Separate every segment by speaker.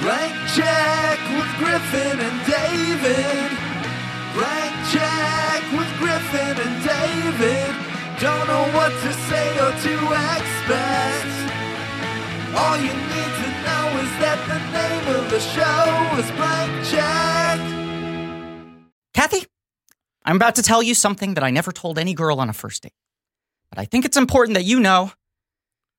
Speaker 1: Blank check with Griffin and David. Blank check with Griffin and David. Don't know what to say or to expect. All you need to know is that the name of the show is Blank Check.
Speaker 2: Kathy, I'm about to tell you something that I never told any girl on a first date. But I think it's important that you know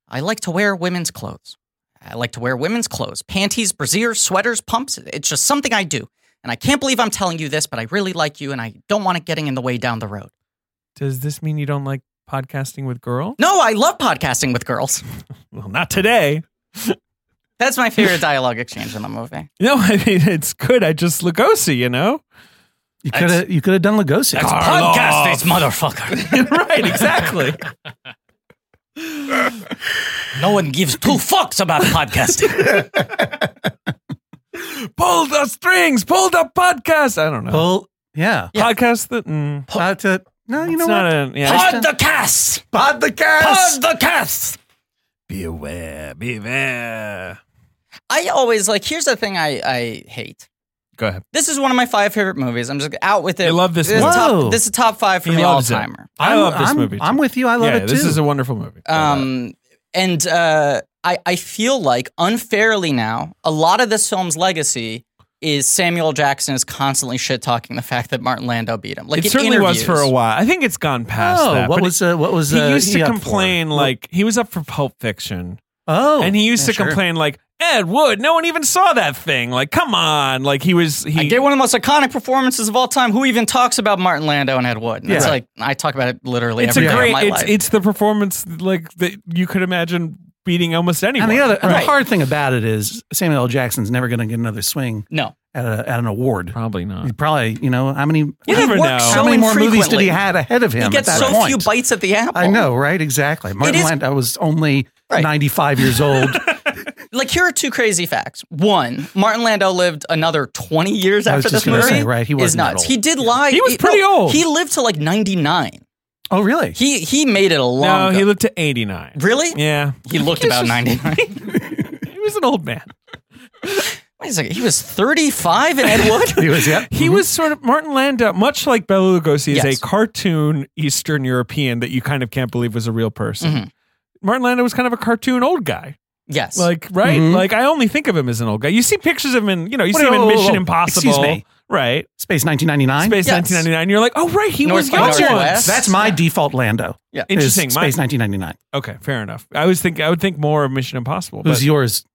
Speaker 2: I like to wear women's clothes. I like to wear women's clothes panties, brassieres, sweaters, pumps. It's just something I do. And I can't believe I'm telling you this, but I really like you and I don't want it getting in the way down the road.
Speaker 3: Does this mean you don't like podcasting with girls?
Speaker 2: No, I love podcasting with girls.
Speaker 3: Well, not today.
Speaker 2: That's my favorite dialogue exchange in the movie.
Speaker 3: No, I mean it's good. I just Lugosi, you know.
Speaker 4: You could have you could have done Lugosi.
Speaker 3: Karloff.
Speaker 2: motherfucker.
Speaker 3: right, exactly.
Speaker 2: No one gives two fucks about podcasting.
Speaker 3: pull the strings, pull the podcast. I don't know.
Speaker 4: Well, yeah.
Speaker 3: Podcast that mm,
Speaker 4: About to- no, you
Speaker 3: it's
Speaker 4: know
Speaker 3: not
Speaker 4: what? uh,
Speaker 3: a yeah.
Speaker 2: the cast.
Speaker 4: Pod the cast.
Speaker 2: the cast.
Speaker 3: Beware, beware.
Speaker 2: I always like. Here's the thing I I hate.
Speaker 3: Go ahead.
Speaker 2: This is one of my five favorite movies. I'm just out with it.
Speaker 3: I love this
Speaker 2: Is
Speaker 3: movie.
Speaker 2: top,
Speaker 4: Whoa.
Speaker 2: this is top five for
Speaker 3: He
Speaker 2: me all
Speaker 3: loves it.
Speaker 2: timer.
Speaker 3: I
Speaker 4: I'm-
Speaker 3: love this
Speaker 4: I'm-
Speaker 3: movie. Too.
Speaker 4: I'm with you. I love
Speaker 3: yeah,
Speaker 4: it too.
Speaker 3: this is a wonderful movie.
Speaker 2: Um, and uh, I I feel like unfairly now a lot of this film's legacy is Samuel Jackson is constantly shit talking the fact that Martin Lando beat him. Like
Speaker 3: it
Speaker 2: in
Speaker 3: certainly was
Speaker 2: interviews.
Speaker 3: for a while. I think it's gone past
Speaker 4: oh,
Speaker 3: that.
Speaker 4: what
Speaker 3: but
Speaker 4: was uh, what was
Speaker 3: he
Speaker 4: uh,
Speaker 3: used to
Speaker 4: up for?
Speaker 3: complain like he was up for Pulp Fiction,
Speaker 4: oh
Speaker 3: and he used
Speaker 2: yeah,
Speaker 3: to
Speaker 2: sure.
Speaker 3: complain like Ed Wood. No one even saw that thing. Like, come on. Like he was. He
Speaker 2: I gave one of the most iconic performances of all time. Who even talks about Martin Lando and Ed Wood? And It's
Speaker 4: Yeah.
Speaker 2: like I talk about it literally
Speaker 3: it's a
Speaker 2: every day of
Speaker 3: great.
Speaker 2: my
Speaker 3: It's
Speaker 2: life.
Speaker 3: it's the performance like that you could imagine beating almost anyone.
Speaker 4: And the other and
Speaker 2: Right.
Speaker 4: the hard thing about it is Samuel L. Jackson's never going to get another swing
Speaker 2: no,
Speaker 4: at a, at an award.
Speaker 3: probably not.
Speaker 4: He probably, you know, how many
Speaker 2: You
Speaker 3: never
Speaker 2: it works
Speaker 3: know.
Speaker 2: so
Speaker 4: how many more movies did
Speaker 2: infrequently.
Speaker 4: he had ahead of him
Speaker 2: He gets
Speaker 4: at that
Speaker 2: so
Speaker 4: point?
Speaker 2: few bites at the apple.
Speaker 4: I know, right? Exactly. Martin
Speaker 2: is-
Speaker 4: Lando was only
Speaker 2: Right.
Speaker 4: 95 years old.
Speaker 2: Like here are two crazy facts. One, Martin Lando lived another 20 years
Speaker 4: I was
Speaker 2: after this
Speaker 4: just gonna
Speaker 2: movie.
Speaker 4: say, right, he
Speaker 2: is
Speaker 4: wasn't that
Speaker 2: nuts.
Speaker 4: old.
Speaker 2: He did lie.
Speaker 3: He was pretty old.
Speaker 2: He lived to like 99.
Speaker 4: oh, really?
Speaker 2: He he made it a long.
Speaker 3: no,
Speaker 2: go-
Speaker 3: he lived to eighty nine.
Speaker 2: really?
Speaker 3: Yeah,
Speaker 2: He looked about 99.
Speaker 3: he was an old man.
Speaker 2: Wait a second. He was 35 in Ed Wood.
Speaker 4: he was, yeah.
Speaker 3: He was sort of Martin Landau, much like Bela Lugosi, is
Speaker 2: Yes.
Speaker 3: a cartoon Eastern European that you kind of can't believe was a real person. Martin Landau was kind of a cartoon old guy,
Speaker 2: yes.
Speaker 3: like right. Like I only think of him as an old guy. You see pictures of him in, you know, you
Speaker 4: Wait,
Speaker 3: see him in
Speaker 4: whoa, whoa,
Speaker 3: Mission
Speaker 4: whoa.
Speaker 3: Impossible,
Speaker 4: Excuse me.
Speaker 3: right?
Speaker 4: Space 1999.
Speaker 3: Space
Speaker 2: Yes.
Speaker 3: 1999. You're like, oh right, he
Speaker 2: North
Speaker 3: was
Speaker 2: by
Speaker 3: young once.
Speaker 2: Northwest.
Speaker 4: That's my default Lando.
Speaker 2: Yeah.
Speaker 4: is
Speaker 3: Interesting. My-
Speaker 4: Space 1999.
Speaker 3: Okay, fair enough. I was think I would think more of Mission Impossible. But
Speaker 4: Who's yours?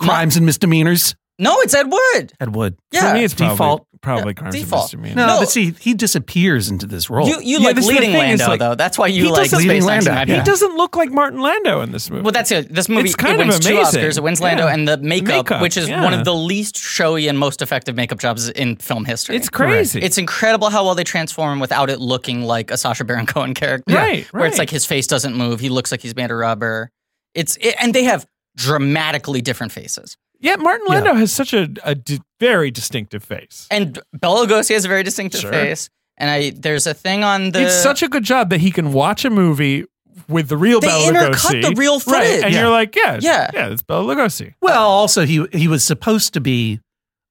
Speaker 2: My-
Speaker 4: Crimes and misdemeanors.
Speaker 2: no, it's Ed Wood.
Speaker 4: Ed Wood.
Speaker 2: Yeah.
Speaker 3: for me, it's probably,
Speaker 4: Default.
Speaker 3: Probably
Speaker 2: Yeah,
Speaker 3: Crimes and
Speaker 2: default.
Speaker 3: Misdemeanors.
Speaker 4: No,
Speaker 2: No.
Speaker 4: but see, he disappears into this role.
Speaker 2: You you
Speaker 3: Yeah,
Speaker 2: like
Speaker 3: this is the
Speaker 2: leading
Speaker 3: thing, it's
Speaker 2: Lando
Speaker 3: like-
Speaker 2: though. That's why you
Speaker 3: He
Speaker 2: like
Speaker 3: doesn't-
Speaker 2: Space
Speaker 4: Leading Lando,
Speaker 2: 1999.
Speaker 4: yeah.
Speaker 3: He doesn't look like Martin Lando in this movie.
Speaker 2: Well, that's it. This movie
Speaker 3: It's
Speaker 2: it
Speaker 3: kind of
Speaker 2: wins two
Speaker 3: amazing.
Speaker 2: Oscars. It wins
Speaker 3: Yeah.
Speaker 2: Lando and the makeup,
Speaker 3: Makeup,
Speaker 2: which is
Speaker 3: yeah.
Speaker 2: one of the least showy and most effective makeup jobs in film history.
Speaker 3: it's crazy.
Speaker 2: It's incredible how well they transform without it looking like a Sasha Baron Cohen character.
Speaker 3: Right,
Speaker 2: Where it's
Speaker 3: right.
Speaker 2: like his face doesn't move. He looks like he's made of rubber. It's it, and they have dramatically different faces.
Speaker 3: Yeah, Martin Landau has such a, a di- very distinctive face.
Speaker 2: And Bela Lugosi has a very distinctive
Speaker 3: Sure.
Speaker 2: face. And I there's a thing on the
Speaker 3: it's such a good job that he can watch a movie with the real
Speaker 2: They
Speaker 3: Bela
Speaker 2: intercut
Speaker 3: Lugosi.
Speaker 2: the real footage.
Speaker 3: Right, and
Speaker 4: Yeah.
Speaker 3: you're like, yeah,
Speaker 2: Yeah.
Speaker 3: yeah, yeah, it's Bela Lugosi.
Speaker 4: well, also he he was supposed to be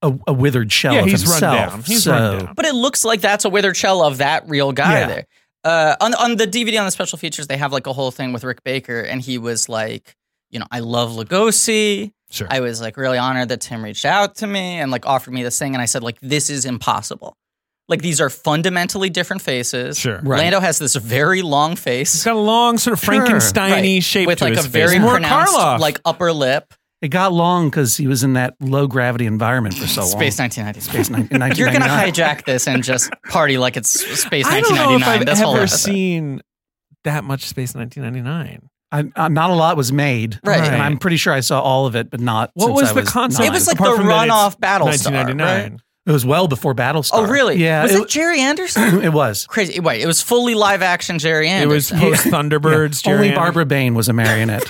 Speaker 4: a, a withered shell
Speaker 3: yeah,
Speaker 4: of
Speaker 3: he's
Speaker 4: himself.
Speaker 3: run down. He's
Speaker 4: so
Speaker 3: run down.
Speaker 2: But it looks like that's a withered shell of that real guy
Speaker 4: Yeah.
Speaker 2: there. Uh, on on the DVD on the special features, they have like a whole thing with Rick Baker, and he was like, you know, I love Lugosi.
Speaker 3: Sure.
Speaker 2: I was like really honored that Tim reached out to me and like offered me this thing, and I said like this is impossible. Like these are fundamentally different faces.
Speaker 3: Sure.
Speaker 4: Right.
Speaker 2: Lando has this very long
Speaker 3: He's
Speaker 2: face.
Speaker 3: got a long sort of
Speaker 4: Sure.
Speaker 3: Frankenstein-y
Speaker 2: right,
Speaker 3: shape
Speaker 2: with
Speaker 3: to
Speaker 2: like
Speaker 3: his
Speaker 2: a very
Speaker 3: face. More
Speaker 2: pronounced
Speaker 3: Karloff.
Speaker 2: like upper lip.
Speaker 4: It got long because he was in that low gravity environment for so long.
Speaker 2: Space 1990.
Speaker 4: Space nin- in
Speaker 2: You're gonna
Speaker 4: 1999.
Speaker 2: hijack this and just party like it's Space
Speaker 3: I don't know if
Speaker 2: 1999.
Speaker 3: I've
Speaker 2: That's all
Speaker 3: ever
Speaker 2: that is.
Speaker 3: seen that much Space 1999.
Speaker 4: I, I, not a lot was made,
Speaker 2: Right.
Speaker 4: And I'm pretty sure I saw all of it, but not.
Speaker 3: What
Speaker 4: since
Speaker 3: was
Speaker 4: I
Speaker 3: the concept?
Speaker 4: nine.
Speaker 2: It was like
Speaker 3: Apart
Speaker 2: the
Speaker 3: from that it's
Speaker 2: runoff Battlestar,
Speaker 3: 1999.
Speaker 4: It was well before Battlestar.
Speaker 2: Oh, really?
Speaker 4: Yeah,
Speaker 2: Was it,
Speaker 4: it,
Speaker 2: Jerry Anderson?
Speaker 4: it was.
Speaker 2: Crazy. Wait, it was fully live action Jerry
Speaker 3: It was
Speaker 2: Anderson.
Speaker 3: post Thunderbirds.
Speaker 4: Only Barbara Bain was a marionette.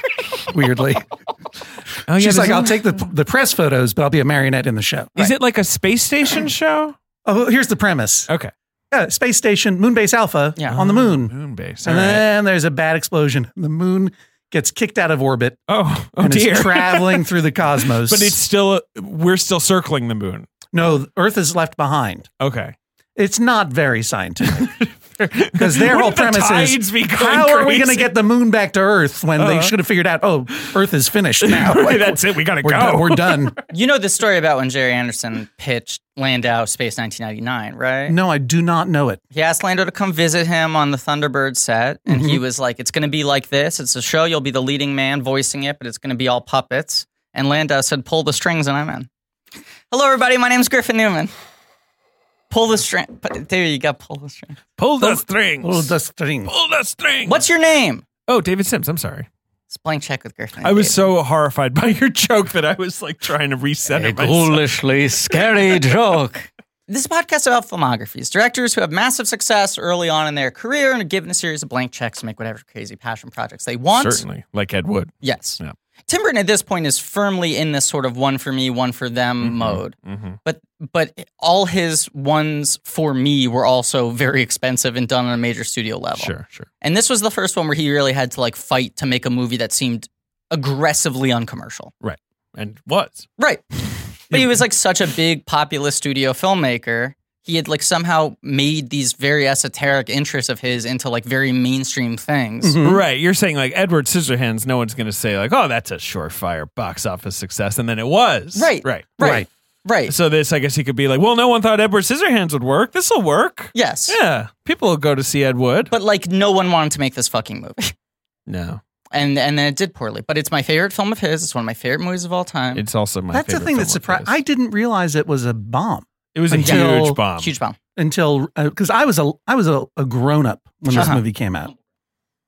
Speaker 4: Weirdly,
Speaker 3: Oh, yeah,
Speaker 4: she's
Speaker 3: there's
Speaker 4: like,
Speaker 3: a-
Speaker 4: "I'll take the the press photos, but I'll be a marionette in the show."
Speaker 3: Is it like a space station show?
Speaker 4: Oh, here's the premise:
Speaker 3: Okay. Oh,
Speaker 4: Yeah, space station, moon base Alpha,
Speaker 2: Yeah.
Speaker 4: on the moon,
Speaker 3: Moon base.
Speaker 4: and then there's a bad explosion. The moon gets kicked out of orbit
Speaker 3: Oh, oh
Speaker 4: and
Speaker 3: dear.
Speaker 4: is traveling through the cosmos.
Speaker 3: but it's still we're still circling the moon.
Speaker 4: no Earth is left behind.
Speaker 3: Okay.
Speaker 4: It's not very scientific because their whole premise is how are we going to get the moon back to Earth when they
Speaker 3: Uh-huh.
Speaker 4: should have figured out oh Earth is finished now.
Speaker 3: That's it. We got to
Speaker 4: we're, done,
Speaker 3: go.
Speaker 4: we're done.
Speaker 2: You know the story about when Jerry Anderson pitched Landau Space 1999, right?
Speaker 4: No, I do not know it.
Speaker 2: He asked Lando to come visit him on the Thunderbird set, and
Speaker 3: Mm-hmm.
Speaker 2: he was like, "It's going to be like this. It's a show. You'll be the leading man voicing it, but it's going to be all puppets." And Lando said, "Pull the strings," and I'm in. Hello, everybody. My name's Griffin Newman. Pull the string. P- There you go. Pull the string.
Speaker 3: Pull the strings.
Speaker 4: Oh, the string.
Speaker 3: Pull the string.
Speaker 2: What's your name?
Speaker 3: Oh, David Sims. I'm sorry.
Speaker 2: It's blank check with Griffin.
Speaker 3: I was so horrified by your joke that I was like trying to recenter myself.
Speaker 2: foolishly scary joke. This podcast is about filmographies, directors who have massive success early on in their career and are given a series of blank checks to make whatever crazy passion projects they want.
Speaker 3: Certainly, like Ed Wood.
Speaker 2: Yes.
Speaker 3: Yeah.
Speaker 2: Tim Burton at this point is firmly in this sort of one for me, one for them
Speaker 3: Mhm.
Speaker 2: mode.
Speaker 3: Mm-hmm.
Speaker 2: But but all his ones for me were also very expensive and done on a major studio level.
Speaker 3: Sure, sure.
Speaker 2: And this was the first one where he really had to like fight to make a movie that seemed aggressively uncommercial.
Speaker 3: And was
Speaker 2: Right. But he was like such a big populist studio filmmaker. He had like somehow made these very esoteric interests of his into like very mainstream things.
Speaker 4: Mhm.
Speaker 3: right. You're saying like Edward Scissorhands. No one's going to say like, oh, that's a surefire box office success, and then it was.
Speaker 2: Right.
Speaker 3: Right.
Speaker 2: Right.
Speaker 4: Right.
Speaker 2: Right.
Speaker 3: So this, I guess, he could be like, well, no one thought Edward Scissorhands would work. This will work.
Speaker 2: yes.
Speaker 3: Yeah, people will go to see Ed Wood.
Speaker 2: But like no one wanted to make this fucking movie.
Speaker 3: No,
Speaker 2: And and then it did poorly. But it's my favorite film of his. It's one of my favorite movies of all time.
Speaker 3: it's also my.
Speaker 4: That's the
Speaker 3: favorite
Speaker 4: thing
Speaker 3: film
Speaker 4: that
Speaker 3: of
Speaker 4: surprised.
Speaker 3: his.
Speaker 4: I didn't realize it was a bomb
Speaker 3: It was a
Speaker 4: Until-
Speaker 3: huge bomb.
Speaker 2: Huge bomb.
Speaker 4: until because I was a I was a, a grown up when this
Speaker 2: Uh-huh.
Speaker 4: movie came out.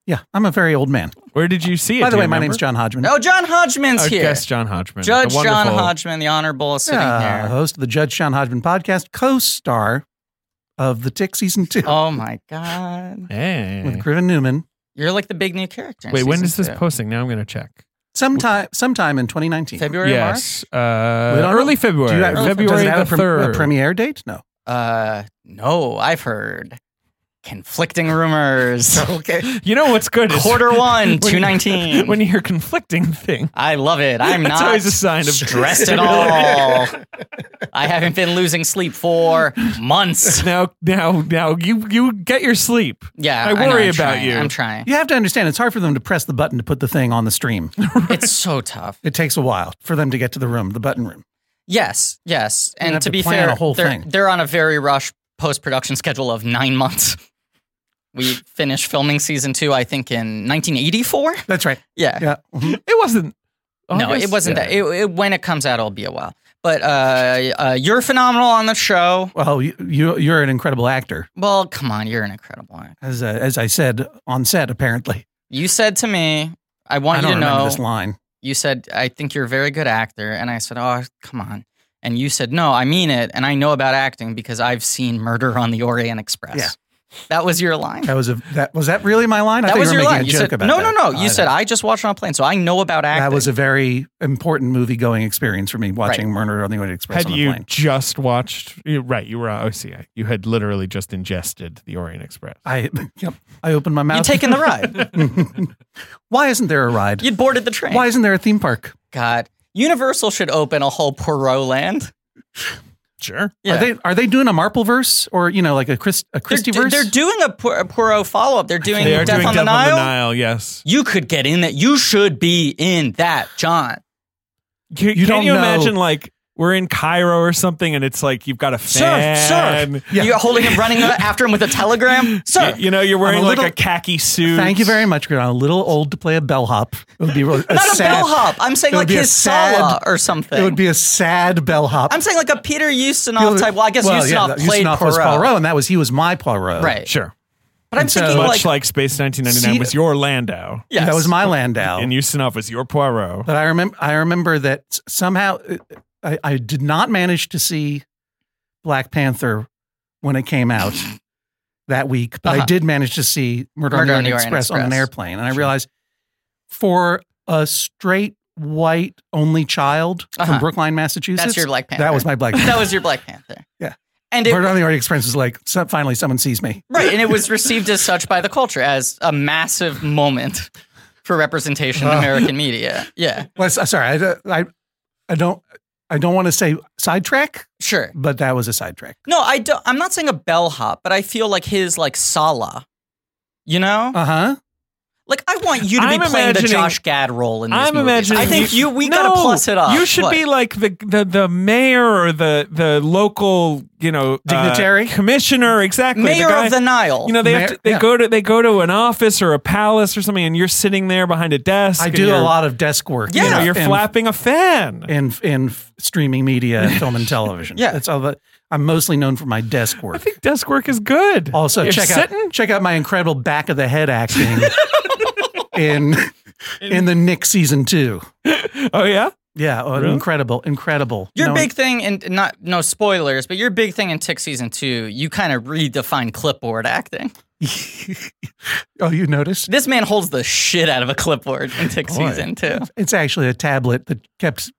Speaker 4: Yeah, I'm a very old man.
Speaker 3: Where did you see it?
Speaker 4: By the
Speaker 3: Do
Speaker 4: way,
Speaker 3: you
Speaker 4: my
Speaker 3: remember?
Speaker 4: name's John Hodgman.
Speaker 2: Oh, John Hodgman's
Speaker 3: Our
Speaker 2: here.
Speaker 3: guest John Hodgman,
Speaker 2: Judge
Speaker 3: the
Speaker 2: John
Speaker 3: wonderful-
Speaker 2: Hodgman, the honorable, is sitting
Speaker 4: Yeah,
Speaker 2: there.
Speaker 4: host of the Judge John Hodgman podcast, co-star of the Tick season two
Speaker 2: Oh my god.
Speaker 4: with
Speaker 3: Hey.
Speaker 4: Griffin Newman.
Speaker 2: You're like the big new character. in
Speaker 3: Wait, when
Speaker 2: season
Speaker 3: is this
Speaker 2: two.
Speaker 3: posting? Now I'm going to check.
Speaker 4: Sometime, sometime in 2019.
Speaker 2: February, Oh, March?
Speaker 3: yes,
Speaker 4: We
Speaker 3: uh,
Speaker 4: don't
Speaker 3: early
Speaker 4: know. Do
Speaker 3: February.
Speaker 4: you have- does it
Speaker 3: February
Speaker 4: have a
Speaker 3: the
Speaker 4: prem- a
Speaker 3: third.
Speaker 4: premiere date? No.
Speaker 2: Uh, no, I've heard conflicting rumors. okay.
Speaker 3: You know what's good? is-
Speaker 2: Quarter one,
Speaker 3: When-
Speaker 2: 219.
Speaker 3: When you hear conflicting thing,
Speaker 2: I love it. I'm
Speaker 3: That's
Speaker 2: not
Speaker 3: always a sign of-
Speaker 2: stressed at all. I haven't been losing sleep for months.
Speaker 3: now, now, now, you you get your sleep.
Speaker 2: Yeah,
Speaker 3: I
Speaker 2: know,
Speaker 3: worry
Speaker 2: I'm
Speaker 3: about
Speaker 2: trying,
Speaker 3: you.
Speaker 2: I'm trying.
Speaker 4: You have to understand, it's hard for them to press the button to put the thing on the stream.
Speaker 2: It's so tough.
Speaker 4: it takes a while for them to get to the room, the button room.
Speaker 2: Yes, yes. And
Speaker 4: have
Speaker 2: to
Speaker 4: to
Speaker 2: be
Speaker 4: plan
Speaker 2: fair,
Speaker 4: a whole
Speaker 2: they're,
Speaker 4: thing.
Speaker 2: they're on a very rush post production schedule of nine months. We finished filming season two, I think, in 1984.
Speaker 4: That's right.
Speaker 2: Yeah.
Speaker 4: Yeah. Mhm.
Speaker 3: It wasn't.
Speaker 2: No, it
Speaker 3: August?
Speaker 2: wasn't
Speaker 3: Yeah.
Speaker 2: that. It, it, when it comes out, it'll be a while. But uh, uh, you're phenomenal on the show.
Speaker 4: Well, you, you you're an incredible actor,
Speaker 2: Well, come on, you're an incredible actor.
Speaker 4: as uh, as I said on set. Apparently,
Speaker 2: You said to me, I want Oh,
Speaker 4: I
Speaker 2: you
Speaker 4: don't
Speaker 2: to
Speaker 4: remember
Speaker 2: know.
Speaker 4: this line.
Speaker 2: You said, I think you're a very good actor. And I said, Oh, come on. And you said, No, I mean it. And I know about acting because I've seen Murder on the Orient Express.
Speaker 4: Yeah.
Speaker 2: That was your line.
Speaker 4: That was a that was that really my line? I
Speaker 2: that
Speaker 4: thought
Speaker 2: was
Speaker 4: you
Speaker 2: your
Speaker 4: were
Speaker 2: line.
Speaker 4: making a
Speaker 2: You
Speaker 4: joke
Speaker 2: said,
Speaker 4: about
Speaker 2: no,
Speaker 4: that.
Speaker 2: no, no. You
Speaker 4: I-
Speaker 2: said, I just watched it on a plane. So I know about acting.
Speaker 4: That was a very important movie going experience for me watching Murder on the Orient Express
Speaker 3: Had
Speaker 4: on a
Speaker 3: you
Speaker 4: plane.
Speaker 3: just watched? you- Right, you were oh, on OCI. You had literally just ingested the Orient Express.
Speaker 4: I yep. I opened my
Speaker 2: you
Speaker 4: mouth.
Speaker 2: taking the ride.
Speaker 4: Why isn't there a ride?
Speaker 2: You'd boarded the train.
Speaker 4: Why isn't there a theme park?
Speaker 2: God. Universal should open a whole Poirot land.
Speaker 3: Sure.
Speaker 2: Yeah.
Speaker 4: Are they are they doing a Marple verse or you know like a Chris a
Speaker 2: They're,
Speaker 4: Christie
Speaker 2: do-
Speaker 4: verse?
Speaker 2: they're doing a Poi- a Poirot follow up. They're doing
Speaker 3: They are
Speaker 2: Death,
Speaker 3: doing
Speaker 2: on,
Speaker 3: Death
Speaker 2: the Nile.
Speaker 3: on the Nile. Yes.
Speaker 2: You could get in that. You should be in that, John.
Speaker 3: Can,
Speaker 4: You
Speaker 3: can
Speaker 4: don't
Speaker 3: you
Speaker 4: know-
Speaker 3: imagine like we're in Cairo or something, and it's like you've got a
Speaker 2: Sir, sir.
Speaker 3: fan.
Speaker 2: You're holding him, running after him with a telegram. Sir.
Speaker 3: Y- You, know, you're wearing
Speaker 4: I'm a
Speaker 3: like a
Speaker 4: little-
Speaker 3: khaki suit.
Speaker 4: Thank you very much. Grant. I'm a little old to play a bellhop. It would be really- a
Speaker 2: Not a
Speaker 4: sad-
Speaker 2: bellhop. I'm saying
Speaker 4: it would
Speaker 2: like
Speaker 4: be a
Speaker 2: his
Speaker 4: sad-
Speaker 2: Sala or something.
Speaker 4: It would be a sad bellhop.
Speaker 2: I'm saying like a Peter Ustinov type. Well, I guess
Speaker 4: well,
Speaker 2: Ustinov
Speaker 4: yeah,
Speaker 2: played
Speaker 4: Ustinov
Speaker 2: Poirot.
Speaker 4: was Poirot, and that was he was my Poirot.
Speaker 2: Right.
Speaker 3: Sure.
Speaker 2: But I'm
Speaker 4: so-
Speaker 2: thinking
Speaker 4: uh, Much
Speaker 2: like,
Speaker 3: Much like Space 1999
Speaker 4: See-
Speaker 3: was your Landau,
Speaker 2: yes.
Speaker 4: That was my Landau.
Speaker 3: and Ustinov was your Poirot.
Speaker 4: But I remember, I remember that s- somehow uh, I, I did not manage to see Black Panther when it came out that week, but
Speaker 2: Uh-huh.
Speaker 4: I did manage to see Murder, on the Orient Express, on an
Speaker 2: Express.
Speaker 4: airplane, and I realized for a straight white only child
Speaker 2: Uh-huh.
Speaker 4: from Brookline, Massachusetts,
Speaker 2: That's your Black Panther.
Speaker 4: that was my Black Panther.
Speaker 2: that was your Black Panther.
Speaker 4: Yeah.
Speaker 2: And it
Speaker 4: Murder on the Orient Express was like so, finally someone sees me.
Speaker 2: right, and it was received as such by the culture as a massive moment. for representation in
Speaker 4: Oh.
Speaker 2: American media. Yeah,
Speaker 4: Well, s- uh, sorry, I, don't- I, I don't, I don't want to say sidetrack,
Speaker 2: sure.
Speaker 4: but that was a sidetrack.
Speaker 2: No, I don't, I'm not saying a bellhop, but I feel like his like Sala. You know,
Speaker 4: Uh huh.
Speaker 2: like I want you to
Speaker 3: I'm
Speaker 2: be playing the
Speaker 3: imagining-
Speaker 2: Josh Gad role in these
Speaker 3: I'm
Speaker 2: movies.
Speaker 3: imagining.
Speaker 2: I think you, we
Speaker 3: No,
Speaker 2: gotta plus it up.
Speaker 3: You should
Speaker 2: What?
Speaker 3: be like the, the the mayor or the the local you know uh,
Speaker 4: Dignitary?
Speaker 3: commissioner exactly
Speaker 2: mayor
Speaker 3: guy-
Speaker 2: of the Nile.
Speaker 3: You know they have
Speaker 4: Mayor-
Speaker 3: to, they
Speaker 4: yeah.
Speaker 3: go to they go to an office or a palace or something, and you're sitting there behind a desk.
Speaker 4: I
Speaker 3: and
Speaker 4: do
Speaker 3: you're-
Speaker 4: a lot of desk work.
Speaker 3: You know,
Speaker 2: Yeah.
Speaker 3: you're
Speaker 4: in,
Speaker 3: flapping a fan.
Speaker 4: in in f- streaming media, film and television.
Speaker 2: Yeah.
Speaker 4: that's all. The, I'm mostly known for my desk
Speaker 3: I
Speaker 4: work.
Speaker 3: think desk work is good.
Speaker 4: Also,
Speaker 3: You're
Speaker 4: check
Speaker 3: sitting,
Speaker 4: out check out my incredible back of the head acting in in the Nick season two.
Speaker 3: Oh yeah,
Speaker 4: Yeah, oh,
Speaker 3: Really?
Speaker 4: incredible, incredible.
Speaker 2: Your
Speaker 4: No-
Speaker 2: big thing, and not no spoilers, but your big thing in Tick season two, you kind of redefine clipboard acting.
Speaker 4: Oh, you noticed?
Speaker 2: This man holds the shit out of a clipboard in Tick season two.
Speaker 4: It's actually a tablet that kept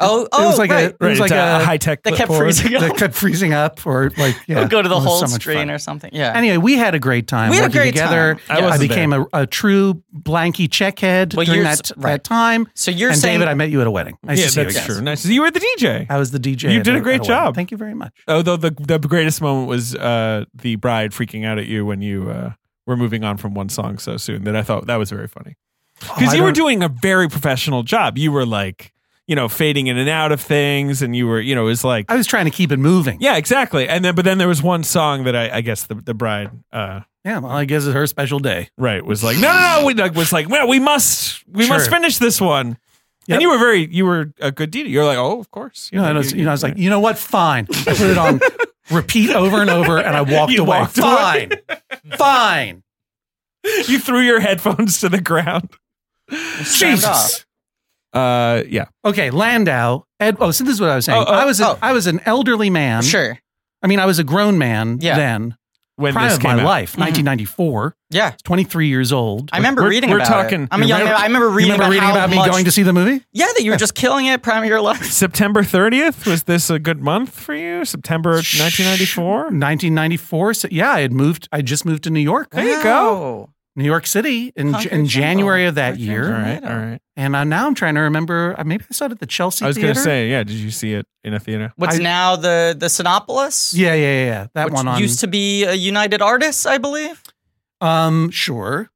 Speaker 2: Oh, oh,
Speaker 4: it was like
Speaker 2: right.
Speaker 4: a it was like a,
Speaker 3: high tech.
Speaker 2: They kept freezing up.
Speaker 4: that kept freezing up or like yeah.
Speaker 2: Go to
Speaker 4: It
Speaker 2: the
Speaker 4: was
Speaker 2: whole
Speaker 4: so much
Speaker 2: screen
Speaker 4: fun.
Speaker 2: or something. Yeah.
Speaker 4: Anyway, we had a great time.
Speaker 2: We had a
Speaker 4: working
Speaker 2: great
Speaker 4: together.
Speaker 2: time.
Speaker 3: I
Speaker 4: I,
Speaker 3: wasn't
Speaker 4: became a, a true blanky checkhead
Speaker 2: Well,
Speaker 4: during
Speaker 2: you're
Speaker 4: that,
Speaker 2: s- right.
Speaker 4: that time.
Speaker 2: so you're
Speaker 4: and
Speaker 2: saying
Speaker 4: David, I met you at a wedding. Nice
Speaker 3: yeah,
Speaker 4: to see
Speaker 3: that's
Speaker 4: you. again.
Speaker 3: true. Nice. You were the DJ.
Speaker 4: I was the DJ.
Speaker 3: You
Speaker 4: at
Speaker 3: did a
Speaker 4: at
Speaker 3: great
Speaker 4: wedding.
Speaker 3: job.
Speaker 4: Thank you very much.
Speaker 3: Although the the greatest moment was uh, the bride freaking out at you when you uh, were moving on from one song so soon that I thought that was very funny because
Speaker 4: Oh, I
Speaker 3: you were
Speaker 4: don't-
Speaker 3: doing a very professional job. You were like you know fading in and out of things, and you were you know it was like
Speaker 4: I was trying to keep it moving.
Speaker 3: yeah exactly. And then but then there was one song that I, I guess the the bride uh,
Speaker 4: Yeah, well, I guess it's her special day.
Speaker 3: right was like no no no we like was like well we must we
Speaker 4: Sure.
Speaker 3: must finish this one.
Speaker 4: Yep.
Speaker 3: And you were very you were a good DJ. You're like oh of course
Speaker 4: You know, and I was, you know, I was like, you know what? Fine. I put it on repeat over and over, and I walked
Speaker 3: You
Speaker 4: away.
Speaker 3: walked
Speaker 4: fine, fine.
Speaker 3: you threw your headphones to the ground.
Speaker 2: stand up.
Speaker 4: Jesus.
Speaker 3: Uh, yeah.
Speaker 4: Okay, Landau. Ed, oh, so this is what I was saying.
Speaker 3: Oh, oh,
Speaker 4: I was a,
Speaker 2: oh.
Speaker 4: I was an elderly man.
Speaker 2: Sure.
Speaker 4: I mean, I was a grown man
Speaker 2: Yeah.
Speaker 4: then.
Speaker 3: When
Speaker 4: prime
Speaker 3: this
Speaker 4: of
Speaker 3: came
Speaker 4: my
Speaker 3: out.
Speaker 4: life, 1994.
Speaker 2: Yeah.
Speaker 4: 23 years old.
Speaker 2: Mm-hmm. I remember
Speaker 3: we're-
Speaker 2: reading
Speaker 3: we're
Speaker 2: about
Speaker 3: talking-
Speaker 2: it. I'm a
Speaker 3: you
Speaker 2: young man.
Speaker 3: remember-
Speaker 2: I remember
Speaker 4: You
Speaker 2: reading
Speaker 4: remember
Speaker 2: about
Speaker 4: reading
Speaker 2: how
Speaker 4: about me
Speaker 2: much-
Speaker 4: going to see the movie?
Speaker 2: Yeah, that you were just killing it, prime of your life.
Speaker 3: September 30th was this a good month for you? September 1994.
Speaker 4: 1994. So yeah, I had moved. I just moved to New York,
Speaker 3: There you go.
Speaker 2: Wow.
Speaker 4: New York City in
Speaker 2: Conquered
Speaker 4: in January
Speaker 2: jungle.
Speaker 4: of that
Speaker 2: Conquered
Speaker 4: year,
Speaker 3: All
Speaker 2: jungle.
Speaker 3: right, all right.
Speaker 4: and I, now I'm trying to remember. uh, Maybe I saw it at the Chelsea.
Speaker 3: I was
Speaker 4: going
Speaker 3: gonna
Speaker 4: to
Speaker 3: say, yeah. Did you see it in a theater?
Speaker 2: What's
Speaker 4: I-
Speaker 2: now the the Sinopolis?
Speaker 4: Yeah, yeah, yeah. yeah. That
Speaker 2: which
Speaker 4: one on.
Speaker 2: used to be a United Artists, I believe.
Speaker 4: um, sure.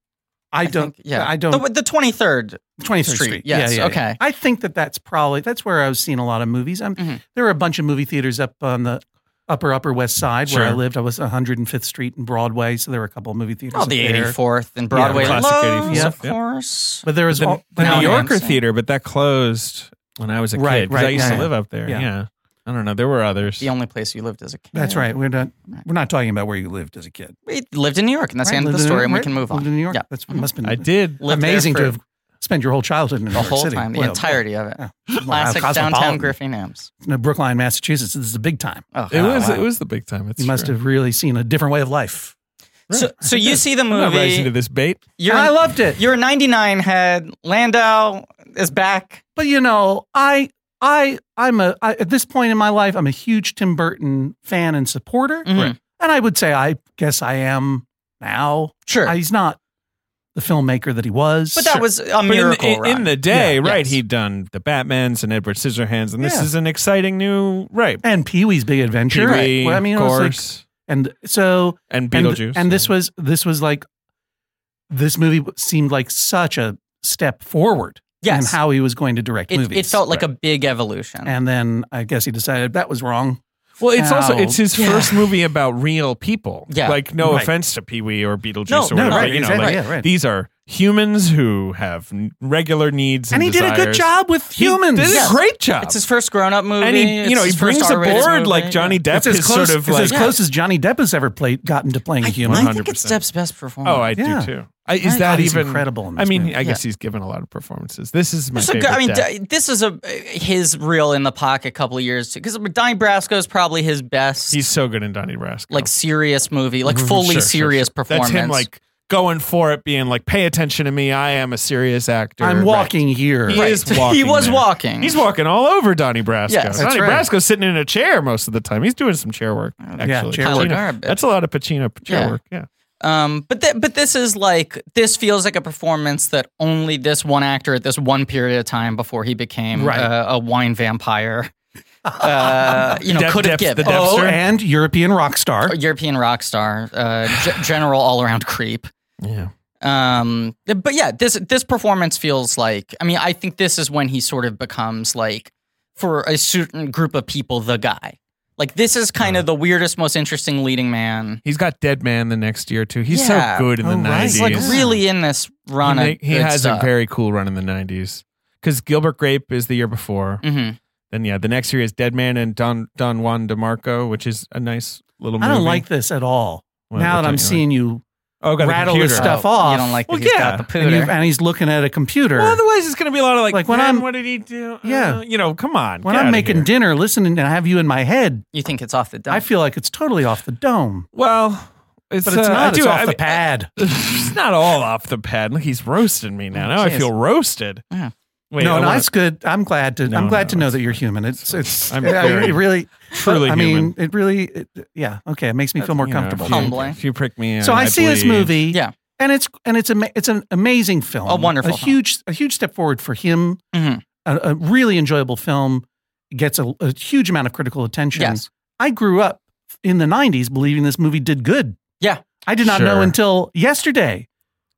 Speaker 4: I, don't.
Speaker 2: think- yeah,
Speaker 4: I don't.
Speaker 2: The twenty third.
Speaker 4: Twenty third
Speaker 2: Street,
Speaker 4: Street.
Speaker 2: yes, okay.
Speaker 4: I think that that's probably that's where I was seeing a lot of movies. I'm,
Speaker 2: Mhm.
Speaker 4: There were a bunch of movie theaters up on the upper Upper West Side where I
Speaker 3: Sure.
Speaker 4: lived. I was 105th Street and Broadway, so there were a couple of movie theaters.
Speaker 2: Oh,
Speaker 4: up
Speaker 2: the
Speaker 4: there.
Speaker 2: eighty fourth and Broadway.
Speaker 3: classic
Speaker 2: Lowe's,
Speaker 3: 84th,
Speaker 2: of
Speaker 3: yeah.
Speaker 2: course.
Speaker 4: But there was
Speaker 3: The,
Speaker 4: all,
Speaker 3: the
Speaker 2: now
Speaker 3: New
Speaker 2: I
Speaker 3: Yorker
Speaker 2: understand.
Speaker 3: theater, but that closed when I was a
Speaker 4: Right,
Speaker 3: kid. 'cause I
Speaker 4: right,
Speaker 3: used
Speaker 4: yeah,
Speaker 3: to
Speaker 4: yeah.
Speaker 3: live up there. Yeah.
Speaker 4: Yeah.
Speaker 3: I don't know. There were others.
Speaker 2: The only place you lived as a kid.
Speaker 4: That's right. We're not we're not talking about where you lived as a kid.
Speaker 2: We lived in New York, and that's the
Speaker 4: Right?
Speaker 2: end of the
Speaker 4: Lived in-
Speaker 2: story, and we
Speaker 4: right?
Speaker 2: can move
Speaker 4: Lived
Speaker 2: on.
Speaker 4: in New York.
Speaker 2: Yeah.
Speaker 4: That's must been
Speaker 3: I did.
Speaker 2: Lived there
Speaker 4: amazing to
Speaker 2: for
Speaker 4: have spent your whole childhood in New
Speaker 2: the
Speaker 4: York
Speaker 2: whole
Speaker 4: City.
Speaker 2: time, the
Speaker 4: Well,
Speaker 2: entirety of it.
Speaker 4: yeah.
Speaker 2: Classic
Speaker 4: Wow,
Speaker 2: downtown
Speaker 4: Cosmopolitan.
Speaker 2: Griffin Amps.
Speaker 4: No, Brookline, Massachusetts. This is the big time.
Speaker 2: Oh,
Speaker 3: It was.
Speaker 2: wow.
Speaker 3: It was the big time. It's
Speaker 4: You must
Speaker 3: true.
Speaker 4: have really seen a different way of life.
Speaker 2: So, so you see the
Speaker 3: I'm not rising to
Speaker 2: movie.
Speaker 3: this bait.
Speaker 2: You're,
Speaker 4: And I loved it.
Speaker 2: you're a 99 head. Landau is back.
Speaker 4: but you know, I I I'm a I, at this point in my life, I'm a huge Tim Burton fan and supporter,
Speaker 2: Mhm.
Speaker 3: Right.
Speaker 4: and I would say I guess I am now.
Speaker 2: Sure.
Speaker 4: Uh, he's not the filmmaker that he was,
Speaker 2: but that was a
Speaker 3: But in
Speaker 2: miracle,
Speaker 3: the, in, in
Speaker 2: run.
Speaker 3: the day,
Speaker 2: Yeah,
Speaker 3: right?
Speaker 2: yes.
Speaker 3: He'd done the Batman's and Edward Scissorhands, and this
Speaker 4: Yeah.
Speaker 3: is an exciting new right.
Speaker 4: and Pee Wee's Big Adventure.
Speaker 3: Pee-wee,
Speaker 4: Well, I mean,
Speaker 3: of
Speaker 4: it was like-
Speaker 3: course,
Speaker 4: and so
Speaker 3: and
Speaker 4: and-
Speaker 3: Beetlejuice,
Speaker 4: and, this was this was like this movie seemed like such a step forward in
Speaker 2: Yes.
Speaker 4: how he was going to direct
Speaker 2: it,
Speaker 4: movies.
Speaker 2: it felt like a big evolution.
Speaker 4: and then I guess he decided that was wrong.
Speaker 3: Well, it's also
Speaker 4: Ow.
Speaker 3: it's his
Speaker 2: Yeah.
Speaker 3: first movie about real people.
Speaker 2: Yeah.
Speaker 3: like no
Speaker 4: Right.
Speaker 3: offense to Pee Wee or Beetlejuice
Speaker 2: No,
Speaker 3: or
Speaker 2: no,
Speaker 3: whatever.
Speaker 2: right,
Speaker 3: you know,
Speaker 4: exactly,
Speaker 3: like,
Speaker 4: yeah, right.
Speaker 3: These are humans who have n- regular needs, and,
Speaker 4: And he did a good
Speaker 3: desires.
Speaker 4: job with
Speaker 3: He
Speaker 4: humans.
Speaker 3: did
Speaker 2: Yes.
Speaker 3: a great job.
Speaker 2: it's his first grown up movie.
Speaker 3: and he,
Speaker 2: It's
Speaker 3: you know, he
Speaker 2: his
Speaker 3: brings
Speaker 2: first R-rated
Speaker 3: aboard
Speaker 2: movie.
Speaker 3: like Johnny Depp
Speaker 4: It's as
Speaker 3: his
Speaker 4: close,
Speaker 3: sort of
Speaker 4: it's
Speaker 3: like
Speaker 4: as close as Johnny Depp has ever played, gotten to playing a human.
Speaker 2: I think it's
Speaker 3: 100%.
Speaker 2: Depp's best performance.
Speaker 3: Oh, I
Speaker 4: Yeah.
Speaker 3: do too. I, is
Speaker 2: Right.
Speaker 3: that
Speaker 4: God, he's
Speaker 3: even
Speaker 4: incredible in
Speaker 3: I
Speaker 4: this
Speaker 3: mean,
Speaker 4: movie.
Speaker 3: I guess he's given a lot of performances. This is my
Speaker 2: So good.
Speaker 3: favorite.
Speaker 2: I mean,
Speaker 3: Depp.
Speaker 2: Di- this is a his reel in the pocket couple of years because Donnie Brasco is probably his best,
Speaker 3: he's so good in Donnie Brasco.
Speaker 2: like serious movie, like
Speaker 3: Mhm,
Speaker 2: fully
Speaker 3: sure, sure,
Speaker 2: serious
Speaker 3: sure.
Speaker 2: performance.
Speaker 3: That's him like going for it, being like, "Pay attention to me. I am a serious actor.
Speaker 4: I'm
Speaker 3: Right.
Speaker 4: walking here.
Speaker 3: He is walking.
Speaker 2: he was
Speaker 3: there.
Speaker 2: walking.
Speaker 3: He's walking all over Donnie Brasco.
Speaker 2: Yes.
Speaker 4: That's
Speaker 3: Donnie
Speaker 4: right.
Speaker 3: Brasco's sitting in a chair most of the time. He's doing some chair work. Actually,
Speaker 4: chair
Speaker 2: Tyler
Speaker 3: Pacino.
Speaker 2: Durr a bit.
Speaker 3: That's a lot of Pacino chair
Speaker 2: Yeah.
Speaker 3: work. Yeah.
Speaker 2: Um, but th- but this is like this feels like a performance that only this one actor at this one period of time before he became
Speaker 4: Right.
Speaker 2: uh, a wine vampire, uh, you know,
Speaker 3: Dep-
Speaker 2: could have
Speaker 3: Dep-
Speaker 2: given
Speaker 3: the Oh, Depster?
Speaker 4: Oh, and European rock star.
Speaker 2: a European rock star, uh, g- general all around creep.
Speaker 3: Yeah.
Speaker 2: Um, but yeah, this this performance feels like. I mean, I think this is when he sort of becomes like, for a certain group of people, the guy. Like this is kind of the weirdest, most interesting leading man.
Speaker 3: He's got Dead Man the next year too. He's
Speaker 2: Yeah.
Speaker 3: so good in the
Speaker 4: Oh, right.
Speaker 3: nineties.
Speaker 2: He's like really in this run.
Speaker 3: he,
Speaker 2: of
Speaker 3: make- he
Speaker 2: good
Speaker 3: has
Speaker 2: stuff.
Speaker 3: a very cool run in the nineties. Because Gilbert Grape is the year before.
Speaker 4: Mm.
Speaker 2: Mhm.
Speaker 3: Then yeah, the next year is Dead Man and Don Don Juan DeMarco, which is a nice little.
Speaker 4: I
Speaker 3: Movie.
Speaker 4: don't like this at all.
Speaker 3: Well,
Speaker 4: now
Speaker 3: what
Speaker 4: that
Speaker 3: don't
Speaker 4: I'm
Speaker 3: you
Speaker 4: seeing you,
Speaker 3: like? oh, got the
Speaker 4: rattle this
Speaker 3: computer.
Speaker 4: stuff
Speaker 2: Oh,
Speaker 4: off.
Speaker 2: You don't like
Speaker 3: Well,
Speaker 2: that he's
Speaker 3: yeah.
Speaker 2: got the
Speaker 4: and, you've-
Speaker 2: pooter.
Speaker 4: and he's looking at a computer.
Speaker 3: Well, otherwise it's gonna be a lot of like,
Speaker 4: Like, when
Speaker 3: "Man,
Speaker 4: I'm-
Speaker 3: what did he do? Uh,
Speaker 4: Yeah.
Speaker 3: you know, come on.
Speaker 4: when
Speaker 3: get
Speaker 4: I'm
Speaker 3: outta
Speaker 4: making
Speaker 3: here.
Speaker 4: dinner, listening, and I have you in my head,
Speaker 2: You think it's off the dime?
Speaker 4: I feel like it's totally off the dome.
Speaker 3: well, it's,
Speaker 4: But it's
Speaker 3: uh, I
Speaker 4: not.
Speaker 3: do-
Speaker 4: it's off
Speaker 3: I
Speaker 4: the
Speaker 3: mean-
Speaker 4: pad.
Speaker 3: it's not all off the pad. Look, he's roasting me now.
Speaker 2: Oh,
Speaker 3: Now I
Speaker 2: jeez.
Speaker 3: feel roasted.
Speaker 2: Yeah.
Speaker 3: Wait,
Speaker 4: no,
Speaker 3: I
Speaker 4: no,
Speaker 3: wanna-
Speaker 4: it's good. I'm glad to.
Speaker 3: No,
Speaker 4: I'm glad
Speaker 3: no,
Speaker 4: to know
Speaker 3: it's
Speaker 4: that you're human. It's it's.
Speaker 3: I'm
Speaker 4: i I
Speaker 3: very-
Speaker 4: really
Speaker 3: truly
Speaker 4: I mean,
Speaker 3: human.
Speaker 4: it really. It, yeah. Okay. It makes me feel more
Speaker 3: You know,
Speaker 4: comfortable.
Speaker 3: if you-
Speaker 2: Humbling.
Speaker 3: If you prick me, in,
Speaker 4: so I, see this
Speaker 3: bleed.
Speaker 4: movie.
Speaker 2: Yeah.
Speaker 4: And it's and it's ama- it's an amazing film.
Speaker 2: A wonderful
Speaker 4: a
Speaker 2: film.
Speaker 4: huge a huge step forward for him.
Speaker 2: Mhm.
Speaker 4: A, a really enjoyable film It gets a, a huge amount of critical attention.
Speaker 2: Yes.
Speaker 4: I grew up in the '90s believing this movie did good.
Speaker 2: Yeah.
Speaker 4: I did not know
Speaker 3: Sure.
Speaker 4: until yesterday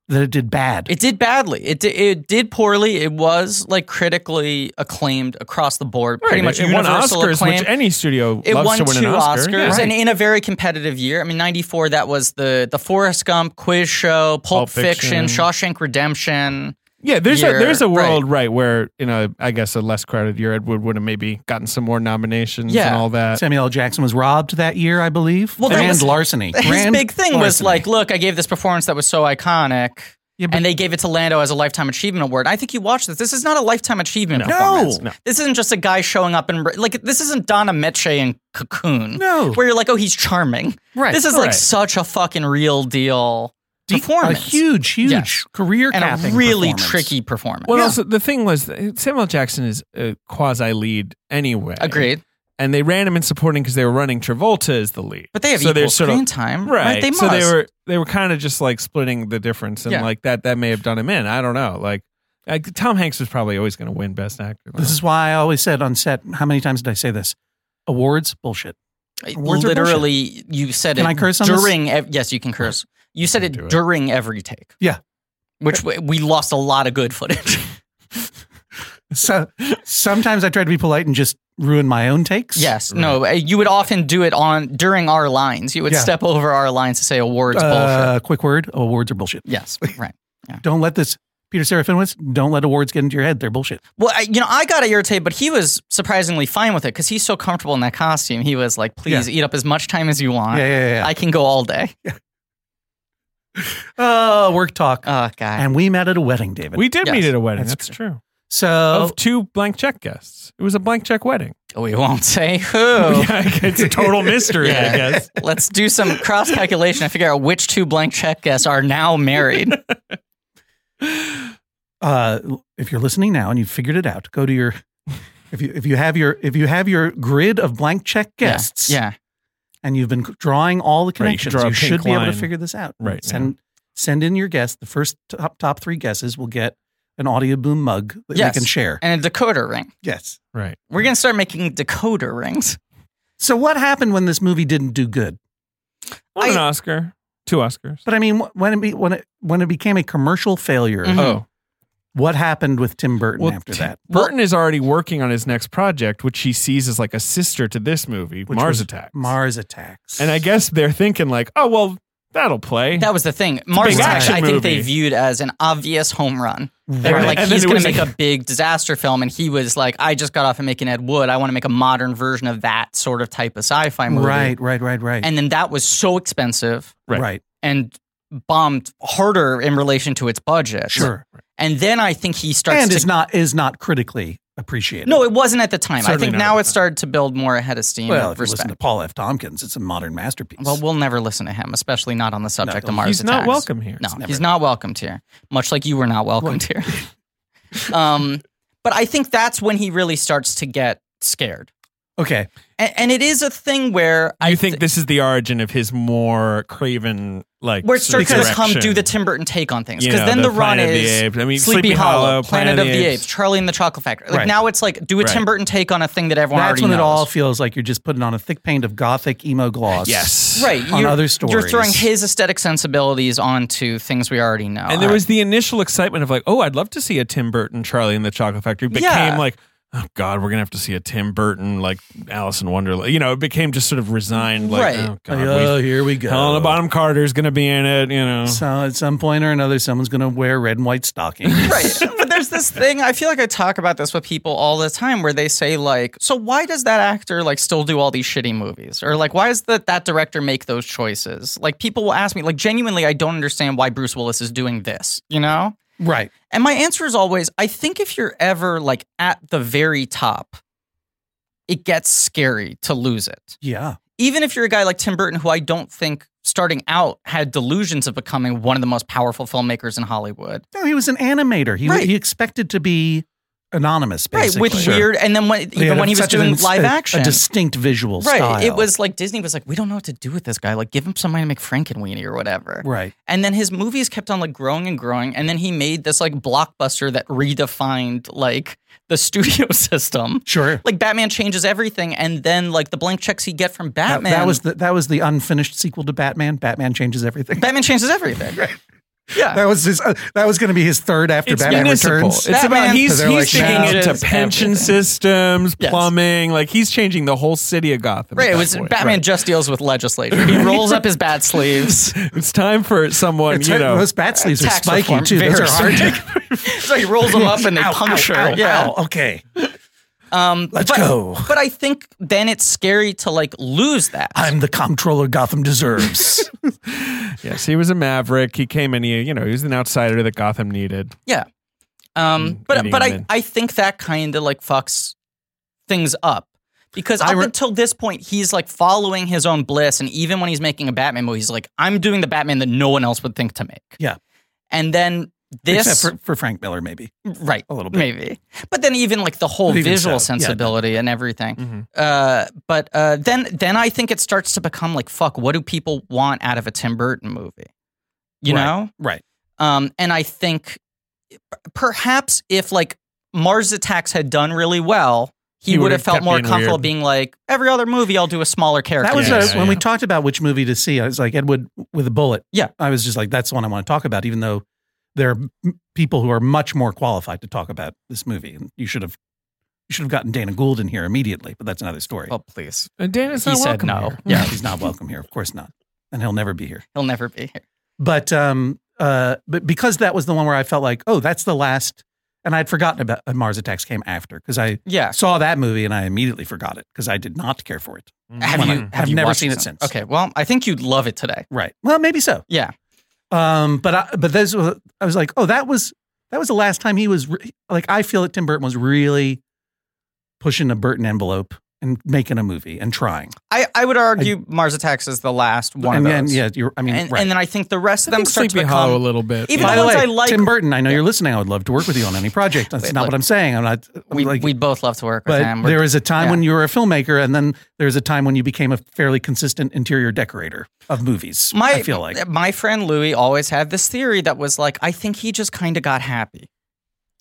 Speaker 4: that it did bad.
Speaker 2: It did badly. It did, it did poorly. It was like critically acclaimed across the board.
Speaker 3: Right,
Speaker 2: Pretty much
Speaker 3: it won
Speaker 2: universal
Speaker 3: Oscars,
Speaker 2: acclaim.
Speaker 3: which any studio
Speaker 2: it
Speaker 3: loves
Speaker 2: won
Speaker 3: to win
Speaker 2: two
Speaker 3: an Oscar.
Speaker 2: Oscars,
Speaker 3: Yeah.
Speaker 2: and in a very competitive year. I mean, '94. That was the the Forrest Gump quiz show, Pulp,
Speaker 3: Pulp
Speaker 2: Fiction,
Speaker 3: Fiction.
Speaker 2: Shawshank Redemption.
Speaker 3: Yeah, there's a
Speaker 2: year,
Speaker 3: there's a
Speaker 2: right.
Speaker 3: world right, where you know I guess a less crowded year Ed Wood would have maybe gotten some more nominations and
Speaker 2: Yeah.
Speaker 3: all that.
Speaker 4: Samuel L. Jackson was robbed that year, I believe.
Speaker 2: Well, that
Speaker 4: grand
Speaker 2: was-
Speaker 4: larceny.
Speaker 2: His
Speaker 4: Grand
Speaker 2: big thing was
Speaker 4: larceny.
Speaker 2: like, look, I gave this performance that was so iconic,
Speaker 4: Yeah, but-
Speaker 2: and they gave it to Lando as a lifetime achievement award. I think you watched this. This is not a lifetime achievement.
Speaker 4: No.
Speaker 2: performance.
Speaker 4: No.
Speaker 2: this isn't just a guy showing up and like this isn't Donna Meche in Cocoon.
Speaker 4: No.
Speaker 2: where you're like, oh, he's charming.
Speaker 4: Right,
Speaker 2: This is like
Speaker 3: right.
Speaker 2: such a fucking real deal
Speaker 4: Deep-
Speaker 2: performance.
Speaker 4: A huge, huge
Speaker 2: Yes.
Speaker 4: career
Speaker 2: and a
Speaker 4: capping
Speaker 2: really
Speaker 4: performance.
Speaker 2: tricky performance.
Speaker 3: Well,
Speaker 4: Yeah.
Speaker 3: also the thing was that Samuel Jackson is a quasi lead anyway.
Speaker 2: Agreed.
Speaker 3: And they ran him in supporting because they were running Travolta as the lead.
Speaker 2: But they have
Speaker 3: So they're
Speaker 2: equal
Speaker 3: sort of-
Speaker 2: screen time,
Speaker 3: right?
Speaker 2: They must.
Speaker 3: so they were they were kind of just like splitting the difference, and
Speaker 2: Yeah.
Speaker 3: like that that may have done him in. I don't know. Like, like Tom Hanks was probably always going to win Best Actor.
Speaker 4: This is why I always said on set. How many times did I say this? Awards bullshit. Words are
Speaker 2: literally. You said
Speaker 4: Can
Speaker 2: it
Speaker 4: I curse on this?
Speaker 2: during. ev- yes, you can curse. You said
Speaker 3: Do
Speaker 2: it
Speaker 3: it.
Speaker 2: during every take.
Speaker 4: Yeah.
Speaker 2: Which we, we lost a lot of good footage.
Speaker 4: So sometimes I try to be polite and just ruin my own takes.
Speaker 2: yes. No. uh, You would often do it on during our lines. You would
Speaker 4: Yeah.
Speaker 2: step over our lines to say awards bullshit.
Speaker 4: Uh, quick word. Awards are bullshit.
Speaker 2: Yes. Right.
Speaker 4: Don't let this. Peter Serafinowicz. Don't let awards get into your head. They're bullshit.
Speaker 2: Well, I, you know, I got irritated, but he was surprisingly fine with it because he's so comfortable in that costume. He was like, "Please eat up as much time as you want.
Speaker 4: Yeah, yeah, yeah.
Speaker 2: I can go all day."
Speaker 4: Oh, work talk.
Speaker 2: Oh god.
Speaker 4: and we met at a wedding, David.
Speaker 3: we did
Speaker 2: Yes.
Speaker 3: meet at a wedding.
Speaker 4: That's
Speaker 3: That's, true.
Speaker 4: so
Speaker 3: Of two blank check guests, it was a blank check wedding.
Speaker 2: we won't say
Speaker 4: Oh.
Speaker 2: who.
Speaker 3: Yeah, it's a total mystery, I guess.
Speaker 2: Let's do some cross calculation and figure out which two blank check guests are now married.
Speaker 4: uh, if you're listening now and you've figured it out, go to your if you if you have your if you have your grid of blank check guests,
Speaker 2: Yeah.
Speaker 4: and you've been drawing all the
Speaker 3: Right, you should
Speaker 4: connections,
Speaker 3: draw a
Speaker 4: you should
Speaker 3: pink
Speaker 4: be able to
Speaker 3: line.
Speaker 4: figure this out.
Speaker 3: Right,
Speaker 4: Send send in your guess. The first top top three guesses will get an audio boom mug that
Speaker 2: Yes.
Speaker 4: they can share.
Speaker 2: And a decoder ring.
Speaker 4: Yes.
Speaker 3: Right.
Speaker 2: We're going to start making decoder rings.
Speaker 4: So what happened when this movie didn't do good?
Speaker 3: Won an
Speaker 2: I-
Speaker 3: Oscar, two Oscars.
Speaker 4: But I mean, wh- when it be, when it when it became a commercial failure,
Speaker 2: Mhm.
Speaker 3: Oh,
Speaker 4: what happened with Tim Burton
Speaker 3: Well,
Speaker 4: Hmm. after
Speaker 3: Tim-
Speaker 4: that?
Speaker 3: Burton is already working on his next project, which he sees as like a sister to this movie,
Speaker 4: Which
Speaker 3: Mars
Speaker 4: was
Speaker 3: Attacks.
Speaker 4: Mars Attacks.
Speaker 3: and I guess they're thinking like, oh well, that'll play.
Speaker 2: That was the thing. Mars
Speaker 3: big
Speaker 2: Attacks,
Speaker 3: action
Speaker 2: I think they
Speaker 3: movie.
Speaker 2: viewed as an obvious home run. They were
Speaker 3: Right.
Speaker 2: like,
Speaker 3: And then
Speaker 2: he's
Speaker 3: it
Speaker 2: going
Speaker 3: was
Speaker 2: to make
Speaker 3: like-
Speaker 2: a big disaster film. And he was like, I just got off of making Ed Wood. I want to make a modern version of that sort of type of sci fi movie.
Speaker 4: right, right, right, right,
Speaker 2: And then that was so expensive
Speaker 3: Right.
Speaker 4: right.
Speaker 2: and bombed harder in relation to its budget.
Speaker 4: Sure.
Speaker 2: And then I think he starts
Speaker 4: And
Speaker 2: to
Speaker 4: is not is not critically appreciated.
Speaker 2: No, it wasn't at the time. I
Speaker 3: Certainly
Speaker 2: think
Speaker 3: not at
Speaker 2: now
Speaker 3: the
Speaker 2: it
Speaker 3: time.
Speaker 2: started to build more ahead of steam.
Speaker 4: well,
Speaker 2: of
Speaker 4: if you listen
Speaker 2: respect.
Speaker 4: to Paul F. Tompkins, it's a modern masterpiece.
Speaker 2: well, we'll never listen to him, especially not on the subject
Speaker 4: No,
Speaker 2: of Mars
Speaker 3: he's not
Speaker 2: attacks.
Speaker 3: welcome here.
Speaker 2: No,
Speaker 4: It's never-
Speaker 2: he's not welcomed here. Much like you were not welcomed here. um, but I think that's when he really starts to get scared,
Speaker 4: okay.
Speaker 2: and, and it is a thing where
Speaker 3: You
Speaker 2: I
Speaker 3: think
Speaker 2: thi-
Speaker 3: this is the origin of his more craven like
Speaker 2: where Circa has come
Speaker 3: direction.
Speaker 2: do the Tim Burton take on things.
Speaker 3: You
Speaker 2: Because
Speaker 3: know,
Speaker 2: then the, run
Speaker 3: Planet of
Speaker 2: is
Speaker 3: the Apes. I mean,
Speaker 2: Sleepy, Hollow, Planet, of the Apes. Charlie and the Chocolate Factory. Like
Speaker 3: Right.
Speaker 2: now it's like do a Tim
Speaker 3: Right.
Speaker 2: Burton take on a thing that everyone
Speaker 4: That's
Speaker 2: already
Speaker 4: when
Speaker 2: knows.
Speaker 4: it all feels like you're just putting on a thick paint of gothic emo gloss.
Speaker 3: Yes,
Speaker 2: right.
Speaker 4: on
Speaker 2: you're,
Speaker 4: other
Speaker 2: You're throwing
Speaker 4: stories.
Speaker 2: his aesthetic sensibilities onto things we already know.
Speaker 3: And there was the initial excitement of like, oh, I'd love to see a Tim Burton Charlie and the Chocolate Factory. Became
Speaker 2: Yeah.
Speaker 3: like, oh God, we're gonna have to see a Tim Burton like Alice in Wonderland. You know, it became just sort of resigned. Like,
Speaker 2: Right.
Speaker 3: oh God,
Speaker 4: Like, oh,
Speaker 3: we-
Speaker 4: here we go.
Speaker 3: Helena Bonham Carter's gonna be in it. You know,
Speaker 4: So at some point or another, someone's going to wear red and white stockings.
Speaker 2: right. But there's this thing, I feel like I talk about this with people all the time where they say like, so why does that actor like still do all these shitty movies? Or like why does that that director make those choices? Like people will ask me like genuinely I don't understand why Bruce Willis is doing this, you know?
Speaker 4: right.
Speaker 2: And my answer is always I think if you're ever like at the very top, it gets scary to lose it.
Speaker 4: Yeah.
Speaker 2: Even if you're a guy like Tim Burton, who I don't think starting out had delusions of becoming one of the most powerful filmmakers in Hollywood.
Speaker 4: No, he was an animator. He,
Speaker 2: Right.
Speaker 4: he expected to be anonymous, basically.
Speaker 2: Right, which weird. And then when,
Speaker 4: He
Speaker 2: even
Speaker 4: had
Speaker 2: when he was
Speaker 4: such an
Speaker 2: doing
Speaker 4: ins-
Speaker 2: live
Speaker 4: a-
Speaker 2: action,
Speaker 4: a distinct visual
Speaker 2: right?
Speaker 4: style.
Speaker 2: It was like Disney was like, we don't know what to do with this guy. Like, give him somebody to make Frankenweenie or whatever.
Speaker 4: right.
Speaker 2: And then his movies kept on like growing and growing. And then he made this like blockbuster that redefined like the studio system.
Speaker 4: Sure.
Speaker 2: Like Batman changes everything, and then like the blank checks he get from
Speaker 4: That,
Speaker 2: Batman.
Speaker 4: that was the that was the unfinished sequel to Batman. Batman changes everything.
Speaker 2: Batman changes everything. Yeah.
Speaker 4: That was his. Uh, that was going to be his third after
Speaker 3: It's
Speaker 4: Batman
Speaker 3: municipal.
Speaker 4: Returns.
Speaker 3: It's
Speaker 2: Batman-
Speaker 3: about he's
Speaker 4: So they're
Speaker 3: he's
Speaker 4: like,
Speaker 3: taking it to
Speaker 2: changes
Speaker 3: pension
Speaker 2: everything.
Speaker 3: systems,
Speaker 2: Yes.
Speaker 3: plumbing. Like he's changing the whole city of Gotham. at
Speaker 2: Right, it
Speaker 3: that
Speaker 2: was
Speaker 3: point.
Speaker 2: Batman just deals with legislature. He rolls up his bat sleeves.
Speaker 3: It's time for someone.
Speaker 4: It's-
Speaker 3: you know,
Speaker 4: those bat sleeves are
Speaker 2: Tax
Speaker 4: spiky
Speaker 2: reform,
Speaker 4: too. Those
Speaker 2: very
Speaker 4: are hard to
Speaker 2: so he rolls them up and they
Speaker 4: Ow, ow,
Speaker 2: puncture.
Speaker 4: ow,
Speaker 2: yeah.
Speaker 4: ow. Okay.
Speaker 2: Um,
Speaker 4: Let's
Speaker 2: but,
Speaker 4: go.
Speaker 2: But I think then it's scary to like lose that.
Speaker 4: I'm the comptroller Gotham deserves.
Speaker 3: yes, he was a maverick. He came in. He, you know, he was an outsider that Gotham needed.
Speaker 2: yeah.
Speaker 4: Mm,
Speaker 2: Um, but
Speaker 3: eating
Speaker 2: but I,
Speaker 3: women.
Speaker 2: I think that kind of like fucks things up because
Speaker 4: I
Speaker 2: up
Speaker 4: re-
Speaker 2: until this point he's like following his own bliss, and even when he's making a Batman movie, he's like, I'm doing the Batman that no one else would think to make.
Speaker 4: Yeah.
Speaker 2: And then this
Speaker 4: Except for, for Frank Miller, maybe.
Speaker 2: right
Speaker 4: a little bit.
Speaker 2: maybe, but then even like the whole
Speaker 4: But even
Speaker 2: visual
Speaker 4: so, yeah. Mm-hmm.
Speaker 2: sensibility and everything. Uh, but uh, then then I think it starts to become like fuck. What do people want out of a Tim Burton movie? You
Speaker 4: Right.
Speaker 2: know,
Speaker 4: Right.
Speaker 2: um, and I think p- perhaps if like Mars Attacks had done really well, he,
Speaker 3: He
Speaker 2: would
Speaker 3: would've
Speaker 2: have felt
Speaker 3: kept
Speaker 2: more
Speaker 3: being
Speaker 2: comfortable
Speaker 3: weird.
Speaker 2: being like every other movie, I'll do a smaller character.
Speaker 4: That was
Speaker 3: Yeah,
Speaker 4: uh,
Speaker 3: yeah,
Speaker 4: when we
Speaker 3: yeah.
Speaker 4: talked about which movie to see. I was like, Edward with a bullet.
Speaker 2: Yeah.
Speaker 4: I was just like, that's the one I want to talk about, even though there are m- people who are much more qualified to talk about this movie. And you should have you should have gotten Dana Gould in here immediately, but that's another story.
Speaker 2: oh please,
Speaker 3: And Dana's
Speaker 2: He
Speaker 3: not
Speaker 2: said
Speaker 3: welcome
Speaker 2: no.
Speaker 3: here.
Speaker 4: yeah. He's not welcome here. Of course not. And he'll never be here.
Speaker 2: he'll never be here.
Speaker 4: but um uh but because that was the one where I felt like oh that's the last and I'd forgotten about uh, Mars Attacks came after because I
Speaker 2: Yeah.
Speaker 4: saw that movie and I immediately forgot it because I did not care for it.
Speaker 2: Have you?
Speaker 4: When I-
Speaker 2: Have
Speaker 4: I've
Speaker 2: you
Speaker 4: never
Speaker 2: watched
Speaker 4: seen it since.
Speaker 2: Okay. Well, I think you'd love it today.
Speaker 4: Right. Well, maybe so.
Speaker 2: Yeah.
Speaker 4: Um, but I, but those were- I was like oh that was that was the last time he was re- like I feel that Tim Burton was really pushing a Burton envelope and making a movie and trying.
Speaker 2: I, I would argue Mars Attacks is the last one
Speaker 4: and
Speaker 2: of
Speaker 4: then
Speaker 2: those.
Speaker 4: yeah, you're, I mean
Speaker 2: and,
Speaker 4: right.
Speaker 2: and then I think the rest of
Speaker 3: I
Speaker 2: them
Speaker 3: think
Speaker 2: start
Speaker 3: Sleepy
Speaker 2: to
Speaker 3: Hollow a
Speaker 2: become.
Speaker 3: little bit.
Speaker 2: Even
Speaker 3: But-
Speaker 4: By
Speaker 2: the
Speaker 4: the
Speaker 2: ones
Speaker 4: way,
Speaker 2: I like-
Speaker 4: Tim Burton. I know you're listening. I would love to work with you on any project. That's
Speaker 2: Wait,
Speaker 4: not
Speaker 2: look.
Speaker 4: what I'm saying. I'm not. I'm
Speaker 2: We
Speaker 4: like,
Speaker 2: we'd both love to work with
Speaker 4: But
Speaker 2: him.
Speaker 4: there was a time
Speaker 2: yeah.
Speaker 4: when you were a filmmaker, and then there was a time when you became a fairly consistent interior decorator of movies.
Speaker 2: my,
Speaker 4: I feel like,
Speaker 2: my friend Louis always had this theory that was like, I think he just kind of got happy.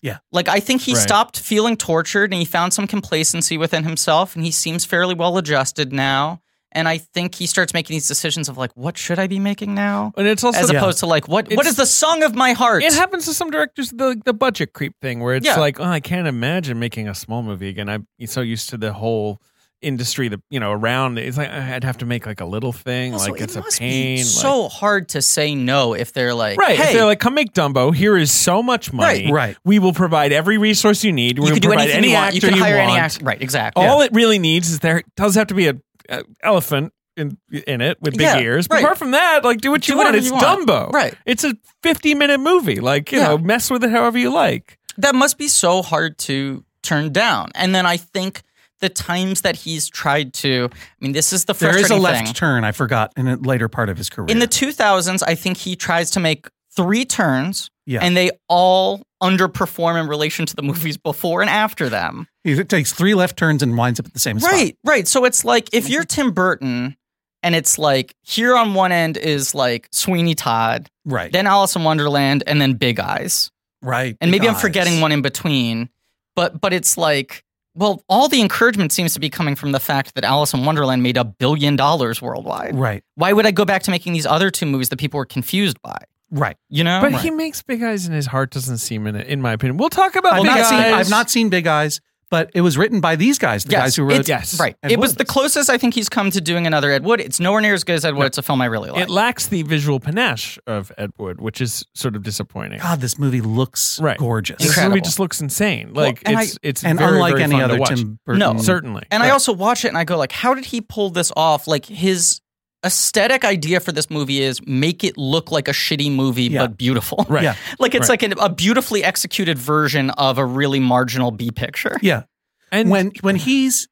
Speaker 4: Yeah.
Speaker 2: Like I think he
Speaker 3: Right.
Speaker 2: stopped feeling tortured and he found some complacency within himself and he seems fairly well adjusted now. And I think he starts making these decisions of like, what should I be making now?
Speaker 3: and it's also
Speaker 2: As
Speaker 3: the-
Speaker 2: opposed to like, what what
Speaker 3: It's-
Speaker 2: is the song of my heart?
Speaker 3: it happens to some directors the the budget creep thing where it's
Speaker 2: Yeah.
Speaker 3: like, oh, I can't imagine making a small movie again. I'm so used to the whole industry that you know around it's like I'd have to make like a little thing
Speaker 2: Also,
Speaker 3: like it's
Speaker 2: it
Speaker 3: a
Speaker 2: must
Speaker 3: pain
Speaker 2: Be
Speaker 3: like-
Speaker 2: so hard to say no if they're like,
Speaker 3: right
Speaker 2: Hey,
Speaker 3: if they're like come make dumbo here is so much money
Speaker 4: Right, right.
Speaker 3: we will provide every resource you need we're
Speaker 2: you can
Speaker 3: going to
Speaker 2: do
Speaker 3: provide
Speaker 2: anything
Speaker 3: any
Speaker 2: you want.
Speaker 3: actor
Speaker 2: You can hire any
Speaker 3: want.
Speaker 2: actor. Right. Exactly.
Speaker 3: All it really needs is there does have to be a, a elephant in in it with big
Speaker 2: Yeah,
Speaker 3: ears. But
Speaker 2: right.
Speaker 3: apart from that, like do what
Speaker 2: Do
Speaker 3: you want.
Speaker 2: whatever
Speaker 3: It's
Speaker 2: you want.
Speaker 3: Dumbo.
Speaker 2: Right.
Speaker 3: It's a 50 minute movie. Like, you
Speaker 2: Yeah.
Speaker 3: know, mess with it however you like.
Speaker 2: that must be so hard to turn down. And then I think the times that he's tried to, I mean, this is the
Speaker 4: there
Speaker 2: frustrating
Speaker 4: is a left
Speaker 2: thing.
Speaker 4: turn I forgot in a later part of his career.
Speaker 2: In the 2000s, I think he tries to make three turns,
Speaker 4: Yeah.
Speaker 2: and they all underperform in relation to the movies before and after them.
Speaker 4: it takes three left turns and winds up at the same spot.
Speaker 2: right, right. So it's like if you're Tim Burton and it's like here on one end is like Sweeney Todd,
Speaker 4: Right.
Speaker 2: then Alice in Wonderland, and then Big Eyes.
Speaker 4: right.
Speaker 2: And maybe I'm
Speaker 4: because-
Speaker 2: forgetting one in between, but but it's like well, all the encouragement seems to be coming from the fact that Alice in Wonderland made a billion dollars worldwide.
Speaker 4: Right.
Speaker 2: Why would I go back to making these other two movies that people were confused by?
Speaker 4: Right.
Speaker 2: You know?
Speaker 3: But he makes big eyes, and his heart doesn't seem in it. In my opinion, we'll talk about
Speaker 4: I've
Speaker 3: big
Speaker 4: not
Speaker 3: eyes.
Speaker 4: seen I've not seen Big Eyes, but it was written by these guys, the
Speaker 2: Yes,
Speaker 4: guys who wrote
Speaker 2: it's-
Speaker 3: Yes.
Speaker 2: Right.
Speaker 4: Ed
Speaker 2: it was
Speaker 4: Wood.
Speaker 2: the closest I think he's come to doing another Ed Wood. It's nowhere near as good as Ed Wood. It's a film I really like.
Speaker 3: It lacks the visual panache of Ed Wood, which is sort of disappointing.
Speaker 4: God, this movie looks
Speaker 3: Right.
Speaker 4: gorgeous.
Speaker 3: This
Speaker 2: Incredible.
Speaker 3: movie just looks insane. Like
Speaker 2: and
Speaker 3: it's it's
Speaker 4: And
Speaker 3: very,
Speaker 4: unlike
Speaker 3: very
Speaker 4: any
Speaker 3: fun to
Speaker 4: other
Speaker 3: watch.
Speaker 4: Tim Burton.
Speaker 2: No.
Speaker 3: certainly.
Speaker 2: And I
Speaker 3: Right.
Speaker 2: also watch it and I go like, how did he pull this off? Like his aesthetic idea for this movie is make it look like a shitty movie
Speaker 4: Yeah.
Speaker 2: but beautiful.
Speaker 3: right.
Speaker 4: Yeah.
Speaker 2: like it's
Speaker 3: Right.
Speaker 2: like an, a beautifully executed version of a really marginal B picture.
Speaker 4: Yeah.
Speaker 3: And
Speaker 4: when when he's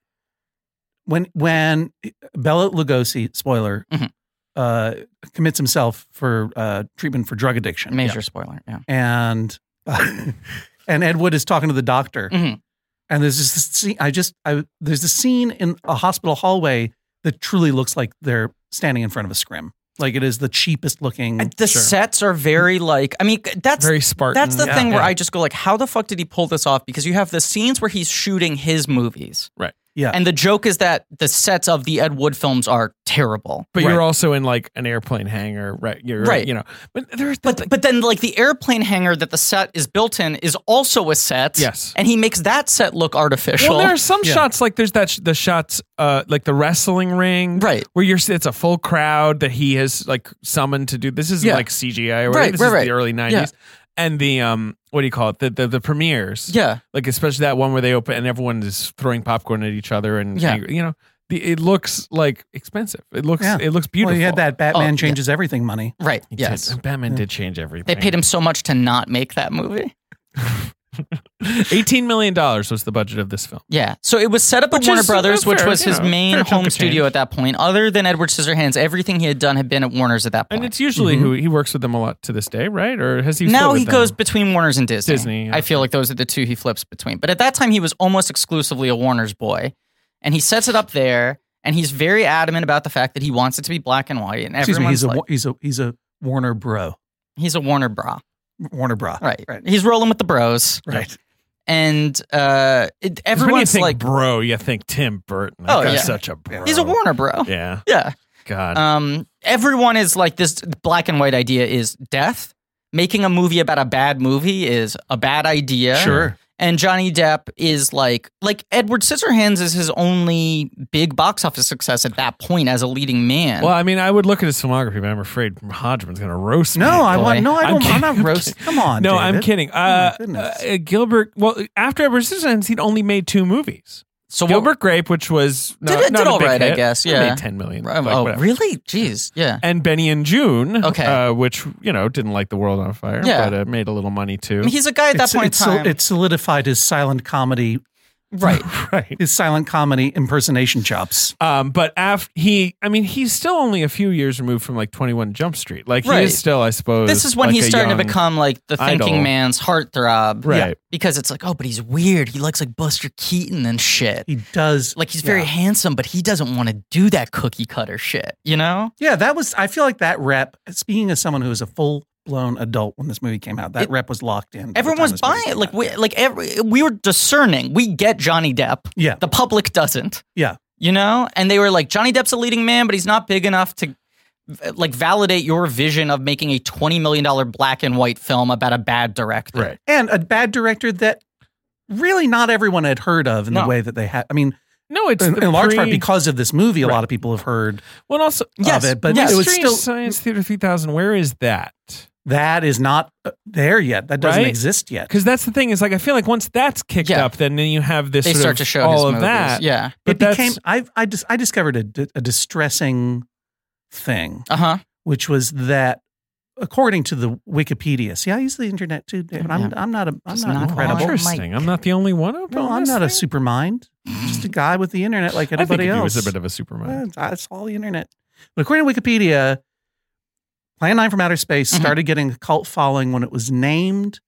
Speaker 4: when when Bella Lugosi spoiler
Speaker 2: Mhm.
Speaker 4: uh, commits himself for uh, treatment for drug addiction
Speaker 2: Major spoiler. Yeah.
Speaker 4: and and Ed Wood is talking to the doctor
Speaker 2: Mhm.
Speaker 4: and there's just this scene I just I there's this scene in a hospital hallway that truly looks like they're standing in front of a scrim like it is the cheapest looking
Speaker 2: And the
Speaker 3: Sure.
Speaker 2: sets are very like I mean that's
Speaker 3: very Spartan.
Speaker 2: that's the
Speaker 4: yeah.
Speaker 2: thing where
Speaker 3: Yeah.
Speaker 2: I just go like, how the fuck did he pull this off? Because you have the scenes where he's shooting his movies.
Speaker 3: Right.
Speaker 4: Yeah.
Speaker 2: And the joke is that the sets of the Ed Wood films are terrible.
Speaker 3: But
Speaker 4: Right.
Speaker 3: you're also in like an airplane hangar, right? You're,
Speaker 2: Right.
Speaker 3: You know, but there's
Speaker 2: But but then like the airplane hangar that the set is built in is also a set.
Speaker 3: Yes.
Speaker 2: And he makes that set look artificial.
Speaker 3: well, there are some
Speaker 4: Yeah.
Speaker 3: shots like there's that sh- the shots uh like the wrestling ring,
Speaker 2: Right.
Speaker 3: Where you're it's a full crowd that he has like summoned to do. This is
Speaker 2: Yeah.
Speaker 3: like CGI, or
Speaker 2: Right,
Speaker 3: whatever. This
Speaker 2: right,
Speaker 3: is
Speaker 2: right.
Speaker 3: the early '90s, and the um what do you call it? The the, the premieres,
Speaker 2: yeah.
Speaker 3: Like especially that one where they open and everyone is throwing popcorn at each other and
Speaker 2: Yeah.
Speaker 3: angry- you know. The, it looks like expensive. It looks
Speaker 4: Yeah.
Speaker 3: it looks
Speaker 4: well
Speaker 3: beautiful.
Speaker 4: he had that Batman
Speaker 2: Oh, yeah.
Speaker 4: changes everything money
Speaker 2: Right.
Speaker 3: He did.
Speaker 2: yes.
Speaker 3: Batman did change everything.
Speaker 2: They paid him so much to not make that movie.
Speaker 3: eighteen million dollars was the budget of this film.
Speaker 2: Yeah. So it was set up
Speaker 3: Which
Speaker 2: at Warner
Speaker 3: is, uh,
Speaker 2: Brothers, which
Speaker 3: fair,
Speaker 2: was
Speaker 3: you
Speaker 2: his
Speaker 3: know,
Speaker 2: main
Speaker 3: fair chunk
Speaker 2: home
Speaker 3: of
Speaker 2: studio
Speaker 3: change.
Speaker 2: at that point. Other than Edward Scissorhands, everything he had done had been at Warner's at that point.
Speaker 3: And it's usually who he works with them a lot to this day, right? Or has he? split
Speaker 2: now
Speaker 3: with
Speaker 2: Mm-hmm. he
Speaker 3: them?
Speaker 2: goes between Warner's and Disney.
Speaker 3: Disney, yeah.
Speaker 2: I feel like those are the two he flips between. But at that time, he was almost exclusively a Warner's boy, and he sets it up there. And he's very adamant about the fact that he wants it to be black and white. And
Speaker 4: excuse me
Speaker 2: everyone's
Speaker 4: he's a
Speaker 2: like,
Speaker 4: wa- he's a he's a Warner bro
Speaker 2: he's a Warner bra,
Speaker 4: Warner bra
Speaker 2: right?
Speaker 4: right
Speaker 2: He's rolling with the bros,
Speaker 4: right
Speaker 2: and uh, it,
Speaker 3: 'Cause when you
Speaker 2: everyone's
Speaker 3: think
Speaker 2: like,
Speaker 3: bro, you think Tim Burton.
Speaker 2: Oh,
Speaker 3: That guy's
Speaker 2: yeah.
Speaker 3: such a bro.
Speaker 2: he's a Warner bro.
Speaker 3: Yeah,
Speaker 2: yeah.
Speaker 3: God.
Speaker 2: um, everyone is like this black and white idea is death. Making a movie about a bad movie is a bad idea.
Speaker 4: Sure.
Speaker 2: And Johnny Depp is like like Edward Scissorhands is his only big box office success at that point as a leading man.
Speaker 3: well, I mean, I would look at his filmography, but I'm afraid Hodgman's going to roast me.
Speaker 4: No, I
Speaker 2: boy.
Speaker 4: want no. I
Speaker 3: I'm
Speaker 4: don't. I'm,
Speaker 3: kidding.
Speaker 4: not roasting. Come on.
Speaker 3: no,
Speaker 4: David. Oh,
Speaker 3: I'm kidding.
Speaker 2: Oh,
Speaker 4: my
Speaker 3: Uh,
Speaker 4: goodness.
Speaker 3: uh, Gilbert. Well, after Edward Scissorhands, he'd only made two movies.
Speaker 2: so what-
Speaker 3: Gilbert Grape, which was not,
Speaker 2: Did it-
Speaker 3: not
Speaker 2: did
Speaker 3: a
Speaker 2: all
Speaker 3: big
Speaker 2: right, I
Speaker 3: hit.
Speaker 2: guess,
Speaker 3: It
Speaker 2: yeah.
Speaker 3: made ten million.
Speaker 2: Oh,
Speaker 3: like, whatever.
Speaker 2: really? Jeez. Yeah.
Speaker 3: And Benny and June,
Speaker 2: Okay.
Speaker 3: uh, which you know didn't light the world on fire,
Speaker 2: Yeah.
Speaker 3: but uh, made a little money
Speaker 2: I
Speaker 3: too.
Speaker 2: mean, he's a guy at that
Speaker 4: It's-
Speaker 2: point
Speaker 4: it's
Speaker 2: in
Speaker 4: sol-
Speaker 2: time.
Speaker 4: it solidified his silent comedy,
Speaker 2: right.
Speaker 3: right.
Speaker 4: his silent comedy impersonation chops.
Speaker 3: Um, but after he, I mean, he's still only a few years removed from like Twenty One Jump Street. Like he
Speaker 2: Right.
Speaker 3: is still, I suppose.
Speaker 2: This is when
Speaker 3: like
Speaker 2: he's
Speaker 3: a
Speaker 2: starting to
Speaker 3: young-
Speaker 2: become like the thinking
Speaker 3: idol.
Speaker 2: man's heartthrob.
Speaker 3: Right.
Speaker 2: Because it's like, oh, but he's weird. He likes like Buster Keaton and shit.
Speaker 4: He does
Speaker 2: like he's very
Speaker 4: Yeah.
Speaker 2: handsome, but he doesn't want to do that cookie cutter shit, you know?
Speaker 4: Yeah, that was. I feel like that rep. Speaking as someone who was a full blown adult when this movie came out, that
Speaker 2: It-
Speaker 4: rep was locked in. by the
Speaker 2: Everyone
Speaker 4: time
Speaker 2: was
Speaker 4: this movie
Speaker 2: buying
Speaker 4: came
Speaker 2: it. Like
Speaker 4: out.
Speaker 2: we like every we were discerning. We get Johnny Depp.
Speaker 4: yeah,
Speaker 2: The public doesn't.
Speaker 4: Yeah.
Speaker 2: You know? And they were like, Johnny Depp's a leading man, but he's not big enough to uh, like validate your vision of making a twenty million dollar black and white film about a bad director.
Speaker 3: Right.
Speaker 4: and a bad director that really not everyone had heard of in
Speaker 2: No.
Speaker 4: the way that they had. I mean,
Speaker 3: No, it's
Speaker 4: in,
Speaker 3: the
Speaker 4: in large
Speaker 3: pre-
Speaker 4: part because of this movie, a
Speaker 3: Right.
Speaker 4: lot of people have heard
Speaker 3: Well, and also
Speaker 2: Yes,
Speaker 4: of it, but
Speaker 2: yes.
Speaker 4: it was
Speaker 3: Mystery
Speaker 4: still
Speaker 3: Science Theater Three Thousand. Where is that?
Speaker 4: that is not uh, there yet. That doesn't
Speaker 3: Right?
Speaker 4: exist yet.
Speaker 3: Because that's the thing is like I feel like once that's kicked
Speaker 2: Yeah.
Speaker 3: up, then then you have this
Speaker 2: They
Speaker 3: sort
Speaker 2: start
Speaker 3: of
Speaker 2: to show his
Speaker 3: all of
Speaker 2: movies.
Speaker 3: that.
Speaker 2: Yeah.
Speaker 3: but
Speaker 4: it became
Speaker 3: that's-
Speaker 4: I've, I dis- I discovered a, di- a distressing thing,
Speaker 2: Uh huh.
Speaker 4: which was that according to the Wikipedia. See, I use the internet too, David. I'm I'm not a I'm
Speaker 2: Just
Speaker 4: not,
Speaker 2: not
Speaker 4: incredible.
Speaker 2: on.
Speaker 3: Interesting. I'm not the only one. up
Speaker 4: No,
Speaker 3: on
Speaker 4: I'm
Speaker 3: this
Speaker 4: not a
Speaker 3: thing?
Speaker 4: super mind. Just a guy with the internet like
Speaker 3: I think
Speaker 4: anybody
Speaker 3: if he
Speaker 4: else.
Speaker 3: was a bit of a superman.
Speaker 4: Well, that's all the internet. But according to Wikipedia, Plan 9 from Outer Space
Speaker 3: Mm-hmm.
Speaker 2: Mhm.
Speaker 4: started getting a cult following when it was named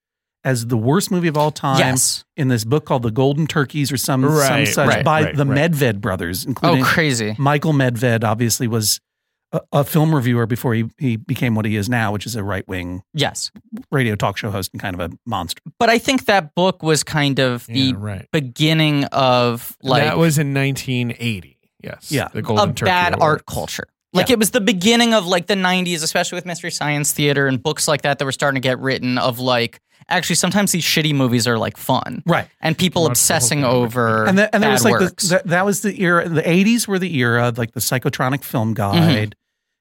Speaker 4: as the worst movie of all time
Speaker 2: Yes.
Speaker 4: in this book called The Golden Turkeys or some, some
Speaker 3: Right,
Speaker 4: such
Speaker 2: right,
Speaker 4: by
Speaker 3: right,
Speaker 4: the
Speaker 3: right.
Speaker 4: Medved brothers,
Speaker 2: Oh
Speaker 4: including
Speaker 2: crazy.
Speaker 4: Michael Medved obviously was a, a film reviewer before he, he became what he is now, which is a right wing
Speaker 2: Yes.
Speaker 4: radio talk show host and kind of a monster.
Speaker 2: But I think that book was kind of the
Speaker 3: yeah, right.
Speaker 2: beginning of like
Speaker 3: that was in 1980. Yes.
Speaker 4: Yeah.
Speaker 3: The
Speaker 2: a
Speaker 3: Golden Turkey
Speaker 2: bad
Speaker 3: Awards.
Speaker 2: art culture. Like it was the beginning of like the 90s, especially with Mystery Science Theater and books like that that were starting to get written of like actually sometimes these shitty movies are like fun
Speaker 4: Right.
Speaker 2: and people
Speaker 3: Not
Speaker 2: obsessing
Speaker 3: so good.
Speaker 2: over
Speaker 4: And, that,
Speaker 2: bad
Speaker 4: and there was like
Speaker 2: works.
Speaker 4: the, that, that was the era. The eighties were the era of like the psychotronic
Speaker 2: Mm-hmm.
Speaker 4: film guide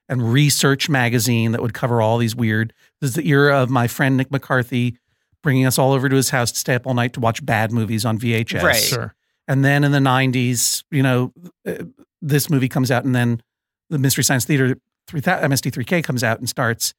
Speaker 4: and research magazine that would cover all these weird. This is the era of my friend Nick McCarthy bringing us all over to his house to stay up all night to watch bad movies on VHS.
Speaker 2: Right.
Speaker 3: Sure.
Speaker 4: And then in the nineties, you know, uh, this movie comes out, and then the Mystery Science Theater three MST3K comes out and starts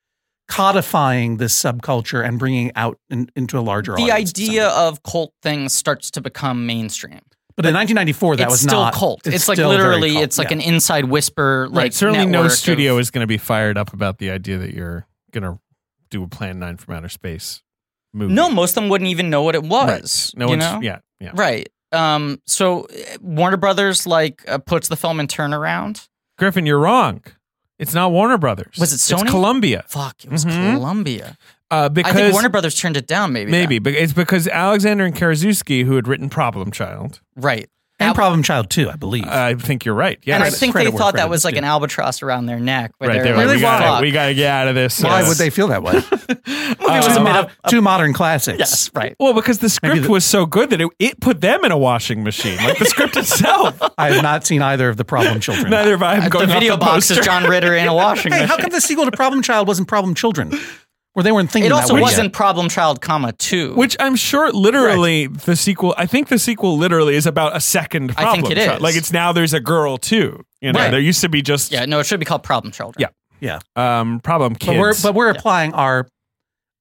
Speaker 4: codifying this subculture and bringing it out in, into a larger
Speaker 2: the
Speaker 4: audience to some
Speaker 2: idea of cult things starts to become mainstream.
Speaker 4: But in 1994, that
Speaker 2: it's
Speaker 4: was
Speaker 2: still
Speaker 4: not
Speaker 2: cult. It's, like
Speaker 4: still very
Speaker 2: literally,
Speaker 4: cult,
Speaker 2: it's like
Speaker 4: yeah.
Speaker 2: an inside whisper. Like
Speaker 3: right. Certainly no
Speaker 2: network of-
Speaker 3: studio is going to be fired up about the idea that you're going to do a Plan 9 from Outer Space movie.
Speaker 2: No, most of them wouldn't even know what it was.
Speaker 3: Right. No
Speaker 2: you
Speaker 3: one's.
Speaker 2: know?
Speaker 3: Yeah. Yeah.
Speaker 2: Right. Um. So uh, Warner Brothers like uh, puts the film in turnaround.
Speaker 3: Griffin, you're wrong. It's not Warner Brothers.
Speaker 2: Was it Sony?
Speaker 3: It's Columbia.
Speaker 2: Fuck, it was
Speaker 3: Mhm.
Speaker 2: Columbia.
Speaker 3: Uh,
Speaker 2: I
Speaker 3: because
Speaker 2: think Warner Brothers turned it down. Maybe.
Speaker 3: maybe but it's because Alexander and Karaszewski, who had written Problem Child,
Speaker 2: then. Right.
Speaker 4: and Problem Child too, I believe.
Speaker 3: I think you're right. Yes.
Speaker 2: and I
Speaker 4: credit-
Speaker 2: think
Speaker 4: credit
Speaker 2: they
Speaker 4: where
Speaker 2: thought that
Speaker 4: credit
Speaker 2: was
Speaker 4: is
Speaker 2: like
Speaker 4: due.
Speaker 2: an albatross around their neck. Where
Speaker 3: right
Speaker 2: they're
Speaker 3: there,
Speaker 2: like,
Speaker 3: we got
Speaker 2: fuck.
Speaker 3: it. We got to get out of this.
Speaker 4: Why
Speaker 3: Yes. Uh,
Speaker 4: would they feel that way?
Speaker 2: Movie was
Speaker 4: two,
Speaker 2: a bit
Speaker 4: mo-
Speaker 2: of
Speaker 4: two modern classics.
Speaker 2: yes. Right.
Speaker 3: Well, because the script
Speaker 4: the-
Speaker 3: was so good that it, it put them in a washing machine, like the script itself.
Speaker 4: I have not seen either of the Problem Children.
Speaker 3: Neither of I am
Speaker 2: The
Speaker 3: going off
Speaker 2: video
Speaker 3: the
Speaker 2: box
Speaker 3: poster.
Speaker 2: is John Ritter in a washing
Speaker 4: hey,
Speaker 2: machine.
Speaker 4: how come the sequel to Problem Child wasn't Problem Children? Or they weren't thinking
Speaker 2: It
Speaker 4: that
Speaker 2: also
Speaker 4: way yet.
Speaker 2: wasn't Problem Child, comma two.
Speaker 3: Which I'm sure literally the sequel. I think the sequel literally is about a second
Speaker 2: I
Speaker 3: problem.
Speaker 2: think it
Speaker 3: child.
Speaker 2: is.
Speaker 3: Like it's now there's a girl too. You know,
Speaker 2: Right.
Speaker 3: there used to be just
Speaker 2: yeah, no, it should be called Problem Children.
Speaker 3: Yeah.
Speaker 4: Yeah,
Speaker 3: um, problem
Speaker 4: but we're
Speaker 3: kids.
Speaker 4: but we're applying our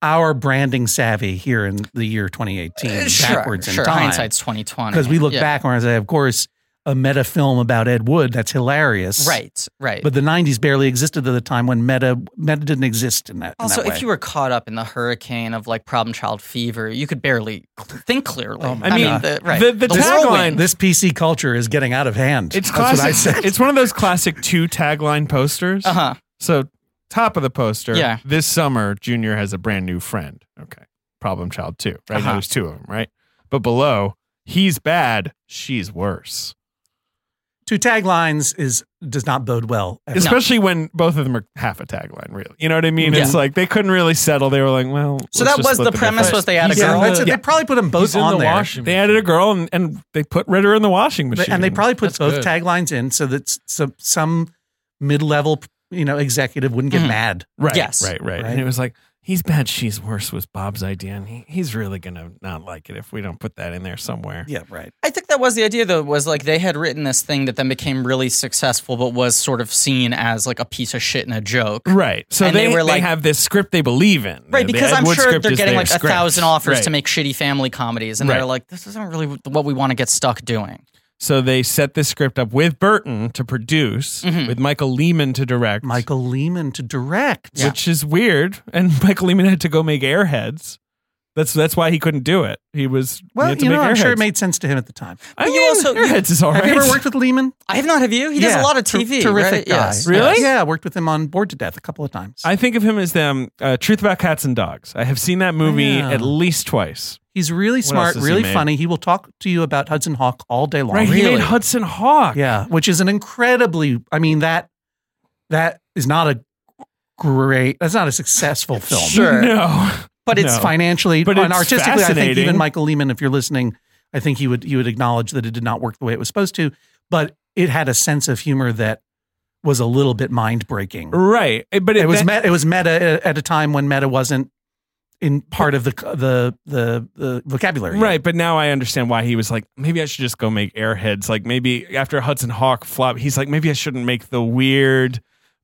Speaker 4: our branding savvy here in the year 2018
Speaker 2: Uh, sure,
Speaker 4: backwards in
Speaker 2: sure.
Speaker 4: time
Speaker 2: Hindsight's twenty twenty.
Speaker 4: because we look
Speaker 2: Yeah.
Speaker 4: back and say, of course, a meta film about Ed Wood that's hilarious,
Speaker 2: Right. Right.
Speaker 4: But the '90s barely existed at the time when meta meta didn't exist in that. in
Speaker 2: also,
Speaker 4: that way.
Speaker 2: if you were caught up in the hurricane of like problem child fever, you could barely cl- think clearly.
Speaker 4: Oh my
Speaker 2: I mean,
Speaker 3: God.
Speaker 2: the, right.
Speaker 3: The- the tagline-
Speaker 2: whirlwind.
Speaker 4: this PC culture is getting out of hand.
Speaker 3: it's
Speaker 4: That's what I
Speaker 3: classic.
Speaker 4: said.
Speaker 3: It's one of those classic two tagline posters.
Speaker 2: Uh-huh.
Speaker 3: So top of the poster.
Speaker 2: Yeah.
Speaker 3: This summer, Junior has a brand new friend. Okay. Problem child two. Right.
Speaker 2: Uh-huh.
Speaker 3: There's two of them. Right. But below, he's bad. She's worse.
Speaker 4: Two taglines is does not bode well.
Speaker 3: Especially when both of them are half a tagline, really. You know what I mean?
Speaker 2: Yeah.
Speaker 3: It's like they couldn't really settle. They were like, well.
Speaker 2: So that
Speaker 3: let's just
Speaker 2: was
Speaker 3: let
Speaker 2: the
Speaker 3: them
Speaker 2: premise
Speaker 3: decide.
Speaker 2: was they had a
Speaker 3: He's in
Speaker 2: girl?
Speaker 3: the-
Speaker 4: that's it.
Speaker 3: yeah.
Speaker 4: They probably put them both on there,
Speaker 3: They added a girl and, and they put Ritter in the washing machine.
Speaker 4: and they probably put
Speaker 5: That's
Speaker 4: both
Speaker 5: good.
Speaker 4: taglines in so that s- so, some mid level you know executive wouldn't get
Speaker 3: Mm-hmm.
Speaker 2: Mhm.
Speaker 4: mad.
Speaker 3: right,
Speaker 2: Yes.
Speaker 3: right, right,
Speaker 4: Right.
Speaker 3: And it was like he's bad, she's worse was Bob's idea, and he, he's really gonna not like it if we don't put that in there somewhere.
Speaker 4: Yeah, right.
Speaker 2: I think that was the idea, though, was like they had written this thing that then became really successful, but was sort of seen as like a piece of shit and a joke.
Speaker 3: Right. So
Speaker 2: And
Speaker 3: they,
Speaker 2: they were
Speaker 3: they
Speaker 2: like-
Speaker 3: have this script they believe in.
Speaker 2: Right,
Speaker 3: The- the
Speaker 2: because
Speaker 3: Ed
Speaker 2: I'm
Speaker 3: Wood
Speaker 2: sure
Speaker 3: script
Speaker 2: they're
Speaker 3: is
Speaker 2: getting
Speaker 3: their
Speaker 2: like a
Speaker 3: script.
Speaker 2: thousand offers
Speaker 3: Right.
Speaker 2: to make shitty family comedies, and
Speaker 3: Right.
Speaker 2: they're like, "This isn't really what we want to get stuck doing."
Speaker 3: So they set this script up with Burton to produce,
Speaker 2: Mhm.
Speaker 3: with Michael Lehman to direct.
Speaker 4: Michael Lehman to direct.
Speaker 2: Yeah.
Speaker 3: Which is weird. And Michael Lehman had to go make airheads. That's that's why he couldn't do it. He was he
Speaker 4: Well,
Speaker 3: had to
Speaker 4: you know,
Speaker 3: make
Speaker 4: I'm sure
Speaker 3: Airheads.
Speaker 4: it made sense to him at the time.
Speaker 3: I
Speaker 2: But you
Speaker 3: mean,
Speaker 2: also- you-
Speaker 3: Airheads is all right.
Speaker 4: Have you ever worked with Lehman?
Speaker 2: I have not. Have you? He does a
Speaker 4: Yeah,
Speaker 2: lot of
Speaker 4: ter-
Speaker 2: TV.
Speaker 4: terrific
Speaker 2: right?
Speaker 4: guy.
Speaker 2: Yes,
Speaker 3: Really?
Speaker 2: yes.
Speaker 4: Yeah, I worked with him on Bored to Death a couple of times.
Speaker 3: I think of him as them. Uh, Truth about cats and dogs. I have seen that movie
Speaker 4: Yeah.
Speaker 3: at least twice.
Speaker 4: He's really smart,
Speaker 3: else has he
Speaker 4: really
Speaker 3: made?
Speaker 4: funny. He will talk to you about Hudson Hawk all day long.
Speaker 3: Right? He
Speaker 2: really?
Speaker 3: made Hudson Hawk.
Speaker 4: Yeah, which is an incredibly. I mean that that is not a great. That's not a successful film.
Speaker 2: Sure.
Speaker 3: No.
Speaker 2: But it's
Speaker 3: No.
Speaker 4: Financially
Speaker 3: But
Speaker 4: and
Speaker 3: it's
Speaker 4: artistically, I think
Speaker 3: fascinating.
Speaker 4: even Michael Lehman, if you're listening, I think he would you would acknowledge that it did not work the way it was supposed to. But it had a sense of humor that was a little bit mind breaking.
Speaker 3: Right. But
Speaker 4: It was
Speaker 3: that-
Speaker 4: meta, it was meta at a time when meta wasn't in part of the the the, the vocabulary.
Speaker 3: Right, but now I understand why he was like, maybe I should just go make airheads. Like maybe after Hudson Hawk flop, he's like, maybe I shouldn't make the weird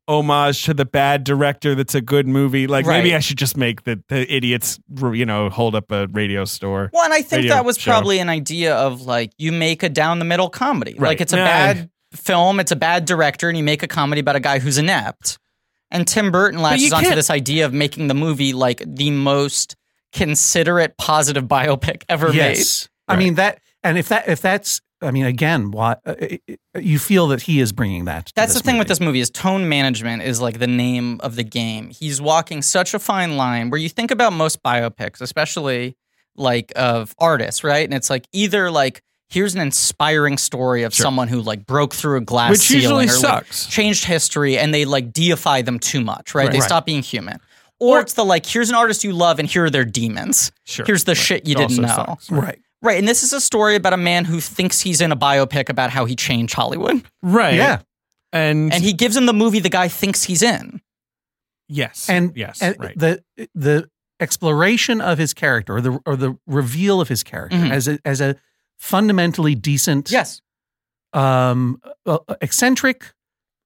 Speaker 3: homage to the bad director that's a good movie. Like maybe
Speaker 2: Right.
Speaker 3: I should just make the, the idiots, you know, hold up a radio store.
Speaker 2: Well, and I think
Speaker 3: radio
Speaker 2: that was
Speaker 3: show.
Speaker 2: probably an idea of like you make a down the middle comedy.
Speaker 3: Right.
Speaker 2: Like it's a
Speaker 3: Yeah.
Speaker 2: bad film, it's a bad director, and you make a comedy about a guy who's inept. And Tim Burton latches
Speaker 3: you
Speaker 2: onto
Speaker 3: can't-
Speaker 2: this idea of making the movie like the most considerate positive biopic ever
Speaker 4: Yes. I mean that, and if that if that's I mean, again, why uh, it- it- you feel that he is bringing that. to
Speaker 2: That's the thing with
Speaker 4: movie.
Speaker 2: this movie is tone management is like the name of the game. He's walking such a fine line where you think about most biopics, especially like of artists, right? And it's like either like here's an inspiring story of
Speaker 3: Sure.
Speaker 2: someone who like broke through a glass
Speaker 3: which
Speaker 2: ceiling
Speaker 3: usually
Speaker 2: or like,
Speaker 3: sucks.
Speaker 2: changed history and they like deify them too much, right?
Speaker 4: Right.
Speaker 2: They
Speaker 4: Right.
Speaker 2: stop being human. Or, it's the like here's an artist you love and here are their demons.
Speaker 3: Sure.
Speaker 2: Here's the shit you
Speaker 3: It
Speaker 2: didn't know.
Speaker 3: also sucks.
Speaker 4: Right.
Speaker 2: Right, and this is a story about a man who thinks he's in a biopic about how he changed Hollywood.
Speaker 3: Right.
Speaker 4: Yeah.
Speaker 3: And,
Speaker 2: And he gives him the movie the guy thinks he's in.
Speaker 3: yes.
Speaker 4: And
Speaker 3: yes.
Speaker 4: and
Speaker 3: right.
Speaker 4: the the exploration of his character or the or the reveal of his character
Speaker 2: Mhm.
Speaker 4: as a as a fundamentally decent
Speaker 2: Yes.
Speaker 4: um uh, eccentric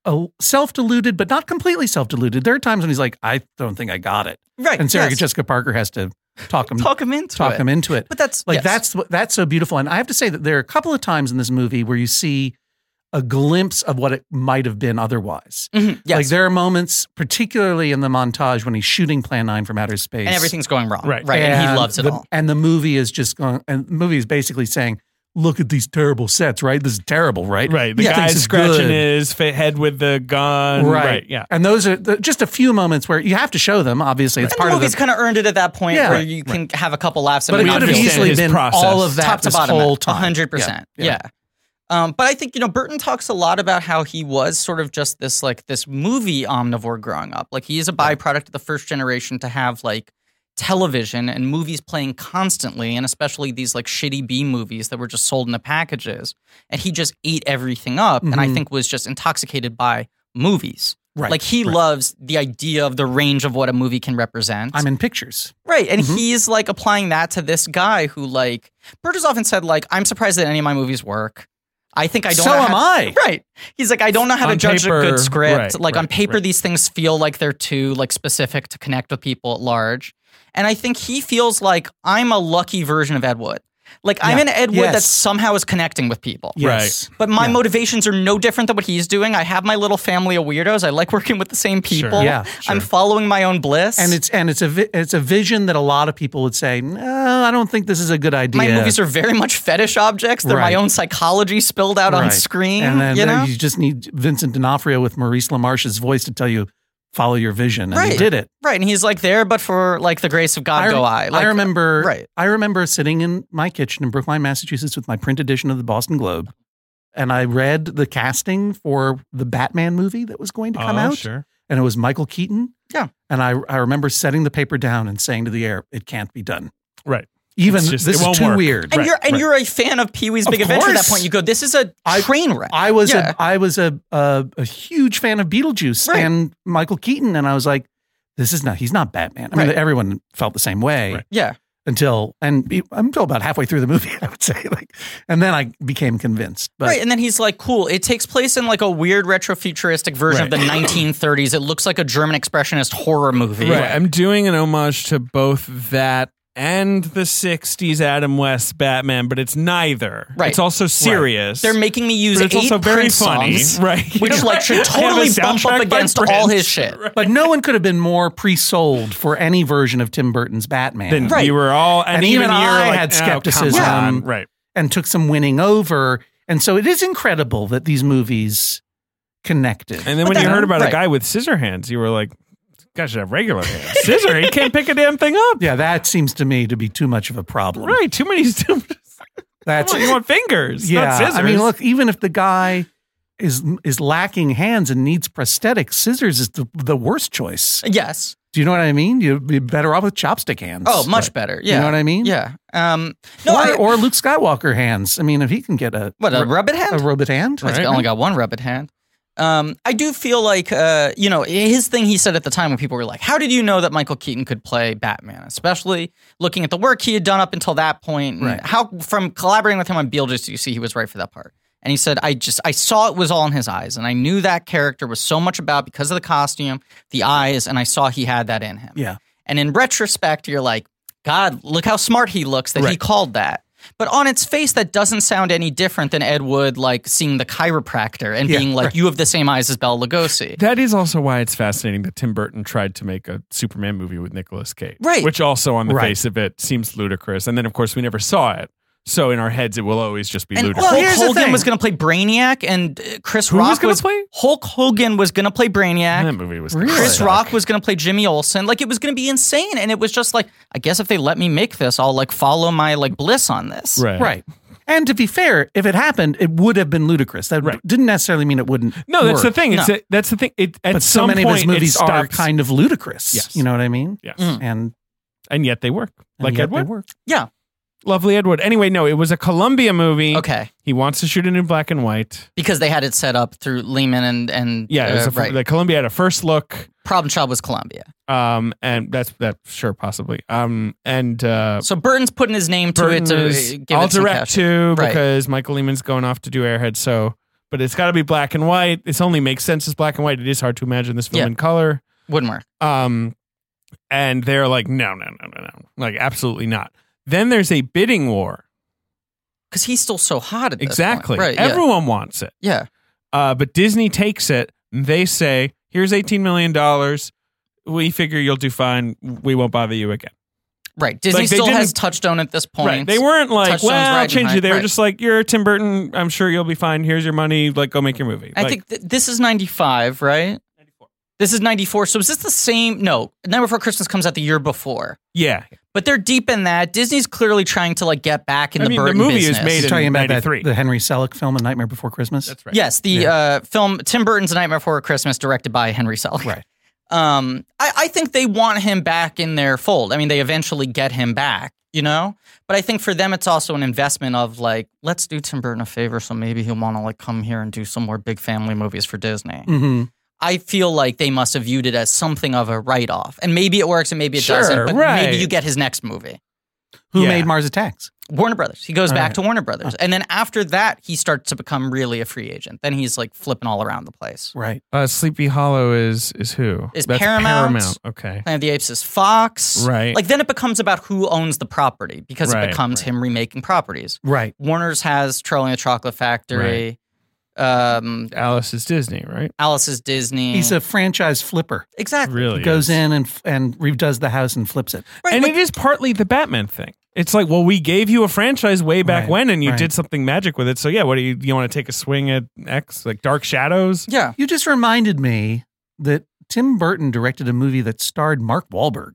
Speaker 4: uh, self-deluded but not completely self-deluded there are times when he's like i don't think i got it
Speaker 2: Right.
Speaker 4: and sarah
Speaker 2: yes.
Speaker 4: jessica parker has to talk him talk,
Speaker 2: talk him into it.
Speaker 4: him into it
Speaker 2: But that's
Speaker 4: like
Speaker 2: yes.
Speaker 4: that's what- that's so beautiful and i have to say that there are a couple of times in this movie where you see a glimpse of what it might have been otherwise
Speaker 2: Mhm, yes.
Speaker 4: like there are moments particularly in the montage when he's shooting plan 9 from outer space
Speaker 2: and everything's going wrong.
Speaker 3: Right.
Speaker 2: Right. And, he loves it
Speaker 4: the,
Speaker 2: all.
Speaker 4: And the movie is just going, and the movie is basically saying, look at these terrible sets, right? This is terrible, right?
Speaker 3: Right. The
Speaker 4: He thinks
Speaker 3: guy's
Speaker 4: it's
Speaker 3: scratching
Speaker 4: good.
Speaker 3: his fa- head with the gun.
Speaker 4: Right.
Speaker 3: Yeah.
Speaker 4: And those are the, just a few moments where you have to show them, obviously. It's
Speaker 2: And
Speaker 4: part
Speaker 2: the
Speaker 4: of
Speaker 2: movie's
Speaker 4: the.
Speaker 2: kind of earned it at that point
Speaker 4: Yeah.
Speaker 2: where
Speaker 4: Right,
Speaker 2: you can have a couple laughs and
Speaker 4: But it
Speaker 2: not
Speaker 4: could have
Speaker 2: feel
Speaker 3: understand
Speaker 4: easily
Speaker 3: his
Speaker 4: been
Speaker 3: process.
Speaker 4: all of that
Speaker 2: top to
Speaker 4: this
Speaker 2: bottom
Speaker 4: whole time.
Speaker 2: 100%. Yeah. Um, but I think, you know, Burton talks a lot about how he was sort of just this like this movie omnivore growing up. Like he is a byproduct of the first generation to have like television and movies playing constantly and especially these like shitty B movies that were just sold in the packages. And he just ate everything up and I
Speaker 4: Mhm.
Speaker 2: think was just intoxicated by movies.
Speaker 4: Right.
Speaker 2: Like he
Speaker 4: right.
Speaker 2: loves the idea of the range of what a movie can represent.
Speaker 4: I'm in pictures.
Speaker 2: Right. And
Speaker 4: Mhm.
Speaker 2: he's like applying that to this guy who like Bert has often said, like, I'm surprised that any of my movies work. I think I don't
Speaker 4: so
Speaker 2: know
Speaker 4: am
Speaker 2: how-
Speaker 4: I.
Speaker 2: Right. He's like, I don't know how to
Speaker 3: On
Speaker 2: judge a
Speaker 3: paper,
Speaker 2: good script.
Speaker 3: right,
Speaker 2: like on
Speaker 3: right,
Speaker 2: paper,
Speaker 3: right.
Speaker 2: these things feel like they're too like specific to connect with people at large. And I think he feels like I'm a lucky version of Ed Wood. Like I'm
Speaker 4: Yeah.
Speaker 2: an Ed Wood that
Speaker 4: Yes.
Speaker 2: somehow is connecting with people.
Speaker 4: Yes.
Speaker 2: But my
Speaker 4: Yeah.
Speaker 2: motivations are no different than what he's doing. I have my little family of weirdos. I like working with the same
Speaker 3: Sure.
Speaker 2: people.
Speaker 4: Yeah,
Speaker 2: I'm
Speaker 3: sure.
Speaker 2: following my own bliss.
Speaker 4: And it's and it's a vi- it's a vision that a lot of people would say, no, I don't think this is a good idea.
Speaker 2: My movies are very much fetish objects. They're
Speaker 4: Right.
Speaker 2: my own psychology spilled out on
Speaker 4: Right.
Speaker 2: screen.
Speaker 4: and then
Speaker 2: you
Speaker 4: then
Speaker 2: know,
Speaker 4: you just need Vincent D'Onofrio with Maurice LaMarche's voice to tell you, follow your vision, and he
Speaker 2: Right.
Speaker 4: did it.
Speaker 2: right? And he's like there, but for like the grace of God,
Speaker 4: I,
Speaker 2: go I. Like,
Speaker 4: I remember
Speaker 2: right.
Speaker 4: I remember sitting in my kitchen in Brookline, Massachusetts with my print edition of the Boston Globe and I read the casting for the Batman movie that was going to come
Speaker 3: oh,
Speaker 4: out
Speaker 3: Sure.
Speaker 4: and it was Michael Keaton.
Speaker 2: Yeah.
Speaker 4: And I I remember setting the paper down and saying to the air, it can't be done.
Speaker 3: Right.
Speaker 4: Even
Speaker 3: It's just-
Speaker 4: this
Speaker 3: it
Speaker 4: is
Speaker 3: won't
Speaker 4: too
Speaker 3: work.
Speaker 4: weird.
Speaker 2: And
Speaker 3: Right,
Speaker 2: you're and
Speaker 3: right.
Speaker 2: you're a fan of Pee Wee's
Speaker 4: Of
Speaker 2: Big Adventure at that
Speaker 4: course.
Speaker 2: point. You go, this is a
Speaker 4: I-
Speaker 2: train wreck.
Speaker 4: I was
Speaker 2: Yeah.
Speaker 4: a I was a a, a huge fan of Beetlejuice
Speaker 2: Right.
Speaker 4: and Michael Keaton and I was like this is not he's not Batman. I mean
Speaker 2: Right.
Speaker 4: everyone felt the same way.
Speaker 3: Right.
Speaker 2: yeah,
Speaker 4: until and be- until about halfway through the movie, I would say. Like, and then I became convinced. But
Speaker 2: right. And then he's like, cool. It takes place in like a weird retrofuturistic version of the 1930s. It looks like a German expressionist horror movie.
Speaker 3: Right. I'm doing an homage to both that and the 60s Adam West Batman, but it's neither.
Speaker 2: Right.
Speaker 3: It's also serious.
Speaker 2: They're making me use
Speaker 3: but it's
Speaker 2: eight
Speaker 3: also very
Speaker 2: Prince
Speaker 3: funny.
Speaker 2: songs,
Speaker 3: Right.
Speaker 2: which like
Speaker 3: I
Speaker 2: should
Speaker 3: have a
Speaker 2: totally bump
Speaker 3: soundtrack
Speaker 2: up
Speaker 3: by
Speaker 2: against
Speaker 3: Prince.
Speaker 2: all his shit.
Speaker 4: but no one could have been more pre-sold for any version of Tim Burton's Batman,
Speaker 3: Then
Speaker 2: Right.
Speaker 3: we were all, and,
Speaker 4: And even
Speaker 3: you were
Speaker 4: I
Speaker 3: like,
Speaker 4: had
Speaker 3: "Oh, come
Speaker 4: skepticism."
Speaker 3: on." Right.
Speaker 4: and took some winning over. And so it is incredible that these movies connected.
Speaker 3: And then
Speaker 2: But
Speaker 3: when you
Speaker 2: that-
Speaker 3: heard about
Speaker 2: right.
Speaker 3: a guy with scissor hands, you were like, "This guy should have regular hands. Scissor, he can't pick a damn thing up.
Speaker 4: yeah, that seems to me to be too much of a problem.
Speaker 3: Right, too many. Too,
Speaker 4: That's
Speaker 3: you want fingers, not
Speaker 4: yeah.
Speaker 3: scissors.
Speaker 4: I mean, look, even if the guy is is lacking hands and needs prosthetics, scissors is the, the worst choice.
Speaker 2: Yes.
Speaker 4: Do you know what I mean? You'd be better off with chopstick hands.
Speaker 2: Oh, much better. Yeah.
Speaker 4: You know what I mean?
Speaker 2: Yeah. Um, no,
Speaker 4: or,
Speaker 2: I-
Speaker 4: or Luke Skywalker hands. I mean, if he can get a
Speaker 2: what, a rabbit hand?
Speaker 4: a robot hand,
Speaker 2: I
Speaker 3: Right.
Speaker 2: only got one rabbit hand. Um, I do feel like, uh, you know, his thing he said at the time when people were like, how did you know that Michael Keaton could play Batman? Especially looking at the work he had done up until that point. and
Speaker 4: Right.
Speaker 2: How, from collaborating with him on Beetlejuice, you see he was right for that part. And he said, I just, I saw it was all in his eyes. And I knew that character was so much about because of the costume, the eyes, and I saw he had that in him.
Speaker 4: yeah,
Speaker 2: And in retrospect, you're like, God, look how smart he looks that he
Speaker 3: Right.
Speaker 2: called that. But on its face, that doesn't sound any different than Ed Wood like seeing the chiropractor and
Speaker 4: Yeah,
Speaker 2: being like,
Speaker 4: right.
Speaker 2: "You have the same eyes as Bela Lugosi."
Speaker 3: that is also why it's fascinating that Tim Burton tried to make a Superman movie with Nicolas Cage,
Speaker 2: Right.
Speaker 3: Which also, on the
Speaker 4: Right.
Speaker 3: face of it, seems ludicrous. And then, of course, we never saw it, So in our heads, it will always just be
Speaker 2: And
Speaker 3: ludicrous.
Speaker 2: Hulk
Speaker 4: here's the
Speaker 2: Hogan
Speaker 4: thing.
Speaker 2: was going to play Brainiac, and uh, Chris
Speaker 3: Who
Speaker 2: Rock
Speaker 3: was gonna play?
Speaker 2: Hulk Hogan was going to play Brainiac.
Speaker 3: that movie was
Speaker 4: Really?
Speaker 2: Chris
Speaker 3: suck.
Speaker 2: Rock was going to play Jimmy Olsen. Like it was going to be insane, and it was just like, I guess if they let me make this, I'll like follow my like bliss on this.
Speaker 3: Right.
Speaker 4: Right. And to be fair, if it happened, it would have been ludicrous. That
Speaker 3: Right.
Speaker 4: didn't necessarily mean it wouldn't.
Speaker 3: No, that's the
Speaker 4: work.
Speaker 3: thing. It's a, that's the thing. It at
Speaker 4: But so
Speaker 3: some
Speaker 4: many
Speaker 3: point
Speaker 4: of his movies
Speaker 3: it
Speaker 4: are
Speaker 3: stops,
Speaker 4: kind of ludicrous.
Speaker 3: Yes.
Speaker 4: You know what I mean?
Speaker 3: Yes.
Speaker 2: Mm.
Speaker 4: And,
Speaker 3: and yet they work.
Speaker 4: and
Speaker 3: like
Speaker 4: yet they
Speaker 3: Edward,
Speaker 4: work.
Speaker 2: Yeah.
Speaker 3: lovely Edward. Anyway, no, it was a Columbia movie.
Speaker 2: Okay.
Speaker 3: he wants to shoot it in black and white.
Speaker 2: Because they had it set up through Lehman and and
Speaker 3: Yeah, it was
Speaker 2: uh,
Speaker 3: a, fir-
Speaker 2: right.
Speaker 3: the Columbia had a first look.
Speaker 2: Problem Child was Columbia.
Speaker 3: Um, and that's that sure possibly. Um, and uh,
Speaker 2: So Burton's putting his name to
Speaker 3: Burton
Speaker 2: it to
Speaker 3: is-
Speaker 2: uh, give
Speaker 3: I'll
Speaker 2: it some
Speaker 3: direct
Speaker 2: cash.
Speaker 3: too
Speaker 2: Right.
Speaker 3: because Michael Lehman's going off to do Airhead. So, but it's got to be black and white. It's only makes sense as black and white. It is hard to imagine this film
Speaker 2: Yeah.
Speaker 3: in color.
Speaker 2: Wouldn't work.
Speaker 3: Um, and they're like, no, no, no, no, no, like absolutely not. Then there's a bidding war.
Speaker 2: Because he's still so hot at this point.
Speaker 3: Exactly.
Speaker 2: Right. yeah.
Speaker 3: Everyone wants it.
Speaker 2: yeah.
Speaker 3: Uh, but Disney takes it. And they say, here's $18 million. We figure you'll do fine. We won't bother you again.
Speaker 2: Right. Disney
Speaker 3: Like, they
Speaker 2: still has
Speaker 3: didn't-
Speaker 2: Touchstone at this point.
Speaker 3: Right. They weren't like,
Speaker 2: Touchstone's
Speaker 3: well, I'll
Speaker 2: riding
Speaker 3: change
Speaker 2: high."
Speaker 3: it. They were
Speaker 2: Right.
Speaker 3: just like, you're Tim Burton. I'm sure you'll be fine. Here's your money. Like, go make your movie.
Speaker 2: I
Speaker 3: Like,
Speaker 2: think th- this is 95, right? This is 94. So is this the same? No. Night Before Christmas comes out the year before.
Speaker 3: yeah.
Speaker 2: But they're deep in that. Disney's clearly trying to like get back in
Speaker 3: I
Speaker 2: the
Speaker 3: mean, the
Speaker 2: Burton
Speaker 3: movie is
Speaker 2: business.
Speaker 3: made
Speaker 4: He's
Speaker 3: in
Speaker 4: talking about that,
Speaker 3: 93.
Speaker 4: the Henry Selick film, A Nightmare Before Christmas.
Speaker 3: That's right.
Speaker 2: Yes, the
Speaker 4: Yeah.
Speaker 2: uh, film Tim Burton's A Nightmare Before Christmas, directed by Henry Selick.
Speaker 4: Right.
Speaker 2: Um, I, I think they want him back in their fold. I mean, they eventually get him back, you know. But I think for them, it's also an investment of like, let's do Tim Burton a favor, so maybe he'll want to like come here and do some more big family movies for Disney.
Speaker 4: Mm-hmm.
Speaker 2: I feel like they must have viewed it as something of a write off, and maybe it works, and maybe it
Speaker 3: Sure,
Speaker 2: doesn't. But
Speaker 3: right.
Speaker 2: maybe you get his next movie.
Speaker 4: Who
Speaker 3: Yeah.
Speaker 4: made Mars Attacks?
Speaker 2: Warner Brothers. He goes
Speaker 4: All
Speaker 2: back
Speaker 4: right.
Speaker 2: to Warner Brothers. And then after that, he starts to become really a free agent. Then he's like flipping all around the place.
Speaker 4: Right.
Speaker 3: Uh, Sleepy Hollow is is who?
Speaker 2: Is Paramount.
Speaker 3: Paramount. Okay.
Speaker 2: Planet of the Apes is Fox.
Speaker 3: Right.
Speaker 2: Like then it becomes about who owns the property because
Speaker 3: Right,
Speaker 2: it becomes
Speaker 3: right.
Speaker 2: him remaking properties.
Speaker 4: Right.
Speaker 2: Warner's has Charlie and the Chocolate Factory. Um,
Speaker 3: Alice is Disney, right?
Speaker 2: Alice is Disney.
Speaker 4: He's a franchise flipper.
Speaker 2: exactly.
Speaker 3: Really
Speaker 4: Goes
Speaker 3: is.
Speaker 4: in and f- and redoes the house and flips it.
Speaker 2: Right,
Speaker 3: and
Speaker 2: like-
Speaker 3: it is partly the Batman thing. It's like, well, we gave you a franchise way back
Speaker 4: Right,
Speaker 3: when, and you
Speaker 4: right.
Speaker 3: did something magic with it. So yeah, what do you you want to take a swing at X like Dark Shadows?
Speaker 2: yeah.
Speaker 4: You just reminded me that Tim Burton directed a movie that starred Mark Wahlberg.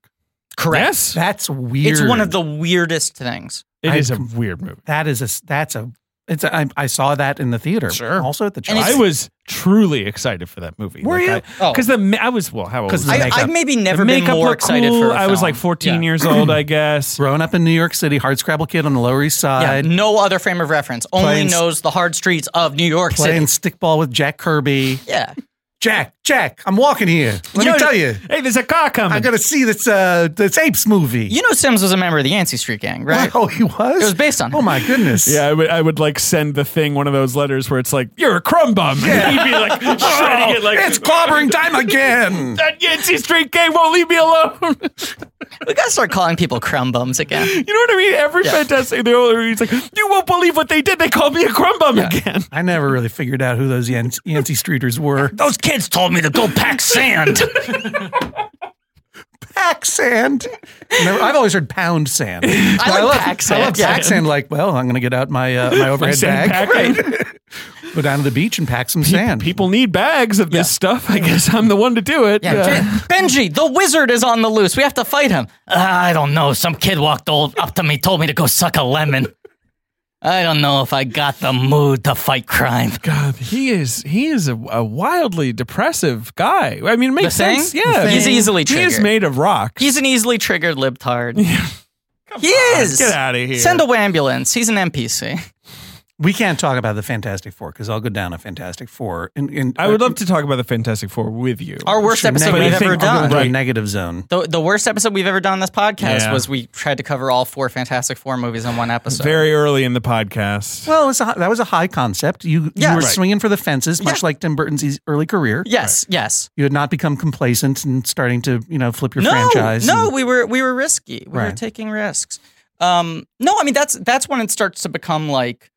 Speaker 2: Correct.
Speaker 3: Yes,
Speaker 4: That's weird.
Speaker 2: It's one of the weirdest things.
Speaker 3: it
Speaker 4: I
Speaker 3: is a
Speaker 4: com-
Speaker 3: weird movie.
Speaker 4: That is a. That's a. It's. A, I, I saw that in the theater.
Speaker 3: Sure.
Speaker 4: Also at the
Speaker 2: And
Speaker 4: church.
Speaker 3: I
Speaker 2: it's-
Speaker 3: was truly excited for that movie.
Speaker 4: Were you?
Speaker 2: Oh.
Speaker 3: Because the ma- I was well, how old?
Speaker 4: 'Cause
Speaker 3: Was
Speaker 4: the
Speaker 3: I?
Speaker 2: I,
Speaker 4: makeup.
Speaker 2: I've maybe
Speaker 3: The
Speaker 2: never been
Speaker 3: makeup
Speaker 2: more
Speaker 3: looked
Speaker 2: excited
Speaker 3: cool.
Speaker 2: for. a
Speaker 3: I was
Speaker 2: film.
Speaker 3: like 14
Speaker 2: Yeah.
Speaker 3: years old, I guess.
Speaker 4: Growing up in New York City, hard scrabble kid on the Lower East
Speaker 2: Yeah,
Speaker 4: Side,
Speaker 2: no other frame of reference. Only
Speaker 4: Playing s-
Speaker 2: knows the hard streets of New York
Speaker 4: playing
Speaker 2: City.
Speaker 4: stickball with Jack Kirby.
Speaker 2: Yeah.
Speaker 4: Jack, Jack, I'm walking here. Let
Speaker 2: You know-
Speaker 4: me tell you,
Speaker 3: Hey, there's a car coming.
Speaker 4: I'm gonna see this uh this apes movie.
Speaker 2: You know Sims was a member of the Yancey Street Gang, right?
Speaker 4: Oh, he was.
Speaker 2: It was based on
Speaker 4: Oh
Speaker 2: him.
Speaker 4: my goodness.
Speaker 3: yeah, I would, I would like send the thing one of those letters where it's like you're a crumb bum. Yeah. He'd be like shredding it like
Speaker 4: it's clobbering time again.
Speaker 3: that Yancey Street gang won't leave me alone.
Speaker 2: We gotta start calling people crumb bums again.
Speaker 3: You know what I mean? Every
Speaker 2: Yeah.
Speaker 3: fantastic they're all he's like, you won't believe what they did. They called me a crumb bum again.
Speaker 4: I never really figured out who those Yan- Yancey Streeters were. Those kids told me to go pack sand. pack sand. Never- I've always heard pound sand. I,
Speaker 2: like pack sand.
Speaker 4: I love
Speaker 2: Yeah.
Speaker 4: pack sand. Like, well, I'm going to get out my uh, my overhead
Speaker 3: Sand
Speaker 4: bag,
Speaker 3: packing.
Speaker 4: go down to the beach and pack some sand.
Speaker 3: People need bags of
Speaker 2: Yeah.
Speaker 3: this stuff. I guess I'm the one to do it.
Speaker 2: Yeah. Benji, the wizard is on the loose. We have to fight him. Uh, I don't know. Some kid walked old up to me, told me to go suck a lemon. I don't know if I got the mood to fight crime.
Speaker 3: God, he is he is a, a wildly depressive guy. I mean, it makes
Speaker 2: The Thing?
Speaker 3: sense. Yeah,
Speaker 2: The He's Thing. easily
Speaker 3: He is
Speaker 2: triggered.
Speaker 3: made of rock.
Speaker 2: He's an easily triggered libtard. he is.
Speaker 3: Get out of here.
Speaker 2: Send a ambulance. He's an NPC.
Speaker 4: we can't talk about the Fantastic Four because I'll go down a Fantastic Four. And, and
Speaker 3: I would love to talk about the Fantastic Four with you.
Speaker 2: Our worst
Speaker 4: Sure,
Speaker 2: episode
Speaker 4: neg-
Speaker 2: we've
Speaker 3: I think-
Speaker 2: ever
Speaker 4: I'll go
Speaker 2: done.
Speaker 4: into a
Speaker 3: Right.
Speaker 4: negative zone.
Speaker 2: The, the worst episode we've ever done on this podcast
Speaker 3: Yeah.
Speaker 2: was we tried to cover all four Fantastic Four movies in one episode.
Speaker 3: Very early in the podcast.
Speaker 4: Well, it's a, hi- that was a high concept. You
Speaker 2: Yeah.
Speaker 4: you were
Speaker 2: Right.
Speaker 4: swinging for the fences, much
Speaker 2: Yeah.
Speaker 4: like Tim Burton's e- early career.
Speaker 2: yes, yes.
Speaker 4: You had not become complacent and starting to you know flip your
Speaker 2: no,
Speaker 4: franchise.
Speaker 2: no,
Speaker 4: and-
Speaker 2: we were we were risky. We were
Speaker 4: Right.
Speaker 2: taking risks. Um, no, I mean that's that's when it starts to become like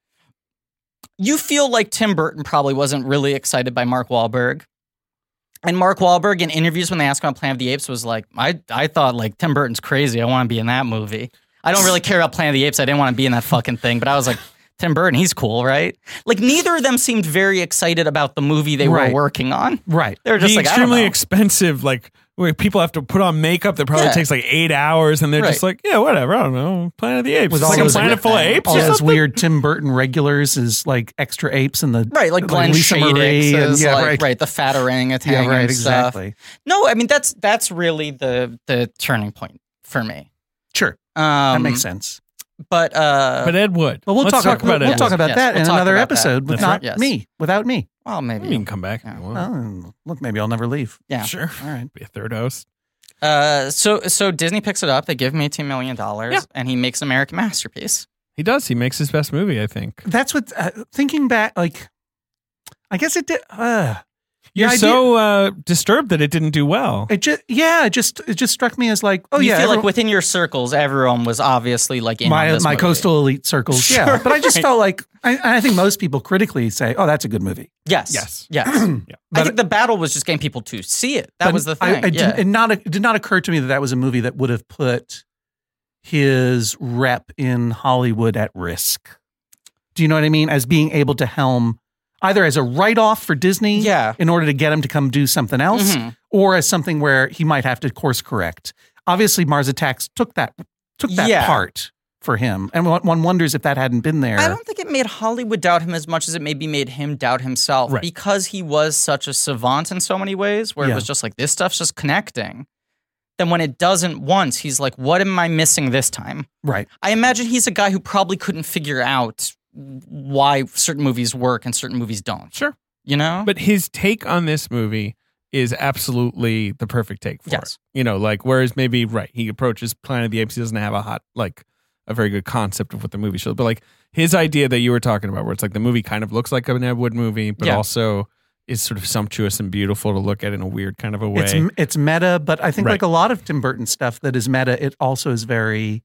Speaker 2: you feel like Tim Burton probably wasn't really excited by Mark Wahlberg. And Mark Wahlberg in interviews when they asked him about Planet of the Apes was like, I, I thought like Tim Burton's crazy. I want to be in that movie. I don't really care about Planet of the Apes. I didn't want to be in that fucking thing, but I was like, Tim Burton, he's cool, right? Like neither of them seemed very excited about the movie they
Speaker 4: Right.
Speaker 2: were working on.
Speaker 4: Right.
Speaker 2: They're just
Speaker 3: the
Speaker 2: like I
Speaker 3: extremely
Speaker 2: don't know.
Speaker 3: expensive, like where people have to put on makeup that probably
Speaker 2: Yeah.
Speaker 3: takes like eight hours, and they're just
Speaker 2: Right.
Speaker 3: like, yeah, whatever. I don't know, Planet of the Apes.
Speaker 4: With
Speaker 3: it's
Speaker 4: all
Speaker 3: like a
Speaker 4: those-
Speaker 3: planet full of apes.
Speaker 4: All
Speaker 3: or
Speaker 4: those
Speaker 3: something.
Speaker 4: weird Tim Burton regulars is like extra apes and the
Speaker 2: Right, like Glenn
Speaker 4: Lisa
Speaker 2: Shadix
Speaker 4: Marie and-
Speaker 2: is
Speaker 4: yeah,
Speaker 2: like,
Speaker 4: right.
Speaker 2: right. the fat orangutan
Speaker 4: Yeah, right,
Speaker 2: and stuff.
Speaker 4: exactly.
Speaker 2: No, I mean that's that's really the the turning point for me.
Speaker 4: Sure,
Speaker 2: Um,
Speaker 4: that makes sense.
Speaker 2: But uh,
Speaker 3: But Ed Wood.
Speaker 4: But we'll
Speaker 3: Let's
Speaker 4: talk,
Speaker 3: talk about
Speaker 4: we'll,
Speaker 3: Ed
Speaker 4: We'll
Speaker 3: Wood.
Speaker 4: talk about
Speaker 2: Yes,
Speaker 4: that
Speaker 2: we'll
Speaker 4: in
Speaker 2: talk
Speaker 4: another
Speaker 2: about that.
Speaker 4: episode, but
Speaker 3: That's
Speaker 4: not
Speaker 2: right. Yes. Mm-hmm.
Speaker 4: me, without me.
Speaker 2: well,
Speaker 3: You
Speaker 2: maybe
Speaker 3: can come back. if you
Speaker 2: Yeah.
Speaker 3: want.
Speaker 4: Oh, look, maybe I'll never leave.
Speaker 2: yeah.
Speaker 3: Sure.
Speaker 4: All right.
Speaker 3: Be a third host.
Speaker 2: Uh, so so Disney picks it up. They give him eighteen million dollars,
Speaker 3: Yeah.
Speaker 2: and he makes an American masterpiece.
Speaker 3: He does. He makes his best movie, I think.
Speaker 4: That's what uh, thinking back. Like, I guess it did. Uh,
Speaker 3: You're
Speaker 4: I did-
Speaker 3: so uh, disturbed that it didn't do well.
Speaker 4: it just yeah. It just it just struck me as like oh
Speaker 2: you
Speaker 4: yeah.
Speaker 2: feel like
Speaker 4: everyone-
Speaker 2: within your circles, everyone was obviously like in on
Speaker 4: my
Speaker 2: this
Speaker 4: my
Speaker 2: movie.
Speaker 4: coastal elite circles. Yeah,
Speaker 2: Sure,
Speaker 4: but I just
Speaker 2: right.
Speaker 4: felt like I, I think most people critically say oh that's a good movie.
Speaker 2: Yes,
Speaker 3: Yes.
Speaker 2: yes. I
Speaker 4: But-
Speaker 2: think the battle was just getting people to see it. That
Speaker 4: But
Speaker 2: was the
Speaker 4: I-
Speaker 2: thing.
Speaker 4: I
Speaker 2: yeah.
Speaker 4: didn't, it not it did not occur to me that that was a movie that would have put his rep in Hollywood at risk. Do you know what I mean? As being able to helm either as a write off for Disney,
Speaker 2: Yeah.
Speaker 4: in order to get him to come do something else,
Speaker 2: Mhm.
Speaker 4: or as something where he might have to course correct. Obviously, Mars Attacks took that took that
Speaker 2: Yeah.
Speaker 4: part for him, and one- one wonders if that hadn't been there.
Speaker 2: I don't think it made Hollywood doubt him as much as it maybe made him doubt himself
Speaker 3: Right.
Speaker 2: because he was such a savant in so many ways where
Speaker 4: Yeah.
Speaker 2: it was just like, this stuff's just connecting. Then when it doesn't once, he's like, what am I missing this time?
Speaker 4: right.
Speaker 2: I imagine he's a guy who probably couldn't figure out why certain movies work and certain movies don't.
Speaker 3: Sure.
Speaker 2: You know?
Speaker 3: But his take on this movie is absolutely the perfect take for
Speaker 2: Yes.
Speaker 3: it. You know, like whereas maybe right, he approaches Planet of the Apes, he doesn't have a hot like a very good concept of what the movie should but like his idea that you were talking about where it's like the movie kind of looks like an Ed Wood movie, but
Speaker 2: Yeah.
Speaker 3: also is sort of sumptuous and beautiful to look at in a weird kind of a way.
Speaker 4: It's it's meta, but I think
Speaker 3: Right.
Speaker 4: like a lot of Tim Burton stuff that is meta, it also is very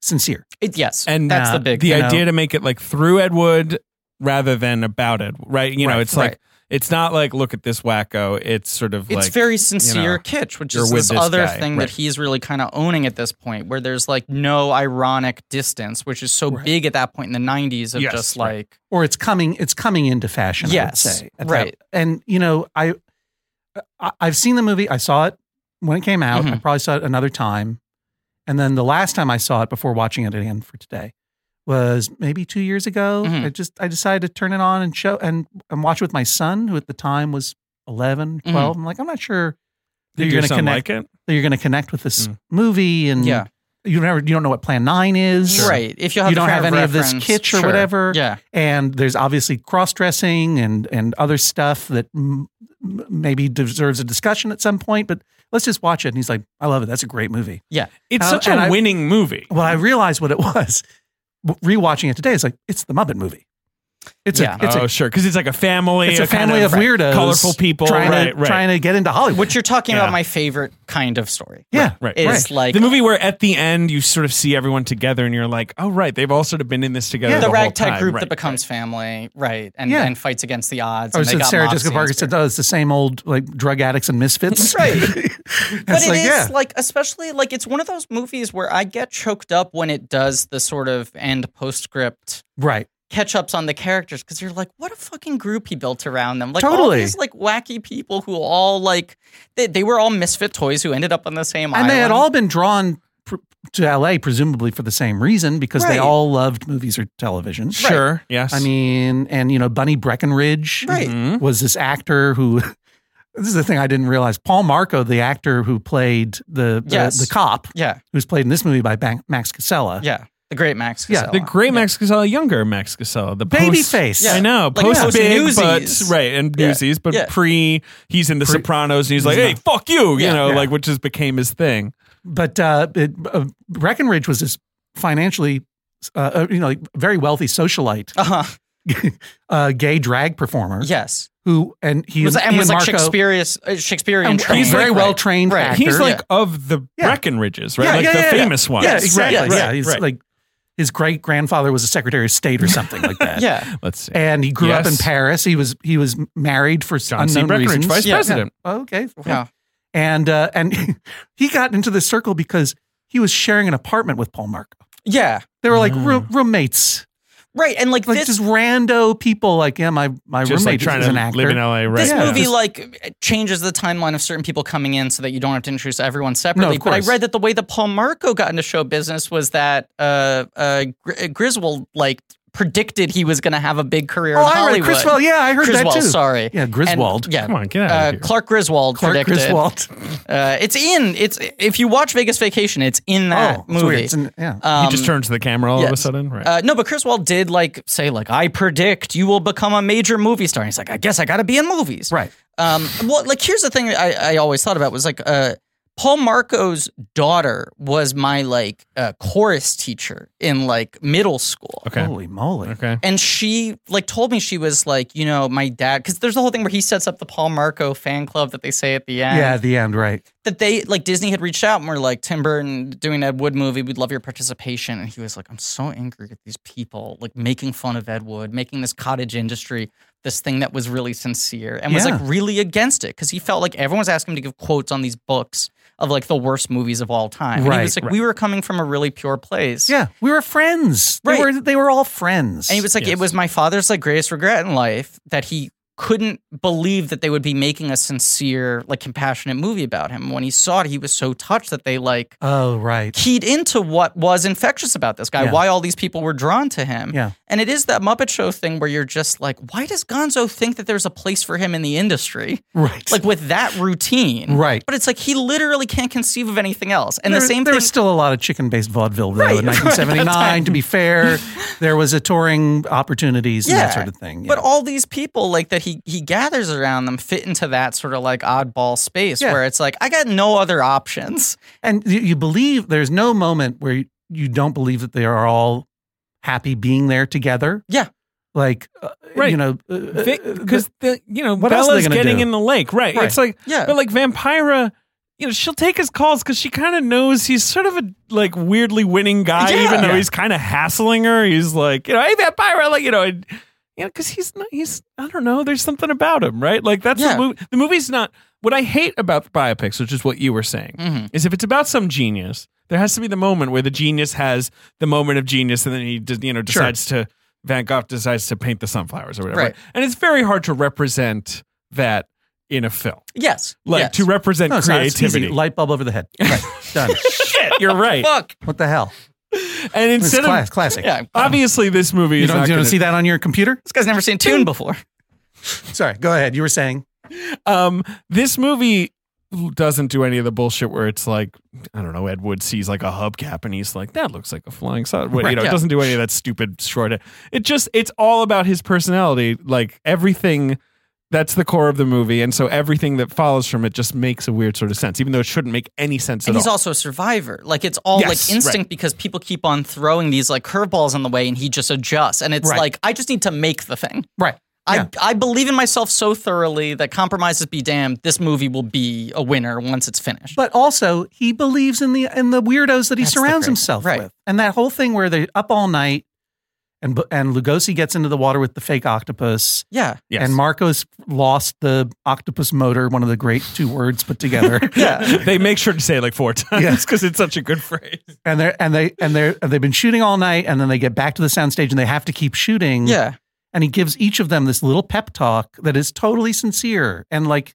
Speaker 4: sincere.
Speaker 2: It- yes.
Speaker 3: And,
Speaker 2: that's
Speaker 4: uh,
Speaker 2: the big
Speaker 3: the
Speaker 4: you know.
Speaker 3: idea to make it like through Ed Wood rather than about Ed, right? You know,
Speaker 4: Right,
Speaker 3: it's like
Speaker 2: right.
Speaker 3: it's not like look at this wacko. It's sort of
Speaker 2: It's
Speaker 3: like
Speaker 2: very sincere
Speaker 3: know,
Speaker 2: kitsch, which
Speaker 3: you're
Speaker 2: is
Speaker 3: with
Speaker 2: this,
Speaker 3: this
Speaker 2: other
Speaker 3: guy,
Speaker 2: thing
Speaker 3: right.
Speaker 2: that he's really kind of owning at this point, where there's like no ironic distance, which is so big at that point in the 90s of
Speaker 3: Yes,
Speaker 2: just
Speaker 3: right.
Speaker 2: like,
Speaker 4: or it's coming it's coming into fashion I would
Speaker 2: Yes,
Speaker 4: say at
Speaker 2: right.
Speaker 4: that- and you know I, I i've seen the movie i saw it when it came
Speaker 2: Mm-hmm.
Speaker 4: out i probably saw it another time and then the last time i saw it before watching it again for today was maybe two years ago
Speaker 2: Mhm.
Speaker 4: i just i decided to turn it on and show and, and watch it with my son who at the time was 11
Speaker 2: Mm-hmm.
Speaker 4: 12 i'm like i'm not sure that
Speaker 3: did
Speaker 4: you're
Speaker 3: your
Speaker 4: going to
Speaker 3: son
Speaker 4: connect
Speaker 3: like it?
Speaker 4: that you're going to connect with this
Speaker 3: Mm.
Speaker 4: movie and
Speaker 2: Yeah.
Speaker 4: you never you don't know what plan 9 is
Speaker 2: right. If you, have
Speaker 4: You
Speaker 2: the
Speaker 4: don't
Speaker 2: frame
Speaker 4: have any of this
Speaker 2: reference,
Speaker 4: kitsch or
Speaker 2: sure.
Speaker 4: whatever.
Speaker 2: Yeah.
Speaker 4: and there's obviously cross dressing and and other stuff that m- m- maybe deserves a discussion at some point. But let's just watch it. And he's like, "I love it. That's a great movie."
Speaker 2: Yeah.
Speaker 3: It's
Speaker 4: Uh,
Speaker 3: such
Speaker 4: and
Speaker 3: a
Speaker 4: I-
Speaker 3: winning movie.
Speaker 4: Well, I realized what it was W- rewatching it today. It's like it's the Muppet movie. It's
Speaker 2: Yeah.
Speaker 4: a it's
Speaker 3: oh,
Speaker 4: a
Speaker 3: sure, because it's like a family.
Speaker 4: it's a
Speaker 3: kind
Speaker 4: family of, weirdos,
Speaker 3: colorful people,
Speaker 4: trying
Speaker 3: right,
Speaker 4: to
Speaker 3: right.
Speaker 4: trying to get into Hollywood.
Speaker 2: Which you're talking
Speaker 3: Yeah.
Speaker 2: about my favorite kind of story.
Speaker 4: yeah,
Speaker 3: Right,
Speaker 2: Is
Speaker 3: right.
Speaker 2: like
Speaker 3: the movie where at the end you sort of see everyone together and you're like, oh right, they've all sort of been in this together.
Speaker 4: Yeah.
Speaker 2: the,
Speaker 3: the, whole
Speaker 2: ragtag
Speaker 3: time.
Speaker 2: group
Speaker 3: Right,
Speaker 2: that becomes family, right? And
Speaker 4: Yeah.
Speaker 2: and fights against the odds.
Speaker 4: Or
Speaker 2: and they
Speaker 4: so
Speaker 2: got
Speaker 4: Sarah
Speaker 2: Mopsy
Speaker 4: Jessica
Speaker 2: and
Speaker 4: Parker
Speaker 2: Spear.
Speaker 4: said, "Oh, it's the same old like drug addicts and misfits."
Speaker 2: Right.
Speaker 4: it's
Speaker 2: but it is
Speaker 4: like, yeah,
Speaker 2: like especially like it's one of those movies where I get choked up when it does the sort of end postscript
Speaker 4: right.
Speaker 2: catch ups on the characters because you're like, what a fucking group he built around them. Like all
Speaker 4: Totally.
Speaker 2: these like wacky people who all like they, they were all misfit toys who ended up on the same
Speaker 4: and
Speaker 2: island.
Speaker 4: they had all been drawn pr- to LA, presumably for the same reason, because they
Speaker 2: Right.
Speaker 4: all loved movies or television.
Speaker 3: Sure. Yes.
Speaker 4: I mean, and you know, Bunny Breckenridge
Speaker 2: Right.
Speaker 3: Mhm.
Speaker 4: was this actor who. This is the thing I didn't realize. Paul Marco, the actor who played the the,
Speaker 2: Yes.
Speaker 4: the cop,
Speaker 2: Yeah,
Speaker 4: who's played in this movie by Ban- Max Casella.
Speaker 2: yeah. The great Max.
Speaker 4: Yeah,
Speaker 2: Casella.
Speaker 3: The great Max Casella, younger Max Casella, the
Speaker 4: Babyface.
Speaker 3: post- I know,
Speaker 2: Like
Speaker 3: post
Speaker 2: post
Speaker 3: big,
Speaker 2: Newsies.
Speaker 3: but right and
Speaker 2: Yeah.
Speaker 3: newsies, but
Speaker 2: Yeah.
Speaker 3: pre he's in the
Speaker 4: Pre-
Speaker 3: Sopranos and he's like,
Speaker 4: He's
Speaker 3: hey,
Speaker 4: not-
Speaker 3: fuck you, you
Speaker 2: Yeah.
Speaker 3: know,
Speaker 4: Yeah.
Speaker 3: like which just became his thing.
Speaker 4: But uh, it, uh, Breckenridge was this financially, uh, uh, you know, like very wealthy socialite,
Speaker 2: Uh-huh.
Speaker 4: uh, gay drag performer.
Speaker 2: Yes.
Speaker 4: Who and he
Speaker 2: It was,
Speaker 4: and,
Speaker 2: and
Speaker 4: he
Speaker 2: was
Speaker 4: and
Speaker 2: like
Speaker 4: Marco-
Speaker 2: Shakespearean, uh, Shakespearean
Speaker 4: And
Speaker 2: trained.
Speaker 4: he's very
Speaker 2: Right.
Speaker 4: well trained
Speaker 2: Right.
Speaker 4: actor.
Speaker 3: He's like of the
Speaker 4: Yeah.
Speaker 3: Breckenridges, right? like the famous
Speaker 4: yeah.
Speaker 3: ones.
Speaker 4: Yeah, exactly.
Speaker 2: Yes.
Speaker 4: yeah,
Speaker 3: Right,
Speaker 4: he's
Speaker 3: right.
Speaker 4: like his great grandfather was a secretary of state or something like that.
Speaker 2: Yeah.
Speaker 3: Let's see.
Speaker 4: and he grew up in
Speaker 3: Yes.
Speaker 4: Paris. He was he was married for
Speaker 3: John C.
Speaker 4: unknown
Speaker 3: Breckenridge,
Speaker 4: reasons.
Speaker 3: vice
Speaker 2: Yeah.
Speaker 3: president.
Speaker 4: Yeah. Oh, Okay,
Speaker 2: Yeah.
Speaker 4: and uh, and he got into this circle because he was sharing an apartment with Paul Marco.
Speaker 2: Yeah.
Speaker 4: They were like
Speaker 3: Oh.
Speaker 4: roo- roommates,
Speaker 2: Right. And like,
Speaker 4: like
Speaker 2: this
Speaker 4: just rando people. Like, yeah, my my
Speaker 3: just like
Speaker 4: roommate
Speaker 3: trying
Speaker 4: is
Speaker 3: to
Speaker 4: an actor.
Speaker 3: live in LA right
Speaker 2: this
Speaker 4: Yeah.
Speaker 2: movie
Speaker 4: Just-
Speaker 2: like changes the timeline of certain people coming in so that you don't have to introduce everyone separately. but I
Speaker 4: course.
Speaker 2: read that the way that Paul Marco got into show business was that uh, uh, Gr- Griswold like predicted he was going to have a big career
Speaker 4: oh,
Speaker 2: in
Speaker 4: I read
Speaker 2: Hollywood.
Speaker 4: Criswell. Yeah, I heard
Speaker 2: Griswold,
Speaker 4: that too.
Speaker 2: sorry.
Speaker 4: Yeah, Griswold.
Speaker 2: And, yeah.
Speaker 3: Come on, get out
Speaker 2: Uh,
Speaker 3: of here.
Speaker 2: Clark Griswold
Speaker 4: Clark
Speaker 2: predicted.
Speaker 4: Griswold.
Speaker 2: Uh, it's in. It's if you watch Vegas Vacation, it's in that
Speaker 4: oh, It's
Speaker 2: movie.
Speaker 4: weird. It's an- yeah.
Speaker 2: Um,
Speaker 3: he just turns to the camera all of a
Speaker 2: yes.
Speaker 3: sudden, right?
Speaker 2: uh, no, but Griswold did like say like I predict you will become a major movie star. And he's like, I guess I got to be in movies,
Speaker 4: right.
Speaker 2: Um, well, like here's the thing I, I always thought about was like uh, Paul Marco's daughter was my like uh, chorus teacher in like middle school.
Speaker 3: okay.
Speaker 4: Holy moly.
Speaker 3: Okay.
Speaker 2: And she like told me she was like, you know, my dad, because there's the whole thing where he sets up the Paul Marco fan club that they say at the end.
Speaker 4: Yeah, at the end, right.
Speaker 2: That they like Disney had reached out and were like, Tim Burton doing Ed Wood movie, we'd love your participation. And he was like, I'm so angry at these people, like making fun of Ed Wood, making this cottage industry this thing that was really sincere and was
Speaker 4: Yeah.
Speaker 2: like really against it because he felt like everyone was asking him to give quotes on these books of like the worst movies of all time. and he
Speaker 4: Right,
Speaker 2: was like, we were coming from a really pure place.
Speaker 4: Yeah, we were friends.
Speaker 2: Right.
Speaker 4: They were they were all friends.
Speaker 2: And he was like,
Speaker 3: Yes.
Speaker 2: it was my father's like greatest regret in life that he couldn't believe that they would be making a sincere, like compassionate movie about him. When he saw it, he was so touched that they like
Speaker 4: Oh, right.
Speaker 2: keyed into what was infectious about this guy,
Speaker 4: Yeah.
Speaker 2: why all these people were drawn to him.
Speaker 4: Yeah.
Speaker 2: And it is that Muppet Show thing where you're just like, why does Gonzo think that there's a place for him in the industry?
Speaker 4: Right.
Speaker 2: Like with that routine.
Speaker 4: Right.
Speaker 2: But it's like he literally can't conceive of anything else. And the
Speaker 4: There-
Speaker 2: same
Speaker 4: there
Speaker 2: thing
Speaker 4: was still a lot of chicken based vaudeville though
Speaker 2: Right,
Speaker 4: in
Speaker 2: right,
Speaker 4: 1979
Speaker 2: that's
Speaker 4: to be fair there was a touring opportunities and that
Speaker 2: Yeah,
Speaker 4: sort of thing
Speaker 2: But
Speaker 4: yeah.
Speaker 2: all these people, like that he he gathers around them, fit into that sort of like oddball space
Speaker 4: Yeah.
Speaker 2: where it's like I got no other options.
Speaker 4: and you, you believe there's no moment where you, you don't believe that they are all happy being there together
Speaker 2: Yeah.
Speaker 4: like uh,
Speaker 3: Right.
Speaker 4: you know uh,
Speaker 3: Because you know
Speaker 4: what else are they
Speaker 3: Bella's
Speaker 4: gonna
Speaker 3: getting
Speaker 4: do?
Speaker 3: in the lake, right?
Speaker 4: Right.
Speaker 3: It's like,
Speaker 2: Yeah.
Speaker 3: but like Vampira, you know, she'll take his calls because she kind of knows he's sort of a like weirdly winning guy,
Speaker 2: Yeah.
Speaker 3: even though
Speaker 4: Yeah.
Speaker 3: he's kind of hassling her. He's like, you know, hey Vampira, like you know. And, you know, because he's not, he's, I don't know, there's something about him, right? Like, that's
Speaker 2: Yeah.
Speaker 3: the movie. The movie's not, what I hate about biopics, which is what you were saying,
Speaker 2: Mhm.
Speaker 3: is if it's about some genius, there has to be the moment where the genius has the moment of genius, and then he, d- you know,
Speaker 4: Sure.
Speaker 3: decides to Van Gogh decides to paint the sunflowers or whatever.
Speaker 2: Right.
Speaker 3: And it's very hard to represent that in a film,
Speaker 2: Yes.
Speaker 3: like
Speaker 2: yes.
Speaker 3: to represent
Speaker 4: no, it's not. It's easy.
Speaker 3: creativity.
Speaker 4: light bulb over the head right done
Speaker 3: Shit, you're right.
Speaker 2: fuck.
Speaker 4: what the hell
Speaker 3: And
Speaker 4: it's
Speaker 3: instead
Speaker 4: class,
Speaker 3: of
Speaker 4: classic
Speaker 2: Yeah.
Speaker 3: obviously this movie
Speaker 4: you
Speaker 3: is
Speaker 4: don't,
Speaker 3: not
Speaker 4: you
Speaker 3: gonna-
Speaker 4: don't see that on your computer
Speaker 2: This guy's never seen Tune before.
Speaker 4: sorry go ahead you were saying
Speaker 3: um, this movie doesn't do any of the bullshit where it's like I don't know Ed Wood sees like a hubcap and he's like that looks like a flying saucer. What- You
Speaker 2: Right,
Speaker 3: know,
Speaker 2: yeah.
Speaker 3: it doesn't do any of that stupid short. e-, It just it's all about his personality. Like everything that's the core of the movie, and so everything that follows from it just makes a weird sort of sense, even though it shouldn't make any sense
Speaker 2: And
Speaker 3: at
Speaker 2: he's
Speaker 3: all.
Speaker 2: also a survivor. Like it's all
Speaker 3: Yes,
Speaker 2: like instinct because people keep on throwing these like curveballs in the way, and he just adjusts. And it's
Speaker 4: Right.
Speaker 2: like I just need to make the thing.
Speaker 4: right Yeah.
Speaker 2: I, I believe in myself so thoroughly that compromises be damned. This movie will be a winner once it's finished.
Speaker 4: but also he believes in the in the weirdos that he
Speaker 2: That's the great-
Speaker 4: surrounds himself
Speaker 2: right.
Speaker 4: with, and that whole thing where they're up all night, and Bu- and Lugosi gets into the water with the fake octopus,
Speaker 2: yeah.
Speaker 3: Yes.
Speaker 4: and Marcos lost the octopus motor, one of the great two words put together,
Speaker 2: Yeah.
Speaker 3: they make sure to say it like four times
Speaker 4: Yes.
Speaker 3: because it's such a good phrase.
Speaker 4: and they are and they and they and they've been shooting all night, and then they get back to the soundstage and they have to keep shooting,
Speaker 2: Yeah.
Speaker 4: and he gives each of them this little pep talk that is totally sincere and like.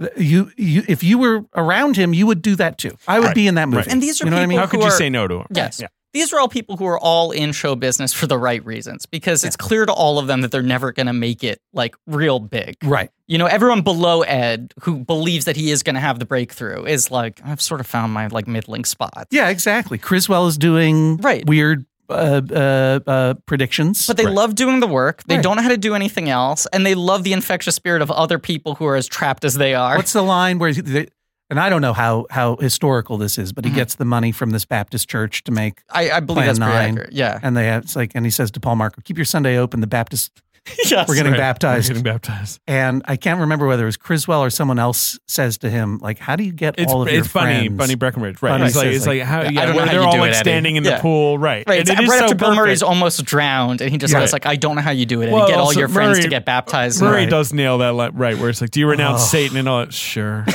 Speaker 4: th- You, you, if you were around him, you would do that too. I would
Speaker 3: Right.
Speaker 4: be in that movie.
Speaker 3: Right.
Speaker 2: And these are
Speaker 4: you know what I
Speaker 2: people
Speaker 4: mean?
Speaker 3: How could
Speaker 2: who
Speaker 3: you
Speaker 2: are-
Speaker 3: say no to him?
Speaker 2: Yes.
Speaker 3: Yeah.
Speaker 2: These are all people who are all in show business for the right reasons because it's clear to all of them that they're never going to make it like real big.
Speaker 4: right.
Speaker 2: You know, everyone below Ed who believes that he is going to have the breakthrough is like, I've sort of found my like middling spot.
Speaker 4: Yeah, exactly. Criswell is doing
Speaker 2: Right.
Speaker 4: weird uh, uh, uh, predictions.
Speaker 2: But they love doing the work. They
Speaker 4: Right.
Speaker 2: don't know how to do anything else. And they love the infectious spirit of other people who are as trapped as they are.
Speaker 4: what's the line where? They, and I don't know how how historical this is,
Speaker 2: Mm-hmm.
Speaker 4: but he gets the money from this Baptist church to make,
Speaker 2: I, I believe
Speaker 4: Plan
Speaker 2: that's pretty
Speaker 4: nine.
Speaker 2: accurate. Yeah.
Speaker 4: and they have, it's like, and he says to Paul Marco, "Keep your Sunday open." The Baptist,
Speaker 2: yes.
Speaker 4: We're getting
Speaker 3: Right.
Speaker 4: baptized.
Speaker 3: We're getting baptized.
Speaker 4: and I can't remember whether it was Criswell or someone else says to him, like, "How do you get
Speaker 3: It's,
Speaker 4: all of your
Speaker 3: it's Bunny,
Speaker 4: friends?"
Speaker 3: Bunny Breckenridge, right?
Speaker 4: Bunny
Speaker 3: it's like,
Speaker 4: says,
Speaker 3: it's like,
Speaker 4: like,
Speaker 3: how,
Speaker 2: I
Speaker 3: yeah,
Speaker 2: don't know
Speaker 3: where
Speaker 2: how
Speaker 3: they're
Speaker 2: you
Speaker 3: all
Speaker 2: do
Speaker 3: like
Speaker 2: it, Eddie.
Speaker 3: standing in
Speaker 2: Yeah.
Speaker 3: the pool, right?
Speaker 2: Right,
Speaker 3: And
Speaker 2: it's
Speaker 3: it is
Speaker 2: right
Speaker 3: so
Speaker 2: after Bill Murray's
Speaker 3: perfect.
Speaker 2: almost drowned, and he just
Speaker 4: Yeah.
Speaker 2: goes like, "I don't know how you do it," and
Speaker 3: Well,
Speaker 2: get all
Speaker 3: also
Speaker 2: your friends to
Speaker 3: Murray-
Speaker 2: get baptized.
Speaker 3: Murray
Speaker 4: Right.
Speaker 3: does nail that
Speaker 2: Oh.
Speaker 3: li- right, where it's like, do you renounce
Speaker 4: Oh.
Speaker 3: Satan and all that? Sure.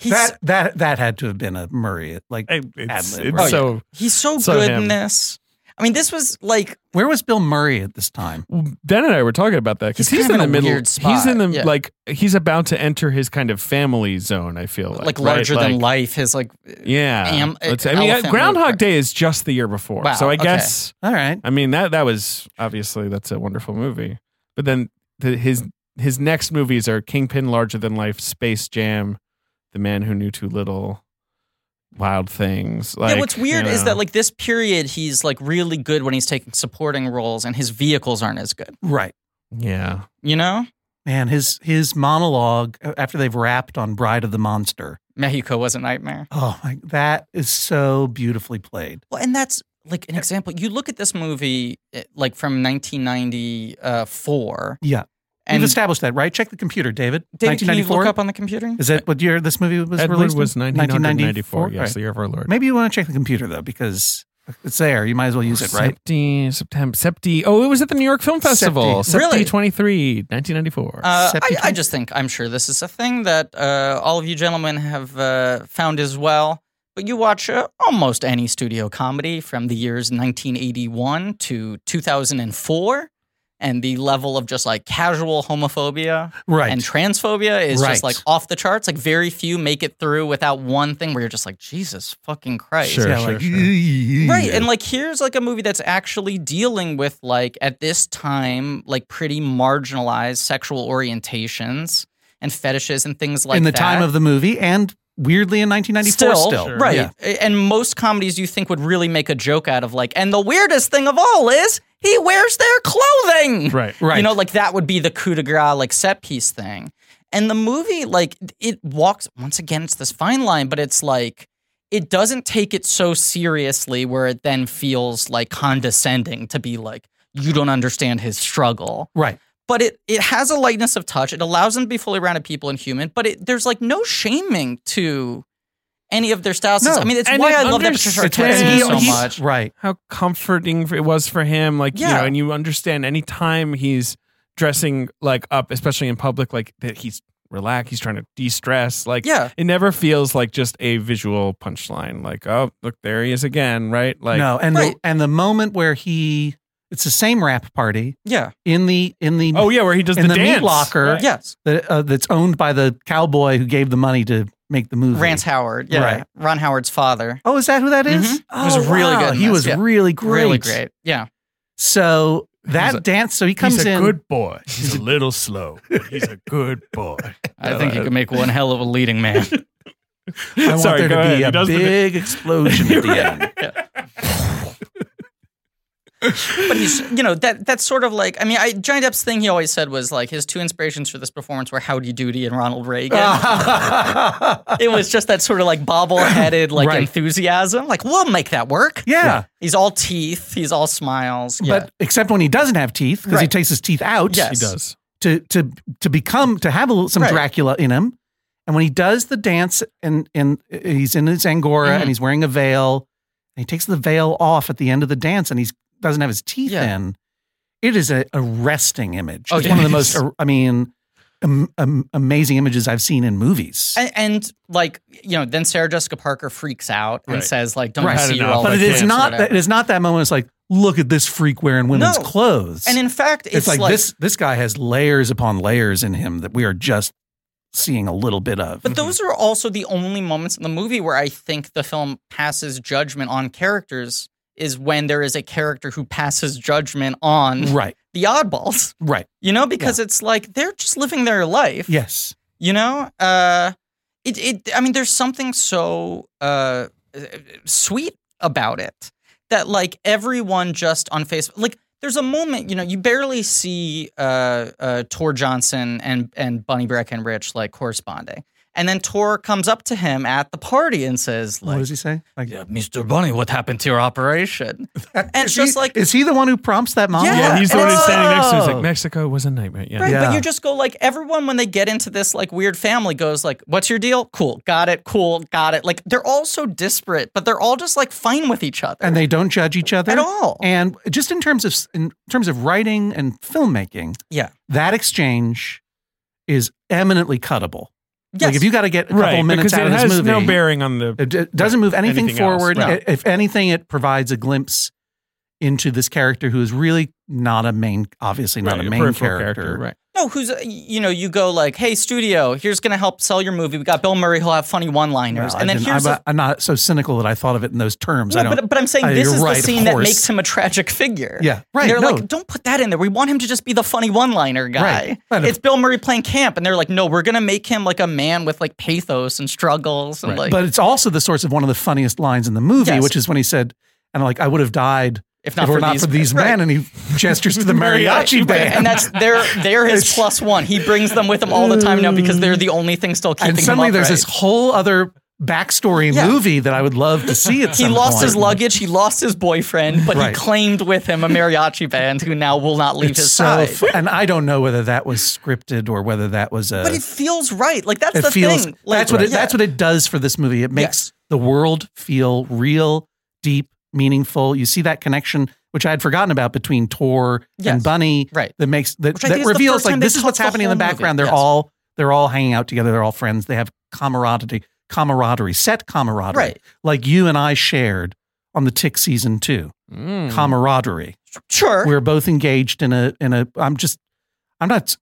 Speaker 2: He's
Speaker 4: that that that had to have been a Murray. Like,
Speaker 3: I- it's,
Speaker 4: Ad-lib,
Speaker 3: it's
Speaker 2: Oh,
Speaker 4: right?
Speaker 3: so
Speaker 2: he's so,
Speaker 3: So
Speaker 2: good
Speaker 3: him.
Speaker 2: in this. I mean, this was like
Speaker 4: where was Bill Murray at this time?
Speaker 3: Ben and I were talking about that because
Speaker 2: Oh, He's
Speaker 3: he's,
Speaker 2: kind
Speaker 3: in
Speaker 2: of
Speaker 3: the
Speaker 2: in a
Speaker 3: middle.
Speaker 2: weird
Speaker 3: He's in the
Speaker 2: spot, yeah.
Speaker 3: like he's about to enter his kind of family zone. I feel like
Speaker 2: like
Speaker 3: right?
Speaker 2: larger than life. His like
Speaker 3: Yeah,
Speaker 2: Am- uh,
Speaker 3: Let's- I mean,
Speaker 2: elephant
Speaker 3: Groundhog
Speaker 2: movement.
Speaker 3: Day is just the year before,
Speaker 2: Wow,
Speaker 3: so I
Speaker 2: okay.
Speaker 3: guess
Speaker 4: All right,
Speaker 3: I mean that that was obviously that's a wonderful movie. But then the, his his next movies are Kingpin, Larger Than Life, Space Jam, The Man Who Knew Too Little, Wild Things. Like,
Speaker 2: yeah, what's weird
Speaker 3: you
Speaker 2: is
Speaker 3: know.
Speaker 2: that like this period, he's like really good when he's taking supporting roles, and his vehicles aren't as good.
Speaker 4: right.
Speaker 3: yeah,
Speaker 2: You know,
Speaker 4: Man, his his monologue uh, after they've wrapped on Bride of the Monster.
Speaker 2: Mexico was a nightmare.
Speaker 4: Oh my, that is so beautifully played.
Speaker 2: Well, and that's like an example. You look at this movie eh, like from 1994,
Speaker 4: Yeah,
Speaker 2: and
Speaker 4: you've established that, right? Check the computer, David.
Speaker 2: David, can you look
Speaker 4: 1994?
Speaker 2: up on the computer?
Speaker 4: Is that what year this movie was
Speaker 3: Edward
Speaker 4: released? in?
Speaker 3: was 1994.
Speaker 4: 1994?
Speaker 3: Yes,
Speaker 4: Right.
Speaker 3: the year of our Lord.
Speaker 4: Maybe you want to check the computer though, because it's there. You might as well use it, right?
Speaker 3: Septi, September, Septi. Oh, it was at the New York Film Festival.
Speaker 4: Septi.
Speaker 3: Septi,
Speaker 2: Really?
Speaker 3: 23, 1994.
Speaker 2: Uh, I,
Speaker 4: Septi-
Speaker 2: I just think I'm sure this is a thing that uh, all of you gentlemen have uh, found as well. But you watch uh, almost any studio comedy from the years 1981 to 2004, and the level of just like casual homophobia
Speaker 4: Right.
Speaker 2: and transphobia is
Speaker 4: Right.
Speaker 2: just like off the charts. Like very few make it through without one thing where you're just like Jesus fucking Christ.
Speaker 3: Sure.
Speaker 4: yeah, like
Speaker 2: Right. And like here's like a movie that's actually dealing with like at this time like pretty marginalized sexual orientations and fetishes and things like
Speaker 4: in the
Speaker 2: that.
Speaker 4: time of the movie, and weirdly in 1994,
Speaker 2: still,
Speaker 4: still,
Speaker 2: right.
Speaker 4: Yeah.
Speaker 2: And most comedies you think would really make a joke out of like and the weirdest thing of all is he wears their clothing.
Speaker 3: right.
Speaker 4: Right.
Speaker 2: You know, like that would be the coup de grace, like set piece thing. And the movie, like, it walks once again, it's this fine line, but it's like, it doesn't take it so seriously where it then feels like condescending to be like, you don't understand his struggle.
Speaker 4: right.
Speaker 2: But it, it has a lightness of touch. It allows them to be fully rounded people and human, but it, there's like no shaming to any of their styles.
Speaker 4: No.
Speaker 2: I mean, it's
Speaker 3: And
Speaker 2: why
Speaker 3: it
Speaker 2: I love that Patricia
Speaker 3: understands-
Speaker 2: Arquette so
Speaker 3: He- he's-
Speaker 2: much.
Speaker 4: Right.
Speaker 3: how comforting it was for him. Like, you
Speaker 2: Yeah.
Speaker 3: know, and you understand anytime he's dressing like up, especially in public, like that he's relaxed, he's trying to de stress. Like,
Speaker 2: Yeah.
Speaker 3: it never feels like just a visual punchline. Like, oh, look, there he is again, right? Like,
Speaker 4: no, and
Speaker 2: Right.
Speaker 4: the, and the moment where he, it's the same rap party
Speaker 2: Yeah.
Speaker 4: in the in the
Speaker 3: oh, yeah, where he does
Speaker 4: in
Speaker 3: the,
Speaker 4: the meat
Speaker 3: dance.
Speaker 4: locker.
Speaker 3: Right.
Speaker 2: Yes.
Speaker 4: that, uh, that's owned by the cowboy who gave the money to make the movie.
Speaker 2: Rance Howard. Yeah.
Speaker 4: Right.
Speaker 2: Ron Howard's father.
Speaker 4: Oh, is that who that is?
Speaker 2: Mhm. He was
Speaker 4: Oh,
Speaker 2: really
Speaker 4: wow.
Speaker 2: good in
Speaker 4: He
Speaker 2: this,
Speaker 4: was
Speaker 2: yeah.
Speaker 4: really great.
Speaker 2: Really great. Yeah.
Speaker 4: So that
Speaker 3: He's a-
Speaker 4: dance. So he comes
Speaker 3: he's a
Speaker 4: in.
Speaker 3: good boy. He's a little slow. but He's a good boy.
Speaker 2: I think he could make one hell of a leading man.
Speaker 4: I want
Speaker 3: Sorry,
Speaker 4: there
Speaker 3: go
Speaker 4: to
Speaker 3: ahead.
Speaker 4: be
Speaker 3: He
Speaker 4: a
Speaker 3: does the-
Speaker 4: big explosion at the end.
Speaker 2: but he's, you know, that that's sort of like, I mean, I, Johnny Depp's thing he always said was like his two inspirations for this performance were Howdy Doody and Ronald Reagan.
Speaker 4: Ah. yeah.
Speaker 2: it was just that sort of like bobble-headed like
Speaker 4: Right.
Speaker 2: enthusiasm. Like, we'll make that work. He's all teeth. He's all smiles. Yeah.
Speaker 4: But except when he doesn't have teeth, because he
Speaker 2: Right.
Speaker 4: takes his teeth out
Speaker 2: Yes.
Speaker 3: He does.
Speaker 4: to to to become to have a little, some
Speaker 2: Right.
Speaker 4: Dracula in him. And when he does the dance, and and uh, he's in his angora,
Speaker 2: Mhm.
Speaker 4: and he's wearing a veil, and he takes the veil off at the end of the dance, and he doesn't have his teeth
Speaker 2: Yeah.
Speaker 4: in. It is a arresting image.
Speaker 2: Oh,
Speaker 4: it's one of the
Speaker 2: yes.
Speaker 4: most, I mean, am, am- amazing images I've seen in movies.
Speaker 2: and, and like, you know, then Sarah Jessica Parker freaks out and
Speaker 3: Right.
Speaker 2: says like, don't
Speaker 3: Right.
Speaker 2: you
Speaker 3: Had
Speaker 2: see you're
Speaker 3: enough.
Speaker 2: all
Speaker 4: but
Speaker 2: like
Speaker 4: it is
Speaker 2: this or
Speaker 4: not.
Speaker 2: whatever.
Speaker 4: It is not that moment. It's like, look at this freak wearing women's
Speaker 2: No.
Speaker 4: clothes.
Speaker 2: And in fact, it's,
Speaker 4: it's, like, this. This guy has layers upon layers in him that we are just seeing a little bit of.
Speaker 2: But those are also the only moments in the movie where I think the film passes judgment on characters is when there is a character who passes judgment on
Speaker 4: right,
Speaker 2: the oddballs,
Speaker 4: right,
Speaker 2: you know, because it's like they're just living their life.
Speaker 4: yes.
Speaker 2: You know? Uh it it I mean there's something so uh sweet about it that like everyone just on Facebook like there's a moment, you know, you barely see uh, uh, Tor Johnson and and Bunny Breckenridge like corresponding, and then Tor comes up to him at the party and says,
Speaker 4: what
Speaker 2: like,
Speaker 4: does he say? Like,
Speaker 2: "Yeah, Mr. Bunny, what happened to your operation?" and it's just
Speaker 4: he,
Speaker 2: like,
Speaker 4: is he the one who prompts that mom?
Speaker 2: Yeah,
Speaker 3: Yeah, he's the one who's
Speaker 2: it's-
Speaker 3: standing next to
Speaker 4: Oh.
Speaker 3: us. Like, Mexico was a nightmare. Yeah.
Speaker 2: Right,
Speaker 4: Yeah.
Speaker 2: but you just go like everyone when they get into this like weird family goes like, "What's your deal? Cool, got it. Cool, got it." Like they're all so disparate, but they're all just like fine with each other.
Speaker 4: and they don't judge each other
Speaker 2: At all.
Speaker 4: And just in terms of in terms of writing and filmmaking,
Speaker 2: yeah,
Speaker 4: that exchange is eminently cuttable.
Speaker 2: Yes.
Speaker 4: Like if you got to get a couple
Speaker 3: right, because
Speaker 4: minutes out
Speaker 3: it
Speaker 4: of this
Speaker 3: has
Speaker 4: movie,
Speaker 3: no bearing on the
Speaker 4: it d- doesn't move anything,
Speaker 3: Anything else.
Speaker 4: forward.
Speaker 3: Right.
Speaker 4: I- If anything, it provides a glimpse into this character who is really not a main, obviously not
Speaker 3: right,
Speaker 4: a main
Speaker 3: peripheral
Speaker 4: character.
Speaker 3: Right.
Speaker 2: No, who's uh, you know you go like, hey studio, here's gonna help sell your movie. We got Bill Murray, he'll have funny one-liners,
Speaker 4: Well, I
Speaker 2: and then
Speaker 4: didn't-
Speaker 2: here's
Speaker 4: Uh, I'm,
Speaker 2: a,
Speaker 4: a, I'm not so cynical that I thought of it in those terms. I
Speaker 2: no,
Speaker 4: don't.
Speaker 2: but, but I'm saying
Speaker 4: I-
Speaker 2: this
Speaker 4: you're
Speaker 2: is
Speaker 4: right,
Speaker 2: the
Speaker 4: of
Speaker 2: scene that
Speaker 4: course.
Speaker 2: makes him a tragic figure.
Speaker 4: Yeah, right,
Speaker 2: And they're
Speaker 4: no.
Speaker 2: like, don't put that in there. We want him to just be the funny one-liner guy.
Speaker 4: Right, right.
Speaker 2: It's Bill Murray playing camp, and they're like, no, we're gonna make him like a man with like pathos and struggles and like,
Speaker 4: but it's also the source of one of the funniest lines in the movie,
Speaker 2: Yes.
Speaker 4: which is when he said, "And like I would have died
Speaker 2: if
Speaker 4: if
Speaker 2: not
Speaker 4: it were
Speaker 2: for
Speaker 4: not
Speaker 2: these,
Speaker 4: for these
Speaker 2: right.
Speaker 4: men," and he gestures to the mariachi
Speaker 2: Right.
Speaker 4: band.
Speaker 2: and that's they're they're his plus one. He brings them with him all the time now because they're the only thing still keeping
Speaker 4: and suddenly
Speaker 2: him
Speaker 4: there's
Speaker 2: upright.
Speaker 4: this whole other backstory
Speaker 2: Yeah.
Speaker 4: movie that I would love to see. At
Speaker 2: He
Speaker 4: some
Speaker 2: lost
Speaker 4: point.
Speaker 2: his luggage. He lost his boyfriend, but he
Speaker 4: Right.
Speaker 2: claimed with him a mariachi band who now will not leave
Speaker 4: It's
Speaker 2: his
Speaker 4: so,
Speaker 2: side.
Speaker 4: f- and I don't know whether that was scripted or whether that was a.
Speaker 2: but it feels right. Like that's
Speaker 4: it
Speaker 2: the
Speaker 4: feels
Speaker 2: thing. Like,
Speaker 4: that's what it,
Speaker 2: yeah.
Speaker 4: that's what it does for this movie. It makes
Speaker 2: Yes.
Speaker 4: the world feel real, deep, meaningful. You see that connection, which I had forgotten about between Tor
Speaker 2: Yes.
Speaker 4: and Bunny,
Speaker 2: Right.
Speaker 4: that makes that,
Speaker 2: Which I
Speaker 4: that
Speaker 2: think is the
Speaker 4: reveals
Speaker 2: first time
Speaker 4: like
Speaker 2: they
Speaker 4: this is what's
Speaker 2: touch the
Speaker 4: happening in the
Speaker 2: whole movie.
Speaker 4: background. They're
Speaker 2: Yes.
Speaker 4: all they're all hanging out together. They're all friends. They have camaraderie, camaraderie, set camaraderie,
Speaker 2: Right.
Speaker 4: like you and I shared on the Tick season two.
Speaker 3: Mm.
Speaker 4: Camaraderie.
Speaker 2: Sure.
Speaker 4: We're both engaged in a in a. I'm just. I'm not.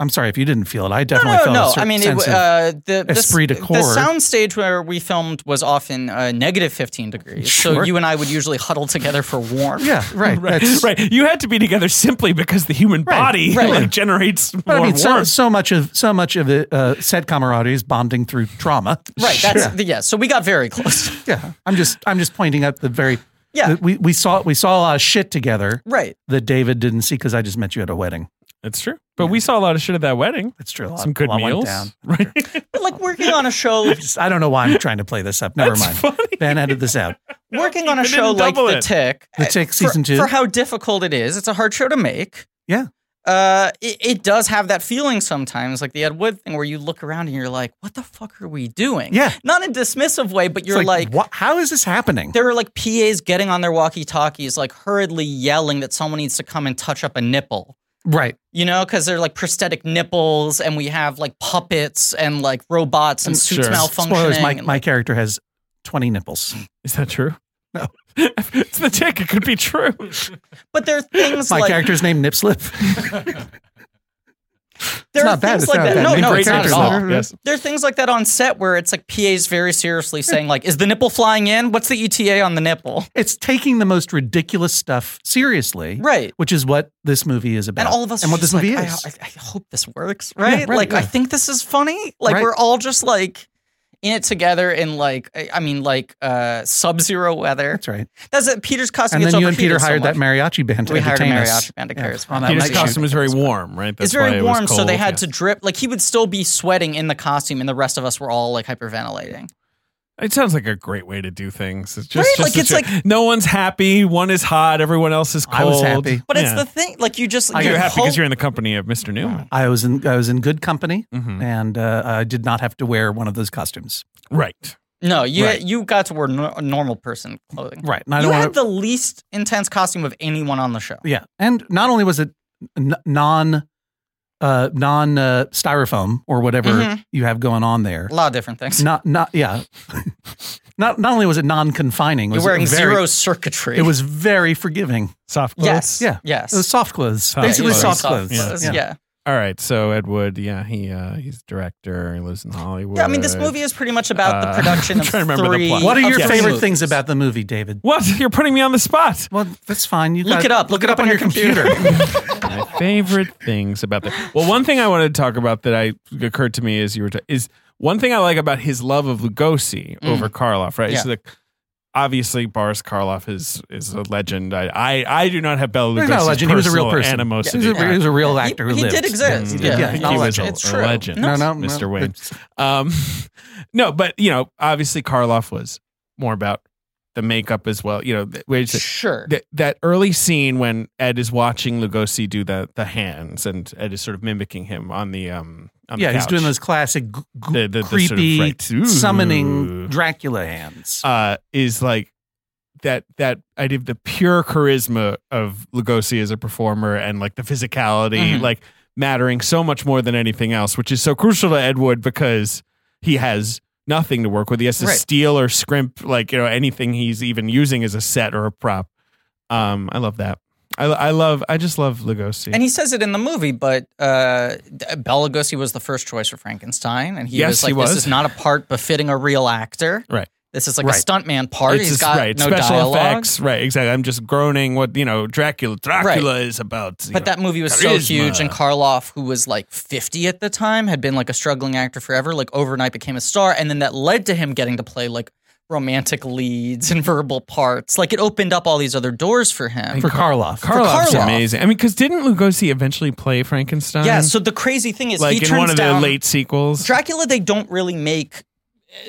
Speaker 4: I'm sorry if you didn't feel it. I
Speaker 2: no,
Speaker 4: definitely
Speaker 2: no,
Speaker 4: felt. a
Speaker 2: no.
Speaker 4: certain
Speaker 2: I mean, it,
Speaker 4: sense
Speaker 2: w-
Speaker 4: of-
Speaker 2: uh, the, the,
Speaker 4: esprit de
Speaker 2: the
Speaker 4: corps.
Speaker 2: soundstage where we filmed was often uh, negative 15 degrees. So
Speaker 4: Sure.
Speaker 2: you and I would usually huddle together for warmth.
Speaker 4: yeah, right,
Speaker 3: Right,
Speaker 4: That's-
Speaker 3: right. You had to be together simply because the human
Speaker 4: Right,
Speaker 3: body
Speaker 2: right.
Speaker 3: like, generates
Speaker 4: But
Speaker 3: more
Speaker 4: I mean, so,
Speaker 3: warmth.
Speaker 4: so much of so much of the uh, said camaraderie is bonding through trauma.
Speaker 2: Right. That's the, yeah. So we got very close.
Speaker 4: Yeah, I'm just I'm just pointing out the very
Speaker 2: Yeah.
Speaker 4: that we we saw we saw a lot of shit together
Speaker 2: right.
Speaker 4: that David didn't see because I just met you at a wedding.
Speaker 3: That's true. But we saw a lot of shit at that wedding.
Speaker 4: That's true. A lot-
Speaker 3: Some good
Speaker 4: a lot went
Speaker 3: meals,
Speaker 4: down.
Speaker 3: right?
Speaker 2: But like working on a show
Speaker 4: Just- I don't know why I'm trying to play this up. Never mind.
Speaker 3: funny.
Speaker 4: Ben edited this out.
Speaker 2: working on a
Speaker 3: Even
Speaker 2: show
Speaker 3: didn't
Speaker 2: like
Speaker 3: double
Speaker 2: The
Speaker 3: it.
Speaker 2: Tick,
Speaker 4: The Tick
Speaker 2: uh,
Speaker 4: season
Speaker 2: for,
Speaker 4: two.
Speaker 2: for how difficult it is. It's a hard show to make.
Speaker 4: Yeah.
Speaker 2: Uh, it, it does have that feeling sometimes, like the Ed Wood thing, where you look around and you're like, "What the fuck are we doing?"
Speaker 4: Yeah.
Speaker 2: not in a dismissive way, but you're
Speaker 4: It's
Speaker 2: like,
Speaker 4: what, how is this happening?
Speaker 2: there are like PAs getting on their walkie-talkies, like hurriedly yelling that someone needs to come and touch up a nipple.
Speaker 4: Right.
Speaker 2: You know, because they're like prosthetic nipples, and we have like puppets and like robots and suits
Speaker 3: Sure.
Speaker 2: malfunctioning.
Speaker 4: Mm, Spoilers. My
Speaker 2: and,
Speaker 4: my
Speaker 2: like-
Speaker 4: character has twenty nipples.
Speaker 3: Is that true? No. it's the tick. It could be true.
Speaker 2: but there are things
Speaker 4: My
Speaker 2: like
Speaker 4: character's name Nipslip.
Speaker 2: there
Speaker 4: It's
Speaker 2: are
Speaker 4: not bad,
Speaker 2: things
Speaker 4: it's
Speaker 2: like
Speaker 4: not
Speaker 2: that.
Speaker 4: bad.
Speaker 2: No,
Speaker 4: They're
Speaker 2: no,
Speaker 4: great
Speaker 2: it's not at
Speaker 4: characters,
Speaker 2: all.
Speaker 4: though.
Speaker 3: Oh, Yes.
Speaker 2: There are things like that on set where it's like PAs very seriously saying like, "Is the nipple flying in? What's the ETA on the nipple?"
Speaker 4: It's taking the most ridiculous stuff seriously.
Speaker 2: Right.
Speaker 4: which is what this movie is about.
Speaker 2: And all of us
Speaker 4: and
Speaker 2: are
Speaker 4: what this
Speaker 2: just
Speaker 4: movie
Speaker 2: like,
Speaker 4: is.
Speaker 2: I, I, I hope this works, right?
Speaker 4: right,
Speaker 2: like, I
Speaker 4: yeah.
Speaker 2: think this is funny. Like,
Speaker 4: Right.
Speaker 2: we're all just like in it together in like, I, I mean, like uh, sub-zero weather.
Speaker 4: That's right.
Speaker 2: That's it. Peter's costume.
Speaker 4: And
Speaker 2: gets
Speaker 4: then you and Peter
Speaker 2: overheated so
Speaker 4: hired that
Speaker 2: much.
Speaker 4: mariachi band. to
Speaker 2: We hired a
Speaker 4: entertain us.
Speaker 2: mariachi band to
Speaker 4: Yeah,
Speaker 2: carry us
Speaker 4: on
Speaker 2: around.
Speaker 4: that
Speaker 2: Peter's
Speaker 3: Peter's
Speaker 4: night shoot.
Speaker 3: costume is very warm, right? That's
Speaker 2: it's very
Speaker 3: why it was
Speaker 2: warm, so they
Speaker 3: cold,
Speaker 2: had
Speaker 3: yes.
Speaker 2: to drip. Like he would still be sweating in the costume, and the rest of us were all like hyperventilating.
Speaker 3: It sounds like a great way to do things. It's just,
Speaker 2: Right,
Speaker 3: just
Speaker 2: like, it's
Speaker 3: such a- no one's happy. One is hot. Everyone else is cold.
Speaker 4: I was happy.
Speaker 2: But it's
Speaker 3: Yeah.
Speaker 2: the thing, like you
Speaker 4: Oh,
Speaker 2: just you
Speaker 3: You're happy
Speaker 2: hope-
Speaker 3: because you're in the company of Mr. Newman.
Speaker 4: I was in I was in good company,
Speaker 3: Mhm.
Speaker 4: and uh, I did not have to wear one of those costumes.
Speaker 3: Right.
Speaker 2: No, you
Speaker 4: Right.
Speaker 2: you got to wear nor- normal person clothing.
Speaker 4: Right, and I
Speaker 2: you
Speaker 4: don't.
Speaker 2: had
Speaker 4: wanna-
Speaker 2: the least intense costume of anyone on the show.
Speaker 4: yeah, and not only was it n- non uh, non uh, styrofoam or whatever
Speaker 2: Mhm.
Speaker 4: you have going on there.
Speaker 2: A lot of different things.
Speaker 4: Not not yeah. not not only was it non confining.
Speaker 2: You're
Speaker 4: was
Speaker 2: wearing
Speaker 4: it very,
Speaker 2: zero circuitry.
Speaker 4: It was very forgiving.
Speaker 3: Soft clothes.
Speaker 2: yes,
Speaker 4: yeah.
Speaker 2: yes.
Speaker 4: It was soft clothes,
Speaker 3: Soft
Speaker 4: basically
Speaker 3: clothes.
Speaker 4: soft clothes.
Speaker 2: Yeah. yeah,
Speaker 3: All right. So Ed Wood, yeah, he uh, he's a director. He lives in Hollywood.
Speaker 2: I mean, this movie is pretty much about
Speaker 3: Uh,
Speaker 2: the production
Speaker 3: I'm
Speaker 2: of
Speaker 3: trying to remember the
Speaker 2: three.
Speaker 3: plot.
Speaker 4: What are
Speaker 2: of
Speaker 4: your
Speaker 2: three
Speaker 4: favorite
Speaker 2: movies.
Speaker 4: things about the movie, David?
Speaker 3: What? You're putting me on the spot.
Speaker 4: Well, that's fine. You
Speaker 2: Look
Speaker 4: got-
Speaker 2: it up. Look it up on your
Speaker 3: My favorite things about that. Well, one thing I wanted to talk about that I occurred to me as you were ta- is one thing I like about his love of Lugosi over Karloff, right?
Speaker 2: Mm. Yeah.
Speaker 3: So the, obviously Boris Karloff is is a legend. I I, I do not have Bela
Speaker 4: He's
Speaker 3: Lugosi's
Speaker 4: not a legend. He was a real
Speaker 3: personal
Speaker 4: person.
Speaker 3: animosity.
Speaker 4: He was a, he was a real actor
Speaker 2: He,
Speaker 4: who
Speaker 2: he
Speaker 4: lived.
Speaker 2: did exist.
Speaker 4: Yeah,
Speaker 2: Yeah,
Speaker 4: yeah,
Speaker 3: he
Speaker 2: Knowledge.
Speaker 3: was a,
Speaker 2: it's
Speaker 3: a
Speaker 2: true.
Speaker 3: legend.
Speaker 4: No, no, no.
Speaker 3: Mr. Wayne. Um, no, but you know, obviously Karloff was more about the makeup as well. You know, th- where it's-
Speaker 2: Sure.
Speaker 3: that that early scene when Ed is watching Lugosi do the the hands, and Ed is sort of mimicking him on the um. On
Speaker 4: Yeah,
Speaker 3: the
Speaker 4: he's
Speaker 3: couch.
Speaker 4: doing those classic, g- g-
Speaker 3: The- the- the sort of
Speaker 4: creepy,
Speaker 3: right- Ooh.
Speaker 4: summoning Dracula hands.
Speaker 3: Uh, is like that that idea of the pure charisma of Lugosi as a performer, and like the physicality,
Speaker 2: Mhm.
Speaker 3: like mattering so much more than anything else, which is so crucial to Ed Wood because he has nothing to work with. He has to
Speaker 2: Right.
Speaker 3: steal or scrimp like you know anything he's even using as a set or a prop. Um, I love that. I, I love. I just love Lugosi.
Speaker 2: And he says it in the movie, but uh, D- Bela Lugosi was the first choice for Frankenstein, and he
Speaker 3: Yes,
Speaker 2: was like,
Speaker 3: he was.
Speaker 2: "This is not a part befitting a real actor.
Speaker 3: Right.
Speaker 2: This is like a
Speaker 4: Right.
Speaker 2: stuntman part.
Speaker 3: It's
Speaker 2: He's
Speaker 3: just-
Speaker 2: got
Speaker 3: right.
Speaker 2: no
Speaker 3: special
Speaker 2: dialogue."
Speaker 3: effects. Right. Exactly. I'm just groaning. What you know, Dracula. Dracula is about. you
Speaker 2: But
Speaker 3: know.
Speaker 2: that movie was so
Speaker 3: charisma.
Speaker 2: huge, and Karloff, who was like 50 at the time, had been like a struggling actor forever, like overnight became a star. And then that led to him getting to play like romantic leads and verbal parts. Like it opened up all these other doors for him.
Speaker 4: for Karloff.
Speaker 3: Karloff's
Speaker 2: Karloff.
Speaker 3: amazing. I mean, because didn't Lugosi eventually play Frankenstein?
Speaker 2: yeah, so the crazy thing is, he
Speaker 3: like
Speaker 2: turns
Speaker 3: in one of the
Speaker 2: down
Speaker 3: late sequels.
Speaker 2: Dracula, they don't really make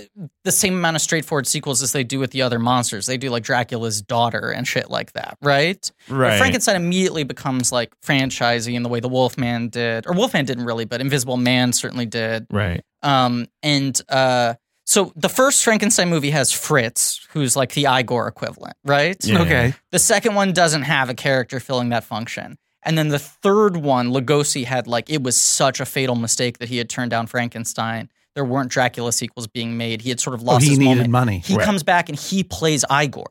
Speaker 2: uh, the same amount of straightforward sequels as they do with the other monsters. They do like Dracula's daughter and shit like that, right? But
Speaker 3: Right.
Speaker 2: Frankenstein immediately becomes like franchisey in the way the Wolfman did, or Wolfman didn't really, but Invisible Man certainly did.
Speaker 3: right.
Speaker 2: Um, and uh, so the first Frankenstein movie has Fritz, who's like the Igor equivalent, right?
Speaker 3: Yeah.
Speaker 4: Okay.
Speaker 2: The second one doesn't have a character filling that function. And then the third one, Lugosi had like, it was such a fatal mistake that he had turned down Frankenstein. There weren't Dracula sequels being made. He had sort of
Speaker 4: Oh,
Speaker 2: lost
Speaker 4: he
Speaker 2: his
Speaker 4: needed
Speaker 2: moment.
Speaker 4: money.
Speaker 2: He
Speaker 3: Right.
Speaker 2: comes back and he plays Igor.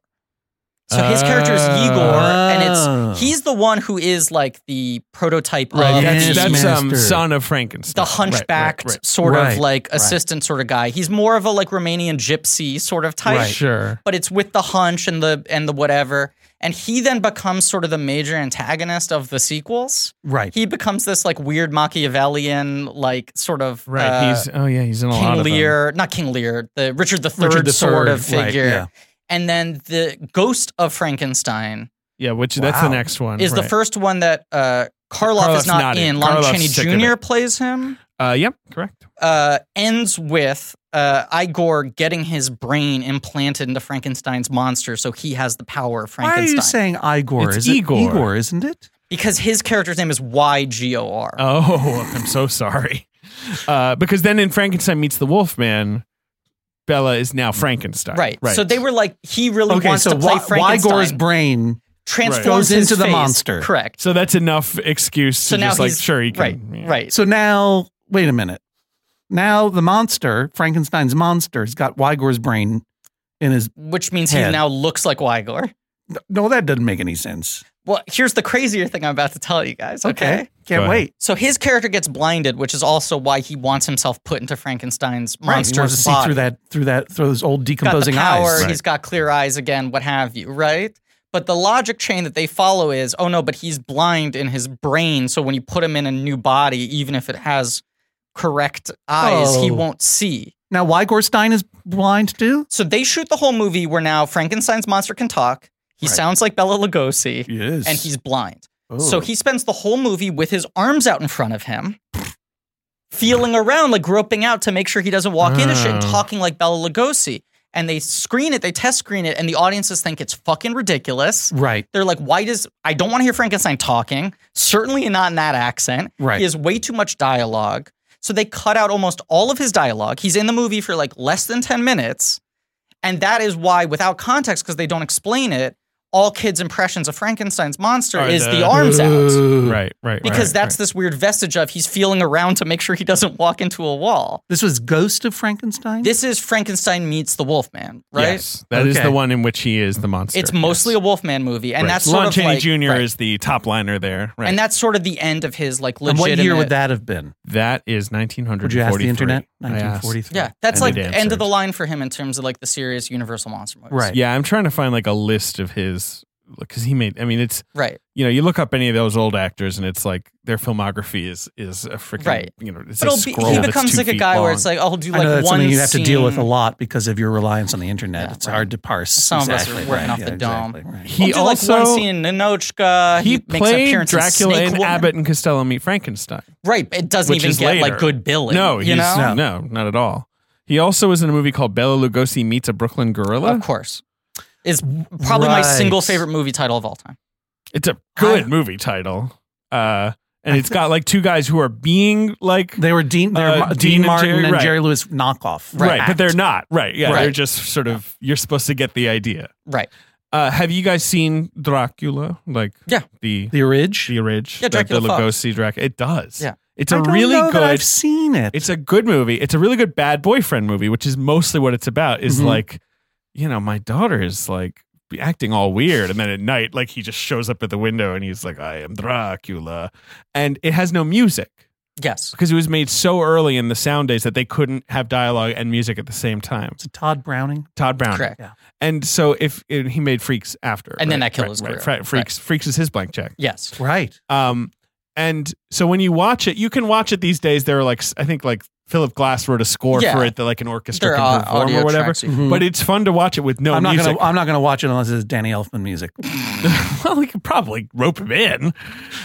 Speaker 2: So his character is
Speaker 3: Oh.
Speaker 2: Igor, and
Speaker 4: Oh.
Speaker 2: it's he's the one who is like the prototype
Speaker 3: Ah. Right.
Speaker 2: of
Speaker 3: That's,
Speaker 2: the,
Speaker 4: Yes,
Speaker 3: that's um,
Speaker 4: Master.
Speaker 3: son of Frankenstein.
Speaker 2: the
Speaker 3: Right, right,
Speaker 2: hunchbacked
Speaker 3: right.
Speaker 2: sort
Speaker 4: Right,
Speaker 2: of like
Speaker 4: right.
Speaker 2: assistant sort of guy. He's more of a like Romanian gypsy sort of type
Speaker 4: Right.
Speaker 3: Sure.
Speaker 2: but it's with the hunch and the and the whatever. And he then becomes sort of the major antagonist of the sequels.
Speaker 4: Right.
Speaker 2: He becomes this like weird Machiavellian, like sort of
Speaker 3: Right.
Speaker 2: uh,
Speaker 3: he's oh yeah, he's in a lot
Speaker 2: King
Speaker 3: of them.
Speaker 2: Lear, not King Lear, the Richard the
Speaker 4: Richard
Speaker 2: Third
Speaker 4: the
Speaker 2: sort of
Speaker 4: Third, right,
Speaker 2: figure.
Speaker 4: yeah.
Speaker 2: And then the Ghost of Frankenstein
Speaker 3: Yeah, which that's the
Speaker 4: Wow.
Speaker 3: next one.
Speaker 2: is the
Speaker 3: right.
Speaker 2: first one that uh, Karloff
Speaker 3: Karloff's
Speaker 2: is not,
Speaker 3: not in.
Speaker 2: in. Lon
Speaker 3: Karloff's
Speaker 2: Chaney
Speaker 3: sick of
Speaker 2: Jr.
Speaker 3: it.
Speaker 2: plays him.
Speaker 3: Uh, yep, correct.
Speaker 2: Uh, ends with uh, Igor getting his brain implanted into Frankenstein's monster, so he has the power of
Speaker 4: Why are
Speaker 2: Frankenstein.
Speaker 4: you saying Igor?
Speaker 3: It's
Speaker 4: is it
Speaker 3: Igor.
Speaker 4: Igor, isn't it?
Speaker 2: because his character's name is Y G O R.
Speaker 3: Oh, I'm so sorry. Uh, because then in Frankenstein meets the Wolfman, Bella is now Frankenstein.
Speaker 2: Right. So they were like, he really
Speaker 4: Okay,
Speaker 2: wants
Speaker 4: so
Speaker 2: to play
Speaker 4: Wy-
Speaker 2: Frankenstein.
Speaker 4: Igor's brain.
Speaker 2: transforms
Speaker 4: goes
Speaker 2: his
Speaker 4: into the
Speaker 2: face.
Speaker 4: monster.
Speaker 2: Correct.
Speaker 3: So that's enough excuse to
Speaker 2: So now
Speaker 3: just like
Speaker 2: he's
Speaker 3: sure he can.
Speaker 2: right,
Speaker 3: yeah.
Speaker 2: right.
Speaker 4: So now, wait a minute. Now the monster, Frankenstein's monster, has got Igor's brain in his.
Speaker 2: Which means he
Speaker 4: Head.
Speaker 2: now looks like Wygor.
Speaker 4: No, that doesn't make any sense.
Speaker 2: Well, here's the crazier thing I'm about to tell you guys. Okay.
Speaker 3: Go
Speaker 4: Can't
Speaker 3: ahead.
Speaker 4: wait.
Speaker 2: So his character gets blinded, which is also why he wants himself put into Frankenstein's
Speaker 4: Right. He
Speaker 2: monster's
Speaker 4: wants to see
Speaker 2: body.
Speaker 4: through that, through that, through those old
Speaker 2: got the
Speaker 4: decomposing
Speaker 2: power.
Speaker 4: eyes.
Speaker 2: He's got clear eyes again. What have you? Right. But the logic chain that they follow is, oh no, but he's blind in his brain. So when you put him in a new body, even if it has correct eyes, he
Speaker 4: Oh.
Speaker 2: won't see.
Speaker 4: Now Wygorstein is blind too.
Speaker 2: So they shoot the whole movie where now Frankenstein's monster can talk. He
Speaker 4: Right.
Speaker 2: sounds like Bela Lugosi,
Speaker 4: Yes,
Speaker 2: and he's blind.
Speaker 4: Oh.
Speaker 2: So he spends the whole movie with his arms out in front of him, feeling around, like groping out to make sure he doesn't walk into shit and
Speaker 3: Oh.
Speaker 2: talking like Bela Lugosi. And they screen it, they test screen it, and the audiences think it's fucking ridiculous.
Speaker 4: right.
Speaker 2: They're like, why does I don't want to hear Frankenstein talking? Certainly not in that accent.
Speaker 4: Right.
Speaker 2: He has way too much dialogue. So they cut out almost all of his dialogue. He's in the movie for like less than 10 minutes. And that is why, without context, because they don't explain it, all kids' impressions of Frankenstein's monster
Speaker 3: Are
Speaker 2: is
Speaker 3: the-
Speaker 2: the, arms out.
Speaker 4: Ooh.
Speaker 3: Right, right.
Speaker 2: Because
Speaker 3: right,
Speaker 2: that's
Speaker 3: right.
Speaker 2: this weird vestige of he's feeling around to make sure he doesn't walk into a wall.
Speaker 4: This was Ghost of Frankenstein.
Speaker 2: This is Frankenstein meets the Wolfman, right?
Speaker 3: Yes, that is
Speaker 4: Okay.
Speaker 3: the one in which he is the monster.
Speaker 2: It's mostly a Wolfman movie. And that's sort
Speaker 3: Lon
Speaker 2: of
Speaker 3: Chaney
Speaker 2: like-
Speaker 3: Jr.
Speaker 2: right.
Speaker 3: is the top liner there. Right.
Speaker 2: And that's sort of the end of his like
Speaker 4: and
Speaker 2: legitimate.
Speaker 4: what year would that have been?
Speaker 3: that is 1943.
Speaker 4: Would you ask the internet?
Speaker 3: I asked.
Speaker 4: 1943.
Speaker 2: Yeah, that's
Speaker 3: And
Speaker 2: like
Speaker 3: the
Speaker 2: the end
Speaker 3: dancers.
Speaker 2: of the line for him in terms of like the serious Universal monster movies.
Speaker 4: Right.
Speaker 3: Yeah, I'm trying to find like a list of his because he made. I mean, it's
Speaker 2: Right.
Speaker 3: you know you look up any of those old actors and it's like their filmography is is a freaking
Speaker 2: Right.
Speaker 3: you know it's
Speaker 2: But
Speaker 3: a
Speaker 2: it'll be,
Speaker 3: scroll
Speaker 2: he
Speaker 3: that's
Speaker 2: becomes
Speaker 3: two
Speaker 2: like a
Speaker 3: feet
Speaker 2: guy where
Speaker 3: long.
Speaker 2: it's like, oh, I'll do
Speaker 4: I know
Speaker 2: like
Speaker 4: that's
Speaker 2: one
Speaker 4: something you have to deal with a
Speaker 2: scene.
Speaker 4: lot because of your reliance on the internet.
Speaker 2: Yeah,
Speaker 4: it's
Speaker 2: right.
Speaker 4: hard to parse.
Speaker 2: Some of us are working off the dome.
Speaker 4: right.
Speaker 3: he
Speaker 2: I'll do
Speaker 3: also
Speaker 2: like one scene in Ninochka.
Speaker 3: he,
Speaker 2: makes an
Speaker 3: played
Speaker 2: appearance in
Speaker 3: Dracula
Speaker 2: Snake
Speaker 3: and
Speaker 2: Woman.
Speaker 3: Abbott and Costello meet Frankenstein.
Speaker 2: Right. It doesn't
Speaker 3: which
Speaker 2: even
Speaker 3: is
Speaker 2: get
Speaker 3: later.
Speaker 2: like good billing.
Speaker 3: No, he's
Speaker 2: you know?
Speaker 3: no. not at all. He also was in a movie called Bela Lugosi meets a Brooklyn gorilla.
Speaker 2: Of course. Is probably my
Speaker 4: Right.
Speaker 2: single favorite movie title of all time.
Speaker 3: It's a good
Speaker 4: I-
Speaker 3: movie title, uh, and it's got like two guys who are being like
Speaker 4: They were Dean, they were
Speaker 3: Uh,
Speaker 4: Ma-
Speaker 3: Dean
Speaker 4: Dean,
Speaker 3: and
Speaker 4: Martin
Speaker 3: Jerry-
Speaker 4: and
Speaker 3: right.
Speaker 4: Jerry Lewis knockoff.
Speaker 3: right, but
Speaker 4: act.
Speaker 3: they're not right. Yeah,
Speaker 2: Right.
Speaker 3: they're just sort of you're supposed to get the idea.
Speaker 2: Right.
Speaker 3: Uh, have you guys seen Dracula? Like
Speaker 2: Yeah.
Speaker 3: the
Speaker 4: The Ridge.
Speaker 3: the Ridge,
Speaker 2: Yeah,
Speaker 3: the- the,
Speaker 2: Dracula Fox.
Speaker 3: Lugosi Dracula. It does.
Speaker 2: Yeah.
Speaker 3: it's
Speaker 4: I
Speaker 3: a
Speaker 4: don't
Speaker 3: really
Speaker 4: know that
Speaker 3: good.
Speaker 4: I've seen it.
Speaker 3: It's a good movie. It's a really good bad boyfriend movie, which is mostly what it's about. Is
Speaker 2: Mm-hmm.
Speaker 4: Mhm.
Speaker 3: like, you know, my daughter is like acting all weird, and then at night, like he just shows up at the window and he's like, "I am Dracula," and it has no music
Speaker 2: Yes.
Speaker 3: because it was made so early in the sound days that they couldn't have dialogue and music at the same time.
Speaker 4: It's a Todd Browning.
Speaker 3: Todd Brown,
Speaker 2: Correct.
Speaker 3: and so if and he made Freaks after,
Speaker 2: And then
Speaker 3: right,
Speaker 2: that killed
Speaker 3: right,
Speaker 2: his
Speaker 3: right,
Speaker 2: career.
Speaker 3: Fre- Freaks, Freaks is his blank check.
Speaker 2: Yes.
Speaker 4: Right.
Speaker 3: Um, and so when you watch it, you can watch it these days. There are like I think like Philip Glass wrote a score
Speaker 2: Yeah.
Speaker 3: for it that like an orchestra
Speaker 2: There
Speaker 3: can
Speaker 2: are
Speaker 3: perform
Speaker 2: audio
Speaker 3: or whatever.
Speaker 2: tracks you can-
Speaker 4: Mhm.
Speaker 3: But it's fun to watch it with no
Speaker 4: I'm not
Speaker 3: music.
Speaker 4: gonna. I'm not gonna watch it unless it's Danny Elfman music.
Speaker 3: well, we could probably rope him in.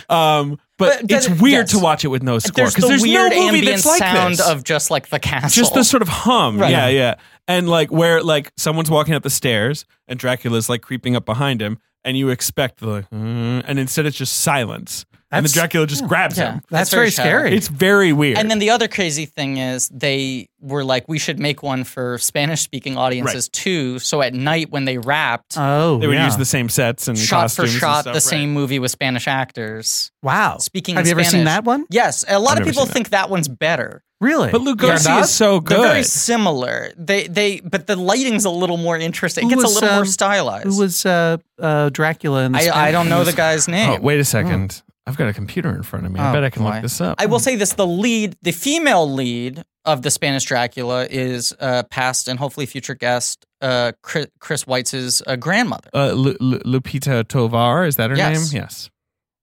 Speaker 3: Um, but,
Speaker 2: But then
Speaker 3: it's
Speaker 2: it-
Speaker 3: weird
Speaker 2: yes.
Speaker 3: to watch it with no score
Speaker 2: There's
Speaker 3: because
Speaker 2: the
Speaker 3: there's,
Speaker 2: weird
Speaker 3: no movie
Speaker 2: ambient
Speaker 3: that's like
Speaker 2: sound
Speaker 3: this.
Speaker 2: of just like the castle.
Speaker 3: just the sort of hum.
Speaker 2: Right.
Speaker 3: Yeah, yeah. And like where like someone's walking up the stairs and Dracula's like creeping up behind him and you expect the like, "Mm," and instead it's just silence. and the
Speaker 4: That's-
Speaker 3: Dracula just grabs
Speaker 2: Yeah.
Speaker 3: him.
Speaker 2: That's
Speaker 4: That's, very
Speaker 2: very shallow.
Speaker 4: scary.
Speaker 3: It's very weird.
Speaker 2: And then the other crazy thing is they were like, we should make one for Spanish speaking audiences too. So at night when they rapped,
Speaker 4: oh,
Speaker 3: They would
Speaker 4: yeah.
Speaker 3: use the same sets and
Speaker 2: shot for
Speaker 3: costumes and
Speaker 2: shot,
Speaker 3: stuff,
Speaker 2: the
Speaker 3: right.
Speaker 2: same movie with Spanish actors.
Speaker 4: Wow.
Speaker 2: Speaking
Speaker 4: Have
Speaker 2: in
Speaker 4: you ever seen
Speaker 2: Spanish.
Speaker 4: that one?
Speaker 2: Yes, a lot
Speaker 3: I've
Speaker 2: of
Speaker 3: never
Speaker 2: people
Speaker 3: seen that.
Speaker 2: think that one's better.
Speaker 4: Really?
Speaker 3: But Lugosi
Speaker 4: Yeah,
Speaker 3: is so
Speaker 2: They're very
Speaker 3: good.
Speaker 2: similar. They they but the lighting's a little more interesting. It
Speaker 4: Who
Speaker 2: gets
Speaker 4: was,
Speaker 2: a little more
Speaker 4: um,
Speaker 2: stylized.
Speaker 4: Who was uh, uh, Dracula? In the
Speaker 2: I, I
Speaker 4: Spanish?
Speaker 2: don't know the guy's name.
Speaker 3: Oh, wait a second. I've got a computer in front of me. I
Speaker 2: Hmm. Oh,
Speaker 3: bet I can
Speaker 2: boy.
Speaker 3: look this up.
Speaker 2: I
Speaker 4: Hmm.
Speaker 2: will say this: the lead, the female lead of the Spanish Dracula, is uh, past and hopefully future guest uh, Chris, Chris White's uh, grandmother.
Speaker 3: uh, Lu- Lu- Lupita Tovar, is that her
Speaker 2: Yes.
Speaker 3: name? Yes.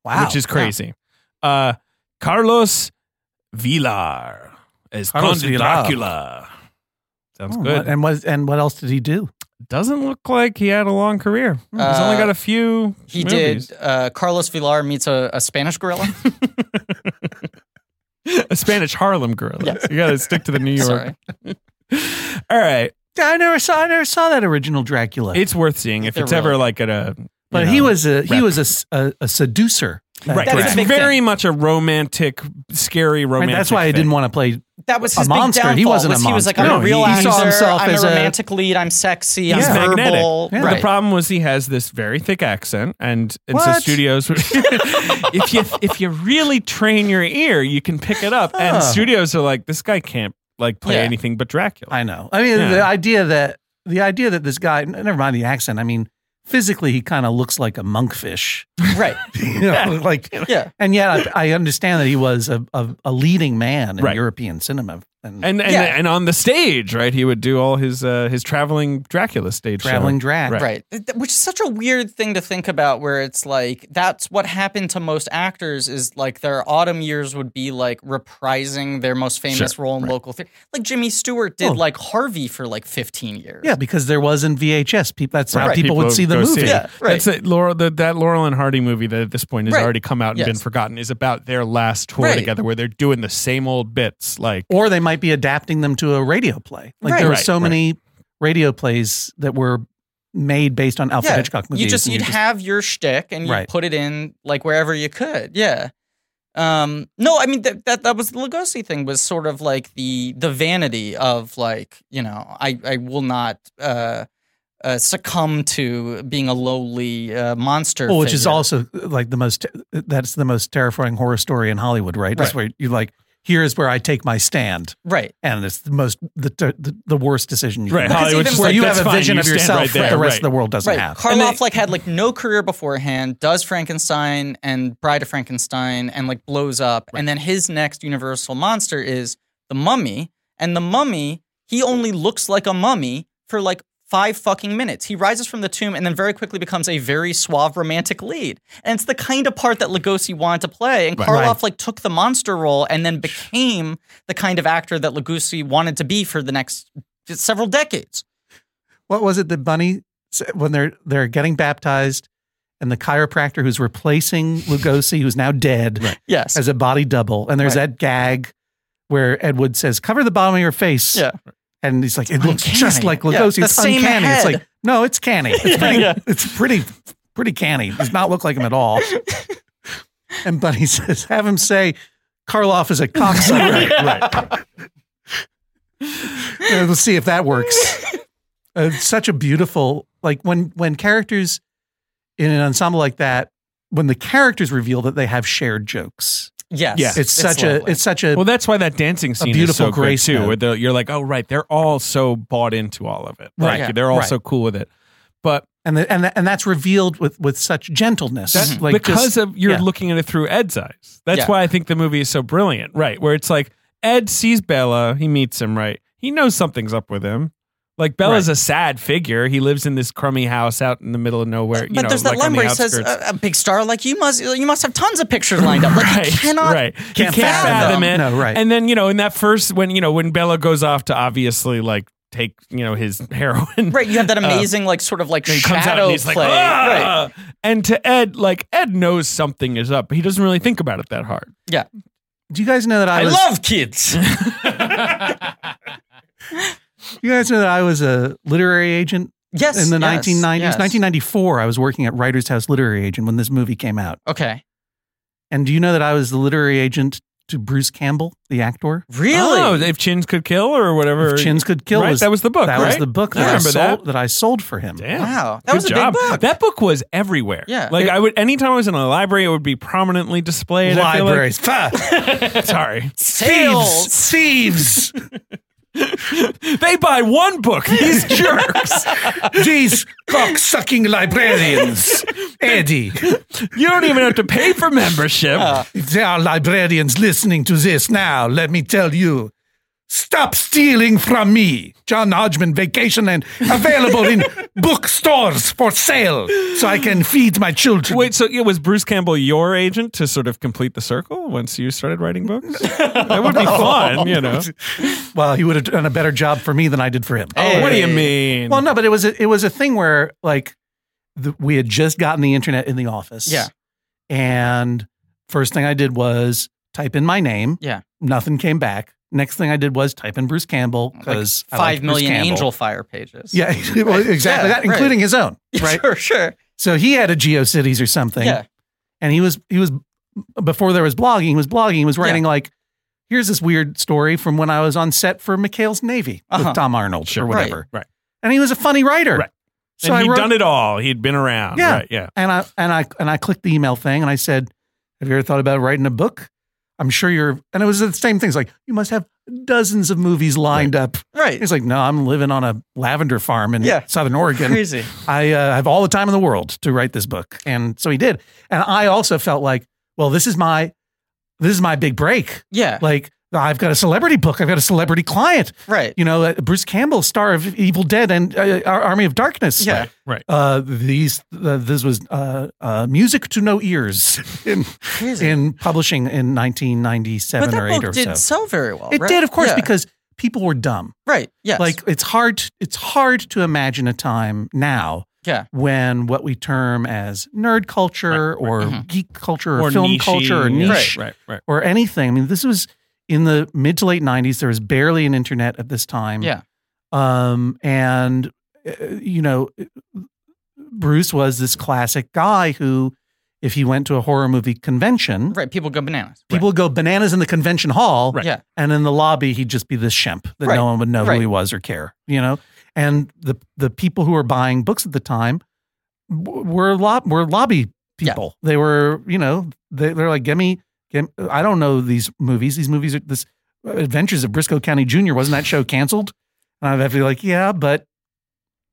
Speaker 4: Wow.
Speaker 3: Which is crazy. Uh, Carlos Villar as
Speaker 4: Carlos
Speaker 3: Conde
Speaker 4: Villar.
Speaker 3: Dracula. Sounds
Speaker 4: Oh,
Speaker 3: good.
Speaker 4: what- and what and what else did he do?
Speaker 3: Doesn't look like he had a long career. Hmm, He's
Speaker 2: Uh,
Speaker 3: only got a few.
Speaker 2: He
Speaker 3: movies.
Speaker 2: did. Uh, Carlos Villar meets a, a Spanish gorilla.
Speaker 3: a Spanish Harlem girl. You got to stick to the New York.
Speaker 2: Sorry,
Speaker 3: All right,
Speaker 4: I never saw. I never saw that original Dracula.
Speaker 3: it's worth seeing if
Speaker 2: They're
Speaker 3: it's ever
Speaker 2: really-
Speaker 3: like at a. you
Speaker 4: but
Speaker 3: know,
Speaker 4: he was a he
Speaker 3: rep-
Speaker 4: was a s- a, a seducer.
Speaker 3: right.
Speaker 2: That's
Speaker 3: it's
Speaker 2: a big
Speaker 3: very
Speaker 2: thing.
Speaker 3: much a romantic, scary
Speaker 4: I mean,
Speaker 3: romantic.
Speaker 4: that's why I didn't
Speaker 3: thing.
Speaker 4: want to play.
Speaker 2: that was
Speaker 4: A
Speaker 2: his big
Speaker 4: monster. He
Speaker 2: downfall.
Speaker 4: wasn't a
Speaker 2: was he was like, I'm
Speaker 4: monster.
Speaker 2: a
Speaker 3: No,
Speaker 2: real
Speaker 3: he- he
Speaker 2: actor.
Speaker 4: saw himself
Speaker 2: I'm
Speaker 4: as a-
Speaker 2: a romantic lead. I'm sexy.
Speaker 3: He's
Speaker 2: I'm
Speaker 3: magnetic.
Speaker 2: verbal.
Speaker 4: Yeah.
Speaker 3: The
Speaker 2: Right.
Speaker 3: problem was he has this very thick accent, and and so
Speaker 4: What?
Speaker 3: studios, would- if you if you really train your ear, you can pick it up.
Speaker 4: Huh.
Speaker 3: And studios are like, this guy can't like play
Speaker 2: Yeah.
Speaker 3: anything but Dracula.
Speaker 4: I know. I mean,
Speaker 3: Yeah.
Speaker 4: the idea that the idea that this guy. n- Never mind the accent. I mean, physically, he kind of looks like a monkfish.
Speaker 2: right.
Speaker 4: You know, like.
Speaker 2: Yeah.
Speaker 4: And yet, I, I understand that he was a, a, a leading man in
Speaker 3: Right.
Speaker 4: European cinema and,
Speaker 3: and and,
Speaker 2: Yeah.
Speaker 3: and on the stage, right? He would do all his uh, his traveling Dracula stage show.
Speaker 4: traveling drag.
Speaker 3: Right.
Speaker 2: Right. Th- Which is such a weird thing to think about where it's like that's what happened to most actors is like their autumn years would be like reprising their most famous
Speaker 3: Sure,
Speaker 2: role in
Speaker 3: right.
Speaker 2: local theater. Like Jimmy Stewart did
Speaker 4: Oh.
Speaker 2: like Harvey for like 15 years.
Speaker 4: Yeah, because there was in VHS. People, that's how
Speaker 3: Right.
Speaker 4: people, would see the
Speaker 3: go
Speaker 4: movie.
Speaker 3: it.
Speaker 2: Yeah, right.
Speaker 3: That's it. Laurel, the, that Laurel and Hardy movie that at this point has
Speaker 2: Right.
Speaker 3: already come out and
Speaker 2: Yes.
Speaker 3: been forgotten is about their last tour
Speaker 2: Right.
Speaker 3: together, where they're doing the same old bits, like
Speaker 4: Or they might be adapting them to a radio play. Like
Speaker 2: Right.
Speaker 4: there were
Speaker 3: Right,
Speaker 4: so many radio plays that were made based on Alfred
Speaker 2: Yeah.
Speaker 4: Hitchcock movies.
Speaker 2: You just
Speaker 4: and
Speaker 2: you'd have your shtick and you
Speaker 4: Right.
Speaker 2: would put it in like wherever you could. Yeah. Um, no, I mean that, that that was the Lugosi thing was sort of like the the vanity of like you know I I will not uh, uh, succumb to being a lowly uh, monster,
Speaker 4: Well, which is
Speaker 2: figure.
Speaker 4: also uh, like the most that's the most terrifying horror story in Hollywood, right? That's where you like here's where I take my stand,
Speaker 2: right.
Speaker 4: and it's the most the the, the worst decision. You
Speaker 3: right.
Speaker 4: can make.
Speaker 2: Because
Speaker 3: Hollywood's
Speaker 2: even-
Speaker 3: like,
Speaker 4: where you
Speaker 3: "That's
Speaker 4: have a
Speaker 3: fine,
Speaker 4: vision
Speaker 3: you
Speaker 4: of
Speaker 3: stand
Speaker 4: yourself
Speaker 3: right there,
Speaker 4: that the rest
Speaker 3: right.
Speaker 4: of the world doesn't
Speaker 2: Right.
Speaker 4: have.
Speaker 2: Karloff like had like no career beforehand, does Frankenstein and Bride of Frankenstein and like blows up. And then his next universal monster is the mummy. And the mummy, he only looks like a mummy for like five fucking minutes. He rises from the tomb and then very quickly becomes a very suave romantic lead. And it's the kind of part that Lugosi wanted to play. And
Speaker 3: Right.
Speaker 2: Karloff
Speaker 4: Right.
Speaker 2: like took the monster role and then became the kind of actor that Lugosi wanted to be for the next several decades.
Speaker 4: what was it that Bunny said when they're they're getting baptized and the chiropractor who's replacing Lugosi, who's now dead
Speaker 2: Yes.
Speaker 4: as a body double, and there's
Speaker 2: Right.
Speaker 4: that gag where Ed Wood says, "Cover the bottom of your face."
Speaker 2: Yeah.
Speaker 4: And he's like, it looks
Speaker 2: uncanny.
Speaker 4: just like
Speaker 2: Yeah,
Speaker 4: Lugosi.
Speaker 2: the
Speaker 4: it's
Speaker 2: same
Speaker 4: uncanny. It's
Speaker 2: head.
Speaker 4: like, no, it's canny. It's pretty,
Speaker 2: yeah.
Speaker 4: it's pretty, pretty canny. It does not look like him at all. and Bunny says, have him say, Karloff is a cocksucker. And Let's see if that works. Uh, it's such a beautiful, Like when when characters in an ensemble like that, when the characters reveal that they have shared jokes,
Speaker 2: Yes.
Speaker 3: Yeah.
Speaker 4: it's, such a
Speaker 2: lovely.
Speaker 4: it's such a
Speaker 3: Well, that's why that dancing scene is
Speaker 4: beautiful
Speaker 3: so great
Speaker 4: grace
Speaker 3: too.
Speaker 4: note.
Speaker 3: Where the, you're like, oh right, they're all so bought into all of it.
Speaker 4: Right.
Speaker 3: Like
Speaker 2: Yeah.
Speaker 3: they're all
Speaker 4: Right.
Speaker 3: so cool with it. But
Speaker 4: and the, and the, and that's revealed with with such gentleness,
Speaker 3: that's
Speaker 4: like
Speaker 3: Mhm. because
Speaker 4: just,
Speaker 3: of you're
Speaker 4: yeah.
Speaker 3: looking at it through Ed's eyes. That's
Speaker 2: Yeah.
Speaker 3: why I think the movie is so brilliant. Right, where it's like Ed sees Bella, he meets him. Right, he knows something's up with him. Like Bella's a sad figure. He lives in this crummy house out in the middle of nowhere. you
Speaker 2: but
Speaker 3: know,
Speaker 2: there's that
Speaker 3: like
Speaker 2: line
Speaker 3: on the
Speaker 2: where he says
Speaker 3: outskirts.
Speaker 2: a, a big star like you must you must have tons of pictures lined up like
Speaker 3: right,
Speaker 2: you cannot
Speaker 3: right.
Speaker 4: Can't
Speaker 3: he can't fathom,
Speaker 4: fathom.
Speaker 3: it.
Speaker 4: No, right.
Speaker 3: And then you know, in that first when you know when Bella goes off to obviously like take you know his heroin,
Speaker 2: right you have that amazing like sort of like
Speaker 3: He
Speaker 2: shadow
Speaker 3: comes out and he's
Speaker 2: play
Speaker 3: like,
Speaker 2: right
Speaker 3: "Ah!" and to Ed, like Ed knows something is up, but he doesn't really think about it that hard.
Speaker 2: yeah
Speaker 4: do you guys know that I,
Speaker 2: I
Speaker 4: was
Speaker 2: love kids
Speaker 4: you guys know that I was a literary agent
Speaker 2: yes
Speaker 4: in the
Speaker 2: yes,
Speaker 4: 1990s
Speaker 2: yes.
Speaker 4: 1994 I was working at Writers House literary agent when this movie came out.
Speaker 2: okay
Speaker 4: And do you know that I was the literary agent to Bruce Campbell, the actor?
Speaker 2: really
Speaker 3: Oh, if chins could kill or whatever.
Speaker 4: If Chins Could Kill
Speaker 3: right?
Speaker 4: was
Speaker 3: that was the book.
Speaker 4: that
Speaker 3: right?
Speaker 4: was the book
Speaker 3: I
Speaker 4: that I,
Speaker 3: remember
Speaker 4: sold,
Speaker 3: that.
Speaker 4: that. I sold for him.
Speaker 3: Damn.
Speaker 2: wow that
Speaker 3: Good
Speaker 2: was a
Speaker 3: job.
Speaker 2: big book
Speaker 3: That book was everywhere.
Speaker 2: Yeah.
Speaker 3: Like I would anytime I was in a library, it would be prominently displayed. I feel like.
Speaker 4: Libraries, Pah!
Speaker 3: Sorry.
Speaker 2: sales
Speaker 4: thieves,
Speaker 3: they buy one book. These jerks.
Speaker 4: these cock sucking librarians. Eddie,
Speaker 3: You don't even have to pay for membership.
Speaker 4: if there are librarians listening to this now, let me tell you. Stop stealing from me. John Hodgman Vacation Land available in bookstores for sale so I can feed my children.
Speaker 3: Wait, so it was Bruce Campbell your agent to sort of complete the circle once you started writing books? that would be fun, you know.
Speaker 4: Well, he would have done a better job for me than I did for him.
Speaker 3: Oh, what do you mean?
Speaker 4: Well, no, but it was a, it was a thing where like the, we had just gotten the internet in the office.
Speaker 2: Yeah.
Speaker 4: And first thing I did was type in my name.
Speaker 2: Yeah.
Speaker 4: Nothing came back. Next thing I did was type in Bruce Campbell because
Speaker 2: five million angel
Speaker 4: angels.
Speaker 2: fire pages
Speaker 4: Yeah, well, exactly
Speaker 2: Yeah,
Speaker 4: that,
Speaker 2: right.
Speaker 4: including his own. Right.
Speaker 2: sure sure
Speaker 4: So he had a GeoCities or something.
Speaker 2: yeah
Speaker 4: And he was he was before there was blogging. He was blogging. He was writing like, here's this weird story from when I was on set for McHale's Navy
Speaker 2: Uh-huh.
Speaker 4: with Tom Arnold
Speaker 3: Sure.
Speaker 4: or
Speaker 3: Right.
Speaker 4: whatever.
Speaker 3: Right.
Speaker 4: And he was a funny writer.
Speaker 3: Right.
Speaker 4: So
Speaker 3: and
Speaker 4: I
Speaker 3: he'd
Speaker 4: wrote,
Speaker 3: done it all. He'd been around.
Speaker 4: Yeah.
Speaker 3: Right, yeah.
Speaker 4: and I and I and I clicked the email thing and I said, "Have you ever thought about writing a book? I'm sure you're." And it was the same things like you must have dozens of movies lined up.
Speaker 2: right
Speaker 4: He's like, "No, I'm living on a lavender farm in
Speaker 2: Yeah.
Speaker 4: Southern Oregon.
Speaker 2: crazy
Speaker 4: I uh, have all the time in the world to write this book." And so he did. And I also felt like, "Well, this is my this is my big break.
Speaker 2: yeah
Speaker 4: Like, I've got a celebrity book. I've got a celebrity client.
Speaker 2: right
Speaker 4: You know, uh, Bruce Campbell, star of Evil Dead and uh, Ar- Army of Darkness.
Speaker 2: yeah
Speaker 3: Right.
Speaker 4: Uh, these uh, this was uh, uh, music to no ears in,
Speaker 2: crazy
Speaker 4: in publishing in
Speaker 2: but
Speaker 4: 1997
Speaker 2: that
Speaker 4: or eight
Speaker 2: book
Speaker 4: or so.
Speaker 2: did so. very well
Speaker 4: it
Speaker 2: right?
Speaker 4: did, of course,
Speaker 2: Yeah.
Speaker 4: because people were dumb.
Speaker 2: right yes
Speaker 4: Like it's hard it's hard to imagine a time now
Speaker 2: yeah
Speaker 4: when what we term as nerd culture
Speaker 3: Right, right.
Speaker 4: or
Speaker 2: Mhm.
Speaker 4: geek culture or, film
Speaker 3: niche-y.
Speaker 4: culture or
Speaker 3: Yeah.
Speaker 4: niche
Speaker 3: Right, right,
Speaker 4: or anything. I mean, this was in the mid to late 90s. There was barely an internet at this time.
Speaker 2: Yeah.
Speaker 4: Um, and, uh, you know, Bruce was this classic guy who, if he went to a horror movie convention,
Speaker 2: right people go bananas
Speaker 4: people would go bananas in the convention hall.
Speaker 3: Right.
Speaker 2: Yeah.
Speaker 4: And in the lobby, he'd just be this shemp that
Speaker 2: Right.
Speaker 4: no one would know
Speaker 2: Right.
Speaker 4: who he was or care, you know? And the, the people who were buying books at the time w- were, lob- were lobby
Speaker 2: Yeah.
Speaker 4: people. They were, you know, they, they're like, get me, get, I don't know these movies. These movies are this uh, Adventures of Briscoe County Jr. Wasn't that show canceled? And I'd have to be like, yeah, but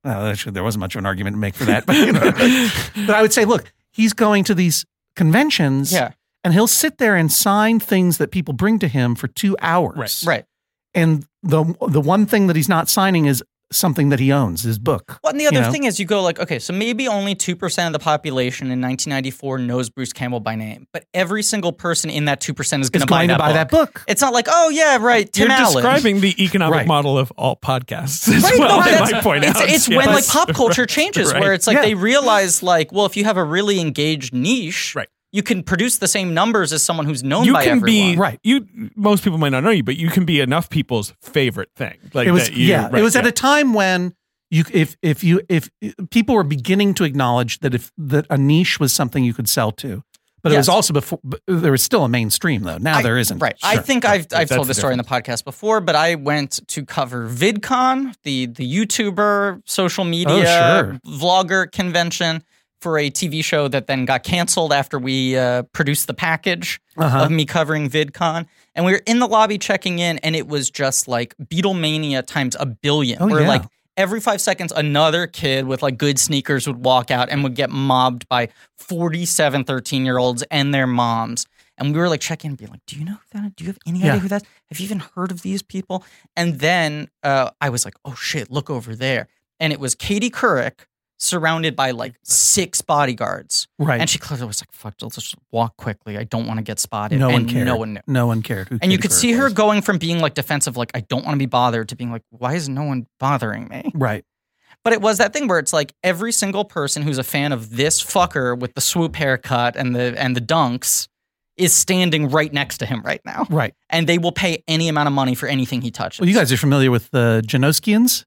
Speaker 4: well, actually, there wasn't much of an argument to make for that. But, you know, but I would say, look, he's going to these conventions
Speaker 2: yeah
Speaker 4: and he'll sit there and sign things that people bring to him for two hours.
Speaker 3: Right.
Speaker 2: right
Speaker 4: And the the one thing that he's not signing is something that he owns, his book.
Speaker 2: Well, and the other
Speaker 4: know?
Speaker 2: thing is, you go like, okay, so maybe only 2% of the population in 1994 knows Bruce Campbell by name, but every single person in that 2% is going
Speaker 4: He's
Speaker 2: to buy,
Speaker 4: going
Speaker 2: that,
Speaker 4: to buy
Speaker 2: book.
Speaker 4: that book.
Speaker 2: It's not like, oh, yeah, right, Tim
Speaker 3: You're
Speaker 2: Allen.
Speaker 3: describing the economic
Speaker 4: Right.
Speaker 3: model of all podcasts as
Speaker 2: Right, no,
Speaker 3: well. I
Speaker 2: that's-
Speaker 3: might point
Speaker 2: it's
Speaker 3: out.
Speaker 2: it's
Speaker 3: Yes.
Speaker 2: when like pop culture changes,
Speaker 3: Right.
Speaker 2: where it's like
Speaker 4: Yeah.
Speaker 2: they realize, like, well, if you have a really engaged niche,
Speaker 3: Right.
Speaker 2: you can produce the same numbers as someone who's known
Speaker 3: you
Speaker 2: by
Speaker 3: can
Speaker 2: everyone.
Speaker 3: be
Speaker 4: Right.
Speaker 3: You most people might not know you, but you can be enough people's favorite thing. Like
Speaker 4: it was
Speaker 3: that you,
Speaker 4: yeah.
Speaker 3: right,
Speaker 4: it was
Speaker 3: yeah.
Speaker 4: at a time when you if if you if people were beginning to acknowledge that if that a niche was something you could sell to, But it was
Speaker 2: Yes.
Speaker 4: also before but there was still a mainstream though. Now
Speaker 2: I-
Speaker 4: there isn't.
Speaker 2: Right. I think I've I've
Speaker 3: That's
Speaker 2: told this story on
Speaker 3: different.
Speaker 2: the podcast before, but I went to cover VidCon, the the YouTuber social
Speaker 3: Oh,
Speaker 2: media vlogger convention for a TV show that then got canceled after we uh, produced the package
Speaker 4: Uh-huh.
Speaker 2: of me covering VidCon. And we were in the lobby checking in, and it was just like Beatlemania times a billion.
Speaker 4: Oh,
Speaker 2: where
Speaker 4: yeah.
Speaker 2: like every five seconds, another kid with like good sneakers would walk out and would get mobbed by 47 13 year olds and their moms. And we were like checking and being like, Do you know who that? Do you have any
Speaker 4: Yeah.
Speaker 2: idea who that's? Have you even heard of these people? And then uh, I was like, Oh shit, look over there. And it was Katie Couric surrounded by like six bodyguards.
Speaker 4: Right.
Speaker 2: And she clearly was like, fuck, let's just walk quickly. I don't want to get spotted.
Speaker 4: no
Speaker 2: and
Speaker 4: one cared.
Speaker 2: No one knew.
Speaker 4: No one cared. Who
Speaker 2: And you
Speaker 4: Katy
Speaker 2: could
Speaker 4: Perry
Speaker 2: see her
Speaker 4: was.
Speaker 2: going from being like defensive, like, I don't want to be bothered, to being like, why is no one bothering me?
Speaker 4: Right.
Speaker 2: But it was that thing where it's like every single person who's a fan of this fucker with the swoop haircut and the and the dunks is standing right next to him right now.
Speaker 4: Right.
Speaker 2: And they will pay any amount of money for anything he touches.
Speaker 4: Well, you guys are familiar with the Janoskians?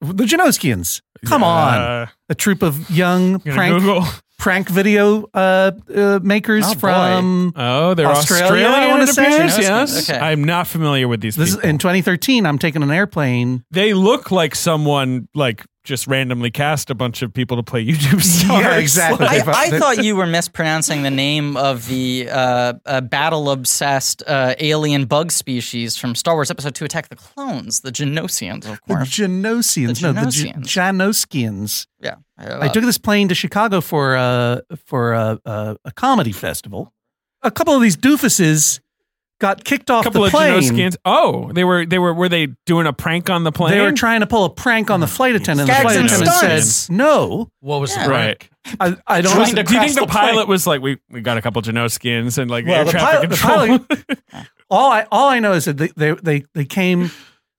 Speaker 4: The Janoskians. Come on.
Speaker 3: Yeah.
Speaker 4: A troop of young
Speaker 3: Uh, Gonna
Speaker 4: prank
Speaker 3: Google.
Speaker 4: prank video uh, uh, makers
Speaker 2: Oh, boy.
Speaker 4: from
Speaker 3: Oh, they're
Speaker 4: Australia,
Speaker 3: Australian.
Speaker 4: I wanna
Speaker 3: it
Speaker 4: say?
Speaker 3: appears,
Speaker 2: Okay.
Speaker 3: Yes.
Speaker 2: Okay.
Speaker 3: I'm not familiar with these.
Speaker 4: this is,
Speaker 3: people.
Speaker 4: in 2013. I'm taking an airplane.
Speaker 3: they look like someone like just randomly cast a bunch of people to play YouTube stars.
Speaker 4: exactly.
Speaker 3: Like,
Speaker 2: I,
Speaker 4: They've-
Speaker 2: I
Speaker 4: they-
Speaker 2: thought you were mispronouncing the name of the uh, uh, battle obsessed uh, alien bug species from Star Wars Episode 2 Attack the Clones, the Genosians, of
Speaker 4: The
Speaker 2: course.
Speaker 4: Janoskians.
Speaker 2: The
Speaker 4: No, the J-
Speaker 2: Janoskians.
Speaker 4: Janoskians.
Speaker 2: yeah. Uh,
Speaker 4: I took this plane to Chicago for uh, for uh, uh, a comedy festival. A couple of these doofuses got kicked
Speaker 3: a
Speaker 4: off
Speaker 3: couple
Speaker 4: the
Speaker 3: of
Speaker 4: plane.
Speaker 3: Genoskins. Oh, they were they were were they doing a prank on the plane?
Speaker 4: They were trying to pull a prank on the flight attendant. and The
Speaker 2: Oh, Gags
Speaker 4: flight
Speaker 2: and
Speaker 4: attendant
Speaker 2: stunts.
Speaker 4: said, "No,
Speaker 5: What was
Speaker 2: Yeah.
Speaker 5: the
Speaker 3: Right.
Speaker 5: break?
Speaker 4: I, I don't."
Speaker 2: Trying to
Speaker 3: Do you think
Speaker 2: crash
Speaker 3: the
Speaker 2: the plane.
Speaker 3: pilot was like, we, we got a couple Genoskians and like
Speaker 4: Well,
Speaker 3: air
Speaker 4: the
Speaker 3: traffic
Speaker 4: pilot- the
Speaker 3: control?
Speaker 4: all I all I know is that they they they, they came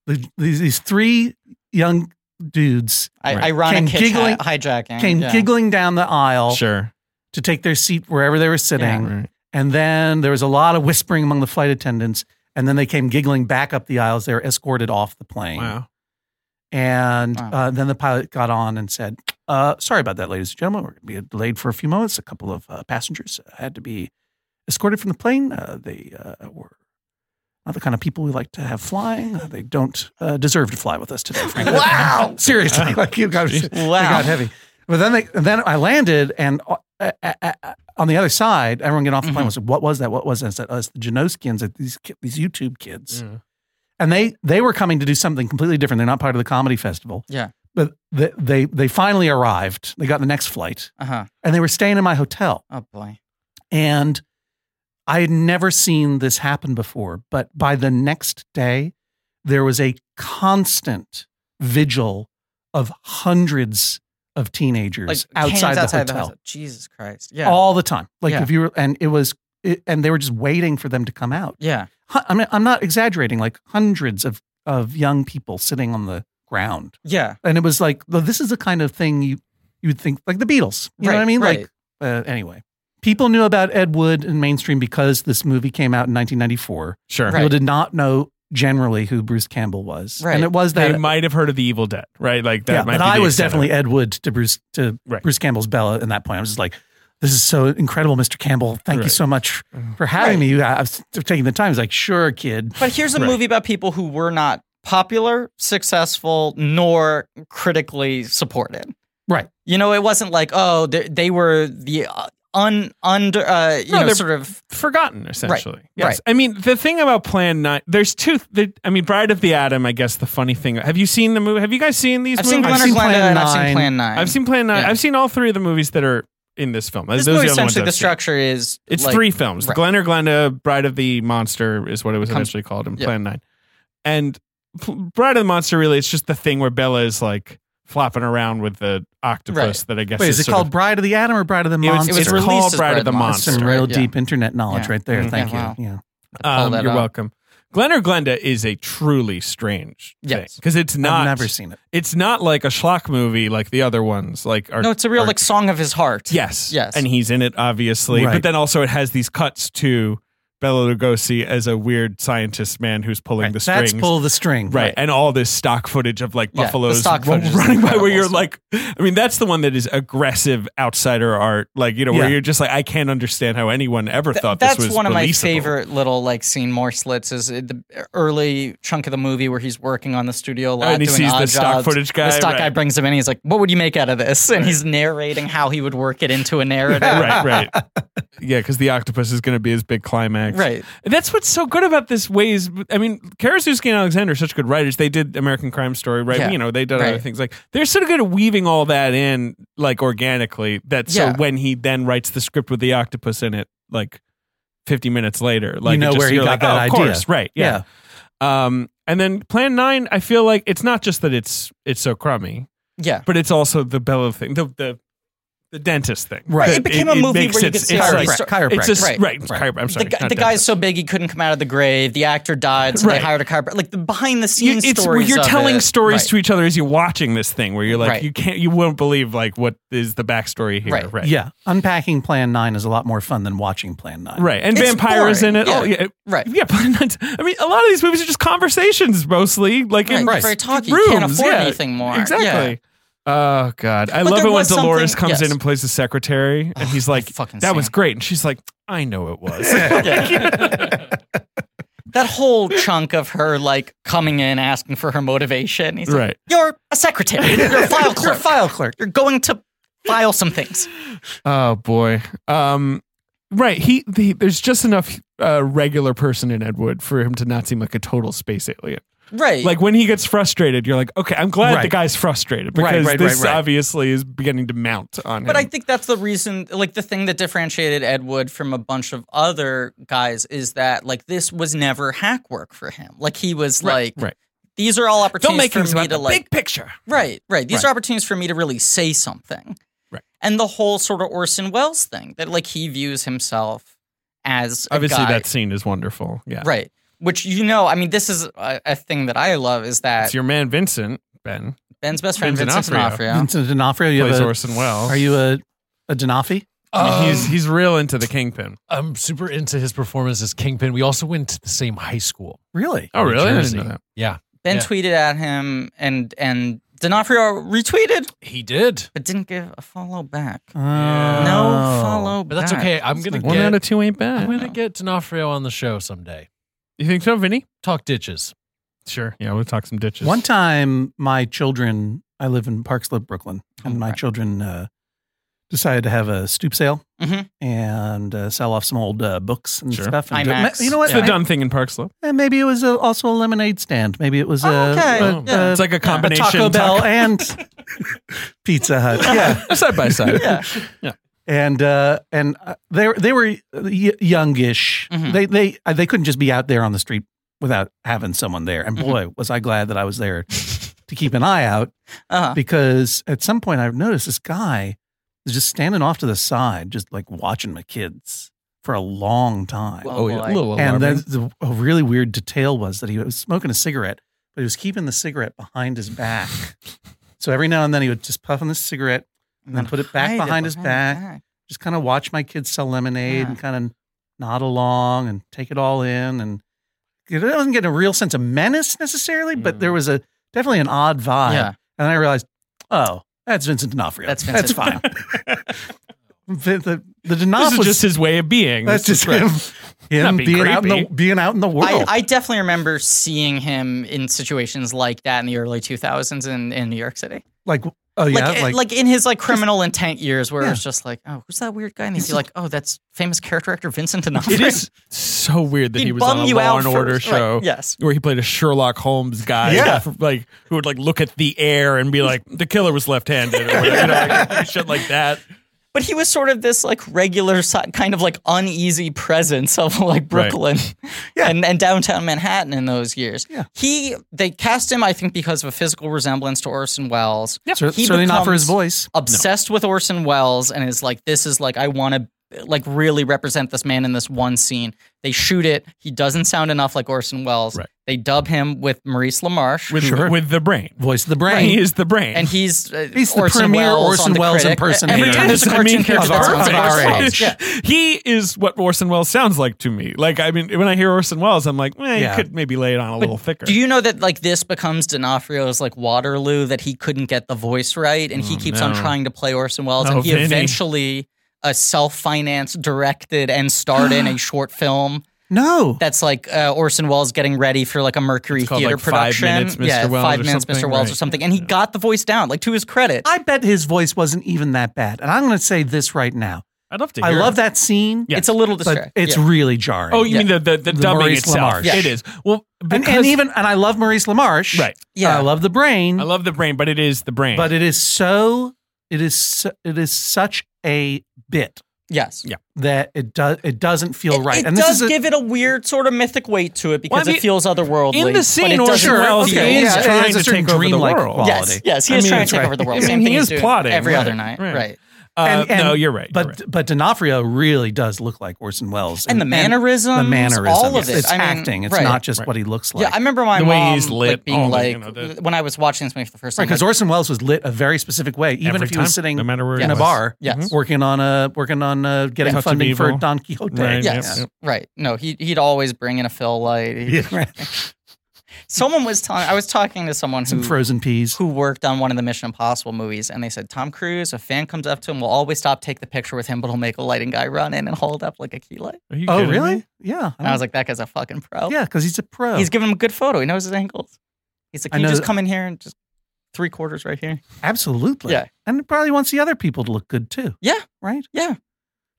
Speaker 4: the, these, these three young dudes
Speaker 2: I,
Speaker 3: Right.
Speaker 2: ironic
Speaker 4: Came
Speaker 2: hitch
Speaker 4: giggling-
Speaker 2: hi- hijacking.
Speaker 4: came
Speaker 2: yeah.
Speaker 4: giggling down the aisle
Speaker 3: sure.
Speaker 4: to take their seat wherever they were sitting,
Speaker 2: Yeah.
Speaker 3: Right.
Speaker 4: and then there was a lot of whispering among the flight attendants, and then they came giggling back up the aisles. They were escorted off the plane,
Speaker 3: Wow.
Speaker 4: and
Speaker 2: Wow.
Speaker 4: uh, then the pilot got on and said. Uh, sorry about that, ladies and gentlemen. We're going to be delayed for a few moments. A couple of uh, passengers had to be escorted from the plane. Uh, they uh, were not the kind of people we like to have flying. Uh, they don't uh, deserve to fly with us today. Frankly.
Speaker 2: Wow.
Speaker 4: seriously, like you got, it
Speaker 2: Wow.
Speaker 4: got heavy. But then they, then I landed, and uh, uh, uh, uh, on the other side, everyone getting off the plane was like, "What was that? What was that?" I said, "Oh, it's the Genoskians, it's these ki- these YouTube kids."
Speaker 3: Yeah.
Speaker 4: And they they were coming to do something completely different. They're not part of the comedy festival.
Speaker 2: Yeah.
Speaker 4: But they they, they finally arrived. They got the next flight,
Speaker 2: Uh huh.
Speaker 4: and they were staying in my hotel.
Speaker 2: Oh, boy.
Speaker 4: And I had never seen this happen before, but by the next day, there was a constant vigil of hundreds of teenagers outside,
Speaker 2: cans
Speaker 4: the
Speaker 2: outside
Speaker 4: hotel
Speaker 2: Jesus Christ. Yeah.
Speaker 4: all the time. Like
Speaker 2: Yeah.
Speaker 4: if you were, and it was, it, and they were just waiting for them to come out.
Speaker 2: yeah.
Speaker 4: Hu- I mean, I'm not exaggerating, like hundreds of, of young people sitting on the ground.
Speaker 2: Yeah.
Speaker 4: And it was like, well, this is the kind of thing you, you would think, like the Beatles. You know
Speaker 2: Right,
Speaker 4: what I mean?
Speaker 2: right.
Speaker 4: Like, uh, anyway, people knew about Ed Wood and mainstream because this movie came out in 1994.
Speaker 3: Sure.
Speaker 2: Right.
Speaker 4: People did not know generally who Bruce Campbell was,
Speaker 2: Right.
Speaker 4: and it was
Speaker 3: They
Speaker 4: that.
Speaker 3: might have heard of the Evil Dead, right? Like that.
Speaker 4: yeah,
Speaker 3: might
Speaker 4: but
Speaker 3: be
Speaker 4: I
Speaker 3: the
Speaker 4: was
Speaker 3: extent of
Speaker 4: definitely
Speaker 3: it.
Speaker 4: Ed Wood to Bruce to
Speaker 3: Right.
Speaker 4: Bruce Campbell's Bella. In that point, I was just like, "This is so incredible, Mr. Campbell. Thank you
Speaker 3: Right.
Speaker 4: so much for having
Speaker 2: Mm. Right.
Speaker 4: me. I was taking the time." He's like, "Sure, kid."
Speaker 2: But here's a
Speaker 3: Right.
Speaker 2: movie about people who were not popular, successful, nor critically supported.
Speaker 4: Right.
Speaker 2: You know, it wasn't like, oh, they, they were the uh, un under uh, you
Speaker 3: No,
Speaker 2: know
Speaker 3: they're-
Speaker 2: sort of
Speaker 3: forgotten essentially. Yes.
Speaker 2: right.
Speaker 3: I mean, the thing about Plan 9, there's two there, I mean, Bride of the Atom, I guess the funny thing. Have you seen the movie? Have you guys seen these
Speaker 2: I've
Speaker 3: movies?
Speaker 2: seen
Speaker 4: I've
Speaker 2: Glenn or
Speaker 4: seen
Speaker 2: Glenda
Speaker 4: Plan
Speaker 2: and I've seen
Speaker 4: Nine.
Speaker 2: Plan 9.
Speaker 3: I've seen Plan 9.
Speaker 2: Yeah.
Speaker 3: I've seen all three of the movies that are in this film.
Speaker 2: this
Speaker 3: Those are
Speaker 2: movie
Speaker 3: the only ones
Speaker 2: essentially
Speaker 3: I've
Speaker 2: the
Speaker 3: seen.
Speaker 2: structure is
Speaker 3: It's
Speaker 2: like-
Speaker 3: three films.
Speaker 2: right.
Speaker 3: Glenn or Glenda, Bride of the Monster is what it was
Speaker 2: Comes-
Speaker 3: eventually called in
Speaker 2: yeah.
Speaker 3: Plan 9. And P- Bride of the Monster really it's just the thing where Bella is like flopping around with the octopus that I guess
Speaker 4: Wait, is it
Speaker 3: sort
Speaker 4: called
Speaker 3: of-
Speaker 4: Bride of the Atom or Bride of the
Speaker 3: It was-
Speaker 4: Monster?
Speaker 2: It was
Speaker 3: It's
Speaker 2: released
Speaker 3: called
Speaker 2: as
Speaker 3: Bride of the
Speaker 4: That's
Speaker 2: Monster.
Speaker 4: some real
Speaker 2: Yeah.
Speaker 4: deep internet knowledge
Speaker 2: Yeah.
Speaker 4: right there.
Speaker 3: Mhm.
Speaker 4: Thank
Speaker 2: Yeah, wow.
Speaker 4: you. Yeah.
Speaker 2: I pulled
Speaker 3: Um,
Speaker 2: that
Speaker 3: you're
Speaker 2: up.
Speaker 3: welcome. Glenn or Glenda is a truly strange
Speaker 2: Yes.
Speaker 3: because it's not
Speaker 4: I've never seen it.
Speaker 3: it's not like a schlock movie like the other ones like are
Speaker 2: No, it's a real
Speaker 3: are-
Speaker 2: like song of his heart.
Speaker 3: yes
Speaker 2: Yes.
Speaker 3: and he's in it obviously
Speaker 4: Right.
Speaker 3: but then also it has these cuts to Bela Lugosi as a weird scientist man who's pulling the strings.
Speaker 4: That's pull the string.
Speaker 3: Right. And all this stock footage of like
Speaker 2: Yeah, the
Speaker 3: buffaloes
Speaker 2: stock
Speaker 3: run-
Speaker 2: footage is
Speaker 3: running by where
Speaker 2: incredible.
Speaker 3: you're like, I mean, that's the one that is aggressive outsider art. Like, you know, where
Speaker 4: Yeah.
Speaker 3: you're just like, I can't understand how anyone ever
Speaker 2: Th-
Speaker 3: thought
Speaker 2: that's
Speaker 3: this was
Speaker 2: one of my
Speaker 3: releasable.
Speaker 2: favorite little like scene morslets is uh, the early chunk of the movie where he's working on the studio lot
Speaker 3: Oh, and he
Speaker 2: doing
Speaker 3: sees
Speaker 2: odd
Speaker 3: the stock
Speaker 2: jobs.
Speaker 3: footage guy,
Speaker 2: The stock guy
Speaker 3: right.
Speaker 2: brings him in. He's like, "What would you make out of this?" And he's narrating how he would work it into a narrative.
Speaker 3: right, right. Yeah, because the octopus is going to be his big climax.
Speaker 2: Right.
Speaker 3: And That's what's so good about this ways. I mean, Karaszewski and Alexander are such good writers. They did American Crime Story, right?
Speaker 2: Yeah.
Speaker 3: You know, they did other
Speaker 2: Right.
Speaker 3: things like they're so good at weaving all that in, like organically. That so
Speaker 2: Yeah.
Speaker 3: when he then writes the script with the octopus in it, like fifty minutes later, like it
Speaker 4: know
Speaker 3: just-
Speaker 4: where he
Speaker 3: you're
Speaker 4: got
Speaker 3: like,
Speaker 4: that
Speaker 3: oh,
Speaker 4: idea."
Speaker 3: Of course, right?
Speaker 4: Yeah.
Speaker 3: yeah. Um, and then Plan Nine, I feel like it's not just that it's it's so crummy,
Speaker 2: Yeah.
Speaker 3: but it's also the Bella thing, the the, the dentist thing.
Speaker 4: Right.
Speaker 3: That
Speaker 2: It became a movie
Speaker 3: makes
Speaker 2: where you
Speaker 3: its-
Speaker 2: could see
Speaker 3: it's
Speaker 2: how
Speaker 3: like-
Speaker 2: he
Speaker 4: start-
Speaker 3: It's just
Speaker 2: Right.
Speaker 3: right. chiropr- I'm sorry.
Speaker 2: the, guy,
Speaker 3: not
Speaker 2: the guy's
Speaker 3: dentist.
Speaker 2: so big he couldn't come out of the grave. The actor died, so
Speaker 3: Right.
Speaker 2: they hired a chiropractor. Like the behind the
Speaker 3: You-
Speaker 2: scenes
Speaker 3: it's where
Speaker 2: stories.
Speaker 3: you're
Speaker 2: of
Speaker 3: telling
Speaker 2: it.
Speaker 3: stories
Speaker 2: Right.
Speaker 3: to each other as you're watching this thing, where you're like,
Speaker 2: Right.
Speaker 3: you can't, you won't believe like what is the backstory here,
Speaker 2: Right.
Speaker 3: right?
Speaker 4: Yeah. Unpacking Plan 9 is a lot more fun than watching Plan 9.
Speaker 3: Right, and
Speaker 2: It's
Speaker 3: vampire is in
Speaker 2: boring,
Speaker 3: it. Oh,
Speaker 2: yeah.
Speaker 3: yeah,
Speaker 2: Right.
Speaker 3: yeah. Plan 9's I mean, a lot of these movies are just conversations mostly, like in
Speaker 2: Right, it's very talky. You
Speaker 3: rooms.
Speaker 2: can't afford
Speaker 3: yeah,
Speaker 2: anything more. Yeah.
Speaker 3: Exactly. Oh God, I
Speaker 2: But
Speaker 3: love
Speaker 2: there
Speaker 3: it when
Speaker 2: was something-
Speaker 3: Dolores comes in
Speaker 2: yes.
Speaker 3: and plays the secretary, and he's like,
Speaker 2: fucking
Speaker 3: "That was
Speaker 2: Sam."
Speaker 3: great," and she's like, "I know it was."
Speaker 2: That whole chunk of her like coming in asking for her motivation. He's like,
Speaker 3: right.
Speaker 2: You're a secretary. You're a file
Speaker 4: You're a
Speaker 2: clerk.
Speaker 4: file clerk.
Speaker 2: You're going to file some things.
Speaker 3: Oh boy. Um, right. He, the there's just enough uh, regular person in Ed Wood for him to not seem like a total space alien.
Speaker 2: Right.
Speaker 3: Like when he gets frustrated, you're like, okay, I'm glad the
Speaker 4: Right.
Speaker 3: guy's frustrated
Speaker 4: Right,
Speaker 3: because
Speaker 4: right,
Speaker 3: this
Speaker 4: right, right.
Speaker 3: obviously is beginning to mount on
Speaker 2: but I
Speaker 3: him.
Speaker 2: think that's the reason, like the thing that differentiated Ed Wood from a bunch of other guys is that like this was never hack work for him. Like he was like,
Speaker 3: right.
Speaker 2: these are all opportunities for me to like,
Speaker 3: picture.
Speaker 2: right, right. These
Speaker 3: Right.
Speaker 2: are opportunities for me to really say something.
Speaker 3: Right.
Speaker 2: And the whole sort of Orson Welles thing that like he views himself as a
Speaker 3: Obviously,
Speaker 2: guy-
Speaker 3: that scene is wonderful. Yeah,
Speaker 2: right. Which you know, I mean, this is a, a thing that I love is that
Speaker 3: It's your man Vincent Ben
Speaker 2: Ben's best friend
Speaker 3: Vincent
Speaker 2: Vincent
Speaker 3: D'Onofrio.
Speaker 2: D'Onofrio.
Speaker 4: Vincent D'Onofrio, you
Speaker 3: plays
Speaker 4: have a,
Speaker 3: Orson Welles.
Speaker 4: Are you a, a D'Onofio?
Speaker 3: I mean, he's
Speaker 5: Um,
Speaker 3: he's real into the kingpin.
Speaker 5: I'm super into his performance as Kingpin. We also went to the same high school.
Speaker 4: Really?
Speaker 3: Oh,
Speaker 5: in
Speaker 3: really? I didn't
Speaker 5: Jersey.
Speaker 3: know that.
Speaker 5: Yeah,
Speaker 2: Ben
Speaker 5: Yeah.
Speaker 2: tweeted at him, and and D'Onofrio retweeted,
Speaker 5: he did.
Speaker 2: but didn't give a follow back.
Speaker 4: Uh,
Speaker 2: No follow
Speaker 5: But that's
Speaker 2: back.
Speaker 5: okay. I'm
Speaker 4: It's
Speaker 5: gonna
Speaker 4: like
Speaker 3: One
Speaker 5: get.
Speaker 3: out of two ain't bad.
Speaker 5: I'm gonna get D'Onofrio on the show someday.
Speaker 3: You think so, Vinny?
Speaker 5: Talk ditches.
Speaker 3: Sure. Yeah, we'll talk some ditches.
Speaker 4: One time, my children, I live in Park Slope, Brooklyn, and my
Speaker 2: Alright.
Speaker 4: children uh, decided to have a stoop sale
Speaker 2: Mhm.
Speaker 4: and uh, sell off some old uh, books and
Speaker 3: Sure.
Speaker 4: stuff. And
Speaker 2: IMAX.
Speaker 4: You know what?
Speaker 3: It's the
Speaker 2: Yeah.
Speaker 3: done thing in Park Slope.
Speaker 4: And maybe it was a, also a lemonade stand. Maybe it was
Speaker 2: Oh,
Speaker 4: a,
Speaker 2: okay.
Speaker 4: a-
Speaker 2: Oh, yeah.
Speaker 4: a-
Speaker 3: It's like a
Speaker 4: a
Speaker 3: combination.
Speaker 4: Taco Bell and Pizza Hut. Yeah.
Speaker 3: side by side.
Speaker 2: Yeah.
Speaker 4: and uh, and uh, they were- they were y- youngish.
Speaker 2: Mhm.
Speaker 4: They they uh, they couldn't just be out there on the street without having someone there. And boy, was I glad that I was there to keep an eye out
Speaker 2: Uh-huh.
Speaker 4: because at some point I've noticed this guy is just standing off to the side, just like watching my kids for a long time.
Speaker 2: Well,
Speaker 3: Oh, yeah, a little
Speaker 4: and
Speaker 3: alarming.
Speaker 4: then the, a really weird detail was that he was smoking a cigarette, but he was keeping the cigarette behind his back. so every now and then he would just puff on the cigarette, and then put it back
Speaker 2: hide
Speaker 4: behind his back.
Speaker 2: back.
Speaker 4: just kind of watch my kids sell lemonade
Speaker 2: Yeah.
Speaker 4: and kind of nod along and take it all in. And it wasn't getting a real sense of menace necessarily, but
Speaker 3: Mm.
Speaker 4: there was a definitely an odd vibe.
Speaker 2: Yeah.
Speaker 4: And I realized, oh, that's Vincent D'Onofrio.
Speaker 2: That's Vincent.
Speaker 4: That's fine. the, the, the
Speaker 3: this
Speaker 4: D'Onofrio
Speaker 3: is just his way of being.
Speaker 4: that's
Speaker 3: This is
Speaker 4: just
Speaker 3: right.
Speaker 4: him, him
Speaker 3: Not being
Speaker 4: being, out in the
Speaker 3: creepy.
Speaker 4: being out in the world.
Speaker 2: I, I definitely remember seeing him in situations like that in the early 2000s in, in New York City.
Speaker 4: like oh yeah,
Speaker 2: like, eh,
Speaker 4: like,
Speaker 2: like, in his like criminal intent years where it was
Speaker 4: Yeah.
Speaker 2: just like, oh, who's that weird guy? And you'd be like, oh, that's famous character actor Vincent D'Onofrio.
Speaker 3: It is so weird that
Speaker 2: He'd
Speaker 3: he was
Speaker 2: bum
Speaker 3: on a
Speaker 2: you
Speaker 3: Law
Speaker 2: out
Speaker 3: and Order
Speaker 2: first. Right,
Speaker 3: show.
Speaker 2: yes.
Speaker 3: Where he played a Sherlock Holmes guy,
Speaker 4: Yeah.
Speaker 3: who- like who would like look at the air and be like, "The killer was left-handed," or whatever, you know, like, shit like that.
Speaker 2: but he was sort of this like regular si- kind of like uneasy presence of like
Speaker 3: Right.
Speaker 2: Brooklyn and, and downtown Manhattan in those years.
Speaker 4: Yeah.
Speaker 2: He they cast him I think because of a physical resemblance to Orson Welles.
Speaker 4: Cer- certainly not for his
Speaker 2: becomes
Speaker 4: voice.
Speaker 2: Obsessed with Orson Welles and is like this is like I want to like really represent this man in this one scene. They shoot it. He doesn't sound enough like Orson Welles.
Speaker 3: Right.
Speaker 2: They dub him with Maurice LaMarche,
Speaker 3: with,
Speaker 4: Sure.
Speaker 3: with the brain.
Speaker 4: Voice of the brain.
Speaker 3: He is the brain.
Speaker 2: and he's uh,
Speaker 4: He's the
Speaker 2: Orson
Speaker 4: premier
Speaker 2: Welles
Speaker 4: Orson
Speaker 2: on the
Speaker 4: Welles
Speaker 2: critic.
Speaker 4: impersonator.
Speaker 2: Every time
Speaker 4: Yeah.
Speaker 2: there's a
Speaker 4: Yes, I
Speaker 2: cartoon
Speaker 4: mean,
Speaker 2: character that's
Speaker 4: our-
Speaker 2: on
Speaker 4: of our
Speaker 2: Orson Welles.
Speaker 4: age.
Speaker 2: Yeah.
Speaker 3: He is what Orson Welles sounds like to me. Like, I mean, when I hear Orson Welles, I'm like, eh,
Speaker 4: Yeah.
Speaker 3: you could maybe lay it on a little thicker.
Speaker 2: Do you know that like this becomes D'Onofrio's like Waterloo that he couldn't get the voice right and he
Speaker 3: Oh,
Speaker 2: keeps on
Speaker 3: no.
Speaker 2: trying to play Orson Welles
Speaker 3: Oh,
Speaker 2: and he
Speaker 3: Vinny.
Speaker 2: eventually uh, self-financed, directed, and starred in a short film
Speaker 4: No.
Speaker 2: that's like uh, Orson Welles getting ready for like a Mercury
Speaker 3: It's called,
Speaker 2: Theater
Speaker 3: like, Five
Speaker 2: production.
Speaker 3: Minutes, Mr.
Speaker 2: Yeah,
Speaker 3: Welles
Speaker 2: five
Speaker 3: or
Speaker 2: minutes, Mr.
Speaker 3: something,
Speaker 2: Wells or
Speaker 3: right.
Speaker 2: something, and he got the voice down. Like to his credit,
Speaker 4: I bet his voice wasn't even that bad. And I'm going to say this right now.
Speaker 3: I'd love to
Speaker 4: I
Speaker 3: hear
Speaker 4: love
Speaker 3: it.
Speaker 4: that scene,
Speaker 3: Yeah.
Speaker 2: it's a little
Speaker 4: but
Speaker 2: distracting.
Speaker 4: it's
Speaker 2: yeah.
Speaker 4: really jarring.
Speaker 3: Oh, you
Speaker 2: Yeah.
Speaker 3: mean the, the, the,
Speaker 4: The
Speaker 3: dubbing
Speaker 4: Maurice
Speaker 3: itself?
Speaker 4: LaMarche.
Speaker 3: It is. Well,
Speaker 4: and,
Speaker 3: because-
Speaker 4: and even and I love Maurice LaMarche.
Speaker 3: Right.
Speaker 2: yeah.
Speaker 4: I love the brain,
Speaker 3: I love the brain, but it is the brain.
Speaker 4: but it is so it is su- it is such a bit
Speaker 2: yes.
Speaker 3: Yeah.
Speaker 4: that it does it doesn't feel
Speaker 2: It-
Speaker 4: right.
Speaker 2: It,
Speaker 4: and this
Speaker 2: does
Speaker 4: is a,
Speaker 2: give it a weird sort of mythic weight to it because
Speaker 3: mean,
Speaker 2: it feels otherworldly.
Speaker 3: in the scene,
Speaker 2: but it doesn't
Speaker 3: Orson
Speaker 2: feel-
Speaker 3: Welles
Speaker 2: yeah,
Speaker 3: is
Speaker 2: yeah.
Speaker 4: it
Speaker 3: trying
Speaker 4: has a
Speaker 3: to
Speaker 4: certain
Speaker 3: take over the
Speaker 4: dreamlike
Speaker 3: world.
Speaker 4: quality.
Speaker 2: Yes, yes, he
Speaker 3: I
Speaker 2: is
Speaker 3: mean,
Speaker 2: trying
Speaker 3: that's
Speaker 2: to take
Speaker 4: right.
Speaker 2: over the world.
Speaker 3: I mean,
Speaker 2: Same thing
Speaker 3: he
Speaker 2: he's
Speaker 3: is
Speaker 2: doing
Speaker 3: plotting,
Speaker 2: every
Speaker 3: right,
Speaker 2: other night,
Speaker 3: right.
Speaker 2: right?
Speaker 3: Uh,
Speaker 4: And- and-
Speaker 3: no, you're right.
Speaker 4: But
Speaker 3: you're right.
Speaker 4: but D'Onofrio really does look like Orson Welles,
Speaker 2: And the mannerisms,
Speaker 4: the mannerisms,
Speaker 2: all of it.
Speaker 4: It's
Speaker 2: I mean,
Speaker 4: acting. It's
Speaker 2: right.
Speaker 4: not just
Speaker 3: Right.
Speaker 4: what he looks like.
Speaker 2: Yeah, I remember my
Speaker 3: The way
Speaker 2: mom
Speaker 3: he's lit,
Speaker 2: like, being
Speaker 3: all the,
Speaker 2: like
Speaker 3: you know, the-
Speaker 2: when I was watching this movie for the first time.
Speaker 4: because
Speaker 2: like,
Speaker 4: Orson Welles was lit a very specific way, even
Speaker 3: Every
Speaker 4: if he was
Speaker 3: time,
Speaker 4: sitting
Speaker 3: no matter where he
Speaker 4: in a
Speaker 3: was.
Speaker 4: bar,
Speaker 2: Yes.
Speaker 3: Mhm.
Speaker 4: working on a working on uh getting
Speaker 3: Touch of
Speaker 4: funding for
Speaker 3: Evil.
Speaker 4: Don Quixote.
Speaker 3: Right,
Speaker 4: Yeah.
Speaker 2: yes,
Speaker 3: Yep,
Speaker 2: right. No, he he'd always bring in a Phil light. He- Someone was telling I was talking to someone
Speaker 4: Some
Speaker 2: who
Speaker 4: frozen peas.
Speaker 2: who worked on one of the Mission Impossible movies, and they said Tom Cruise. A fan comes up to him, will always stop, take the picture with him, but he'll make a lighting guy run in and hold up like a key light.
Speaker 3: Are you
Speaker 4: Oh,
Speaker 3: kidding
Speaker 4: really?
Speaker 3: me?
Speaker 4: Yeah.
Speaker 2: And I
Speaker 3: Oh.
Speaker 2: was like, that guy's a fucking pro.
Speaker 4: yeah, because he's a pro.
Speaker 2: he's giving him a good photo. He knows his angles. He's like,
Speaker 4: Oh. I
Speaker 2: can you
Speaker 4: know
Speaker 2: just
Speaker 4: that-
Speaker 2: come in here and just three quarters right here?
Speaker 4: Absolutely.
Speaker 2: Yeah.
Speaker 4: And it probably wants the other people to look good too.
Speaker 2: Yeah.
Speaker 4: Right?
Speaker 2: Yeah.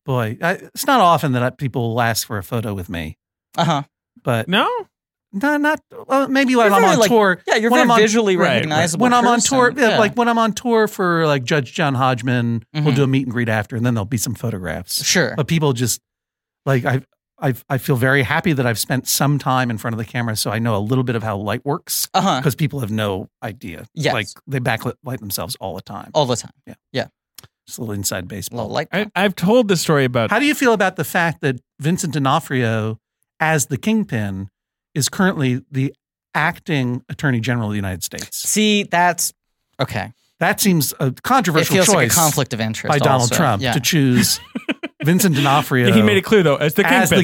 Speaker 4: Boy, I, it's not often that I, people will ask for a photo with me,
Speaker 2: Uh huh.
Speaker 4: but
Speaker 3: No.
Speaker 4: no, not well, maybe when
Speaker 2: You're
Speaker 4: I'm
Speaker 2: very,
Speaker 4: on
Speaker 2: like-
Speaker 4: tour.
Speaker 2: Yeah, you're
Speaker 4: When
Speaker 2: very
Speaker 4: I'm on-
Speaker 2: visually
Speaker 3: right, right.
Speaker 2: recognizable.
Speaker 4: When I'm on
Speaker 2: person.
Speaker 4: tour, yeah,
Speaker 2: Yeah.
Speaker 4: like when I'm on tour for like Judge John Hodgman, we'll
Speaker 2: Mhm.
Speaker 4: do a meet and greet after, and then there'll be some photographs.
Speaker 2: sure.
Speaker 4: But people just like I, I, I feel very happy that I've spent some time in front of the camera, so I know a little bit of how light works
Speaker 2: Uh huh.
Speaker 4: because people have no idea.
Speaker 2: Yes.
Speaker 4: like they backlit light themselves all the time.
Speaker 2: All the time.
Speaker 4: It's a little inside
Speaker 2: A little
Speaker 4: baseball.
Speaker 2: light.
Speaker 3: I, I've told this story about
Speaker 4: How do you feel about the fact that Vincent D'Onofrio, as the kingpin, is currently the acting Attorney General of the United States?
Speaker 2: See, that's okay.
Speaker 4: That seems a
Speaker 2: It
Speaker 4: controversial
Speaker 2: feels
Speaker 4: choice
Speaker 2: like a conflict of interest
Speaker 4: by Donald
Speaker 2: also.
Speaker 4: Trump
Speaker 2: Yeah.
Speaker 4: to choose Vincent D'Onofrio
Speaker 3: he made it clear though as the kingpin.
Speaker 4: As the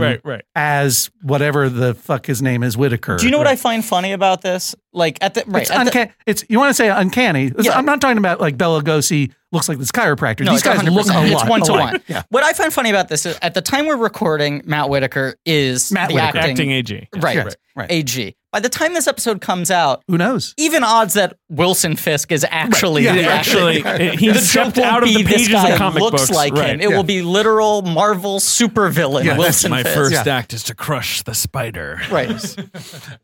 Speaker 3: Right, right, right.
Speaker 4: as whatever the fuck his name is, Whitaker.
Speaker 2: Do you know what I find funny about this? Like at the right,
Speaker 4: It's,
Speaker 2: at the-
Speaker 4: unca- it's you want to say uncanny. It's-
Speaker 2: Yeah.
Speaker 4: I'm not talking about like Bela Lugosi looks like this chiropractor.
Speaker 2: No,
Speaker 4: These
Speaker 2: it's
Speaker 4: guys look
Speaker 2: 100%.
Speaker 4: a
Speaker 2: It's
Speaker 4: lot
Speaker 2: one to
Speaker 4: alike.
Speaker 2: one.
Speaker 4: Yeah.
Speaker 2: what I find funny about this is at the time we're recording, Matt Whitaker is
Speaker 4: Matt
Speaker 2: the
Speaker 4: Whitaker.
Speaker 2: acting,
Speaker 3: Acting AG. Yeah.
Speaker 2: right,
Speaker 4: Yes, right.
Speaker 2: AG. By the time this episode comes out,
Speaker 4: Who knows?
Speaker 2: even odds that Wilson Fisk is actually
Speaker 4: Yeah,
Speaker 2: the
Speaker 3: It
Speaker 2: acting
Speaker 3: Actually, it- he
Speaker 2: the joke
Speaker 3: stepped
Speaker 2: won't
Speaker 3: out of
Speaker 2: be
Speaker 3: the
Speaker 2: this
Speaker 3: pages
Speaker 2: guy
Speaker 3: of comic
Speaker 2: looks
Speaker 3: books.
Speaker 2: like
Speaker 3: right.
Speaker 2: him. It
Speaker 4: yeah.
Speaker 2: will be literal Marvel supervillain
Speaker 4: Yeah,
Speaker 2: Wilson
Speaker 3: My
Speaker 2: Fisk.
Speaker 3: first
Speaker 4: Yeah.
Speaker 3: act is to crush the spider.
Speaker 2: Right.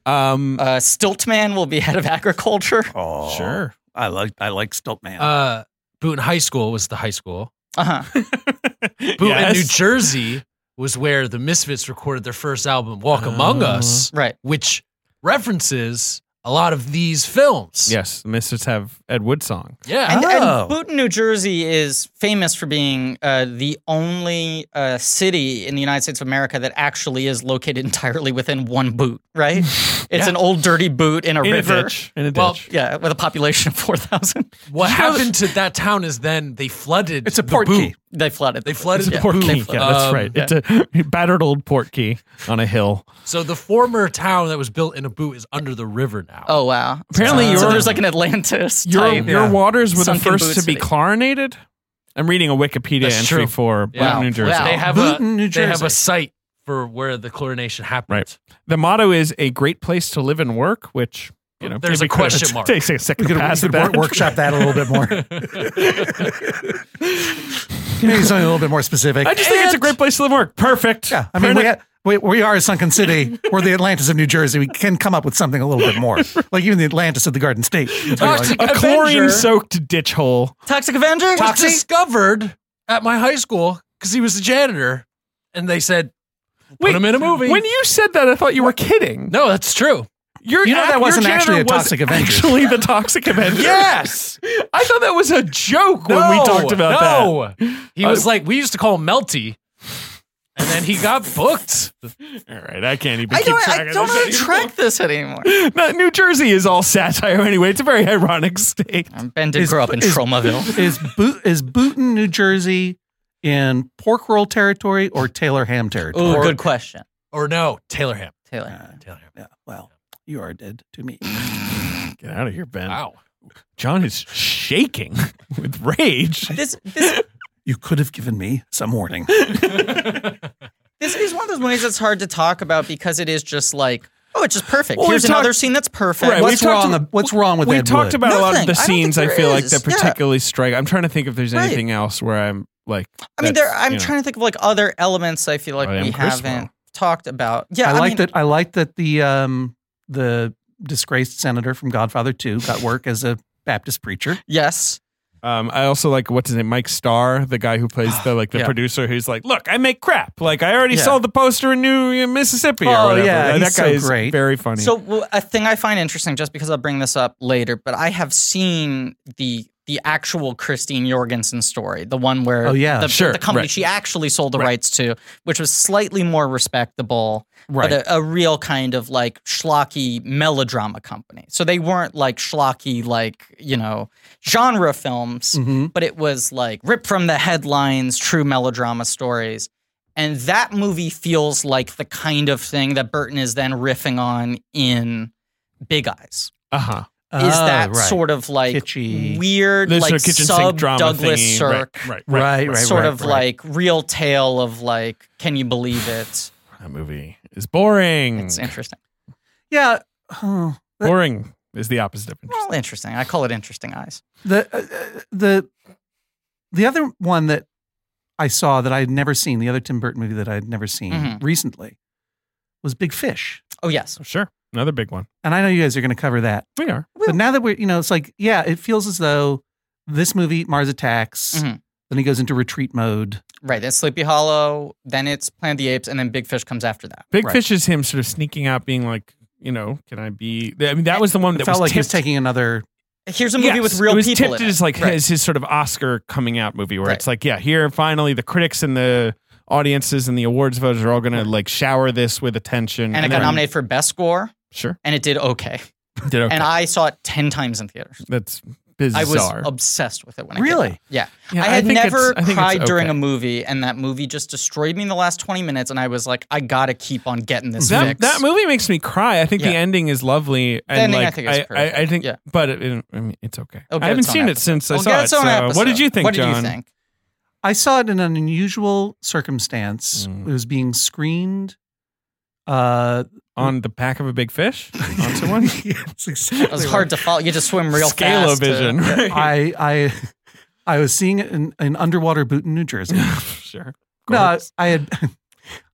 Speaker 3: Um,
Speaker 2: Uh, Stiltman will be head of agriculture.
Speaker 4: Oh,
Speaker 3: sure.
Speaker 4: I like I like Stiltman.
Speaker 5: Uh, Boone High School was the high school.
Speaker 2: Uh-huh.
Speaker 5: Boone
Speaker 3: Yes.
Speaker 5: in New Jersey was where the Misfits recorded their first album, Walk Among
Speaker 3: Oh.
Speaker 5: Us,
Speaker 2: Right.
Speaker 5: which references a lot of these films.
Speaker 3: Yes, Misfits have Ed Wood song.
Speaker 5: Yeah.
Speaker 2: And,
Speaker 4: Oh.
Speaker 2: and Booton, New Jersey is famous for being uh, the only uh, city in the United States of America that actually is located entirely within one boot, right? It's an old dirty boot in a
Speaker 3: In a
Speaker 2: river.
Speaker 3: ditch. In a ditch.
Speaker 5: Well,
Speaker 2: Yeah, with a population of 4,000.
Speaker 5: What happened to that town is then they flooded.
Speaker 4: it's a
Speaker 5: the
Speaker 4: port
Speaker 5: boot.
Speaker 4: key.
Speaker 2: They flooded.
Speaker 5: They flooded
Speaker 2: Yeah.
Speaker 5: the
Speaker 3: Port
Speaker 5: boot.
Speaker 3: Key. Yeah, that's
Speaker 5: Um,
Speaker 3: right. It's a battered old port key on a hill.
Speaker 5: So the former town that was built in a boot is under the river now.
Speaker 2: Oh, wow.
Speaker 3: Apparently
Speaker 2: so,
Speaker 3: your-
Speaker 2: there's like an Atlantis
Speaker 3: Your,
Speaker 2: type.
Speaker 3: your waters were the
Speaker 2: Sunken
Speaker 3: first
Speaker 2: boot
Speaker 3: to be
Speaker 2: city.
Speaker 3: chlorinated. I'm reading a Wikipedia
Speaker 5: That's
Speaker 3: entry
Speaker 5: true.
Speaker 3: for
Speaker 5: Yeah.
Speaker 3: Boone, New Jersey.
Speaker 2: Wow.
Speaker 5: They have a
Speaker 4: Boone, New
Speaker 5: they have
Speaker 4: Jersey.
Speaker 5: a site for where the chlorination happened.
Speaker 3: Right. The motto is a great place to live and work, which you know
Speaker 5: There's
Speaker 3: maybe
Speaker 5: a
Speaker 3: could-
Speaker 5: question mark.
Speaker 3: Takes a second
Speaker 4: We could,
Speaker 3: to
Speaker 4: we
Speaker 3: pass
Speaker 4: could
Speaker 3: at
Speaker 4: wor-
Speaker 3: that.
Speaker 4: workshop that a little bit more. Maybe something a little bit more specific.
Speaker 3: I just think it's a great place to live and work. Perfect.
Speaker 4: Yeah, I mean,
Speaker 3: Turn
Speaker 4: we,
Speaker 3: it-
Speaker 4: ha- we we are a sunken city. We're the Atlantis of New Jersey. We can come up with something a little bit more, like even the Atlantis of the Garden State.
Speaker 3: Oh,
Speaker 4: It's really
Speaker 5: Toxic
Speaker 4: like-
Speaker 3: a
Speaker 5: Avenger
Speaker 3: chlorine-soaked ditch hole.
Speaker 2: Toxic Avenger?
Speaker 5: was discovered at my high school because he was a janitor, and they said put
Speaker 3: Wait,
Speaker 5: him in a movie.
Speaker 3: When you said that, I thought you were kidding.
Speaker 5: no, that's true.
Speaker 3: Your
Speaker 4: You know that
Speaker 3: your
Speaker 4: wasn't actually
Speaker 3: janitor
Speaker 4: a
Speaker 3: was
Speaker 4: Toxic Avenger.
Speaker 3: Actually, the Toxic Avenger.
Speaker 5: Yes.
Speaker 3: I thought that was a joke when we talked about
Speaker 5: that. He was like, we used to call him Melty. And then he got booked.
Speaker 3: that. All right, I can't even
Speaker 2: I
Speaker 3: keep
Speaker 2: don't,
Speaker 3: track
Speaker 2: I
Speaker 3: of
Speaker 2: don't know
Speaker 3: this
Speaker 2: how to
Speaker 3: anymore.
Speaker 2: track this anymore.
Speaker 3: Not- New Jersey is all satire anyway. It's a very ironic state.
Speaker 2: Um, Ben did
Speaker 4: Is-
Speaker 2: grow up in
Speaker 4: is-
Speaker 2: Tromaville.
Speaker 4: is Boot is Booton, New Jersey, in pork roll territory or Taylor ham territory?
Speaker 2: Ooh,
Speaker 3: Oh,
Speaker 5: Or-
Speaker 2: good question,
Speaker 5: Or no, Taylor Ham.
Speaker 2: Taylor.
Speaker 4: Uh,
Speaker 5: Taylor Ham.
Speaker 4: yeah, well, you are dead to me.
Speaker 3: Get out of here, Ben.
Speaker 5: Wow.
Speaker 3: John is shaking with rage.
Speaker 2: This, this
Speaker 4: You could have given me some warning.
Speaker 2: this is one of those movies that's hard to talk about because it is just like oh, it's just perfect.
Speaker 3: Well, we've
Speaker 2: Here's
Speaker 3: talked-
Speaker 2: another scene that's perfect.
Speaker 3: Right,
Speaker 4: What's
Speaker 3: we talked
Speaker 4: wrong?
Speaker 3: ab-
Speaker 4: what's wrong with
Speaker 3: we
Speaker 4: Ed
Speaker 3: talked
Speaker 4: Wood?
Speaker 3: about a lot of
Speaker 2: Nothing.
Speaker 3: the
Speaker 2: I don't
Speaker 3: scenes. I
Speaker 2: think
Speaker 3: feel
Speaker 2: there
Speaker 3: like
Speaker 2: is.
Speaker 3: that
Speaker 2: Yeah.
Speaker 3: particularly strike. I'm trying to think if there's
Speaker 2: Right.
Speaker 3: anything else where I'm like.
Speaker 2: I mean,
Speaker 3: that's,
Speaker 2: there. I'm
Speaker 3: you know,
Speaker 2: trying to think of like other elements. I feel like
Speaker 3: I am
Speaker 2: we
Speaker 3: Crispo.
Speaker 2: haven't talked about. Yeah,
Speaker 4: I, like
Speaker 2: mean,
Speaker 4: that. I like that the um, the disgraced senator from Godfather Two got work as a Baptist preacher.
Speaker 2: Yes,
Speaker 3: Um, I also like what's his name, Mike Starr, the guy who plays the like the
Speaker 2: Yeah.
Speaker 3: producer, who's like, "Look, I make crap. Like I already
Speaker 2: Yeah.
Speaker 3: sold the poster in New Mississippi or
Speaker 4: Oh,
Speaker 3: whatever."
Speaker 4: yeah,
Speaker 3: Like,
Speaker 4: he's
Speaker 3: that guy
Speaker 4: so
Speaker 3: is
Speaker 4: great.
Speaker 3: very funny.
Speaker 2: So well, a thing I find interesting, just because I'll bring this up later, but I have seen the the actual Christine Jorgensen story, the one where
Speaker 4: Oh, yeah,
Speaker 2: the,
Speaker 3: sure,
Speaker 2: the company
Speaker 3: right.
Speaker 2: she actually sold the
Speaker 3: Right.
Speaker 2: rights to, which was slightly more respectable,
Speaker 4: Right.
Speaker 2: but a, a real kind of like schlocky melodrama company. So they weren't like schlocky, like you know, genre films
Speaker 3: Mm-hmm.
Speaker 4: hmm
Speaker 2: but it was like ripped from the headlines, true melodrama stories. And that movie feels like the kind of thing that Burton is then riffing on in Big Eyes.
Speaker 3: uh huh.
Speaker 2: Is that sort of like
Speaker 4: Kitschy.
Speaker 2: weird,
Speaker 3: There's
Speaker 2: like
Speaker 3: a kitchen
Speaker 2: sub
Speaker 3: sink drama
Speaker 2: Douglas
Speaker 3: thingy.
Speaker 2: Sirk,
Speaker 3: right, right, right,
Speaker 4: Right, right,
Speaker 2: sort of
Speaker 4: right.
Speaker 2: like real tale of like, can you believe it?
Speaker 3: That movie is boring.
Speaker 2: It's interesting.
Speaker 4: yeah. Huh.
Speaker 3: boring is the opposite of interesting.
Speaker 2: Well, interesting. I call it interesting eyes.
Speaker 4: the uh, the the other one that I saw that I had never seen, the other Tim Burton movie that I had never seen
Speaker 3: Mm-hmm.
Speaker 2: Mhm.
Speaker 4: recently, was Big Fish.
Speaker 2: Oh yes,
Speaker 3: Sure, another big one.
Speaker 4: And I know you guys are going to cover that,
Speaker 3: We are.
Speaker 4: but now that we're you know, it's like yeah, it feels as though this movie Mars Attacks,
Speaker 3: Mm-hmm.
Speaker 2: Mhm.
Speaker 4: then he goes into retreat mode.
Speaker 2: right. It's Sleepy Hollow, then it's Planet of the Apes, and then Big Fish comes after that.
Speaker 3: Big
Speaker 2: Right.
Speaker 3: Fish is him sort of sneaking out, being like, you know, can I be? I mean, that was the one
Speaker 4: It
Speaker 3: that
Speaker 4: felt
Speaker 3: was
Speaker 4: like he's
Speaker 3: tipped.
Speaker 4: taking another.
Speaker 2: Here's a movie
Speaker 3: Yes,
Speaker 2: with real
Speaker 3: it was
Speaker 2: people.
Speaker 3: tipped
Speaker 2: in it.
Speaker 3: as like
Speaker 2: Right.
Speaker 3: his, his sort of Oscar coming out movie where
Speaker 2: Right.
Speaker 3: it's like, yeah, here finally the critics and the audiences and the awards voters are all going to like shower this with attention.
Speaker 2: and it got
Speaker 3: then-
Speaker 2: nominated for best score
Speaker 3: Sure,
Speaker 2: and it did okay
Speaker 3: did okay.
Speaker 2: and i saw it 10 times in theaters
Speaker 3: That's bizarre.
Speaker 2: i was obsessed with it when i came
Speaker 4: Really?
Speaker 2: out. yeah
Speaker 3: Yeah,
Speaker 2: i had
Speaker 3: think it's-
Speaker 2: never
Speaker 3: I think it's
Speaker 2: cried during
Speaker 3: okay.
Speaker 2: a movie and that movie just destroyed me in the last 20 minutes and i was like i gotta keep on getting this
Speaker 3: That,
Speaker 2: fix.
Speaker 3: that movie makes me cry. I think the
Speaker 2: Yeah.
Speaker 3: ending is lovely, and
Speaker 2: ending, I
Speaker 3: like
Speaker 2: think, is
Speaker 3: I,
Speaker 2: perfect.
Speaker 3: I, I think,
Speaker 2: Yeah.
Speaker 3: but it, it- I mean, it's okay.
Speaker 2: It'll get
Speaker 3: I haven't
Speaker 2: its own
Speaker 3: seen it
Speaker 2: episode.
Speaker 3: since I
Speaker 2: It'll
Speaker 3: saw
Speaker 2: get
Speaker 3: it.
Speaker 2: its own
Speaker 3: So, what did you
Speaker 2: episode.
Speaker 3: think,
Speaker 2: what
Speaker 3: John?
Speaker 2: did you think
Speaker 4: I saw it in an unusual circumstance.
Speaker 3: Mm.
Speaker 4: It was being screened. Uh,
Speaker 3: On the back of a big fish, onto one
Speaker 4: yes,
Speaker 2: it was hard to follow you just swim real
Speaker 3: scale of
Speaker 2: fast to-
Speaker 3: vision. right?
Speaker 4: I I I was seeing it in, in underwater boot in New Jersey.
Speaker 3: sure.
Speaker 4: no, I- I had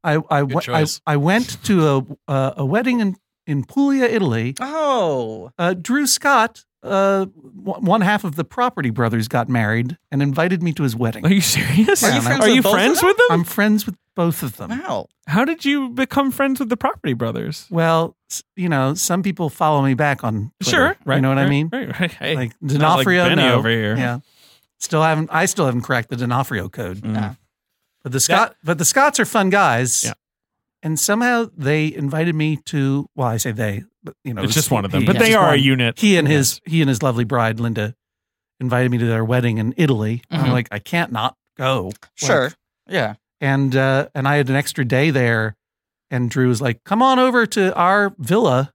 Speaker 4: I I,
Speaker 5: Good
Speaker 4: wa- I,
Speaker 5: choice.
Speaker 4: I went to a uh, a wedding in in Puglia, Italy.
Speaker 2: oh
Speaker 4: Uh, Drew Scott, uh, one one half of the Property Brothers, got married and invited me to his
Speaker 3: Are
Speaker 4: wedding.
Speaker 3: you serious?
Speaker 2: Are you
Speaker 3: Yeah,
Speaker 2: friends
Speaker 3: Are
Speaker 2: with
Speaker 3: you
Speaker 2: both of
Speaker 3: friends
Speaker 2: them?
Speaker 3: with them?
Speaker 4: I'm friends with both of them.
Speaker 2: wow
Speaker 3: How did you become friends with the Property Brothers?
Speaker 4: Well, s- you know, some people follow me back on Twitter. You know what I
Speaker 3: right,
Speaker 4: mean?
Speaker 3: Right, right. Hey,
Speaker 4: Like
Speaker 3: sounds like
Speaker 4: D'Onofrio
Speaker 3: Benny
Speaker 4: no.
Speaker 3: over here.
Speaker 4: Yeah. Still haven't I still haven't cracked the D'Onofrio code.
Speaker 3: Mm.
Speaker 2: No.
Speaker 4: But the Scott but the Scots are fun guys.
Speaker 3: Yeah.
Speaker 4: And somehow they invited me to well, I say they, but you know,
Speaker 3: It's just one of them,
Speaker 4: he-
Speaker 3: but
Speaker 4: yeah,
Speaker 3: they
Speaker 4: just
Speaker 3: are a
Speaker 4: one.
Speaker 3: unit.
Speaker 4: He and his he and his lovely bride, Linda, invited me to their wedding in Italy. And I'm
Speaker 2: Mhm.
Speaker 4: like, I can't not go.
Speaker 2: sure
Speaker 4: Like,
Speaker 2: yeah
Speaker 4: and uh and I had an extra day there and Drew was like, Come on over to our villa.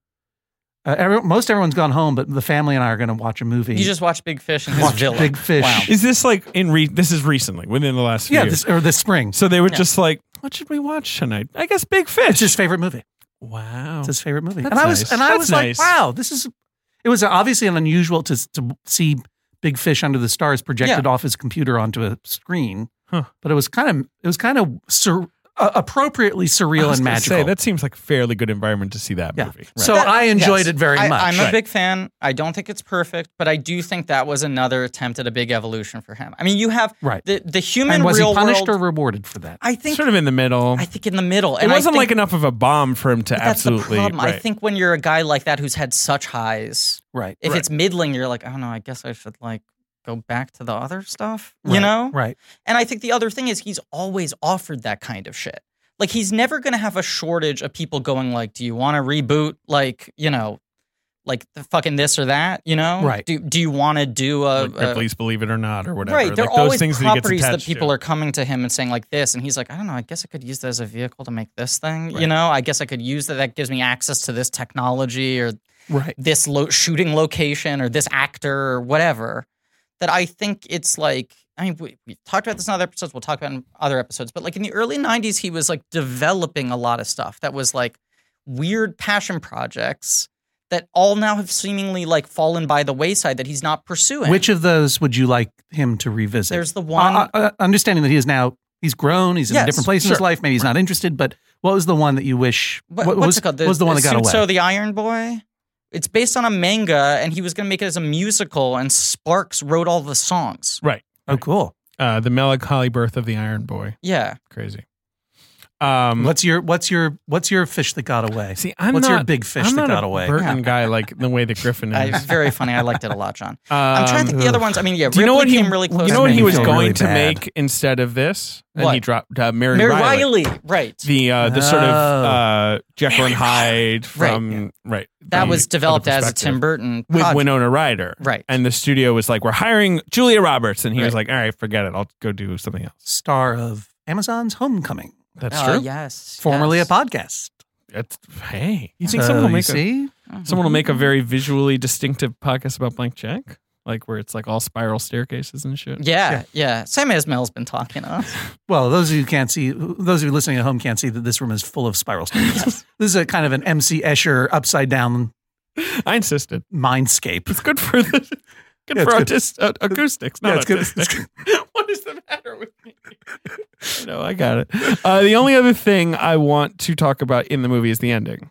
Speaker 4: Uh, every, most everyone's gone home, but the family and I are going to watch a movie.
Speaker 2: you just watch big fish and his
Speaker 4: Watch
Speaker 2: villa
Speaker 4: Big Fish.
Speaker 2: wow
Speaker 3: Is this like in re? This is recently, within the last few
Speaker 4: yeah,
Speaker 3: years.
Speaker 4: this, or this spring.
Speaker 3: so they were
Speaker 2: Yeah.
Speaker 3: just like, "What should we watch tonight?" I guess Big Fish.
Speaker 4: It's his favorite movie.
Speaker 3: wow.
Speaker 4: It's his favorite movie.
Speaker 3: That's
Speaker 4: and I was
Speaker 3: nice.
Speaker 4: and I
Speaker 3: That's
Speaker 4: was
Speaker 3: nice.
Speaker 4: like, wow, this is it was obviously an unusual to to see Big Fish under the stars projected off his computer onto a screen.
Speaker 3: Huh.
Speaker 4: But it was kind of it was kind of sur- uh, appropriately
Speaker 3: I
Speaker 4: surreal
Speaker 3: was
Speaker 4: and
Speaker 3: gonna
Speaker 4: magical.
Speaker 3: Say, that seems like a fairly good environment to see that
Speaker 4: Yeah.
Speaker 3: movie.
Speaker 4: So
Speaker 2: That-
Speaker 4: I enjoyed
Speaker 2: yes.
Speaker 4: it very
Speaker 2: I,
Speaker 4: much.
Speaker 2: I'm a
Speaker 3: Right.
Speaker 2: big fan. I don't think it's perfect, but I do think that was another attempt at a big evolution for him. I mean, you have
Speaker 4: Right.
Speaker 2: the the human
Speaker 4: and was
Speaker 2: real
Speaker 4: he punished
Speaker 2: world.
Speaker 4: or rewarded for that?
Speaker 2: I think
Speaker 3: sort of in the middle.
Speaker 2: I think in the middle.
Speaker 3: it
Speaker 2: and I
Speaker 3: wasn't
Speaker 2: think
Speaker 3: like enough of a bomb for him to
Speaker 2: that's
Speaker 3: absolutely.
Speaker 2: The problem. I
Speaker 3: right.
Speaker 2: think when you're a guy like that who's had such highs,
Speaker 4: Right.
Speaker 2: if
Speaker 3: Right.
Speaker 2: it's middling, you're like, oh no, I guess I should like go back to the other stuff, you
Speaker 4: Right,
Speaker 2: know?
Speaker 4: Right.
Speaker 2: And I think the other thing is he's always offered that kind of shit. Like he's never going to have a shortage of people going like, "Do you want to reboot like, you know, like the fucking this or that, you know?
Speaker 4: Right.
Speaker 2: Do do you want to do a,
Speaker 4: uh,
Speaker 3: Like Ripley's Believe It or Not or whatever.
Speaker 2: Right, they're
Speaker 3: like
Speaker 2: always
Speaker 3: those things that, he
Speaker 2: properties
Speaker 3: gets
Speaker 2: that,
Speaker 3: attached
Speaker 2: people
Speaker 3: to.
Speaker 2: are coming to him and saying like this, and he's like, I don't know, I guess I could use that as a vehicle to make this thing. You
Speaker 3: Right.
Speaker 2: know, I guess I could use that. That gives me access to this technology or
Speaker 4: Right.
Speaker 2: this lo- shooting location or this actor or whatever that I think it's like I mean we, we've talked about this in other episodes we'll talk about it in other episodes but like in the early 90s he was like developing a lot of stuff that was like weird passion projects that all now have seemingly like fallen by the wayside that he's not pursuing
Speaker 4: Which of those would you like him to revisit?
Speaker 2: there's the one
Speaker 4: Uh, uh, understanding that he is now he's grown, he's in
Speaker 2: Yes,
Speaker 4: a different place in his
Speaker 2: sure.
Speaker 4: life. Maybe he's not interested, but what was the one that you wish?
Speaker 2: What,
Speaker 4: what
Speaker 2: what's
Speaker 4: was,
Speaker 2: it called?
Speaker 4: what was the one that got away?
Speaker 2: So the Iron Boy. It's based on a manga, and he was going to make it as a musical, and Sparks wrote all the songs.
Speaker 3: Right.
Speaker 4: oh, cool.
Speaker 3: Uh, the melancholy birth of the Iron Boy.
Speaker 2: Yeah,
Speaker 3: Crazy. Um,
Speaker 4: What's your what's your what's your fish that got away?
Speaker 3: see, I'm
Speaker 4: what's
Speaker 3: not,
Speaker 4: your big fish
Speaker 3: I'm
Speaker 4: that
Speaker 3: not
Speaker 4: got
Speaker 3: a
Speaker 4: away?
Speaker 3: Burton guy like the way that Griffin
Speaker 2: I,
Speaker 3: is.
Speaker 2: it's very funny. I liked it a lot, John. I'm trying
Speaker 3: Mm. Um,
Speaker 2: to think the other ones. I mean, yeah,
Speaker 3: Do you know
Speaker 2: Ripley
Speaker 3: what he?
Speaker 2: came really close.
Speaker 3: you
Speaker 4: to
Speaker 3: know what
Speaker 4: me.
Speaker 3: he was
Speaker 4: Feel
Speaker 3: going
Speaker 4: really
Speaker 3: to
Speaker 4: bad.
Speaker 3: make instead of this, and
Speaker 2: What?
Speaker 3: he dropped uh, Mary,
Speaker 2: Mary
Speaker 3: Riley.
Speaker 2: Riley, right?
Speaker 3: The uh, the sort of
Speaker 4: Oh.
Speaker 3: uh, Jekyll and Hyde from right.
Speaker 2: that
Speaker 3: from
Speaker 2: was
Speaker 3: um, the
Speaker 2: developed as a
Speaker 3: perspective.
Speaker 2: Tim Burton
Speaker 3: with
Speaker 2: project.
Speaker 3: Winona Ryder,
Speaker 2: Right.
Speaker 3: And the studio was like, "We're hiring Julia Roberts," and he was
Speaker 2: Right.
Speaker 3: like, "All right, forget it. I'll go do something else."
Speaker 4: Star of Amazon's Homecoming,
Speaker 3: That's
Speaker 2: Uh,
Speaker 3: true.
Speaker 2: Yes,
Speaker 4: formerly
Speaker 2: yes.
Speaker 4: a podcast.
Speaker 3: That's, hey, you think
Speaker 4: So
Speaker 3: someone will
Speaker 4: you
Speaker 3: make a,
Speaker 4: see?
Speaker 3: someone will make a very visually distinctive podcast about blank check, like where it's like all spiral staircases and shit.
Speaker 2: Yeah, yeah. Sam Ismail's been talking to us.
Speaker 4: Well, those of you who can't see, those of you listening at home can't see that this room is full of spiral staircases. This is a kind of an MC Escher upside down
Speaker 3: I insisted.
Speaker 4: mindscape.
Speaker 3: It's good for the good
Speaker 4: Yeah,
Speaker 3: for
Speaker 4: it's
Speaker 3: autist, uh, acoustics.
Speaker 4: Yeah,
Speaker 3: Not
Speaker 4: it's good.
Speaker 3: autistic. what is the matter with me? no, I got it. Uh, the only other thing I want to talk about in the movie is the ending.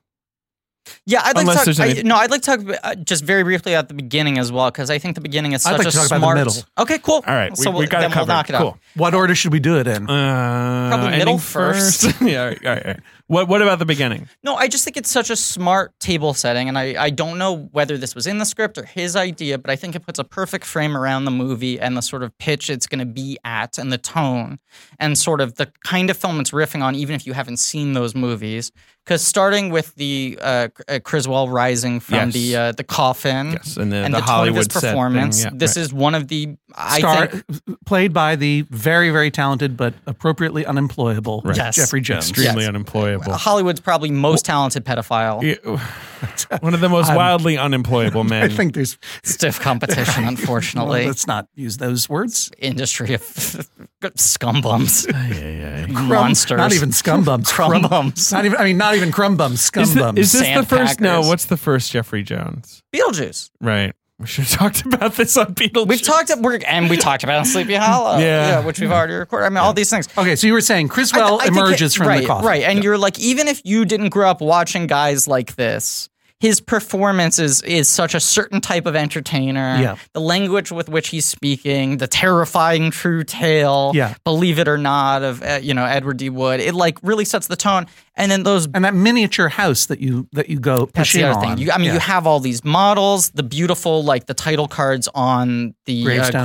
Speaker 2: Yeah, I'd like
Speaker 3: Unless
Speaker 2: to
Speaker 3: there's
Speaker 2: talk. I,
Speaker 3: any-
Speaker 2: no, I'd like to talk uh, just very briefly at the beginning as well because I think the beginning is
Speaker 4: I'd
Speaker 2: such
Speaker 4: like
Speaker 2: a
Speaker 4: to talk about
Speaker 2: smart.
Speaker 4: the middle.
Speaker 2: Okay, cool.
Speaker 3: All right, we,
Speaker 2: so
Speaker 3: we
Speaker 2: we'll,
Speaker 3: got
Speaker 2: then
Speaker 3: it
Speaker 2: we'll
Speaker 3: covered.
Speaker 2: knock it
Speaker 3: cool.
Speaker 2: out.
Speaker 4: What order should we do it in?
Speaker 3: Uh,
Speaker 2: Probably
Speaker 3: ending
Speaker 2: middle first.
Speaker 3: yeah, all right, all right, all right. What What about the beginning?
Speaker 2: No, I just think it's such a smart table setting, and I, I don't know whether this was in the script or his idea, but I think it puts a perfect frame around the movie and the sort of pitch it's going to be at, and the tone, and sort of the kind of film it's riffing on, even if you haven't seen those movies. Because starting with the uh, C- uh, Criswell rising from
Speaker 3: Yes.
Speaker 2: the uh, the coffin
Speaker 3: Yes, and the,
Speaker 2: and
Speaker 3: the,
Speaker 2: the, tone of
Speaker 3: Hollywood
Speaker 2: his
Speaker 3: set thing,
Speaker 2: performance,
Speaker 3: yeah,
Speaker 2: this
Speaker 3: right.
Speaker 2: is one of the I
Speaker 4: Star,
Speaker 2: think
Speaker 4: played by the very, very talented but appropriately unemployable
Speaker 3: Right.
Speaker 2: Yes.
Speaker 4: Jeffrey Jones.
Speaker 3: extremely
Speaker 2: yes.
Speaker 3: unemployable.
Speaker 2: Hollywood's probably most talented pedophile.
Speaker 3: Yeah. One of the most
Speaker 4: I'm-
Speaker 3: wildly unemployable men.
Speaker 4: I think there's.
Speaker 2: Stiff competition,
Speaker 4: Well,
Speaker 2: unfortunately.
Speaker 4: let's not use those words.
Speaker 2: industry of scumbums,
Speaker 3: Ay, ay, ay.
Speaker 2: monsters.
Speaker 4: Not even scum bumps.
Speaker 2: crumb bums.
Speaker 4: Not even. I mean, not even crumb bums. Scum
Speaker 3: Is, the,
Speaker 4: bums.
Speaker 3: is this the
Speaker 2: Sand
Speaker 3: first? No,
Speaker 2: packers.
Speaker 3: what's the first Jeffrey Jones?
Speaker 2: Beetlejuice.
Speaker 3: Right. We should have talked about this on Beetlejuice.
Speaker 2: We've talked about and we talked about Sleepy Hollow.
Speaker 3: Yeah.
Speaker 2: which we've already recorded. I mean, all these things.
Speaker 4: okay, so you were saying
Speaker 2: Oh, I-
Speaker 4: Criswell
Speaker 2: I think
Speaker 4: emerges
Speaker 2: it-
Speaker 4: from
Speaker 2: right,
Speaker 4: the coffin.
Speaker 2: Right. And you're like, even if you didn't grow up watching guys like this, his performance is is such a certain type of entertainer.
Speaker 4: Yeah.
Speaker 2: The language with which he's speaking, the terrifying true tale,
Speaker 4: Yeah.
Speaker 2: believe it or not, of uh, you know Edward D. Wood. It like really sets the tone. And then those
Speaker 4: And that miniature house that you that you go
Speaker 2: That's
Speaker 4: push
Speaker 2: the
Speaker 4: in
Speaker 2: other
Speaker 4: on.
Speaker 2: thing. You, I mean,
Speaker 4: Yeah.
Speaker 2: you have all these models, the beautiful, like the title cards on the gravestones,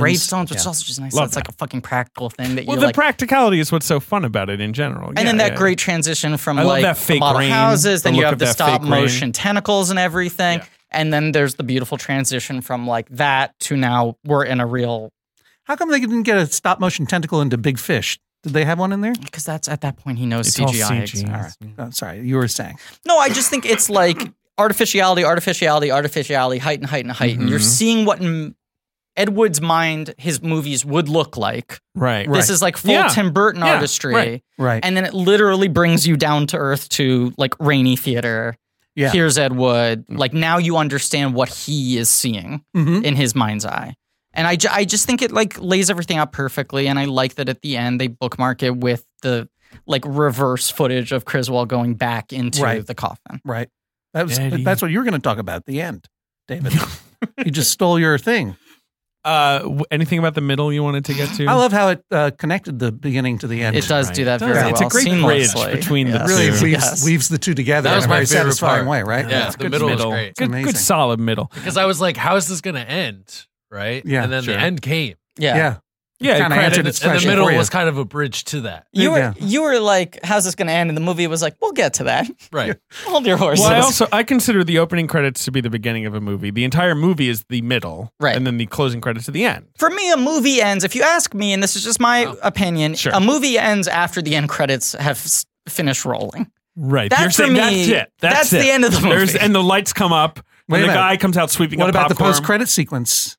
Speaker 2: uh, gravestones
Speaker 4: Gravestones.
Speaker 2: which is
Speaker 4: Yeah.
Speaker 2: also just nice.
Speaker 3: Love
Speaker 2: That's like a fucking practical thing that
Speaker 3: well,
Speaker 2: you
Speaker 3: the
Speaker 2: like.
Speaker 3: practicality is what's so fun about it in general.
Speaker 2: and
Speaker 3: Yeah,
Speaker 2: then that
Speaker 3: yeah.
Speaker 2: great transition from
Speaker 3: I love
Speaker 2: like
Speaker 3: that
Speaker 2: the
Speaker 3: fake
Speaker 2: model
Speaker 3: rain,
Speaker 2: houses,
Speaker 3: the
Speaker 2: then you
Speaker 3: look
Speaker 2: have
Speaker 3: of
Speaker 2: the
Speaker 3: that
Speaker 2: stop
Speaker 3: fake rain.
Speaker 2: motion tentacles and everything.
Speaker 3: Yeah.
Speaker 2: And then there's the beautiful transition from like that to now we're in a real
Speaker 4: How come they didn't get a stop motion tentacle into Big Fish? Did they have one in there?
Speaker 2: because that's at that point he knows
Speaker 3: It's all
Speaker 2: CGI.
Speaker 3: CG.
Speaker 4: All right.
Speaker 2: Mm.
Speaker 4: Oh, sorry, you were saying.
Speaker 2: No, I just think it's like artificiality, artificiality, artificiality, height and height and height. And you're
Speaker 3: Mhm.
Speaker 2: seeing what in Ed Wood's mind his movies would look like.
Speaker 3: Right.
Speaker 2: This is like full
Speaker 3: Yeah.
Speaker 2: Tim Burton
Speaker 3: Yeah,
Speaker 2: artistry.
Speaker 3: right.
Speaker 4: Right.
Speaker 2: And then it literally brings you down to earth to like rainy theater.
Speaker 4: Yeah.
Speaker 2: Here's Ed Wood. Like now you understand what he is seeing
Speaker 4: Mhm.
Speaker 2: in his mind's eye. And I, ju- I just think it like lays everything out perfectly. And I like that at the end they bookmark it with the like reverse footage of Criswell going back into
Speaker 4: Right.
Speaker 2: the coffin.
Speaker 4: Right. That was
Speaker 3: Daddy.
Speaker 4: that's what you were going to talk about at the end, David. you just stole your thing.
Speaker 3: Uh, w- anything about the middle you wanted to get to?
Speaker 4: I love how it uh, connected the beginning to the end.
Speaker 2: It does do that
Speaker 3: does.
Speaker 2: very well.
Speaker 3: It's a great bridge
Speaker 2: seamlessly.
Speaker 3: between the
Speaker 2: Yes.
Speaker 4: really
Speaker 3: Yes.
Speaker 4: weaves,
Speaker 2: Yes.
Speaker 4: weaves the two together
Speaker 5: That was
Speaker 4: in a
Speaker 5: my
Speaker 4: very
Speaker 5: favorite
Speaker 4: satisfying
Speaker 5: part.
Speaker 4: way, right?
Speaker 5: Yeah,
Speaker 4: It's
Speaker 5: the
Speaker 4: good.
Speaker 5: middle is great.
Speaker 3: Good,
Speaker 4: Amazing.
Speaker 3: good, solid middle.
Speaker 5: because I was like, how is this going to end? Right.
Speaker 4: Yeah,
Speaker 5: And then
Speaker 4: sure.
Speaker 5: the end came.
Speaker 2: Yeah.
Speaker 4: Yeah.
Speaker 3: Yeah,
Speaker 4: Kinda
Speaker 3: it
Speaker 5: And,
Speaker 3: cracked-
Speaker 4: Answered
Speaker 5: and
Speaker 4: its
Speaker 5: the
Speaker 4: question
Speaker 5: middle
Speaker 4: for you.
Speaker 5: was kind of a bridge to that.
Speaker 2: You were
Speaker 4: Yeah.
Speaker 2: you were like, how's this going to end? And the movie was like, we'll get to that.
Speaker 5: Right.
Speaker 2: Hold your horses.
Speaker 3: Well, I also I consider the opening credits to be the beginning of a movie. The entire movie is the middle,
Speaker 2: Right.
Speaker 3: and then the closing credits to the end.
Speaker 2: For me, a movie ends. If you ask me, and this is just my opinion,
Speaker 3: Oh, Sure.
Speaker 2: a movie ends after the end credits have s- finished rolling.
Speaker 3: Right.
Speaker 2: That
Speaker 3: You're
Speaker 2: for
Speaker 3: saying
Speaker 2: me-
Speaker 3: that's it. That's,
Speaker 2: that's the
Speaker 3: it.
Speaker 2: end of the
Speaker 3: There's,
Speaker 2: movie.
Speaker 3: and the lights come up.
Speaker 4: Wait
Speaker 3: and
Speaker 4: a
Speaker 3: the
Speaker 4: minute.
Speaker 3: guy comes out sweeping
Speaker 4: What
Speaker 3: up
Speaker 4: about the
Speaker 3: popcorn.
Speaker 4: post credit sequence?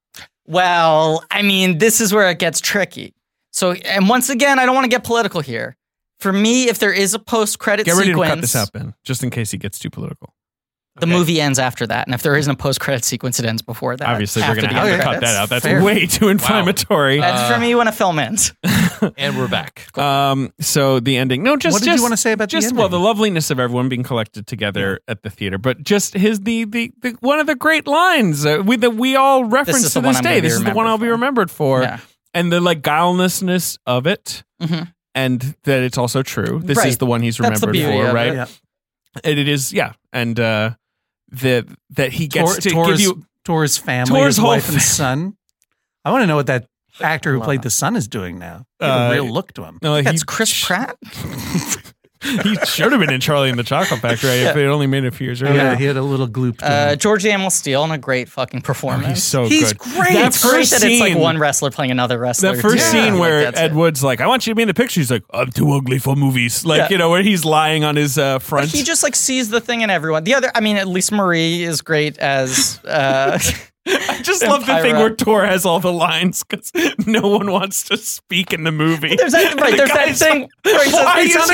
Speaker 2: Well, I mean, this is where it gets tricky. So, and once again, I don't want to get political here. For me, if there is a post-credit
Speaker 3: Get ready
Speaker 2: sequence,
Speaker 3: to cut this out, Ben, just in case he gets too political.
Speaker 2: the
Speaker 5: Okay.
Speaker 2: movie ends after that. And if there isn't a post-credit sequence, it ends before that.
Speaker 3: Obviously, we're
Speaker 2: after
Speaker 3: going to
Speaker 2: the end
Speaker 3: have to cut
Speaker 2: credits.
Speaker 3: that out. That's
Speaker 4: Fair.
Speaker 3: way too inflammatory.
Speaker 2: That's
Speaker 5: Uh,
Speaker 2: for me when a film ends.
Speaker 5: And we're back.
Speaker 3: Um. So the ending. No, just
Speaker 4: what did
Speaker 3: just,
Speaker 4: you want to say about
Speaker 3: just
Speaker 4: the ending?
Speaker 3: well the loveliness of everyone being collected together at the theater, but just his the the, the one of the great lines uh, we that we all reference
Speaker 2: is
Speaker 3: to
Speaker 2: the one
Speaker 3: this
Speaker 2: I'm
Speaker 3: day.
Speaker 2: gonna be
Speaker 3: This is the one
Speaker 2: remembered
Speaker 3: I'll be
Speaker 2: for.
Speaker 3: remembered for,
Speaker 2: Yeah.
Speaker 3: and the like guilelessness of it,
Speaker 2: Mhm.
Speaker 3: and that it's also true. This is
Speaker 2: Right.
Speaker 3: the one he's
Speaker 2: That's
Speaker 3: remembered
Speaker 2: the beauty
Speaker 3: for,
Speaker 2: of
Speaker 3: right?
Speaker 2: it.
Speaker 4: Yeah.
Speaker 3: And it is, yeah, and uh, that that he gets
Speaker 4: Tor-
Speaker 3: to
Speaker 4: Tor's,
Speaker 3: give you.
Speaker 4: Tor's family,
Speaker 3: Tor's
Speaker 4: his
Speaker 3: whole
Speaker 4: wife
Speaker 3: fam-
Speaker 4: and son. I want to know what that actor who
Speaker 2: Love
Speaker 4: played
Speaker 2: that.
Speaker 4: the son is doing now. He had
Speaker 3: Uh,
Speaker 4: a real look to him.
Speaker 3: No, he-
Speaker 2: That's Chris Pratt.
Speaker 3: he should have been in Charlie and the Chocolate Factory if it only made it a few years earlier.
Speaker 4: Yeah, he had a little gloop. To
Speaker 2: Uh,
Speaker 4: him.
Speaker 2: George Amel Steele in a great fucking performance.
Speaker 3: Oh, He's so
Speaker 4: He's
Speaker 3: good.
Speaker 4: great.
Speaker 3: That
Speaker 2: it's great
Speaker 3: first
Speaker 2: that it's like
Speaker 3: scene-
Speaker 2: one wrestler playing another wrestler.
Speaker 3: That first
Speaker 2: too.
Speaker 3: scene
Speaker 2: Like,
Speaker 3: where
Speaker 2: that's
Speaker 3: Ed
Speaker 2: it.
Speaker 3: Wood's like, "I want you to be in the picture." He's like, "I'm too ugly for movies." Like
Speaker 2: Yeah.
Speaker 3: you know, where he's lying on his uh, front.
Speaker 2: he just like sees the thing in everyone. The other, I mean, at least Marie is great as. Uh,
Speaker 3: I just love the
Speaker 2: Elvira.
Speaker 3: thing where Tor has all the lines because no one wants to speak in the movie.
Speaker 2: there's that, right,
Speaker 3: The
Speaker 2: there's that
Speaker 3: guy's
Speaker 2: thing where he
Speaker 3: "Why
Speaker 2: says,
Speaker 3: is he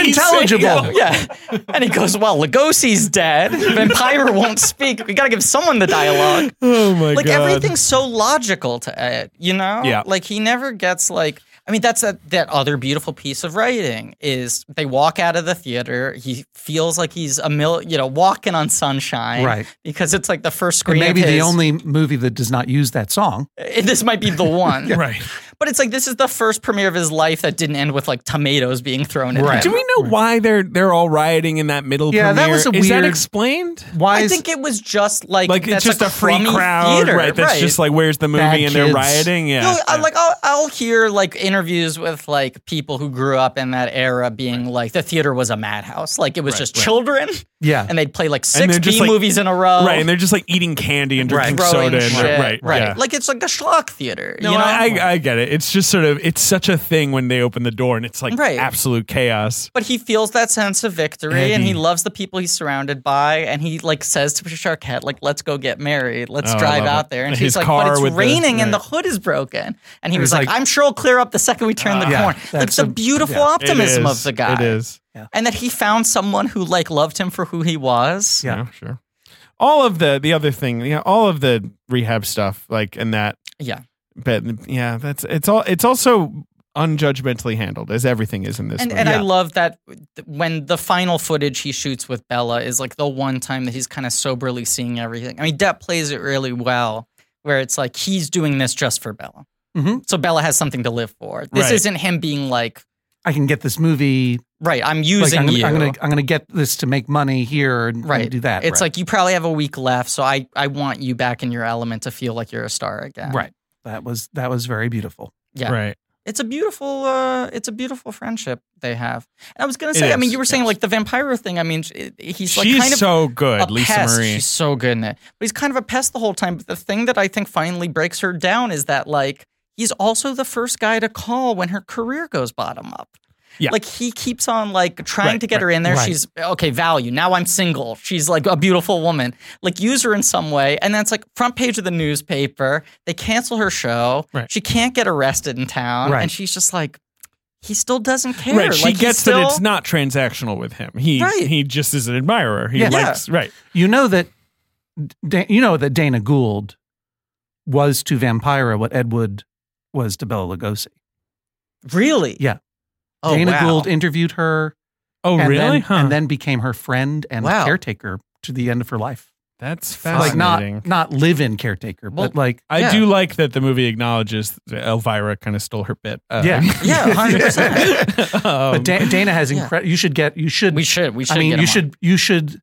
Speaker 4: unintelligible."
Speaker 3: saying
Speaker 2: yeah, and he goes, "Well, Legosi's dead. Vampire won't speak. We got to give someone the dialogue."
Speaker 3: that?" Oh my
Speaker 2: Like
Speaker 3: god!
Speaker 2: everything's so logical to Ed, you know.
Speaker 3: Yeah.
Speaker 2: Like he never gets like. I mean, that's a, that other beautiful piece of writing is they walk out of the theater. He feels like he's a mil, you know, walking on sunshine,
Speaker 4: Right.
Speaker 2: Because it's like the first
Speaker 4: And
Speaker 2: screen. of
Speaker 4: maybe the
Speaker 2: his-
Speaker 4: only movie that does not use that song.
Speaker 2: This might be the one,
Speaker 3: right?
Speaker 2: But it's like this is the first premiere of his life that didn't end with like tomatoes being thrown at
Speaker 4: Right.
Speaker 3: Do
Speaker 2: him.
Speaker 3: we know why they're they're all rioting in that middle?
Speaker 4: Yeah, that
Speaker 3: premiere?
Speaker 4: was a
Speaker 3: Is that
Speaker 4: weird-
Speaker 3: explained?
Speaker 4: Why
Speaker 2: I
Speaker 4: is
Speaker 2: think it was just like
Speaker 3: Like
Speaker 2: that's
Speaker 3: it's just a, free
Speaker 2: crummy
Speaker 3: crowd,
Speaker 2: theater,
Speaker 3: right? That's just like where's the movie
Speaker 4: Bad
Speaker 3: and they're
Speaker 4: kids.
Speaker 3: rioting. Yeah,
Speaker 2: No, I, like I'll, I'll hear like interviews with like people who grew up in that era being like the theater was a madhouse, like it was just children,
Speaker 4: yeah?
Speaker 2: and they'd play like
Speaker 3: And
Speaker 2: six
Speaker 3: they're just,
Speaker 2: B
Speaker 3: like-
Speaker 2: movies in a row,
Speaker 3: right, and they're just like eating candy and drinking
Speaker 2: throwing
Speaker 3: soda.
Speaker 2: shit,
Speaker 3: and, right,
Speaker 2: right,
Speaker 3: yeah.
Speaker 2: like it's like a schlock theater,
Speaker 3: No,
Speaker 2: you know?
Speaker 3: I, I, I get it. It's just sort of it's such a thing when they open the door and it's like
Speaker 2: Right.
Speaker 3: absolute chaos.
Speaker 2: but he feels that sense of victory and he
Speaker 3: Eddie.
Speaker 2: loves the people he's surrounded by and he like says to Patricia Arquette like let's go get married let's
Speaker 3: Oh, I
Speaker 2: drive
Speaker 3: love
Speaker 2: out
Speaker 3: it.
Speaker 2: there and
Speaker 3: His
Speaker 2: she's like
Speaker 3: car
Speaker 2: but
Speaker 3: with
Speaker 2: it's
Speaker 3: the-
Speaker 2: raining and the
Speaker 3: right.
Speaker 2: hood is broken and he was
Speaker 4: was
Speaker 2: like,
Speaker 4: like-
Speaker 2: I'm sure it'll clear up the second we turn the
Speaker 4: Yeah,
Speaker 2: corner like
Speaker 4: that's
Speaker 2: the
Speaker 4: a-
Speaker 2: beautiful
Speaker 4: yeah.
Speaker 3: It
Speaker 2: optimism
Speaker 3: is.
Speaker 2: of the guy
Speaker 3: It is.
Speaker 2: and that he found someone who like loved him for who he was
Speaker 4: Yeah.
Speaker 3: Yeah, sure. All of the the other thing, yeah, all of the rehab stuff, like and that,
Speaker 2: yeah
Speaker 3: but yeah, that's it's all. It's also unjudgmentally handled, as everything is in this.
Speaker 2: and,
Speaker 3: movie.
Speaker 2: and I
Speaker 4: Yeah.
Speaker 2: love that when the final footage he shoots with Bella is like the one time that he's kind of soberly seeing everything. I mean, Depp plays it really well, where it's like he's doing this just for Bella.
Speaker 4: Mhm.
Speaker 2: So Bella has something to live for. This
Speaker 3: Right.
Speaker 2: isn't him being like,
Speaker 4: I can get this movie.
Speaker 2: right, I'm
Speaker 4: Like,
Speaker 2: using
Speaker 4: I'm,
Speaker 2: you.
Speaker 4: gonna, I'm gonna I'm gonna get this to make money here and, and
Speaker 2: Right.
Speaker 4: do that.
Speaker 2: it's
Speaker 4: right.
Speaker 2: like you probably have a week left, so I, I want you back in your element to feel like you're a star again.
Speaker 4: right. That was that was very beautiful.
Speaker 2: yeah.
Speaker 3: right.
Speaker 2: It's a beautiful uh, it's a beautiful friendship they have. And I was gonna
Speaker 3: It
Speaker 2: say, I mean,
Speaker 3: is,
Speaker 2: you were saying
Speaker 3: yes.
Speaker 2: like the vampiro thing. I mean, sh- he's like
Speaker 3: She's
Speaker 2: kind of
Speaker 3: so good,
Speaker 2: a
Speaker 3: Lisa
Speaker 2: pest.
Speaker 3: Marie.
Speaker 2: She's so good in it. But he's kind of a pest the whole time. But the thing that I think finally breaks her down is that like he's also the first guy to call when her career goes bottom up.
Speaker 3: Yeah.
Speaker 2: Like he keeps on like trying
Speaker 3: Right,
Speaker 2: to get her in there.
Speaker 4: right.
Speaker 2: She's okay, value. Now I'm single. She's like a beautiful woman. Like use her in some way. And that's like front page of the newspaper. They cancel her show.
Speaker 3: Right.
Speaker 2: She can't get arrested in town.
Speaker 4: Right.
Speaker 2: And she's just like, he still doesn't care.
Speaker 3: Right, she
Speaker 2: like, he's
Speaker 3: gets
Speaker 2: still,
Speaker 3: that it's not transactional with him. He
Speaker 2: Right.
Speaker 3: he just is an admirer. He
Speaker 4: Yeah.
Speaker 3: likes right.
Speaker 4: You know that Da- you know that Dana Gould was to Vampira what Ed Wood was to Bela Lugosi.
Speaker 2: really.
Speaker 4: Yeah.
Speaker 2: Oh,
Speaker 4: Dana
Speaker 2: wow.
Speaker 4: Gould interviewed her.
Speaker 6: Oh,
Speaker 4: and
Speaker 6: really?
Speaker 4: Then,
Speaker 6: huh.
Speaker 4: And then became her friend and
Speaker 2: Wow.
Speaker 4: caretaker to the end of her life.
Speaker 3: That's
Speaker 4: Like
Speaker 3: fascinating.
Speaker 4: not not live in caretaker,
Speaker 2: Well,
Speaker 4: but like
Speaker 6: I
Speaker 2: yeah.
Speaker 6: do like that the movie acknowledges that Elvira kind of stole her bit. Uh,
Speaker 4: yeah.
Speaker 2: Yeah, 100%.
Speaker 6: um,
Speaker 4: but Da- Dana has
Speaker 2: yeah.
Speaker 4: incredible. You should get. You should.
Speaker 2: we should. We should.
Speaker 4: I mean,
Speaker 2: get
Speaker 4: you
Speaker 2: him on.
Speaker 4: should. You should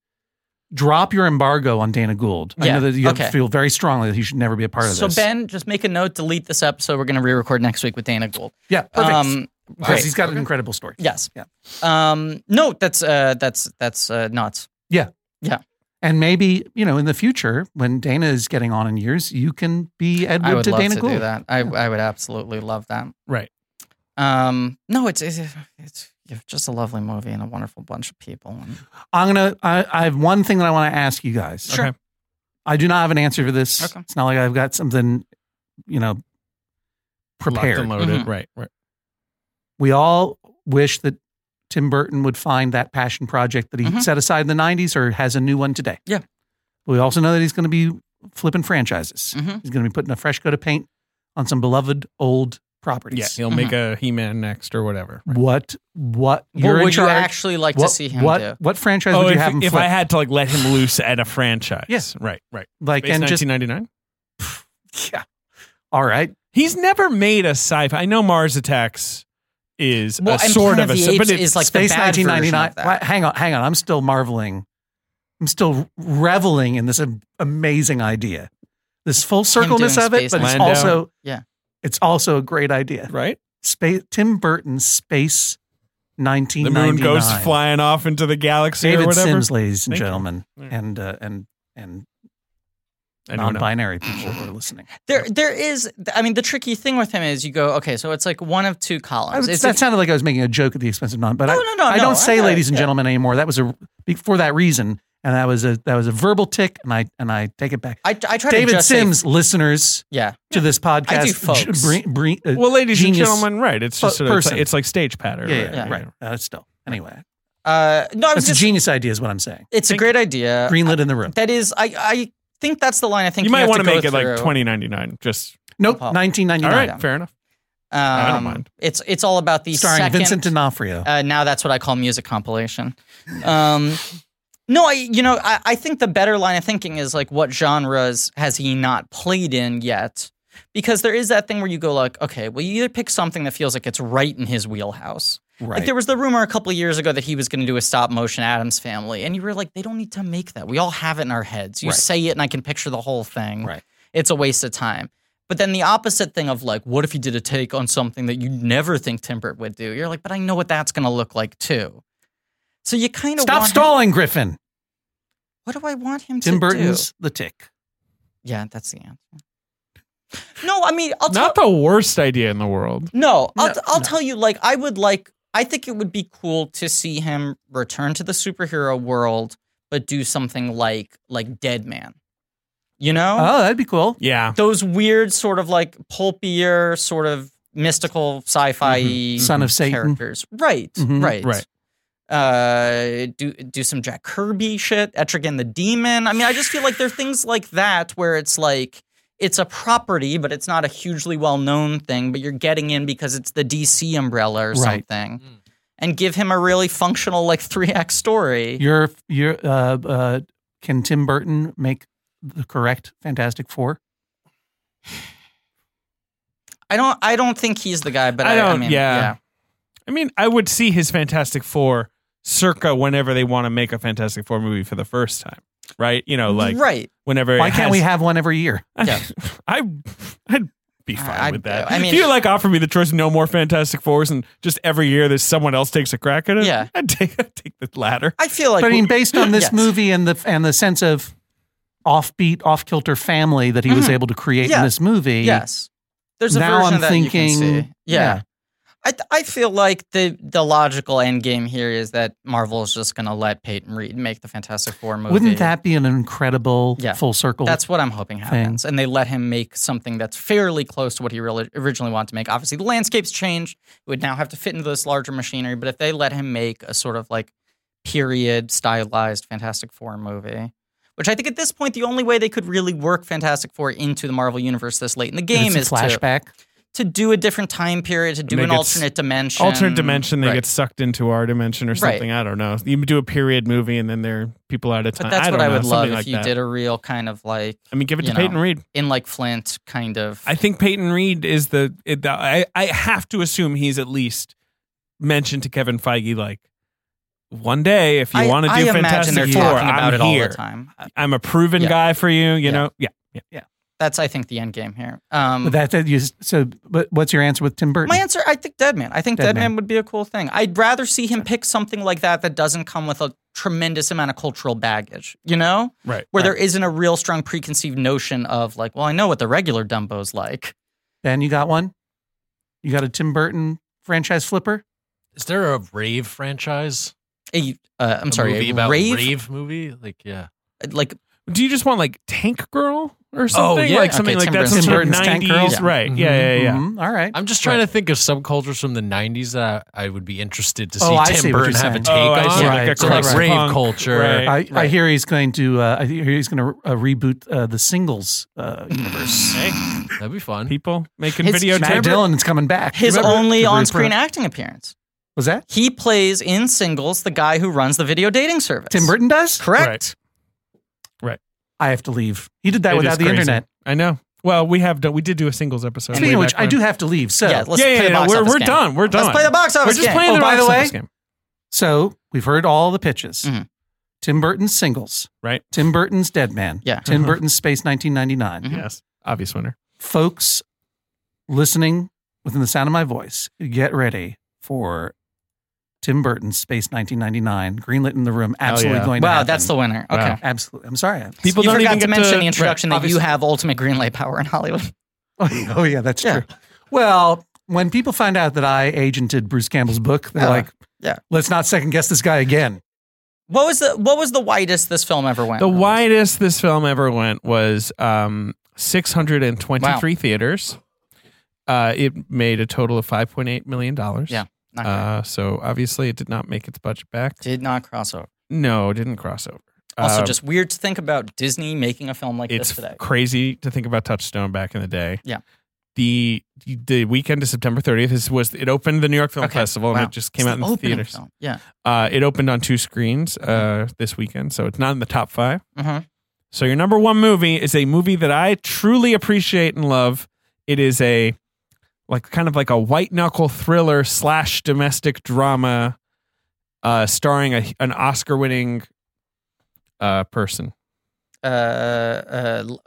Speaker 4: drop your embargo on Dana Gould. I
Speaker 2: Yeah,
Speaker 4: know that you
Speaker 2: okay.
Speaker 4: feel very strongly that he should never be a part of
Speaker 2: So
Speaker 4: this.
Speaker 2: Ben, just make a note. Delete this episode. We're going to re-record next week with Dana Gould.
Speaker 4: yeah, perfect.
Speaker 2: Um,
Speaker 4: because
Speaker 2: great.
Speaker 4: he's got an incredible story.
Speaker 2: Yes.
Speaker 4: Yeah.
Speaker 2: Um, no, that's uh, that's that's uh, nuts.
Speaker 4: And maybe, you know, in the future, when Dana is getting on in years, you can be
Speaker 2: I
Speaker 4: Edward
Speaker 2: would
Speaker 4: to
Speaker 2: love
Speaker 4: Dana
Speaker 2: to
Speaker 4: Gould.
Speaker 2: do that. I, I would absolutely love that.
Speaker 6: Right.
Speaker 2: Um, no, it's it's, it's just a lovely movie and a wonderful bunch of people. And
Speaker 4: I'm gonna. I, I have one thing that I want to ask you guys.
Speaker 6: Sure. Okay.
Speaker 4: I do not have an answer for this.
Speaker 2: Okay.
Speaker 4: It's not like I've got something, you know,
Speaker 6: locked and
Speaker 4: prepared.
Speaker 6: loaded.
Speaker 3: Mm-hmm.
Speaker 2: Mhm.
Speaker 6: Right. Right.
Speaker 4: We all wish that Tim Burton would find that passion project that he
Speaker 2: Mhm.
Speaker 4: set aside in the '90s or has a new one today.
Speaker 2: Yeah.
Speaker 4: But we also know that he's going to be flipping franchises.
Speaker 2: Mhm.
Speaker 4: He's going to be putting a fresh coat of paint on some beloved old properties.
Speaker 6: Yeah. He'll make a He-Man next or whatever. Right.
Speaker 4: What? What?
Speaker 2: what
Speaker 4: in
Speaker 2: would you
Speaker 4: charge.
Speaker 2: actually like
Speaker 4: what,
Speaker 2: to see him
Speaker 4: what,
Speaker 2: do?
Speaker 4: What franchise
Speaker 6: Oh,
Speaker 4: would you
Speaker 6: if,
Speaker 4: have him
Speaker 6: if
Speaker 4: flip?
Speaker 6: I had to like let him loose at a franchise.
Speaker 4: Yeah.
Speaker 6: Right. Right.
Speaker 4: like
Speaker 6: Based
Speaker 4: and just
Speaker 6: 1999.
Speaker 4: yeah. All right.
Speaker 6: He's never made a sci-fi. I know Mars Attacks is
Speaker 2: Well,
Speaker 6: a
Speaker 2: and
Speaker 6: sort
Speaker 2: Planet
Speaker 6: of a
Speaker 2: of the
Speaker 6: sci- but
Speaker 2: Apes
Speaker 6: it's
Speaker 2: is like the
Speaker 4: Space
Speaker 2: bad version of
Speaker 4: 1999.
Speaker 2: that.
Speaker 4: Wha- Hang on, hang on. I'm still marveling. I'm still reveling in this am- amazing idea. This full circleness
Speaker 2: doing
Speaker 4: of it,
Speaker 2: Space
Speaker 4: but it's
Speaker 6: Landau.
Speaker 4: also
Speaker 2: Yeah.
Speaker 4: it's also a great idea.
Speaker 6: right.
Speaker 4: Space Tim Burton's Space
Speaker 6: The
Speaker 4: 1999.
Speaker 6: moon goes flying off into the galaxy or
Speaker 4: David
Speaker 6: whatever.
Speaker 4: Sims, ladies and
Speaker 6: Thank you.
Speaker 4: gentlemen,
Speaker 6: Yeah.
Speaker 4: and uh, and and
Speaker 6: Anyone else?
Speaker 4: non-binary people who are listening.
Speaker 2: There, there is. I mean, the tricky thing with him is you go, okay, so it's like one of two columns.
Speaker 4: I would-
Speaker 2: It's-
Speaker 4: that sounded like I was making a joke at the expense of non, but
Speaker 2: No,
Speaker 4: I,
Speaker 2: no, no,
Speaker 4: I
Speaker 2: no,
Speaker 4: don't
Speaker 2: I
Speaker 4: say
Speaker 2: got it,
Speaker 4: ladies and
Speaker 2: yeah.
Speaker 4: gentlemen anymore. That was a for that reason, and that was a that was a verbal tick, and I and I take it back.
Speaker 2: I, I try to
Speaker 4: David
Speaker 2: just say-
Speaker 4: Sims, listeners
Speaker 2: yeah,
Speaker 4: to this podcast,
Speaker 2: I do
Speaker 4: j-
Speaker 2: folks.
Speaker 4: bring- bring- uh,
Speaker 6: Well, ladies
Speaker 4: genius-
Speaker 6: and gentlemen, right? It's
Speaker 4: fu-
Speaker 6: just sort of, it's,
Speaker 4: person.
Speaker 6: like, it's like stage patter.
Speaker 4: yeah,
Speaker 6: right,
Speaker 4: yeah,
Speaker 6: right,
Speaker 4: right. Uh, still, anyway,
Speaker 2: uh, no, I was
Speaker 4: it's a
Speaker 2: just. Uh,
Speaker 4: genius idea, is what I'm saying.
Speaker 2: it's a great idea.
Speaker 4: Greenlit in the room.
Speaker 2: That is, I, I think that's the line. I think
Speaker 6: You might
Speaker 2: want
Speaker 6: want
Speaker 2: to
Speaker 6: to
Speaker 2: go
Speaker 6: make it like
Speaker 2: through.
Speaker 6: twenty ninety nine. Just
Speaker 4: Nope,
Speaker 2: Paul.
Speaker 6: all
Speaker 4: 1999,
Speaker 6: right,
Speaker 2: yeah.
Speaker 6: fair enough.
Speaker 2: Um,
Speaker 6: I don't mind.
Speaker 2: It's it's all about the
Speaker 4: starring
Speaker 2: second,
Speaker 4: Vincent D'Onofrio.
Speaker 2: Uh, now that's what I call music compilation. Um, no, I you know I, I think the better line of thinking is like what genres has he not played in yet? Because there is that thing where you go like, okay, well you either pick something that feels like it's right in his wheelhouse.
Speaker 4: right.
Speaker 2: Like there was the rumor a couple of years ago that he was going to do a stop motion Adams Family, and you were like, they don't need to make that. We all have it in our heads. You
Speaker 4: Right.
Speaker 2: say it, and I can picture the whole thing.
Speaker 4: Right.
Speaker 2: It's a waste of time. But then the opposite thing of like, what if you did a take on something that you never think Tim Burton would do? You're like, but I know what that's going to look like too. So you kind of
Speaker 4: Stop
Speaker 2: want him-
Speaker 4: stalling, Griffin.
Speaker 2: what do I want him to
Speaker 4: Tim
Speaker 2: do?
Speaker 4: Burton's The Tick.
Speaker 2: Yeah, that's the answer. No, I mean, I'll tell.
Speaker 6: Not the worst idea in the world.
Speaker 2: No, I'll,
Speaker 4: No,
Speaker 2: I'll
Speaker 4: no.
Speaker 2: tell you, like, I would like, I think it would be cool to see him return to the superhero world, but do something like, like Dead Man. You know?
Speaker 4: Oh, that'd be cool.
Speaker 6: Yeah,
Speaker 2: Those weird, sort of like pulpier, sort of mystical sci fi
Speaker 4: Mm-hmm. Son of Satan.
Speaker 2: characters. Right,
Speaker 4: Mhm.
Speaker 2: right.
Speaker 6: Right.
Speaker 2: Uh, do do some Jack Kirby shit, Etrigan the Demon. I mean, I just feel like there are things like that where it's like it's a property, but it's not a hugely well known thing. But you're getting in because it's the DC umbrella or
Speaker 4: Right.
Speaker 2: something, and give him a really functional like three act story.
Speaker 4: You're, you're, uh, uh, can Tim Burton make the correct Fantastic Four?
Speaker 2: I don't I don't think he's the guy, but I,
Speaker 6: I don't.
Speaker 2: mean,
Speaker 6: yeah. I mean, I would see his Fantastic Four circa whenever they want to make a Fantastic Four movie for the first time. Right? You know, like
Speaker 2: right.
Speaker 6: whenever.
Speaker 4: Why
Speaker 6: it
Speaker 4: can't
Speaker 6: has-
Speaker 4: we have one every year?
Speaker 2: Yeah.
Speaker 6: I, I'd be
Speaker 2: I-
Speaker 6: fine
Speaker 2: I'd-
Speaker 6: with that.
Speaker 2: I
Speaker 6: I
Speaker 2: mean-
Speaker 6: mean, if you like offer me the choice, of no more Fantastic Fours, and just every year there's someone else takes a crack at it.
Speaker 2: Yeah.
Speaker 6: I'd take, I'd take the latter.
Speaker 2: I feel like
Speaker 4: but I mean, based on this
Speaker 2: Yes.
Speaker 4: movie and the and the sense of offbeat, off kilter family that he was able to create
Speaker 2: Mm-hmm. Yeah.
Speaker 4: in this movie,
Speaker 2: yes. There's a
Speaker 4: now
Speaker 2: version
Speaker 4: I'm
Speaker 2: of that you
Speaker 4: thinking,
Speaker 2: can see. yeah. I, th- I feel like the the logical end game here is that Marvel is just going to let Peyton Reed make the Fantastic Four movie.
Speaker 4: wouldn't that be an incredible
Speaker 2: Yeah.
Speaker 4: full circle?
Speaker 2: That's what I'm hoping happens, and they let him make something that's fairly close to what he really, originally wanted to make. Obviously, the landscape's changed; it would now have to fit into this larger machinery. But if they let him make a sort of like period stylized Fantastic Four movie, which I think at this point the only way they could really work Fantastic Four into the Marvel universe this late in the
Speaker 4: If
Speaker 2: game
Speaker 4: it's a
Speaker 2: is to
Speaker 4: flashback.
Speaker 2: to do a different time period, to do
Speaker 7: Make
Speaker 2: an
Speaker 7: it s-
Speaker 2: alternate dimension.
Speaker 7: alternate dimension. They
Speaker 2: Right.
Speaker 7: get sucked into our dimension or something. I don't know. You do a period movie and then there are people out of time.
Speaker 2: But that's
Speaker 7: I
Speaker 2: what
Speaker 7: don't
Speaker 2: I
Speaker 7: know,
Speaker 2: would love
Speaker 7: something
Speaker 2: if
Speaker 7: like
Speaker 2: you
Speaker 7: that.
Speaker 2: did a real kind of like
Speaker 7: I mean, give it
Speaker 2: you
Speaker 7: to Peyton
Speaker 2: know.
Speaker 7: Reed.
Speaker 2: in like Flint kind of.
Speaker 3: I think Peyton Reed is the. It, the I, I have to assume he's at least mentioned to Kevin Feige like one day if you
Speaker 2: I-
Speaker 3: want to
Speaker 2: I
Speaker 3: do
Speaker 2: imagine
Speaker 3: Fantastic
Speaker 2: they're
Speaker 3: Four,
Speaker 2: talking about
Speaker 3: I'm
Speaker 2: it
Speaker 3: here.
Speaker 2: all the time.
Speaker 3: I'm a proven
Speaker 2: Yeah.
Speaker 3: guy for you. You know, yeah.
Speaker 2: That's I think the end game here. Um,
Speaker 4: But that, that you so. But what's your answer with Tim Burton?
Speaker 2: My answer, I think Dead Man. I think
Speaker 4: Dead
Speaker 2: Dead,
Speaker 4: Man.
Speaker 2: Man. would be a cool thing. I'd rather see him pick something like that that doesn't come with a tremendous amount of cultural baggage, you know?
Speaker 3: Right,
Speaker 2: Where there isn't a real strong preconceived notion of like, well, I know what the regular Dumbo's like.
Speaker 4: ben, you got one. You got a Tim Burton franchise flipper.
Speaker 5: Is there a rave franchise?
Speaker 2: A, uh, I'm
Speaker 5: A
Speaker 2: sorry,
Speaker 5: movie
Speaker 2: a
Speaker 5: about
Speaker 2: rave,
Speaker 5: movie. Like, yeah,
Speaker 2: like
Speaker 3: Do you just want like Tank Girl or something?
Speaker 5: yeah.
Speaker 3: Like something
Speaker 2: Okay, Tim
Speaker 3: like that.
Speaker 2: Burton's-
Speaker 3: Some sort of
Speaker 4: Tim Burton's Tank
Speaker 3: 90s.
Speaker 4: Girl?
Speaker 3: Right. Yeah, yeah, yeah.
Speaker 4: Mhm. All right.
Speaker 5: I'm just trying to think of subcultures from the '90s that I, I would be interested to see
Speaker 4: Oh, I
Speaker 5: Tim
Speaker 4: see what
Speaker 5: Burton
Speaker 4: you're
Speaker 5: have a
Speaker 4: saying.
Speaker 5: take
Speaker 3: Oh, I
Speaker 5: on.
Speaker 3: see.
Speaker 4: Right.
Speaker 3: Like a
Speaker 5: So like
Speaker 3: crust
Speaker 5: rave
Speaker 3: punk.
Speaker 5: culture.
Speaker 3: Right.
Speaker 4: I, I
Speaker 2: Right.
Speaker 4: hear he's going to. Uh, I hear he's going to uh, reboot uh, the singles uh, universe.
Speaker 3: Hey,
Speaker 5: That'd be fun.
Speaker 3: people making
Speaker 2: It's
Speaker 3: video
Speaker 4: Matt Dillon's coming back.
Speaker 2: his
Speaker 4: Remember
Speaker 2: only
Speaker 4: the
Speaker 2: on
Speaker 4: reprint?
Speaker 2: screen acting appearance.
Speaker 4: was that
Speaker 2: He plays in singles the guy who runs the video dating service.
Speaker 4: Tim Burton does.
Speaker 2: Correct.
Speaker 3: Right.
Speaker 4: I have to leave. He did that
Speaker 3: It is
Speaker 4: without the
Speaker 3: crazy.
Speaker 4: internet.
Speaker 3: I know. Well, we have done, we did do a singles episode.
Speaker 4: Speaking
Speaker 3: way
Speaker 4: of which,
Speaker 3: back
Speaker 4: I
Speaker 3: when.
Speaker 4: do have to leave. So
Speaker 2: Yeah, let's
Speaker 3: yeah, yeah,
Speaker 2: play the
Speaker 3: yeah,
Speaker 2: box
Speaker 3: We're,
Speaker 2: office
Speaker 3: we're
Speaker 2: game.
Speaker 3: done. We're done.
Speaker 2: Let's play the box
Speaker 3: We're
Speaker 2: office
Speaker 3: just
Speaker 2: game.
Speaker 3: playing
Speaker 4: Oh,
Speaker 3: the
Speaker 4: by the
Speaker 3: box
Speaker 4: way-
Speaker 3: office game.
Speaker 4: So we've heard all the pitches.
Speaker 2: Mhm.
Speaker 4: Tim Burton's singles,
Speaker 3: Right.
Speaker 4: Tim Burton's Dead Man,
Speaker 2: Yeah.
Speaker 4: Tim
Speaker 3: Mhm.
Speaker 4: Burton's Space 1999.
Speaker 2: Mhm.
Speaker 3: Yes. Obvious winner.
Speaker 4: Folks listening within the sound of my voice, get ready for Tim Burton's Space 1999, greenlit in the room. Absolutely
Speaker 3: yeah.
Speaker 4: going. to
Speaker 2: Wow,
Speaker 4: happen.
Speaker 2: that's the winner. Okay.
Speaker 3: Wow.
Speaker 4: absolutely. I'm sorry. I-
Speaker 3: People
Speaker 2: you
Speaker 3: don't
Speaker 2: forgot
Speaker 3: even
Speaker 2: to
Speaker 3: get
Speaker 2: mention
Speaker 3: to-
Speaker 2: the introduction
Speaker 3: right,
Speaker 2: that you have ultimate green light power in Hollywood.
Speaker 4: Oh, yeah, oh, yeah, that's
Speaker 2: Yeah.
Speaker 4: true. Well, when people find out that I agented Bruce Campbell's book, they're
Speaker 2: Uh,
Speaker 4: like,
Speaker 2: yeah.
Speaker 4: let's not second guess this guy again."
Speaker 2: What was the what was the widest this film ever went?
Speaker 3: The widest this film ever went was um, 623 theaters. Uh, it made a total of 5.8 million dollars.
Speaker 2: Yeah. Not great.
Speaker 3: Uh, so obviously, it did not make its budget back.
Speaker 2: did not cross over.
Speaker 3: No, it didn't cross over.
Speaker 2: Also,
Speaker 3: Um,
Speaker 2: just weird to think about Disney making a film like
Speaker 3: it's
Speaker 2: this today.
Speaker 3: crazy to think about Touchstone back in the day.
Speaker 2: Yeah.
Speaker 3: The the weekend of September 30th is, was it opened the New York Film
Speaker 2: Okay,
Speaker 3: Festival
Speaker 2: wow.
Speaker 3: and it just came
Speaker 2: It's
Speaker 3: out in the
Speaker 2: opening
Speaker 3: theaters.
Speaker 2: film. Yeah.
Speaker 3: Uh, it opened on two screens uh, this weekend, so it's not in the top five.
Speaker 2: Mhm.
Speaker 3: So your number one movie is a movie that I truly appreciate and love. It is a like kind of like a white knuckle thriller slash domestic drama, uh, starring a, an Oscar winning uh, person,
Speaker 2: Uh, uh, uh,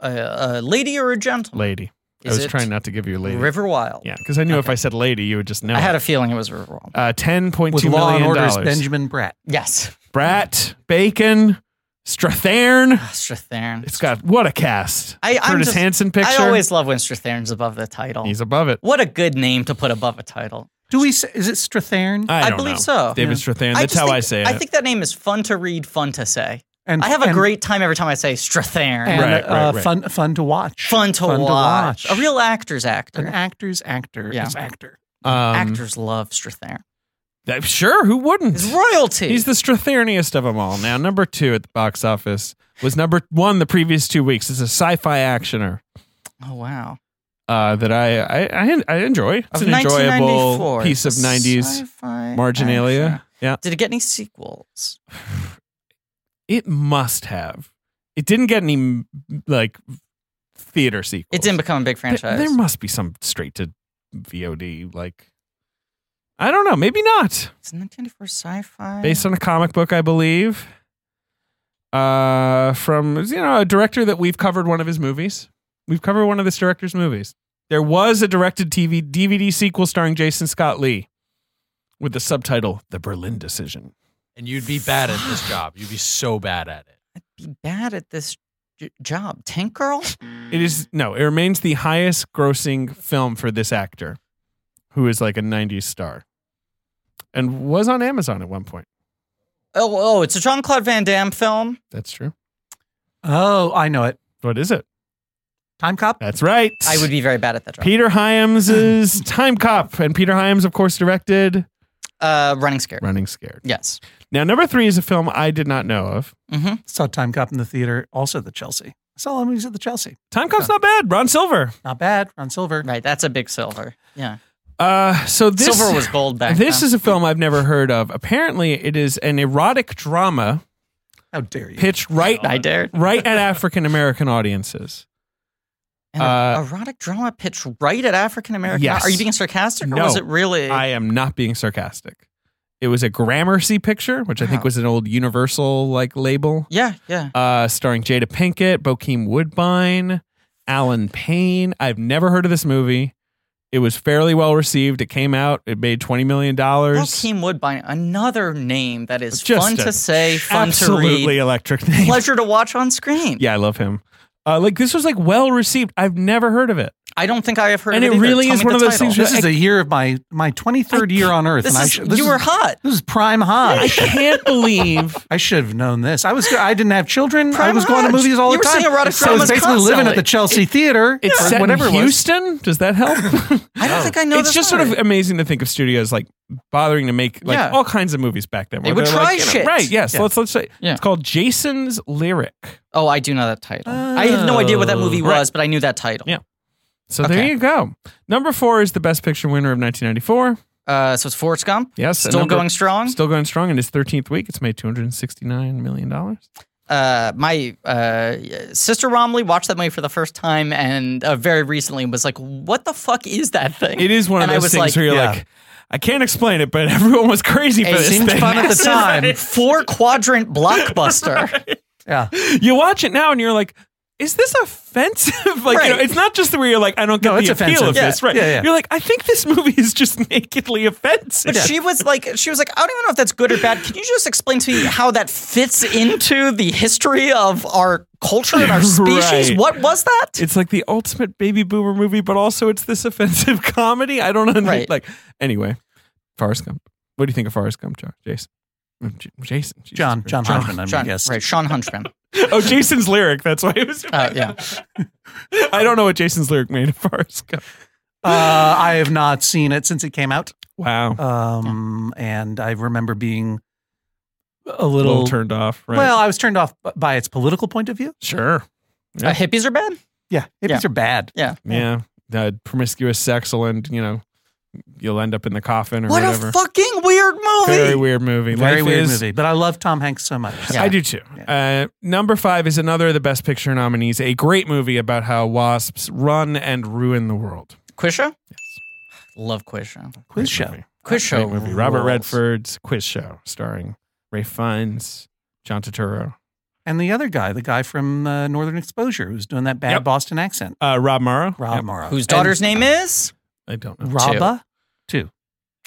Speaker 2: a lady or a gentleman?
Speaker 3: lady. I
Speaker 2: Is
Speaker 3: was
Speaker 2: it
Speaker 3: trying not to give you a lady.
Speaker 2: River Wild.
Speaker 3: yeah, because I knew if I said lady, you would just know.
Speaker 2: I had a feeling it was River Wild.
Speaker 3: uh, ten point
Speaker 4: With
Speaker 3: two
Speaker 4: Law
Speaker 3: million
Speaker 4: and Order's
Speaker 3: dollars.
Speaker 4: Benjamin Bratt.
Speaker 2: Yes.
Speaker 3: Brat, Bacon, Strathairn.
Speaker 2: Strathairn.
Speaker 3: It's got what a cast.
Speaker 2: I- I'm
Speaker 3: Curtis
Speaker 2: just-
Speaker 3: Hanson
Speaker 2: I
Speaker 3: picture.
Speaker 2: always love when Strathairn's above the title.
Speaker 3: He's above it.
Speaker 2: what a good name to put above a title.
Speaker 4: Do we? say- Is it Strathairn?
Speaker 3: I,
Speaker 2: I
Speaker 3: don't
Speaker 2: believe
Speaker 3: know.
Speaker 2: so.
Speaker 3: David Strathairn. That's
Speaker 2: just
Speaker 3: how
Speaker 2: think,
Speaker 3: I say it.
Speaker 2: I think that name is fun to read, fun to say.
Speaker 4: and
Speaker 2: I have a
Speaker 4: and-
Speaker 2: great time every time I say Strathairn.
Speaker 4: and,
Speaker 3: Right,
Speaker 4: uh,
Speaker 3: right, right.
Speaker 4: fun fun to watch.
Speaker 2: fun to, watch. A real actor's
Speaker 4: an
Speaker 2: actor.
Speaker 4: actor's actor
Speaker 2: Yeah.
Speaker 4: is actor.
Speaker 3: um,
Speaker 2: Actors love Strathairn.
Speaker 3: that- sure, who wouldn't?
Speaker 2: It's royalty.
Speaker 3: He's the Strathairniest of them all. Now, number two at the box office was number one the previous two weeks. It's a sci-fi actioner
Speaker 2: oh wow.
Speaker 3: uh, that I I, I I enjoy. It's
Speaker 2: Of 1994.
Speaker 3: an enjoyable piece of
Speaker 2: It's a
Speaker 3: '90s
Speaker 2: sci-fi action.
Speaker 3: marginalia. Yeah,
Speaker 2: Did it get any sequels?
Speaker 3: it must have. It didn't get any like theater sequels.
Speaker 2: It didn't become a big
Speaker 3: There-
Speaker 2: franchise.
Speaker 3: There must be some straight to VOD. Like, I don't know. Maybe not.
Speaker 2: it's a 1994 sci-fi.
Speaker 3: based on a comic book, I believe. Uh, from you know a director that we've covered one of his movies. We've covered one of this director's movies. There was a directed TV DVD sequel starring Jason Scott Lee, with the subtitle "The Berlin Decision."
Speaker 5: And you'd be bad at this job. You'd be so bad at it.
Speaker 2: I'd be bad at this j- job. Tank Girl?
Speaker 3: It is no, it remains the highest grossing film for this actor, who is like a '90s star, and was on Amazon at one point.
Speaker 2: Oh, oh, it's a Jean Claude Van Damme film.
Speaker 3: That's true.
Speaker 4: Oh, I know it.
Speaker 3: What is it?
Speaker 4: Time cop.
Speaker 3: That's right.
Speaker 2: I would be very bad at that job.
Speaker 3: Peter Hyams' Time Cop, and Peter Hyams, of course, directed
Speaker 2: Uh, running scared.
Speaker 3: Running Scared.
Speaker 2: Yes.
Speaker 3: Now, number three is a film I did not know of.
Speaker 2: Mm-hmm.
Speaker 4: Saw Time Cop in the theater. Also the Chelsea. I saw him when he was at the Chelsea.
Speaker 3: Time Cop's not bad. Ron Silver.
Speaker 4: Not bad. Ron Silver.
Speaker 2: Right, that's a big silver. Yeah,
Speaker 3: Uh, so this
Speaker 2: silver was gold back
Speaker 3: this
Speaker 2: then.
Speaker 3: is a film I've never heard of. Apparently, it is an erotic drama
Speaker 4: How dare you?
Speaker 3: pitched right
Speaker 2: I dared
Speaker 3: right at African American audiences.
Speaker 2: an
Speaker 3: Uh,
Speaker 2: erotic drama pitch right at African American.
Speaker 3: Yes.
Speaker 2: Are you being sarcastic or
Speaker 3: No.
Speaker 2: was it really?
Speaker 3: I am not being sarcastic. It was a Gramercy picture, which I think
Speaker 2: Wow.
Speaker 3: was an old Universal like label,
Speaker 2: yeah, yeah.
Speaker 3: uh, starring Jada Pinkett, Bokeem Woodbine, Alan Payne. I've never heard of this movie. It was fairly well received. It came out. It made twenty million dollars.
Speaker 2: Joaquin Woodbine, another name that is
Speaker 3: Just
Speaker 2: fun
Speaker 3: a
Speaker 2: to say, fun to
Speaker 3: Absolutely
Speaker 2: read,
Speaker 3: electric name.
Speaker 2: pleasure to watch on screen.
Speaker 3: Yeah, I love him. Uh, like this was like well received. I've never heard of it.
Speaker 2: I don't think I have heard
Speaker 3: And
Speaker 2: of
Speaker 3: it
Speaker 2: it. either.
Speaker 3: really
Speaker 2: Tell
Speaker 3: is
Speaker 2: me
Speaker 3: one
Speaker 2: the
Speaker 3: of those things
Speaker 2: title.
Speaker 4: This is the year of my my 23rd year on Earth.
Speaker 2: This
Speaker 4: and I
Speaker 2: is,
Speaker 4: should- this
Speaker 2: you
Speaker 4: is-
Speaker 2: were hot.
Speaker 4: This is prime
Speaker 3: I
Speaker 4: Hodge.
Speaker 3: can't believe.
Speaker 4: I should have known this. I was I didn't have children. I
Speaker 2: Prime
Speaker 4: was going to
Speaker 2: Hodge.
Speaker 4: movies all
Speaker 2: You
Speaker 4: the
Speaker 2: were
Speaker 4: time.
Speaker 2: seeing erotic
Speaker 4: so I was
Speaker 2: dramas
Speaker 4: basically living at
Speaker 2: constantly.
Speaker 4: the Chelsea Theater
Speaker 3: It's
Speaker 4: or
Speaker 3: set
Speaker 4: whatever
Speaker 3: in
Speaker 4: it was.
Speaker 3: Houston. Does that help?
Speaker 2: I don't think I know
Speaker 3: it's
Speaker 2: this
Speaker 3: just sort
Speaker 2: movie.
Speaker 3: of amazing to think of studios like bothering to make like
Speaker 2: Yeah.
Speaker 3: all kinds of movies back then.
Speaker 2: They
Speaker 3: where
Speaker 2: would
Speaker 3: they're
Speaker 2: try
Speaker 3: like, you know,
Speaker 2: shit.
Speaker 3: right? Yes.
Speaker 4: Yeah.
Speaker 3: Let's let's say
Speaker 2: Yeah.
Speaker 3: it's called Jason's Lyric.
Speaker 2: Oh, I do know that title. I have no idea what that movie
Speaker 3: Oh, Right.
Speaker 2: was, but I knew that title.
Speaker 3: Yeah. So there
Speaker 2: Okay.
Speaker 3: you go. Number four is the Best Picture winner of 1994.
Speaker 2: Uh, so it's Forrest Gump.
Speaker 3: Yes, and
Speaker 2: Still
Speaker 3: number-
Speaker 2: going strong.
Speaker 3: Still going strong in its 13th week. It's made 269 million dollars.
Speaker 2: uh, my uh, sister Romley watched that movie for the first time and uh, very recently was like, "What the fuck is that thing?"
Speaker 3: It is one of
Speaker 2: And I
Speaker 3: those
Speaker 2: was
Speaker 3: things
Speaker 2: like,
Speaker 3: where you're
Speaker 4: Yeah.
Speaker 3: like, I can't explain it, but everyone was crazy for
Speaker 2: It
Speaker 3: this
Speaker 4: seemed
Speaker 3: thing.
Speaker 4: fun at the time.
Speaker 2: four quadrant blockbuster.
Speaker 4: Yeah.
Speaker 3: you watch it now and you're like, is this offensive? like, you know,
Speaker 2: Right.
Speaker 3: it's not just the way you're like, I don't get
Speaker 4: No,
Speaker 3: the
Speaker 4: it's
Speaker 3: appeal of
Speaker 4: offensive.
Speaker 3: this, right?
Speaker 4: Yeah, yeah.
Speaker 3: You're like, I think this movie is just nakedly offensive.
Speaker 2: But she was like, she was like, I don't even know if that's good or bad. Can you just explain to me how that fits into the history of our culture and our species?
Speaker 3: Right.
Speaker 2: What was that?
Speaker 3: It's like the ultimate baby boomer movie, but also it's this offensive comedy. I don't understand.
Speaker 2: Right.
Speaker 3: Like, anyway, Forrest Gump. What do you think of Forrest Gump, John? Jason? Mm, J- Jason. Jesus
Speaker 4: John
Speaker 3: Christ.
Speaker 4: John Hodgman, I
Speaker 2: Sean,
Speaker 4: guess.
Speaker 2: right, Sean Hunchman.
Speaker 3: Oh, Jason's lyric. That's why it was.
Speaker 2: Uh, yeah.
Speaker 3: I don't know what Jason's lyric made of Forrest Gump.
Speaker 4: Uh, I have not seen it since it came out.
Speaker 3: Wow.
Speaker 4: Um, and I remember being a
Speaker 3: A
Speaker 4: little,
Speaker 3: little turned off. Right.
Speaker 4: well, I was turned off b- by its political point of view.
Speaker 3: sure.
Speaker 2: Uh, hippies are bad.
Speaker 4: Yeah. Hippies
Speaker 2: Yeah.
Speaker 4: are bad.
Speaker 3: Yeah. The promiscuous sex will end, you know, you'll end up in the coffin or
Speaker 2: What
Speaker 3: whatever.
Speaker 2: a fucking weird movie.
Speaker 3: Very weird movie.
Speaker 4: Very
Speaker 3: Life
Speaker 4: weird
Speaker 3: is-
Speaker 4: movie. But I love Tom Hanks so much.
Speaker 2: Yeah.
Speaker 3: I do too. Uh, number five is another of the Best Picture nominees, a great movie about how wasps run and ruin the world.
Speaker 2: Quisha? Yes. Love Quisha.
Speaker 4: Quiz
Speaker 3: Great
Speaker 4: show.
Speaker 3: movie.
Speaker 2: Quiz show.
Speaker 3: Great movie. Robert
Speaker 2: rules.
Speaker 3: Redford's Quiz Show, starring Ray Fiennes, John Turturro,
Speaker 4: And the other guy, the guy from uh, Northern Exposure, who's doing that bad
Speaker 3: Yep.
Speaker 4: Boston accent,
Speaker 3: uh, Rob Morrow.
Speaker 4: Rob
Speaker 3: Yep.
Speaker 4: Morrow,
Speaker 2: Whose daughter's name
Speaker 4: uh,
Speaker 2: is?
Speaker 3: I don't know.
Speaker 4: And Raba. Two.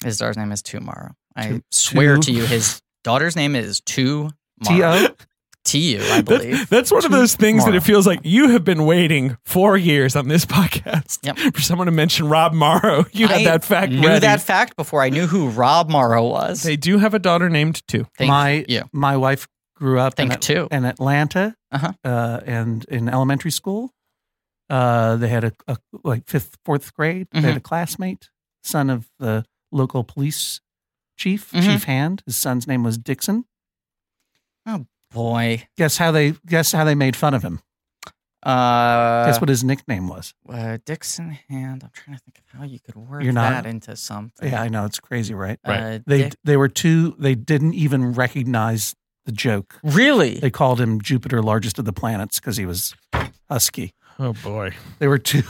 Speaker 2: His daughter's name is Tomorrow. I
Speaker 4: Tu-
Speaker 2: swear
Speaker 4: Tu-
Speaker 2: to you, his daughter's name is Tomorrow.
Speaker 4: T O.
Speaker 2: T-U, I believe.
Speaker 3: That's, that's one of those things that
Speaker 4: Morrow.
Speaker 3: it feels like you have been waiting four years on this podcast
Speaker 2: Yep.
Speaker 3: for someone to mention Rob Morrow. You had
Speaker 2: I
Speaker 3: that fact
Speaker 2: knew
Speaker 3: ready.
Speaker 2: that fact before I knew who Rob Morrow was.
Speaker 3: They do have a daughter named too.
Speaker 2: Thank
Speaker 4: my
Speaker 2: you.
Speaker 4: my wife grew up in,
Speaker 2: Think
Speaker 4: At-
Speaker 2: too.
Speaker 4: in Atlanta,
Speaker 2: Uh-huh.
Speaker 4: uh, and in elementary school, uh, they had a, a like fifth fourth grade. They
Speaker 2: Mm-hmm.
Speaker 4: had a classmate, son of the local police chief,
Speaker 2: Mhm.
Speaker 4: Chief Hand. His son's name was Dixon.
Speaker 2: Boy.
Speaker 4: Guess how they guess how they made fun of him.
Speaker 2: Uh,
Speaker 4: guess what his nickname was.
Speaker 2: uh, Dixon Hand. I'm trying to think of how you could work
Speaker 4: You're not-
Speaker 2: that into something.
Speaker 4: Yeah, I know it's crazy, right?
Speaker 2: Uh,
Speaker 4: They
Speaker 2: Dick-
Speaker 4: they were too. They didn't even recognize the joke.
Speaker 2: really?
Speaker 4: They called him Jupiter, largest of the planets, because he was husky.
Speaker 3: Oh boy.
Speaker 4: They were too.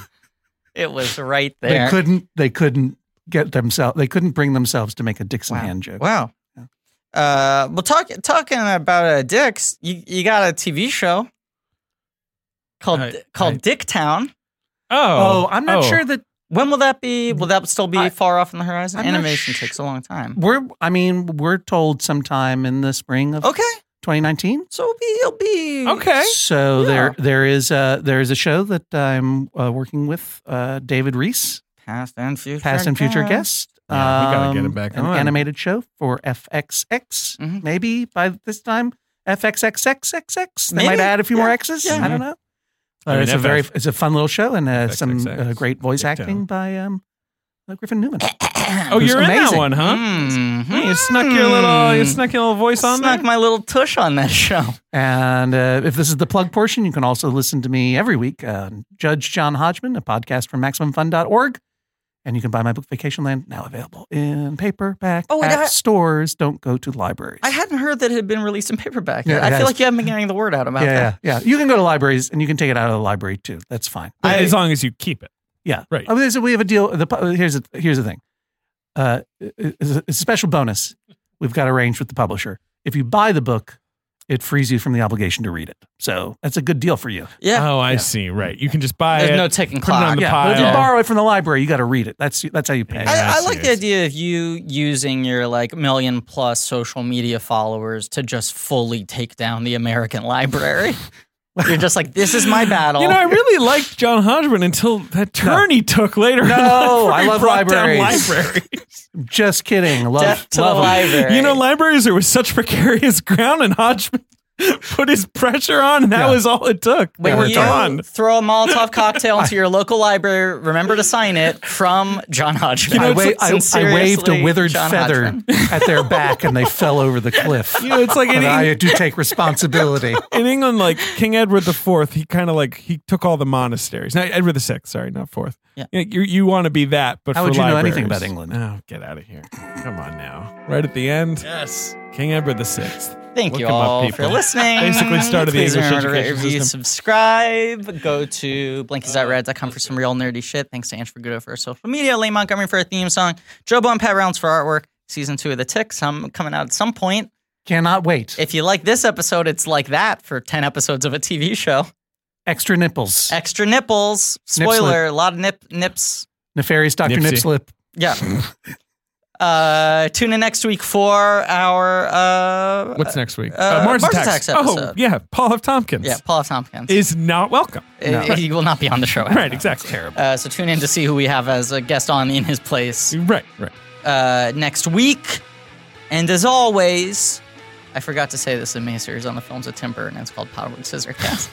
Speaker 2: It was right
Speaker 4: they
Speaker 2: there.
Speaker 4: couldn't they couldn't get themselves they couldn't bring themselves to make a Dixon
Speaker 2: Wow.
Speaker 4: hand joke.
Speaker 2: Wow. Uh, well, talk, talking about uh, dicks, you, you got a TV show called
Speaker 3: I-
Speaker 2: called
Speaker 3: I-
Speaker 2: Dick Town.
Speaker 3: Oh,
Speaker 4: Oh, I'm not
Speaker 3: oh.
Speaker 4: sure that
Speaker 2: When will that be? Will that still be
Speaker 4: I-
Speaker 2: far off in the horizon?
Speaker 4: I'm not
Speaker 2: Animation
Speaker 4: sh-
Speaker 2: takes a long time.
Speaker 4: we're I mean we're told sometime in the spring of
Speaker 2: Okay,
Speaker 4: 2019.
Speaker 2: so it'll be it'll be
Speaker 3: Okay.
Speaker 4: So
Speaker 2: Yeah.
Speaker 4: there there is a there is a show that I'm uh, working with uh, David Reese,
Speaker 2: past and future
Speaker 4: past and future
Speaker 2: guests.
Speaker 4: guest.
Speaker 3: Yeah, we gotta get him back
Speaker 4: An
Speaker 3: on.
Speaker 4: animated show for FXX.
Speaker 2: Mhm.
Speaker 4: Maybe by this time FXXXXX. They might
Speaker 2: Maybe.
Speaker 4: add a few
Speaker 2: Yeah.
Speaker 4: more X's.
Speaker 2: Yeah.
Speaker 4: I don't know.
Speaker 3: I
Speaker 4: Uh,
Speaker 3: mean,
Speaker 4: it's a
Speaker 3: FX
Speaker 4: very it's a fun little show and uh, some
Speaker 3: FXX.
Speaker 4: uh, great voice
Speaker 3: Dick down.
Speaker 4: acting by um, uh, Griffin Newman.
Speaker 3: Oh,
Speaker 4: Who's
Speaker 3: you're in that
Speaker 4: amazing.
Speaker 3: one, huh?
Speaker 2: Mhm.
Speaker 3: You snuck your little, you snuck your little voice on
Speaker 2: Mm-hmm. Snuck
Speaker 3: there.
Speaker 2: my little tush on that show.
Speaker 4: And uh, if this is the plug portion, you can also listen to me every week on Judge John Hodgman, a podcast from MaximumFun.org. And you can buy my book, Vacation Land, now available in paperback
Speaker 2: Oh, and
Speaker 4: at
Speaker 2: I-
Speaker 4: stores. Don't go to libraries.
Speaker 2: I hadn't heard that it had been released in paperback.
Speaker 4: Yeah,
Speaker 2: yet.
Speaker 4: it
Speaker 2: I feel
Speaker 4: has.
Speaker 2: like you haven't been getting the word out about
Speaker 4: yeah, yeah,
Speaker 2: that.
Speaker 4: yeah. You can go to libraries and you can take it out of the library too. That's fine.
Speaker 3: But
Speaker 2: I-
Speaker 3: as long as you keep it.
Speaker 4: Yeah,
Speaker 3: Right.
Speaker 4: I mean, so we have a deal. The, pu- here's the, here's the thing. Uh, it's a it's a special bonus we've got arranged with the publisher. If you buy the book, it frees you from the obligation to read it. So that's a good deal for you.
Speaker 2: Yeah.
Speaker 3: Oh, I see. Right. You can just buy
Speaker 2: There's
Speaker 3: it.
Speaker 2: no ticking
Speaker 3: put it on
Speaker 2: clock.
Speaker 3: the
Speaker 4: yeah, but if you
Speaker 3: pile.
Speaker 4: borrow it from the library, you got to read it. That's that's how you pay.
Speaker 3: Yeah,
Speaker 2: I, I
Speaker 3: I
Speaker 2: like
Speaker 3: see.
Speaker 2: the idea of you using your like million plus social media followers to just fully take down the American library. You're just like, this is my battle.
Speaker 3: you know, I really liked John Hodgman until that turn he took later. in
Speaker 4: No,
Speaker 3: life where
Speaker 4: I
Speaker 3: he
Speaker 4: love
Speaker 3: brought down
Speaker 4: libraries.
Speaker 3: libraries.
Speaker 4: Just kidding. Love,
Speaker 2: Death to the
Speaker 4: love 'em.
Speaker 2: library.
Speaker 3: You know, libraries are with such precarious ground, and Hodgman put his pressure on, and that
Speaker 4: Yeah.
Speaker 3: was all it took. They
Speaker 2: When
Speaker 3: were
Speaker 2: you
Speaker 3: gone.
Speaker 2: throw a Molotov cocktail into your local library, remember to sign it from John Hodgman.
Speaker 4: I, wa-
Speaker 2: Sincerely,
Speaker 4: I, I waved a withered
Speaker 2: John
Speaker 4: feather
Speaker 2: Hodgman.
Speaker 4: at their back, and they fell over the cliff.
Speaker 3: You know, it's like
Speaker 4: and
Speaker 3: in,
Speaker 4: I do take responsibility.
Speaker 3: in England, like King Edward the Fourth, he kind of like he took all the monasteries. Not Edward the Sixth, sorry, not fourth.
Speaker 2: Yeah.
Speaker 3: You, you, you want to be that, but
Speaker 4: How
Speaker 3: for
Speaker 4: would you know anything
Speaker 3: libraries.
Speaker 4: about England?
Speaker 3: Oh, get out of here! Come on now, right at the end,
Speaker 5: Yes.
Speaker 3: King Edward the Sixth.
Speaker 2: Thank
Speaker 3: Look
Speaker 2: you
Speaker 3: him up,
Speaker 2: all
Speaker 3: people.
Speaker 2: for listening.
Speaker 3: Basically started the
Speaker 2: Please
Speaker 3: English
Speaker 2: remember to rate,
Speaker 3: education
Speaker 2: review,
Speaker 3: system.
Speaker 2: subscribe. Go to blinkies.rad.com for some real nerdy shit. Thanks to Ange for Gudo for our social media, Lane Montgomery for our theme song, Joe Bo and Pat Rounds for artwork. Season two of the Ticks. I'm coming out at some point.
Speaker 4: Cannot wait.
Speaker 2: If you like this episode, it's like that for ten episodes of a TV show.
Speaker 4: Extra nipples.
Speaker 2: Extra nipples. Spoiler: a lot of nip nips.
Speaker 4: Nefarious Dr.
Speaker 3: Nipsey.
Speaker 4: Nipslip.
Speaker 2: Yeah. uh, tune in next week for our uh,
Speaker 3: What's next week?
Speaker 2: uh,
Speaker 3: Mars,
Speaker 2: Mars
Speaker 3: Attacks.
Speaker 2: Attacks
Speaker 3: Oh,
Speaker 2: episode.
Speaker 3: yeah, Paul F. Tompkins
Speaker 2: yeah Paul F. Tompkins.
Speaker 3: is not welcome.
Speaker 2: Uh, He will not be on the show.
Speaker 3: Right, exactly.
Speaker 4: Terrible.
Speaker 2: Uh, so tune in to see who we have as a guest on in his place
Speaker 3: Right, right.
Speaker 2: uh, next week. And as always, I forgot to say this in miniseries on the films of Tim Burton. It's called Power Scissor Cast.